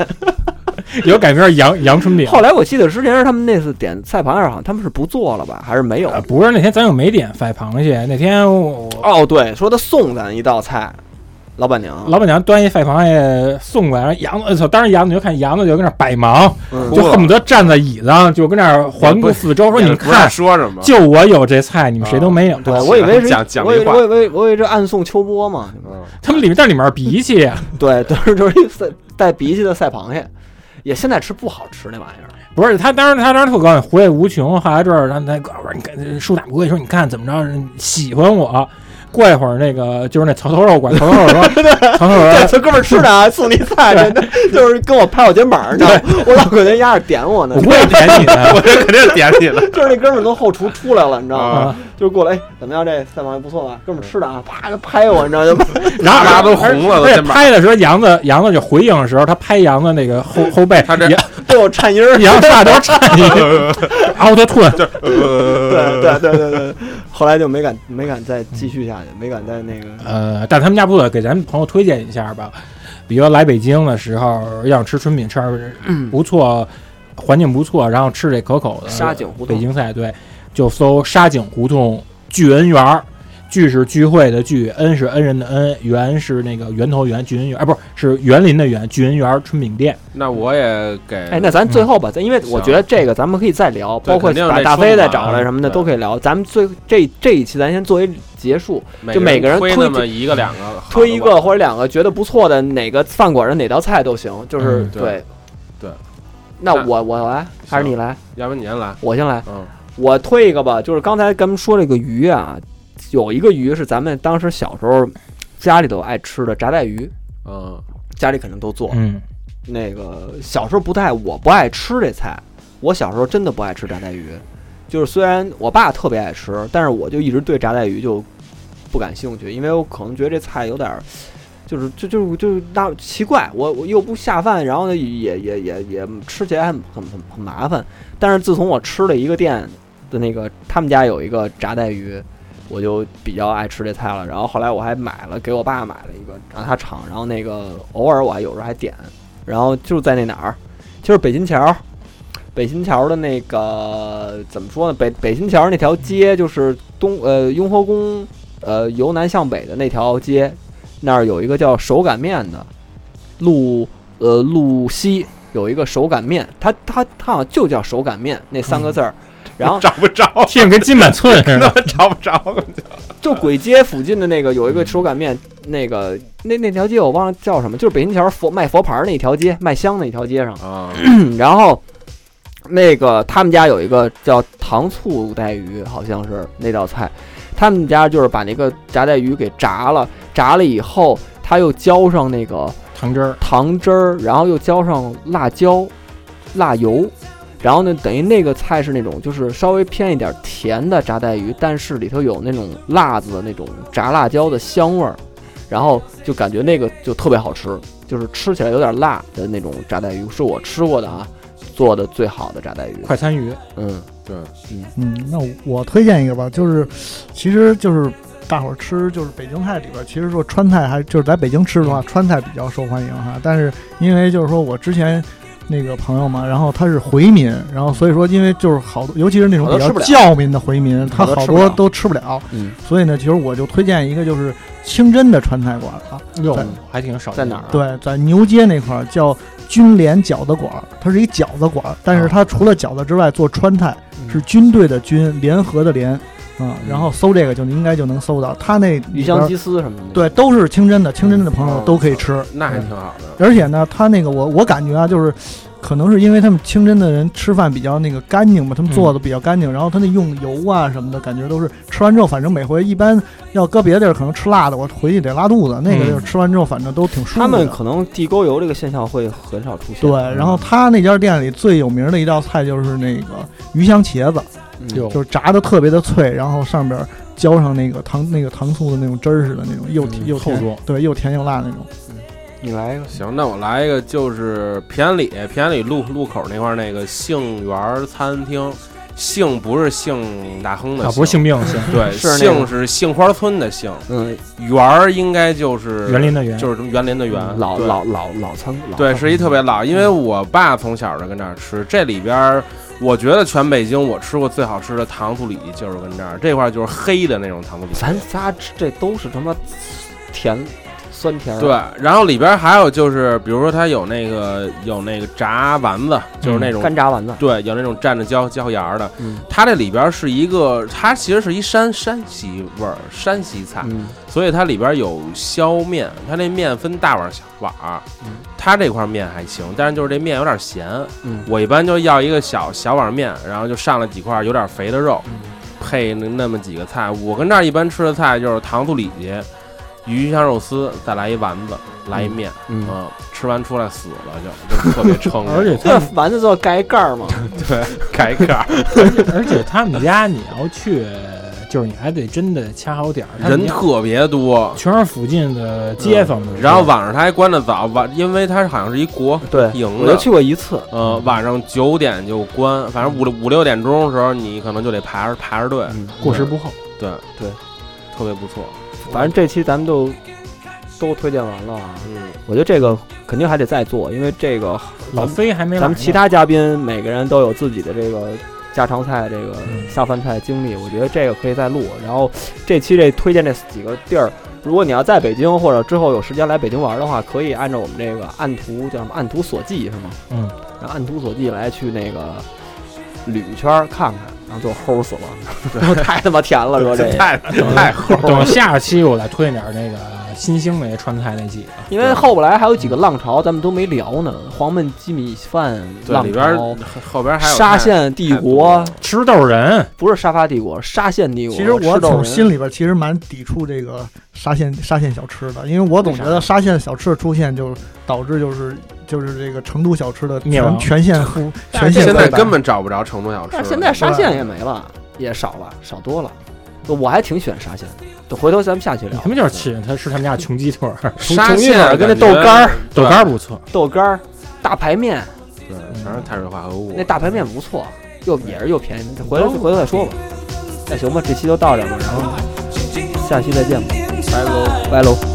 [SPEAKER 5] 有改名儿杨 杨春饼。
[SPEAKER 4] 后来我记得之前是他们那次点菜螃蟹，好像他们是不做了吧，还是没有？
[SPEAKER 5] 呃不是那天咱又没点赛螃蟹，那天我
[SPEAKER 4] 哦，对，说他送咱一道菜，老板娘，
[SPEAKER 5] 老板娘端一赛螃蟹送过来，然后杨子，呃操当时杨子就看杨子就跟那儿摆忙，
[SPEAKER 4] 嗯
[SPEAKER 5] 就恨不得站在椅子上就跟那儿环顾
[SPEAKER 7] 不
[SPEAKER 5] 四周，说你
[SPEAKER 7] 也
[SPEAKER 5] 们
[SPEAKER 7] 不知道
[SPEAKER 5] 看，
[SPEAKER 7] 说什么，啊
[SPEAKER 5] 就我有这菜，你们谁都没有。
[SPEAKER 4] 对，我以为是
[SPEAKER 7] 讲讲
[SPEAKER 4] 我以
[SPEAKER 7] 这话
[SPEAKER 4] 我以为我以为这暗送秋波嘛，
[SPEAKER 7] 嗯
[SPEAKER 5] 他们里面但里面鼻涕，
[SPEAKER 4] 对，都是就是一赛带鼻涕的赛螃蟹，也现在吃不好吃那玩意儿。
[SPEAKER 5] 不是他当时他当时特高兴，回味无穷。后来这儿他他哥们儿，你看树大哥，你说你看怎么着，喜欢我。过一会儿那个就是那桥头肉馆，桥头肉说， 桥头肉
[SPEAKER 4] 这
[SPEAKER 5] 说，
[SPEAKER 4] 这哥们儿吃的啊，送你 菜，真的就是跟我拍我肩膀，你知道吗？ 我老感觉压着点我呢
[SPEAKER 5] 我，不会点你的。
[SPEAKER 7] 我这肯定点你了。
[SPEAKER 4] 就是那哥们儿从后厨出来了，你知道吗
[SPEAKER 5] 啊？
[SPEAKER 4] 就过来，哎，怎么样？这赛马不错吧？哥们儿吃的 啊，啪就拍我，你知道吗？
[SPEAKER 5] 然后
[SPEAKER 7] 大家都 红了
[SPEAKER 5] 而且
[SPEAKER 7] 肩膀
[SPEAKER 5] 拍的时候，杨子杨子就回应的时候，他拍杨子那个 后后背，
[SPEAKER 7] 他这
[SPEAKER 5] 杨
[SPEAKER 4] 对我颤音儿，
[SPEAKER 5] 杨大都颤 一个，凹的吞，
[SPEAKER 7] 呃
[SPEAKER 4] 对对对对对，后来就没敢没敢再继续下去，没敢再那个。
[SPEAKER 5] 呃，但他们家不错，给咱们朋友推荐一下吧。比如来北京的时候，要吃春品，吃不错，环境不错，然后吃这可口的
[SPEAKER 4] 沙井胡同
[SPEAKER 5] 北京菜，对，就搜沙井胡同聚恩园儿。聚是聚会的聚，恩是恩人的恩，园是那个源头园，聚恩园，哎，不是是园林的园，聚恩园春饼店。
[SPEAKER 7] 那我也给，
[SPEAKER 4] 哎，那咱最后吧，咱因为我觉得这个咱们可以再聊，
[SPEAKER 7] 对
[SPEAKER 4] 包括
[SPEAKER 7] 肯定
[SPEAKER 4] 把
[SPEAKER 7] 得
[SPEAKER 4] 大
[SPEAKER 7] 说
[SPEAKER 4] 飞再
[SPEAKER 7] 嘛嗯
[SPEAKER 4] 找来什么的
[SPEAKER 7] 对
[SPEAKER 4] 都可以聊。咱们最这这一期咱先作为结束，就每
[SPEAKER 7] 每
[SPEAKER 4] 个人
[SPEAKER 7] 推
[SPEAKER 4] 推
[SPEAKER 7] 那
[SPEAKER 4] 荐
[SPEAKER 7] 么一个两个，
[SPEAKER 4] 推一个或者两个觉得不错的哪个饭馆的哪道菜都行，就是
[SPEAKER 5] 嗯
[SPEAKER 7] 对对。
[SPEAKER 4] 那
[SPEAKER 7] 那
[SPEAKER 4] 我我来还是你来？
[SPEAKER 7] 要不然你先来。
[SPEAKER 4] 我先来，
[SPEAKER 7] 嗯，
[SPEAKER 4] 我推一个吧。就是刚才咱们说这个鱼啊，有一个鱼是咱们当时小时候家里头爱吃的炸带鱼，
[SPEAKER 7] 嗯，
[SPEAKER 4] 家里肯定都做。
[SPEAKER 5] 嗯，
[SPEAKER 4] 那个小时候不太，我不爱吃这菜。我小时候真的不爱吃炸带鱼，就是虽然我爸特别爱吃，但是我就一直对炸带鱼就不感兴趣，因为我可能觉得这菜有点儿，就是就就就那奇怪，我我又不下饭，然后呢也也也也吃起来很很很很麻烦。但是自从我吃了一个店的那个，他们家有一个炸带鱼。我就比较爱吃这菜了，然后后来我还买了，给我爸买了一个让他尝，然后那个偶尔我还有时候还点，然后就是在那哪儿，就是北新桥，北新桥的那个怎么说呢？北北新桥那条街就是东呃雍和宫呃由南向北的那条街，那儿有一个叫手擀面的路呃路西有一个手擀面，它它它好像就叫手擀面那三个字儿。然后
[SPEAKER 7] 找不着，
[SPEAKER 5] 听着跟金板寸似 的。
[SPEAKER 7] 找不着。
[SPEAKER 4] 就簋街附近的那个有一个手擀面，那个那那条街我忘了叫什么，就是北新桥佛卖佛牌儿那条街，卖香那条街上。
[SPEAKER 7] 啊，
[SPEAKER 4] 嗯然后那个他们家有一个叫糖醋带鱼，好像是那道菜，他们家就是把那个炸带鱼给炸了，炸了以后，他又浇上那个
[SPEAKER 5] 糖汁儿，
[SPEAKER 4] 糖汁儿，然后又浇上辣椒、辣油，然后呢，等于那个菜是那种就是稍微偏一点甜的炸带鱼，但是里头有那种辣子的那种炸辣椒的香味儿，然后就感觉那个就特别好吃，就是吃起来有点辣的那种炸带鱼，是我吃过的啊，做的最好的炸带鱼。
[SPEAKER 5] 快餐鱼，
[SPEAKER 4] 嗯，
[SPEAKER 6] 嗯，那我推荐一个吧，就是，其实就是大伙儿吃就是北京菜里边儿，其实说川菜还就是在北京吃的话，川菜比较受欢迎哈。但是因为就是说我之前那个朋友嘛，然后他是回民，然后所以说因为就是好多，尤其是那种
[SPEAKER 4] 好
[SPEAKER 6] 比
[SPEAKER 4] 多
[SPEAKER 6] 较
[SPEAKER 4] 吃不了
[SPEAKER 6] 教民的回民，他
[SPEAKER 4] 好多
[SPEAKER 6] 好
[SPEAKER 4] 吃不了
[SPEAKER 6] 多都吃不了。
[SPEAKER 4] 嗯，
[SPEAKER 6] 所以呢，其实我就推荐一个就是清真的川菜馆儿啊，
[SPEAKER 5] 哟
[SPEAKER 6] 在，
[SPEAKER 5] 还挺少见。
[SPEAKER 4] 在哪儿啊
[SPEAKER 6] 对，在牛街那块儿叫军联饺子馆儿，它是一饺子馆儿，
[SPEAKER 4] 啊
[SPEAKER 6] 但是它除了饺子之外做川菜，
[SPEAKER 4] 嗯
[SPEAKER 6] 是军队的军，联合的联，啊、然后搜这个就应该就能搜到，它那
[SPEAKER 4] 鱼
[SPEAKER 6] 里边
[SPEAKER 4] 香
[SPEAKER 6] 儿
[SPEAKER 4] 鸡丝什么的。
[SPEAKER 6] 对都是清真的，清真的朋
[SPEAKER 4] 哦
[SPEAKER 6] 友都可以吃，
[SPEAKER 7] 那还挺好的。
[SPEAKER 6] 而且呢，它那个我我感觉啊，就是可能是因为他们清真的人吃饭比较那个干净吧，他
[SPEAKER 4] 嗯
[SPEAKER 6] 们做的比较干净，然后他那用油啊什么的，感觉都是吃完之后，反正每回一般要搁别的地儿可能吃辣的，我回去得拉肚子，那个就是吃完之后反正都挺舒服的。
[SPEAKER 4] 嗯他们可能地沟油这个现象会很少出现。
[SPEAKER 6] 对，然后他那家店里最有名的一道菜就是那个鱼香茄子，
[SPEAKER 4] 嗯
[SPEAKER 5] 哟，
[SPEAKER 6] 就是炸的特别的脆，然后上边儿浇上那个糖那个糖醋的那种汁儿似的那种，又甜
[SPEAKER 5] 嗯
[SPEAKER 6] 又
[SPEAKER 5] 厚
[SPEAKER 6] 甜
[SPEAKER 5] 重，
[SPEAKER 6] 对，又甜又辣那种。
[SPEAKER 4] 你来一个。
[SPEAKER 7] 行，那我来一个，就是平安里平安里路路口那块儿那个杏园儿餐厅，杏不是杏大亨的，
[SPEAKER 5] 啊，不是性病性，
[SPEAKER 7] 对，
[SPEAKER 4] 是那个
[SPEAKER 7] 杏是杏花村的杏，
[SPEAKER 4] 嗯，
[SPEAKER 7] 园儿应该就是
[SPEAKER 5] 园林的园，。
[SPEAKER 7] 就是什么园林的园，
[SPEAKER 4] 老
[SPEAKER 7] 对
[SPEAKER 4] 老老老餐老
[SPEAKER 7] 对，
[SPEAKER 4] 餐
[SPEAKER 7] 是一特别老，因为我爸从小就跟这儿吃。这里边儿，我觉得全北京我吃过最好吃的糖醋里脊就是跟这儿，这块儿就是黑的那种糖醋里脊。
[SPEAKER 4] 咱仨吃这都是他妈甜酸甜儿。啊
[SPEAKER 7] 对，然后里边儿还有就是，比如说它有那个有那个炸丸子，就是那种、
[SPEAKER 4] 嗯干炸丸子。
[SPEAKER 7] 对，有那种蘸着椒椒盐儿的。
[SPEAKER 4] 嗯
[SPEAKER 7] 它这里边儿是一个，它其实是一山山西味儿，山西菜。
[SPEAKER 4] 嗯，
[SPEAKER 7] 所以它里边有削面，它那面分大碗儿小碗儿
[SPEAKER 4] 嗯，
[SPEAKER 7] 它这块面还行，但是就是这面有点咸。
[SPEAKER 4] 嗯
[SPEAKER 7] 我一般就要一个小小碗面，然后就上了几块有点肥的肉，配那那么几个菜。我跟这儿一般吃的菜就是糖醋里脊、鱼香肉丝，再来一丸子，来一面，
[SPEAKER 2] 嗯
[SPEAKER 7] 啊，吃完出来死了就，就特别撑
[SPEAKER 5] 而且
[SPEAKER 8] 这
[SPEAKER 5] 他们，
[SPEAKER 8] 丸子最后盖一盖儿嘛，
[SPEAKER 7] 对，改一盖，
[SPEAKER 5] 而且他们家你要去，就是你还得真的掐好点儿，他们
[SPEAKER 7] 人
[SPEAKER 5] 家
[SPEAKER 7] 特别多。
[SPEAKER 5] 全是附近的街坊们。
[SPEAKER 7] 然后晚上他还关的早，晚因为他好像是一国
[SPEAKER 4] 对，
[SPEAKER 7] 营
[SPEAKER 4] 哎我就
[SPEAKER 7] 的，
[SPEAKER 4] 去过一次，
[SPEAKER 7] 呃，晚上九点就关，反正五六五六点钟的时候，你可能就得排着排着队，
[SPEAKER 4] 嗯
[SPEAKER 5] 过时不候，
[SPEAKER 7] 对
[SPEAKER 4] 对，
[SPEAKER 7] 特别不错，
[SPEAKER 4] 反正这期咱们都都推荐完了啊。
[SPEAKER 7] 嗯，
[SPEAKER 4] 我觉得这个肯定还得再做，因为这个
[SPEAKER 5] 老飞还没来呢。
[SPEAKER 4] 咱们其他嘉宾每个人都有自己的这个家常菜、这个
[SPEAKER 7] 嗯
[SPEAKER 4] 下饭菜经历，我觉得这个可以再录。然后这期这推荐这几个地儿，如果你要在北京或者之后有时间来北京玩的话，可以按照我们这个按图叫什么按图索骥是吗？
[SPEAKER 5] 嗯，
[SPEAKER 4] 然后按图索骥来去那个捋一圈儿看看，然后就齁死了， 太他妈甜了，说这个。
[SPEAKER 7] 太太齁了，
[SPEAKER 5] 等下期我再推荐点儿那个新兴那川菜那几个。
[SPEAKER 4] 因为后来还有几个浪潮，咱们都没聊呢。黄焖鸡米饭
[SPEAKER 7] 对，
[SPEAKER 4] 浪
[SPEAKER 7] 里边儿
[SPEAKER 4] 潮，
[SPEAKER 7] 后边还有
[SPEAKER 4] 沙
[SPEAKER 7] 菜
[SPEAKER 4] 县帝国
[SPEAKER 7] 太多了
[SPEAKER 5] 吃豆人，
[SPEAKER 4] 不是沙发帝国，沙县帝国。
[SPEAKER 6] 其实我
[SPEAKER 4] 吃豆
[SPEAKER 6] 从
[SPEAKER 4] 人
[SPEAKER 6] 心里边其实蛮抵触这个沙县沙县小吃的，因为我总觉得沙县小吃的出现就导致就是就是这个成都小吃的
[SPEAKER 5] 灭亡
[SPEAKER 6] 全全线 覆全线
[SPEAKER 7] 现在
[SPEAKER 6] 溃败
[SPEAKER 7] 根本找不着成都小吃
[SPEAKER 4] 但
[SPEAKER 7] 了，
[SPEAKER 4] 是现在沙县也没了，也少了，少多了。我还挺喜欢沙县的，等回头咱们下去
[SPEAKER 5] 你
[SPEAKER 4] 聊。
[SPEAKER 5] 他妈就是吃他吃他们家穷鸡腿儿、
[SPEAKER 7] 沙
[SPEAKER 4] 从一会
[SPEAKER 7] 县
[SPEAKER 4] 儿跟那豆干儿、
[SPEAKER 5] 豆干儿不错，
[SPEAKER 4] 豆干儿、大排面，
[SPEAKER 7] 对，对全是碳水化合物
[SPEAKER 4] 那。大排面不错，又也是又便宜。回头回头再说吧。那行吧，这期就到这儿吧，然后下期再见吧，拜喽，拜喽。